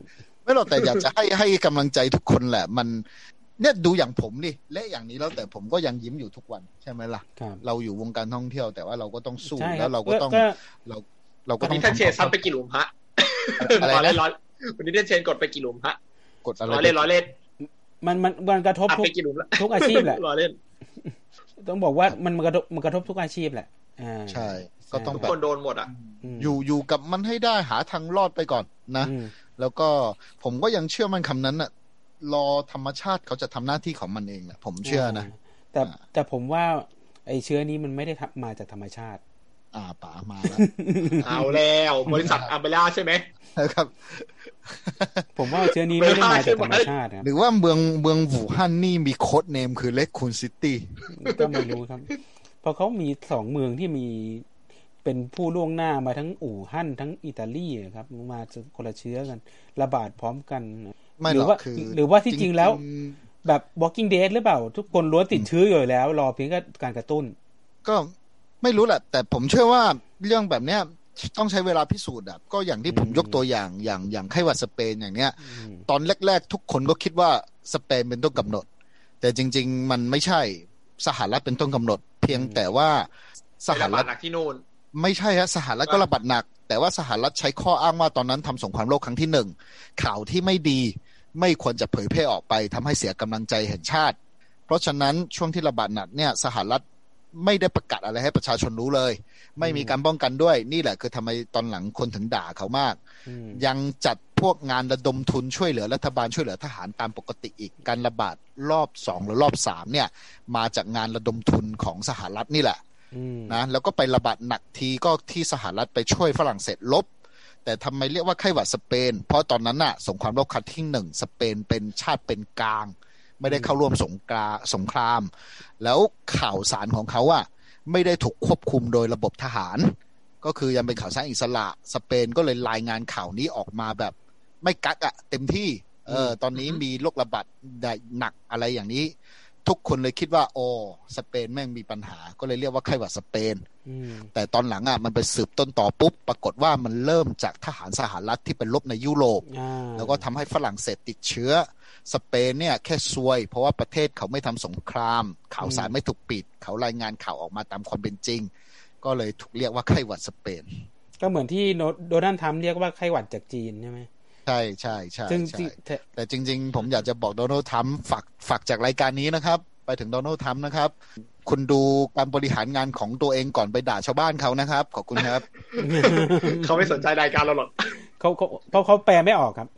Speaker 4: ไม่หรอกแต่อยากจะให้ให้กำลังใจทุกคนแหละ มันเนี่ยดูอย่างผมดิเละอย่างนี้แล้วแต่ผมก็ยังยิ้มอยู่ทุกวันใช่ไหมล่ะ
Speaker 1: ครับ
Speaker 4: เราอยู่วงการท่องเที่ยว แต่ว่าเราก็ต้องสู้
Speaker 1: ใช่ค
Speaker 4: แล้
Speaker 1: รั
Speaker 4: ว
Speaker 1: บ
Speaker 4: เราก็ต้อง
Speaker 1: ก็
Speaker 4: เราเราก็
Speaker 3: วัน
Speaker 4: ต้อ
Speaker 3: นี้
Speaker 4: ง
Speaker 3: ท่านเชน
Speaker 4: ทำ
Speaker 3: ซัดไปกี่หลุมฮะ
Speaker 4: อะไร
Speaker 3: ร้อยเล่น
Speaker 4: นะ
Speaker 3: ร้อยวันนี้ท่านเชนกดไปกี่หลุมฮะ
Speaker 4: กดอะไร
Speaker 3: ร้อยเล่นร้อยเล่น
Speaker 1: มันมันมันกระทบ
Speaker 3: อัด
Speaker 1: ทุก
Speaker 3: ไปกี่หลุมละ
Speaker 1: ทุกอาชีพแหละ
Speaker 3: ร้อยเล่น
Speaker 1: ต้องบอกว่ามันมันกระทบมันกระทบทุกอาชีพแหละอ่า
Speaker 4: ใช่ ก็ต้อง
Speaker 3: ทุก
Speaker 4: แบบ
Speaker 3: คนโดนหมดอ่ะ
Speaker 1: ม
Speaker 4: อยู่อยู่กับมันให้ได้หาทางรอดไปก่อนนะ
Speaker 1: อืม
Speaker 4: แล้วก็ผมก็ยังเชื่อมันคำนั้นน่ะ รอธรรมชาติเขาจะทำหน้าที่ของมันเองนะผมเชื่อนะ
Speaker 1: แต่
Speaker 4: อ่า
Speaker 1: แต่ผมว่าไอเชื้อนี้มันไม่ได้ทำมาจากธรรมชาติ
Speaker 4: อ่าป๋ามาแล้ว
Speaker 3: เอาแล้วบริษัทอัมเบร่าใช่ไหม
Speaker 4: นะครับ
Speaker 1: ผมว่าเชื้อนี้ไม่ได้มาจากธรรมชาติ
Speaker 4: ห
Speaker 1: นะครับ
Speaker 4: รือว่าเมืองเมืองวูฮั่นนี่มีโค้ดเนมคือเล็กคูนซิตี้
Speaker 1: ก็ไม่รู้ครับ เพราะเขามีสองเมืองที่มีเป็นผู้ล่วงหน้ามาทั้งอู่ฮั่นทั้งอิตาลีนะครับมาคนละเชื้อกัน ระบาดพร้อมกัน
Speaker 4: ไม่
Speaker 1: ห
Speaker 4: ห
Speaker 1: รื
Speaker 4: ร
Speaker 1: อ
Speaker 4: อก
Speaker 1: ว่า
Speaker 4: คือ
Speaker 1: หรือว่าที่จริงแล้ว
Speaker 4: ๆ
Speaker 1: แบบ Walking Dead หรือเปล่า ทุกคนล้วนติดเชื้ออยู่แล้ว รอเพียงแค่การกระตุ้น
Speaker 4: ก็ไม่รู้แหละ แต่ผมเชื่อว่าเรื่องแบบเนี้ยต้องใช้เวลาพิสูจน์อะก็อย่างที่ผม
Speaker 1: อืม
Speaker 4: ยกตัวอย่างอย่างอย่างไข้หวัดสเปนอย่างเนี้ย
Speaker 1: อืม
Speaker 4: ตอนแรก ๆ ทุกคนก็คิดว่าสเปนเป็นต้นกำหนด แต่จริง ๆ มันไม่ใช่สหรัฐเป็นต้นกำหนด เพียง
Speaker 1: อืม
Speaker 4: แต่ว่าสห
Speaker 3: ระบา
Speaker 4: รั
Speaker 3: ด
Speaker 4: ฐ
Speaker 3: หนักที่นู่น
Speaker 4: ไม่ใช่ฮะสหรัฐก็ระบาดหนัก แต่ว่าสหรัฐใช้ข้ออ้างว่าตอนนั้นทำสงครามโลกครั้งที่หนึ่งข่าวที่ไม่ดีไม่ควรจะเผยแพร่ออกไปทำให้เสียกำลังใจแห่งชาติ เพราะฉะนั้นช่วงที่ระบาดหนักเนี่ยสหรัฐไม่ได้ประกาศอะไรให้ประชาชนรู้เลย ไม่มีการป้องกันด้วยนี่แหละคือทำไมตอนหลังคนถึงด่าเขามาก
Speaker 1: อืม
Speaker 4: ยังจัดพวกงานระดมทุนช่วยเหลือรัฐบาลช่วยเหลือทหารตามปกติอีกการระบาดรอบสองหรือรอบสามเนี่ย มาจากงานระดมทุนของสหรัฐนี่แหละ
Speaker 1: อืม
Speaker 4: นะแล้วก็ไประบาดหนักทีก็ที่สหรัฐไปช่วยฝรั่งเศสลบ แต่ทำไมเรียกว่าไข้หวัดสเปน เพราะตอนนั้นน่ะสงครามโลกครั้งที่หนึ่งสเปนเป็นชาติเป็นกลาง ไม่ได้เข้าร่วมสงคราสงคราม แล้วข่าวสารของเขาอะไม่ได้ถูกควบคุมโดยระบบทหาร ก็คือยังเป็นข่าวสารอิสระ สเปนก็เลยรายงานข่าวนี้ออกมาแบบ ไม่กักอะเต็มที่ เออ ตอนนี้มีโรคระบาดได้หนักอะไรอย่างนี้ ทุกคนเลยคิดว่า โอ้สเปนแม่งมีปัญหา ก็เลยเรียกว่าไข้หวัดสเปน
Speaker 1: อืม
Speaker 4: แต่ตอนหลังอ่ะมันไปสืบต้นต่อปุ๊บ ปรากฏว่ามันเริ่มจากทหารสหรัฐที่เป็นลบในยุโรป
Speaker 1: อ่า
Speaker 4: แล้วก็ทำให้ฝรั่งเศสติดเชื้อ สเปนเนี่ยแค่ซวย เพราะว่าประเทศเขาไม่ทำสงคราม ข่าวสารไม่ถูกปิด เขารายงานข่าวออกมาตามความเป็นจริง ก็เลยถูกเรียกว่าไข้หวัดสเปน
Speaker 1: ก็เหมือนที่โนโดนัลด์ทรัมป์เรียกว่าไข้หวัดจากจีนใช่ไหม
Speaker 4: ใช่ใช่ใช่
Speaker 1: ซึ่ง
Speaker 4: ใช่
Speaker 1: ที่เธอ
Speaker 4: แต่จริงๆ ผมอยากจะบอกโดนัลด์ทรัมป์ฝากฝากจากรายการนี้นะครับ ไปถึงโดนัลด์ทรัมป์นะครับ คุณดูการบริหารงานของตัวเองก่อนไปด่าชาวบ้านเขานะครับ ขอบคุณ ครับ
Speaker 3: เขาไม่สนใจรายการเราหรอก
Speaker 1: เขาเขาเขาเขาแปลไม่ออกครับ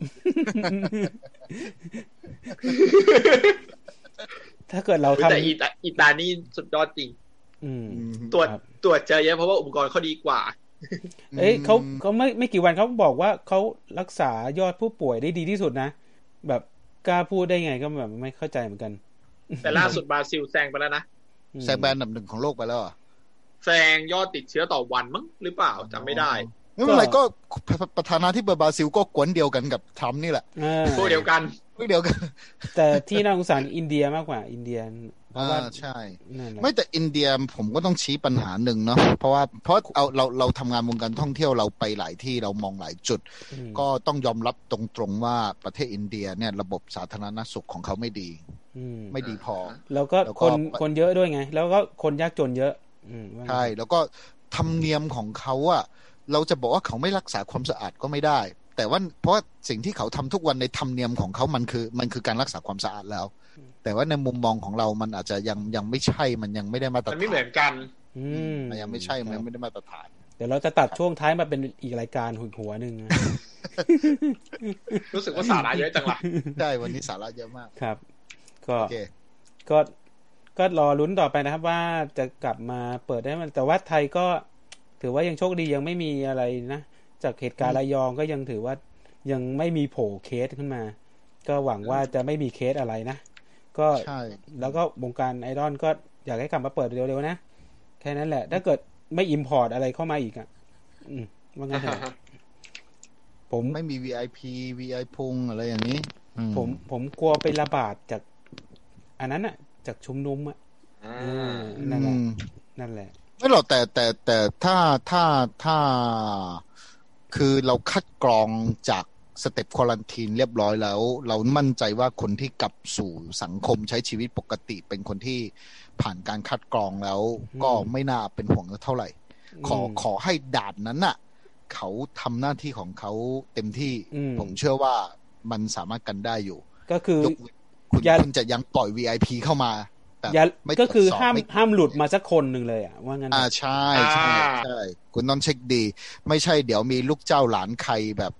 Speaker 1: ถ้าเกิดเราทำ
Speaker 3: แต่อีตาอีตานี่สุดยอดจริง
Speaker 1: อืม
Speaker 3: ตรวจ
Speaker 1: ครับ
Speaker 3: ตรวจเจอเยอะเพราะว่าอุปกรณ์เขาดีกว่า
Speaker 1: เอ้ยเขา
Speaker 4: อืม
Speaker 1: เขาไม่ไม่กี่วันเขาบอกว่าเขารักษายอดผู้ป่วยได้ดีที่สุดนะ แบบกล้าพูดได้ไงก็แบบไม่เข้าใจเหมือนกัน
Speaker 3: แต่ล่าสุดบราซิลแซงไปแล้วนะ
Speaker 1: อืม
Speaker 4: แซงแบรนด์อันดับหนึ่งของโลกไปแล้วเหรอ
Speaker 3: แซงยอดติดเชื้อต่อวันมั้งหรือเปล่าจำไม่ได้
Speaker 4: ไม่เป็นไรก็ประธานาธิบดีบราซิลก็กวนเดียวกันกับทรัมป์นี่แหละ
Speaker 1: เออ
Speaker 3: พวกเดียวกัน
Speaker 4: เรื่องเดี ยวกัน
Speaker 1: แต่ที่น่าสงสารอินเดียมากกว่า อินเดียเพราะว่า
Speaker 4: อ่าใช่
Speaker 1: นั่นแหละ
Speaker 4: ไม่แต่อินเดียผมก็ต้องชี้ปัญหาหนึ่งเนาะเพราะว่าเพราะเอาเราเราทำงานวงการท่องเที่ยวเราไปหลายที่เรามองหลายจุด
Speaker 1: อืม
Speaker 4: ก็ต้องยอมรับตรงๆว่าประเทศอินเดียเนี่ยระบบสาธารณสุขของเขาไม่ดี
Speaker 1: อืม
Speaker 4: ไม่ดีพอ
Speaker 1: แล้วก็
Speaker 4: แล้วก็
Speaker 1: คน
Speaker 4: ปะ
Speaker 1: คนเยอะด้วยไง แล้วก็คนยากจนเยอะ อืมว่าไง
Speaker 4: ใช่แล้วก็ธรรมเนียมของเขาอะเราจะบอกว่าเขาไม่รักษาความสะอาดก็ไม่ได้ แต่ว่าเพราะว่าสิ่งที่เขาทำทุกวันในธรรมเนียมของเขามันคือ มันคือการรักษาความสะอาดแล้ว แต่ว่าในมุมมองของเรามันอาจจะยังยังไม่ใช่มันยังไม่ได้มาตรฐา
Speaker 3: มั
Speaker 4: น น
Speaker 3: ไม่เหมือนกัน
Speaker 1: อืม
Speaker 4: มันยังไม่ใช่มัน
Speaker 1: ค
Speaker 4: ยั
Speaker 1: รับ
Speaker 4: งไม่ได้มาตรฐาน
Speaker 1: เดี๋ยวเราจะตัดช่วงท้ายมาเป็นอีกรายการหัวหัวหนึ่งนะ
Speaker 3: รู้สึกว่าสาระเยอะจังล่ะ
Speaker 4: ได้วันนี้สาระเยอะมาก
Speaker 1: ครับ ก็
Speaker 4: โอเค
Speaker 1: ก็ ก็รอลุ้นต่อไปนะครับ ว่าจะกลับมาเปิดได้มัน แต่ว่าไทยก็ ถือว่ายังโชคดียังไม่มีอะไรนะ จากเหตุการณ์ระยองก็ยังถือว่ายังไม่มีโผล่เคสขึ้นมา ก็หวังว่าจะไม่มีเคสอะไรนะ ก็
Speaker 4: ใช่
Speaker 1: แล้วก็วงการไอดอลก็อยากให้กลับมาเปิดเร็วๆนะ แค่นั้นแหละ ถ้าเกิดไม่อิมพอร์ตอะไรเข้ามาอีกอ่ะ อืมว่างั้นเถอะผม
Speaker 4: ไม่มี VIP VI พุงอะไรอย่างนี้อื
Speaker 1: ผมผมกลัวไประบาดจาก อันนั้นอ่ะ จากชุมนุมอ่ะเออนั่นแห
Speaker 4: อื
Speaker 1: ละ
Speaker 4: ม
Speaker 1: นั่นแหละ
Speaker 4: ไม่หรอกแต่แต่แต่ถ้าถ้าถ้าคือเราคัดกรองจากสเต็ปควอลันทีนเรียบร้อยแล้ว เรามั่นใจว่าคนที่กลับสู่สังคมใช้ชีวิตปกติเป็นคนที่ผ่านการคัดกรองแล้ว ก็ไม่น่าเป็นห่วงเท่าไหร่ ขอ
Speaker 1: อืม
Speaker 4: ขอให้ด่านนั้นน่ะ เขาทำหน้าที่ของเขาเต็มที่
Speaker 1: อืม
Speaker 4: ผมเชื่อว่ามันสามารถกันได้อยู่
Speaker 1: ก็คือ
Speaker 4: ยกเว้นคุณ
Speaker 1: อย่า
Speaker 4: คุณจะยังปล่อย VIP เข้ามาแบบ
Speaker 1: อย่า
Speaker 4: ไม่ตรวจสบ
Speaker 1: ก็คือห้าม
Speaker 4: ไ
Speaker 1: ห้ามหลุดมาสักคนหนึ่งเลยอ่ะ ว่างั้น
Speaker 4: อ่าใช่ใช่
Speaker 3: อ่า
Speaker 4: ใช่ คุณต้องเช็คดี ไม่ใช่เดี๋ยวมีลูกเจ้าหลานใครแบบ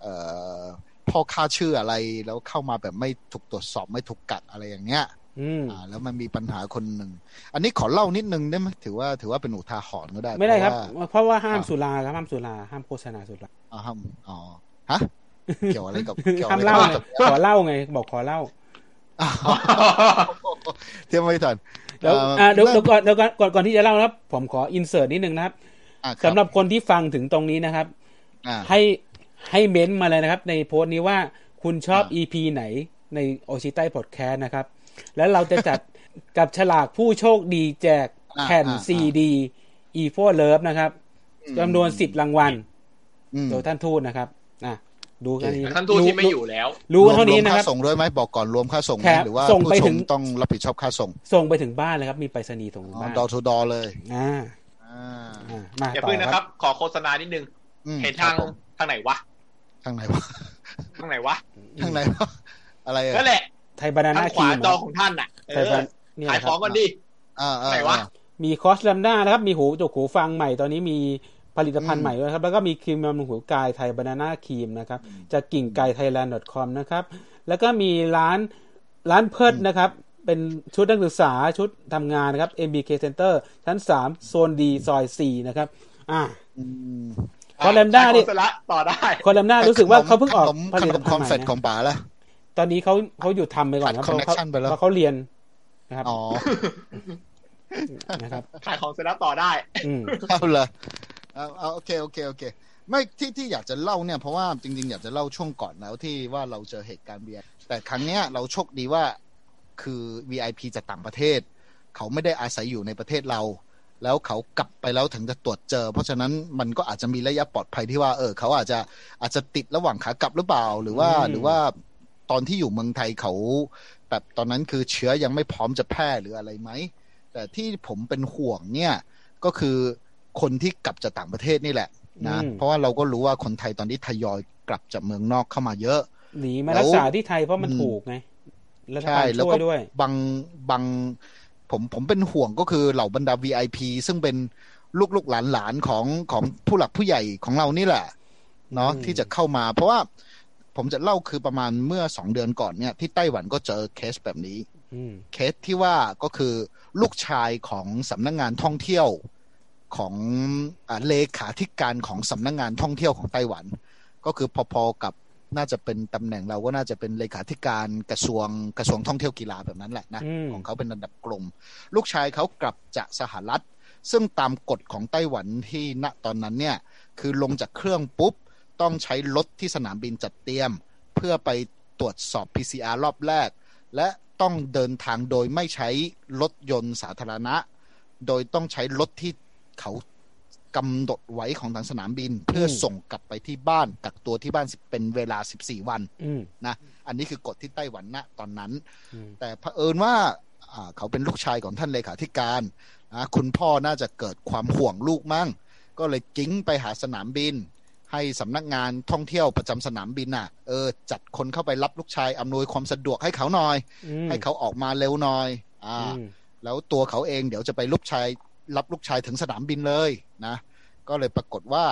Speaker 4: เอ่อพ่อข้าชื่ออะไรแล้วเข้ามาแบบไม่ถูกตรวจสอบไม่ถูกกัดอะไรอย่างเงี้ย
Speaker 1: อืม
Speaker 4: อ่า แล้วมันมีปัญหาคนหนึ่ง อันนี้ขอเล่านิดนึงได้ไหมถือว่าถือว่าเป็นอุทาหรณ์ก็ได้
Speaker 1: ไม่ได้ครับ
Speaker 4: เพาะว่า
Speaker 1: เพราะว่าห้าม
Speaker 4: อ่า
Speaker 1: สุราครับห้ามสุราห้ามโฆษณาสุรา
Speaker 4: อ่าห้ามอ๋อฮะเกี่ยวอะไรกับ เกี่ยว
Speaker 1: ห้า
Speaker 4: อะ
Speaker 1: ม
Speaker 4: ไร
Speaker 1: เล่าไง
Speaker 4: กับ
Speaker 1: ขอเล่าไง บอกขอเล่า
Speaker 4: อ้าว เที่ยวไม่ทัน
Speaker 1: แล้ว
Speaker 4: อ่า
Speaker 1: อ่าเดี๋ยว
Speaker 4: เริ่ม
Speaker 1: เดี๋ยวก่อนเดี๋ยวก่อนก่อนก่อนที่จะเล่านะครับ ผมขออินเสิร์ตนิดนึงนะครับ
Speaker 4: อ่ะค
Speaker 1: สำหรับคนที่ฟังถึงตรงนี้นะครับ
Speaker 4: อ่า
Speaker 1: ให้ให้เม้นต์มาเลยนะครับ ในโพสต์นี้ว่าคุณชอบ
Speaker 4: อ่า
Speaker 1: EP ไหนในโอชิใต้พอดแคสต์นะครับ แล้วเราจะจัด กับฉลากผู้โชคดีแจก
Speaker 4: อ่า
Speaker 1: แผ่น
Speaker 4: อ่าอ่า
Speaker 1: ซีดีอีโฟเลิฟนะครับจำนวนสิบรางวัล
Speaker 4: อืม
Speaker 1: โดยท่านทูตนะครับอ่ะดูกันนี้
Speaker 3: ท่านทูตที่ไม่อยู่แล้ว
Speaker 1: รู้เท่านี้นะค
Speaker 4: ม
Speaker 1: รับ
Speaker 4: ค่าส่งด้วยไหมบอกก่อนรวมค่าส่งไห
Speaker 1: ค
Speaker 4: ม
Speaker 1: รับ
Speaker 4: หรือว่า
Speaker 1: ส่งไป
Speaker 4: ผู้ช
Speaker 1: ถึ
Speaker 4: ม
Speaker 1: ง
Speaker 4: ต้องรับผิดชอบค่าส่ง
Speaker 1: ส่งไปถึงบ้านเลยครับ มีไปรษณีย์ส่งถึงบ้าน
Speaker 4: ดอทูดอเลย
Speaker 1: อ่า
Speaker 4: อ่า
Speaker 1: อ่ามา
Speaker 3: อย่า
Speaker 1: ต่
Speaker 3: พึ่ง
Speaker 1: อ
Speaker 3: นะ
Speaker 1: ค
Speaker 3: ค
Speaker 1: รั
Speaker 3: รับ บ ขอโฆษณานิดนึง
Speaker 4: อืม
Speaker 3: เห็นทาง
Speaker 4: ครับผม
Speaker 3: ทางไหนวะ
Speaker 4: ทางไหนวะ
Speaker 3: ทางไหนวะ
Speaker 4: ทางไหนวะอะไรอ่ะ
Speaker 3: นั่นแหละ
Speaker 1: ไทยบานา
Speaker 3: ทา
Speaker 1: น่าง
Speaker 3: ข
Speaker 1: คิ
Speaker 3: วาว จอของท่านน่ะเอ
Speaker 1: ไท
Speaker 3: อบ
Speaker 1: ยานเนี่ย
Speaker 3: ขา
Speaker 1: นะ
Speaker 3: ย
Speaker 1: ค
Speaker 3: ข
Speaker 1: รับ
Speaker 3: องกันดิ
Speaker 4: อ่าอ่า
Speaker 3: ไหนวะ
Speaker 4: อ่า
Speaker 1: มีคอสลัมด้านะครับ มีหูจกหูฟังใหม่ตอนนี้มีผลิตภัณ
Speaker 4: อืม
Speaker 1: ฑ์ใหม่ด้วยนะครับ แล้วก็มีครีมบำรุงหูกายไทยบานาน่าครีมนะครับ จากกิ่งไก่ thailand com นะครับ แล้วก็มีร้านร้านเพิดนะครับ เป็นชุดนักศึกษาชุดทำงานนะครับ MBK Center ชั้น 3 โซนดีซอย 4 นะครับ อ่า คอลัมด้านี่
Speaker 3: ใช้โฆษณาต่อได้
Speaker 1: คอลัมน่ารู้สึกว่าเขาเพิ่งออก
Speaker 4: ขนม
Speaker 1: ผลิต
Speaker 4: ขนมค
Speaker 1: ภั
Speaker 4: อ
Speaker 1: ณ
Speaker 4: ม
Speaker 1: ฑ์ให
Speaker 4: เฟ
Speaker 1: ม่
Speaker 4: ต
Speaker 1: นะ
Speaker 4: ของป๋าละ
Speaker 1: ตอนนี้เขาเขาหยุดทำไปก่อนครับเพราะเขา
Speaker 4: ขาด connection ไปแล้ว
Speaker 1: เพราะเขาเรียนนะครับ
Speaker 4: อ๋อ
Speaker 1: นะครับ
Speaker 3: ขายของเสร็จแล้วต่อได้
Speaker 1: อืม
Speaker 4: เอาเลยเอาเอาโอเคโอเคโอเค ไม่ที่ที่อยากจะเล่าเนี่ยเพราะว่าจริง ๆ อยากจะเล่าช่วงก่อนแล้วที่ว่าเราเจอเหตุการณ์ VIP แต่ครั้งเนี้ยเราโชคดีว่าคือ VIP จากต่างประเทศ เขาไม่ได้อาศัยอยู่ในประเทศเรา แล้วเขากลับไปแล้วถึงจะตรวจเจอ เพราะฉะนั้นมันก็อาจจะมีระยะปลอดภัยที่ว่าเออเขาอาจจะอาจจะติดระหว่างขากลับหรือเปล่า หรือว่า
Speaker 1: อืม
Speaker 4: หรือว่าตอนที่อยู่เมืองไทยเขา แบบตอนนั้นคือเชื้อยังไม่พร้อมจะแพร่หรืออะไรไหม แต่ที่ผมเป็นห่วงเนี่ยก็คือคนที่กลับจากต่างประเทศนี่แหละนะ
Speaker 1: อืม
Speaker 4: เพราะว่าเราก็รู้ว่าคนไทยตอนนี้ทยอยกลับจากเมืองนอกเข้ามาเยอะ
Speaker 1: หนีมารักษาที่ไทยเพราะมัน
Speaker 4: อืม
Speaker 1: ถูกไงรัฐ
Speaker 4: ใช่
Speaker 1: บาล
Speaker 4: แล้ว
Speaker 1: ช่ว
Speaker 4: ก็
Speaker 1: ยด้วย
Speaker 4: บางบางผมผมเป็นห่วงก็คือเหล่าบรรดา VIP ซึ่งเป็นลูกลูกหลานหลานๆของของผู้หลักผู้ใหญ่ของเรานี่แหละ เนาะ
Speaker 1: อืม
Speaker 4: ที่จะเข้ามา เพราะว่าผมจะเล่าคือประมาณเมื่อสองเดือนก่อนเนี่ยที่ไต้หวันก็เจอเคสแบบนี้
Speaker 1: อืม
Speaker 4: เคสที่ว่าก็คือลูกชายของสำนักงานท่องเที่ยวของอาเลขาธิการของสำนักงานท่องเที่ยวของไต้หวัน ก็คือพอๆกับน่าจะเป็นตำแหน่งเราก็น่าจะเป็นเลขาธิการกระทรวงกระทรวงท่องเที่ยวกีฬาแบบนั้นแหละนะ
Speaker 1: อืม
Speaker 4: ของเขาเป็นระดับกลม ลูกชายเขากลับจากสหรัฐ ซึ่งตามกฎของไต้หวันที่ณตอนนั้นเนี่ยคือลงจากเครื่องปุ๊บ ต้องใช้รถที่สนามบินจัดเตรียม เพื่อไปตรวจสอบ PCR รอบแรก และต้องเดินทางโดยไม่ใช้รถยนต์สาธารณะ โดยต้องใช้รถที่เขากำหนดไว้ของทางสนามบิน เพื่อ
Speaker 1: ม
Speaker 4: ส่งกลับไปที่บ้านกักตัวที่บ้านเป็นเวลา 14 วัน
Speaker 1: อืม
Speaker 4: นะอันนี้คือกฎที่ไต้หวันณตอนนั้น
Speaker 1: อืม
Speaker 4: แต่เผอิญว่าอ่าเขาเป็นลูกชายของท่านเลขาธิการนะคุณพ่อน่าจะเกิดความห่วงลูกมั่ง ก็เลยกิ้งไปหาสนามบิน ให้สำนักงานท่องเที่ยวประจำสนามบินน่ะเออจัดคนเข้าไปรับลูกชายอำนวยความสะดวกให้เขาหน่อย
Speaker 1: อืม
Speaker 4: ให้เขาออกมาเร็วหน่อยอ่า
Speaker 1: อืม
Speaker 4: แล้วตัวเขาเองเดี๋ยวจะไปลูกชายรับลูกชายถึงสนามบินเลยนะก็เลยปรากฏว่า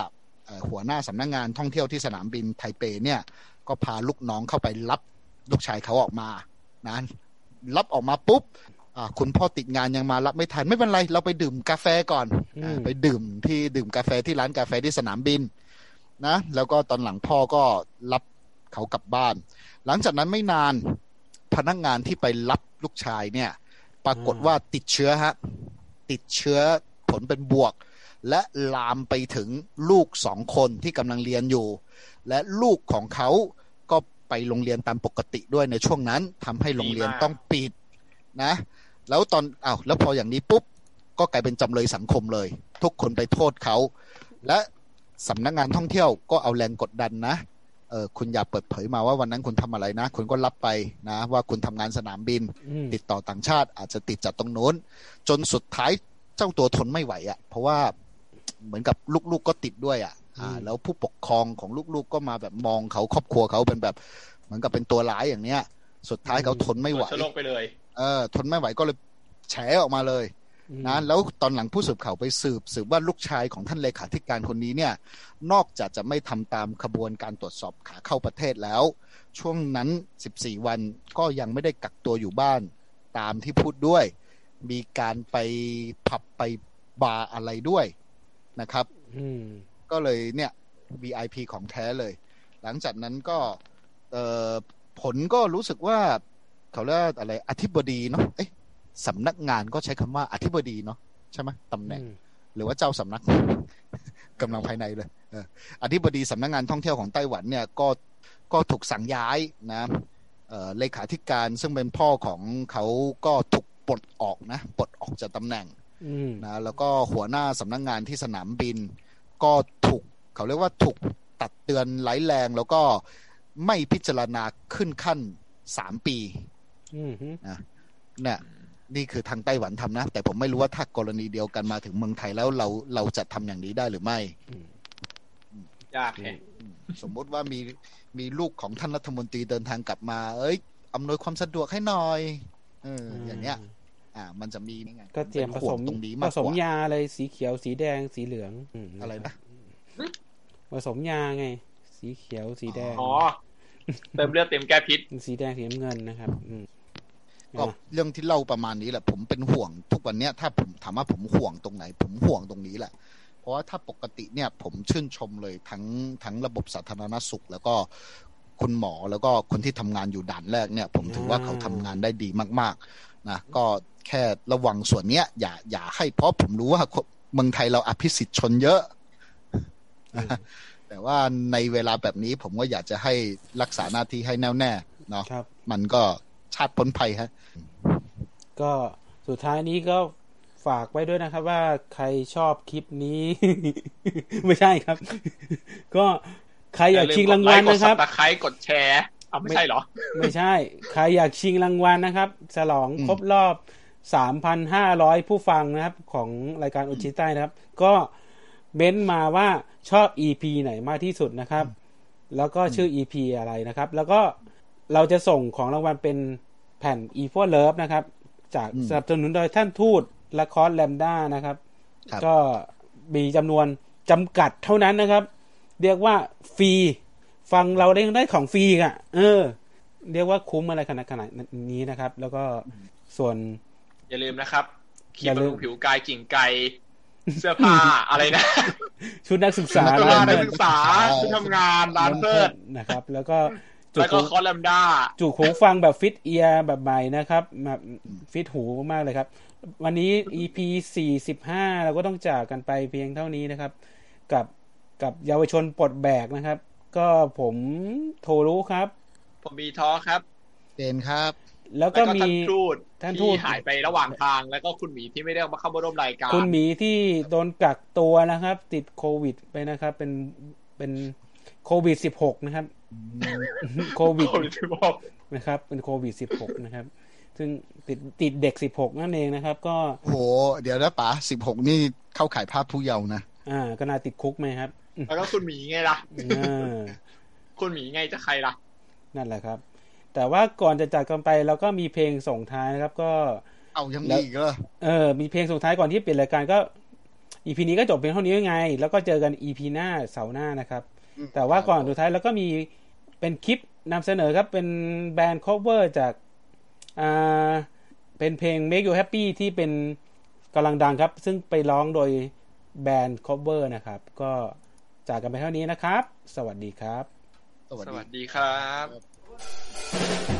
Speaker 4: เอ่อหัวหน้าสำนักงานท่องเที่ยวที่สนามบินไทเปเนี่ยก็พาลูกน้องเข้าไปรับลูกชายเขาออกมานะรับออกมาปุ๊บอ่าคุณพ่อติดงานยังมารับไม่ทันไม่เป็นไร เราไปดื่มกาแฟก่อน
Speaker 1: อืม
Speaker 4: าไปดื่มที่ดื่มกาแฟที่ร้านกาแฟที่สนามบินนะแล้วก็ตอนหลังพ่อก็รับเขากลับบ้าน หลังจากนั้นไม่นานพนักงานที่ไปรับลูกชายเนี่ย ปรากฏว่าติดเชื้อฮะ ติดเชื้อผลเป็นบวก และลามไปถึงลูกสองคนที่กำลังเรียนอยู่ และลูกของเขาก็ไปโรงเรียนตามปกติด้วยในช่วงนั้นทำให้โรงเรียน
Speaker 3: ดีมาก
Speaker 4: ต้องปิดนะ แล้วตอนอ้าวแล้วพออย่างนี้ปุ๊บ ก็กลายเป็นจำเลยสังคมเลย ทุกคนไปโทษเขา และสำนักงานท่องเที่ยวก็เอาแรงกดดันนะ เออคุณอย่าเปิดเผยมาว่าวันนั้นคุณทำอะไรนะ คุณก็รับไปนะ ว่าคุณทำงานสนามบิน
Speaker 1: อืม
Speaker 4: ติดต่อต่างชาติอาจจะติดจากตรงโน้น จนสุดท้ายเจ้าตัวทนไม่ไหวอะ่ะ เพราะว่าเหมือนกับลูกๆก็ติดด้วยอะ่ะอ่า แล้วผู้ปกครองของลูกๆก็มาแบบมองเขาครอบครัวเขาเป็นแบบ เหมือนกับเป็นตัวร้ายอย่างเนี้ย สุดท้ายเขาทนไม่ไหว
Speaker 3: เชื้อโรคไปเลย
Speaker 4: เออ ทนไม่ไหวก็เลยแฉออกมาเลย
Speaker 1: อืม
Speaker 4: นะแล้วตอนหลังผู้สืบข่าวไปสืบ สืบว่าลูกชายของท่านเลขาธิการคนนี้เนี่ย นอกจากจะไม่ทำตามขบวนการตรวจสอบขาเข้าประเทศแล้ว ช่วงนั้น 14 วันก็ยังไม่ได้กักตัวอยู่บ้านตามที่พูดด้วย มีการไปผับไปบาร์อะไรด้วยนะครับ
Speaker 1: อืม
Speaker 4: ก็เลยเนี่ย VIP ของแท้เลย หลังจากนั้นก็เอ่อผลก็รู้สึกว่าเขาเรียกอะไรอธิบดีเนาะเอ๊ะสำนักงานก็ใช้คำว่าอธิบดีเนาะใช่ไหมตำแหน่ง หรือว่าเจ้าสำนัก กำลังภายในเลยเอออธิบดีสำนักงานท่องเที่ยวของไต้หวันเนี่ยก็ก็ถูกสั่งย้ายนะเอ่อเลขาธิการซึ่งเป็นพ่อของเขาก็ถูกปลดออกนะปลดออกจากตำแหน่ง
Speaker 1: อืม
Speaker 4: นะแล้วก็หัวหน้าสำนักงานที่สนามบิน ก็ถูกเขาเรียกว่าถูกตัดเตือนร้ายแรง แล้วก็ไม่พิจารณาขึ้นขั้นสามปี
Speaker 1: อืม
Speaker 4: เนี่ยนี่คือทางไต้หวันทำนะ แต่ผมไม่รู้ว่าถ้ากรณีเดียวกันมาถึงเมืองไทยแล้วเราเราจะทำอย่างนี้ได้หรือไม่
Speaker 3: ยากแฮะ
Speaker 4: สมมติว่ามีมีลูกของท่านรัฐมนตรีเดินทางกลับมา เอ้ยอำนวยความสะดวกให้หน่อยเอออ
Speaker 1: ม
Speaker 4: อย่างเนี้ย อ่า มันจะมีนี่ไง
Speaker 1: ก็เตรียมผ
Speaker 4: ป็นห่
Speaker 1: ส
Speaker 4: วง
Speaker 1: ม
Speaker 4: ตรง
Speaker 1: ผม
Speaker 4: นี้าก
Speaker 1: ส
Speaker 4: ก
Speaker 1: ม
Speaker 4: ว่าย
Speaker 1: าเลยสีเขียวสีแดงสีเหลืองม
Speaker 4: อะไรนะ
Speaker 1: ผสมยาไง สีเขียวสีแดง
Speaker 3: อ๋อ เติมเลือดเต็มแก้พิษ
Speaker 1: สีแดงสีน้ำเงินนะครับ อืม
Speaker 4: ก็เรื่องที่เล่าประมาณนี้แหละ ผมเป็นห่วงทุกวันเนี้ยถ้าผมถามว่าผมห่วงตรงไหน ผมห่วงตรงนี้แหละ เพราะว่าถ้าปกติเนี่ยผมชื่นชมเลยทั้งทั้งระบบสาธารณสุข แล้วก็คุณหมอแล้วก็คนที่ทำงานอยู่ด่านแรกเนี่ย ผมถือว่าเขาทำงานได้ดีมากๆนะก็แค่ระวังส่วนเนี้ย อย่า อย่าให้เพราะผมรู้ว่าคนเมืองไทยเราอภิสิทธิ์ชนเยอะ
Speaker 9: แต่ว่าในเวลาแบบนี้ผมก็อยากจะให้รักษาหน้าที่ให้แน่วแน่เนาะ
Speaker 1: ครับ
Speaker 9: มันก็ชาติพ้นภัยฮะ
Speaker 1: ก็สุดท้ายนี้ก็ฝากไว้ด้วยนะครับ ว่าใครชอบคลิปนี้ ไม่ใช่ครับ ก็ใครอยากชิงรางวัลนะครับ
Speaker 3: ตะไคร้กดแชร์เอาไม่ใช่เหรอ
Speaker 1: ไม่ใช่ ใครอยากชิงรางวัลนะครับ ฉลองครบรอบ 3,500 ผู้ฟังนะครับ ของรายการอุชิใต้นะครับ ก็เม้นต์มาว่าชอบ EP ไหนมากที่สุดนะครับ แล้วก็ชื่อ EP อะไรนะครับ แล้วก็เราจะส่งของรางวัลเป็นแผ่น e f o r Love นะครับ จาก
Speaker 9: อืม
Speaker 1: สนับสนุนโดยท่านทูตและคอร์สแลมด้านะครับ
Speaker 9: ครับ
Speaker 1: ก็มีจำนวนจำกัดเท่านั้นนะครับ เรียกว่าฟรี ฟังเราได้ได้ของฟรีอีกอ่ะ เออ เรียกว่าคุ้มอะไรขนาดขนาดนี้นะครับ แล้วก็ส่วน
Speaker 3: อย่าลืมนะครับ
Speaker 1: อ
Speaker 3: ขีด
Speaker 1: ย่าลื
Speaker 3: บำรุ
Speaker 1: ม
Speaker 3: งผิวกายกิ่งไก่เสื้อผ้า อะไรนะ
Speaker 1: ชุดนักศึกษา
Speaker 9: แล้วก็
Speaker 1: ร้า
Speaker 3: ร้าน น
Speaker 1: เพิ
Speaker 3: นัก
Speaker 1: ร์
Speaker 3: ศึกษาที่ทำงานร้านเพิร์ด
Speaker 1: นะครับ แล้วก็จุด
Speaker 3: แล้วก็
Speaker 1: หู
Speaker 3: คอลัมด้า
Speaker 1: จุดหูฟังแบบฟิตเอียร์แบบใหม่นะครับแบบฟิตหูมากเลยครับ วันนี้ EP 45 เราก็ต้องจากกันไปเพียงเท่านี้นะครับ กับกับเยาวชนปลดแบกนะครับ ก็ผมโทรู้ครับ
Speaker 3: ผมมีท้อครับ
Speaker 9: เจนครับ
Speaker 1: แล้ว
Speaker 3: แล้ว
Speaker 1: ก็
Speaker 3: ก็
Speaker 1: มี
Speaker 3: ท่านทูต
Speaker 1: ท่านทู
Speaker 3: ที่
Speaker 1: ต
Speaker 3: หายไประหว่างทาง แล้วก็คุณหมีที่ไม่ได้มาเข้ามาร่วมรายการ
Speaker 1: คุณหมีที่โดนกักตัวนะครับ ติดโควิดไปนะครับ เป็นเป็นโควิดสิบหกนะครับ โควิด
Speaker 3: คนที่บอก
Speaker 1: นะครับ เป็นโควิดสิบหกนะครับ ซึ่งติดติดเด็กสิบหกนั่นเองนะครับ ก็
Speaker 9: โห เดี๋ยวนะป๋าสิบหกนี่เข้าขายภาพผู้เยาว์นะ
Speaker 1: อ่าก็น่าติดคุกไหมครับ
Speaker 3: แล้วก็คุณหมีไงล่ะ
Speaker 1: อ่า
Speaker 3: คุณหมีไงจะใครล่ะ
Speaker 1: นั่นแหละครับ แต่ว่าก่อนจะจากกันไปเราก็มีเพลงส่งท้ายนะครับ ก็
Speaker 9: เอายังมีอีกเหรอ
Speaker 1: เออ มีเพลงส่งท้ายก่อนที่ปิดรายการก็ อีพีนี้ก็จบเพียงเท่านี้ไง แล้วก็เจอกันอีพีหน้าเสาร์หน้านะครับ แต่ว่าก่อนสุดท้ายแล้วก็มีเป็นคลิปนำเสนอครับ เป็นแบรนด์ cover จากอ่าเป็นเพลง make you happy ที่เป็นกำลังดังครับ ซึ่งไปร้องโดยแบรนด์ cover นะครับ ก็จากกันไปเท่านี้นะครับ สวัสดีครับ
Speaker 9: สวัส
Speaker 3: ส
Speaker 9: ดี
Speaker 3: วัสดีครับ
Speaker 5: เ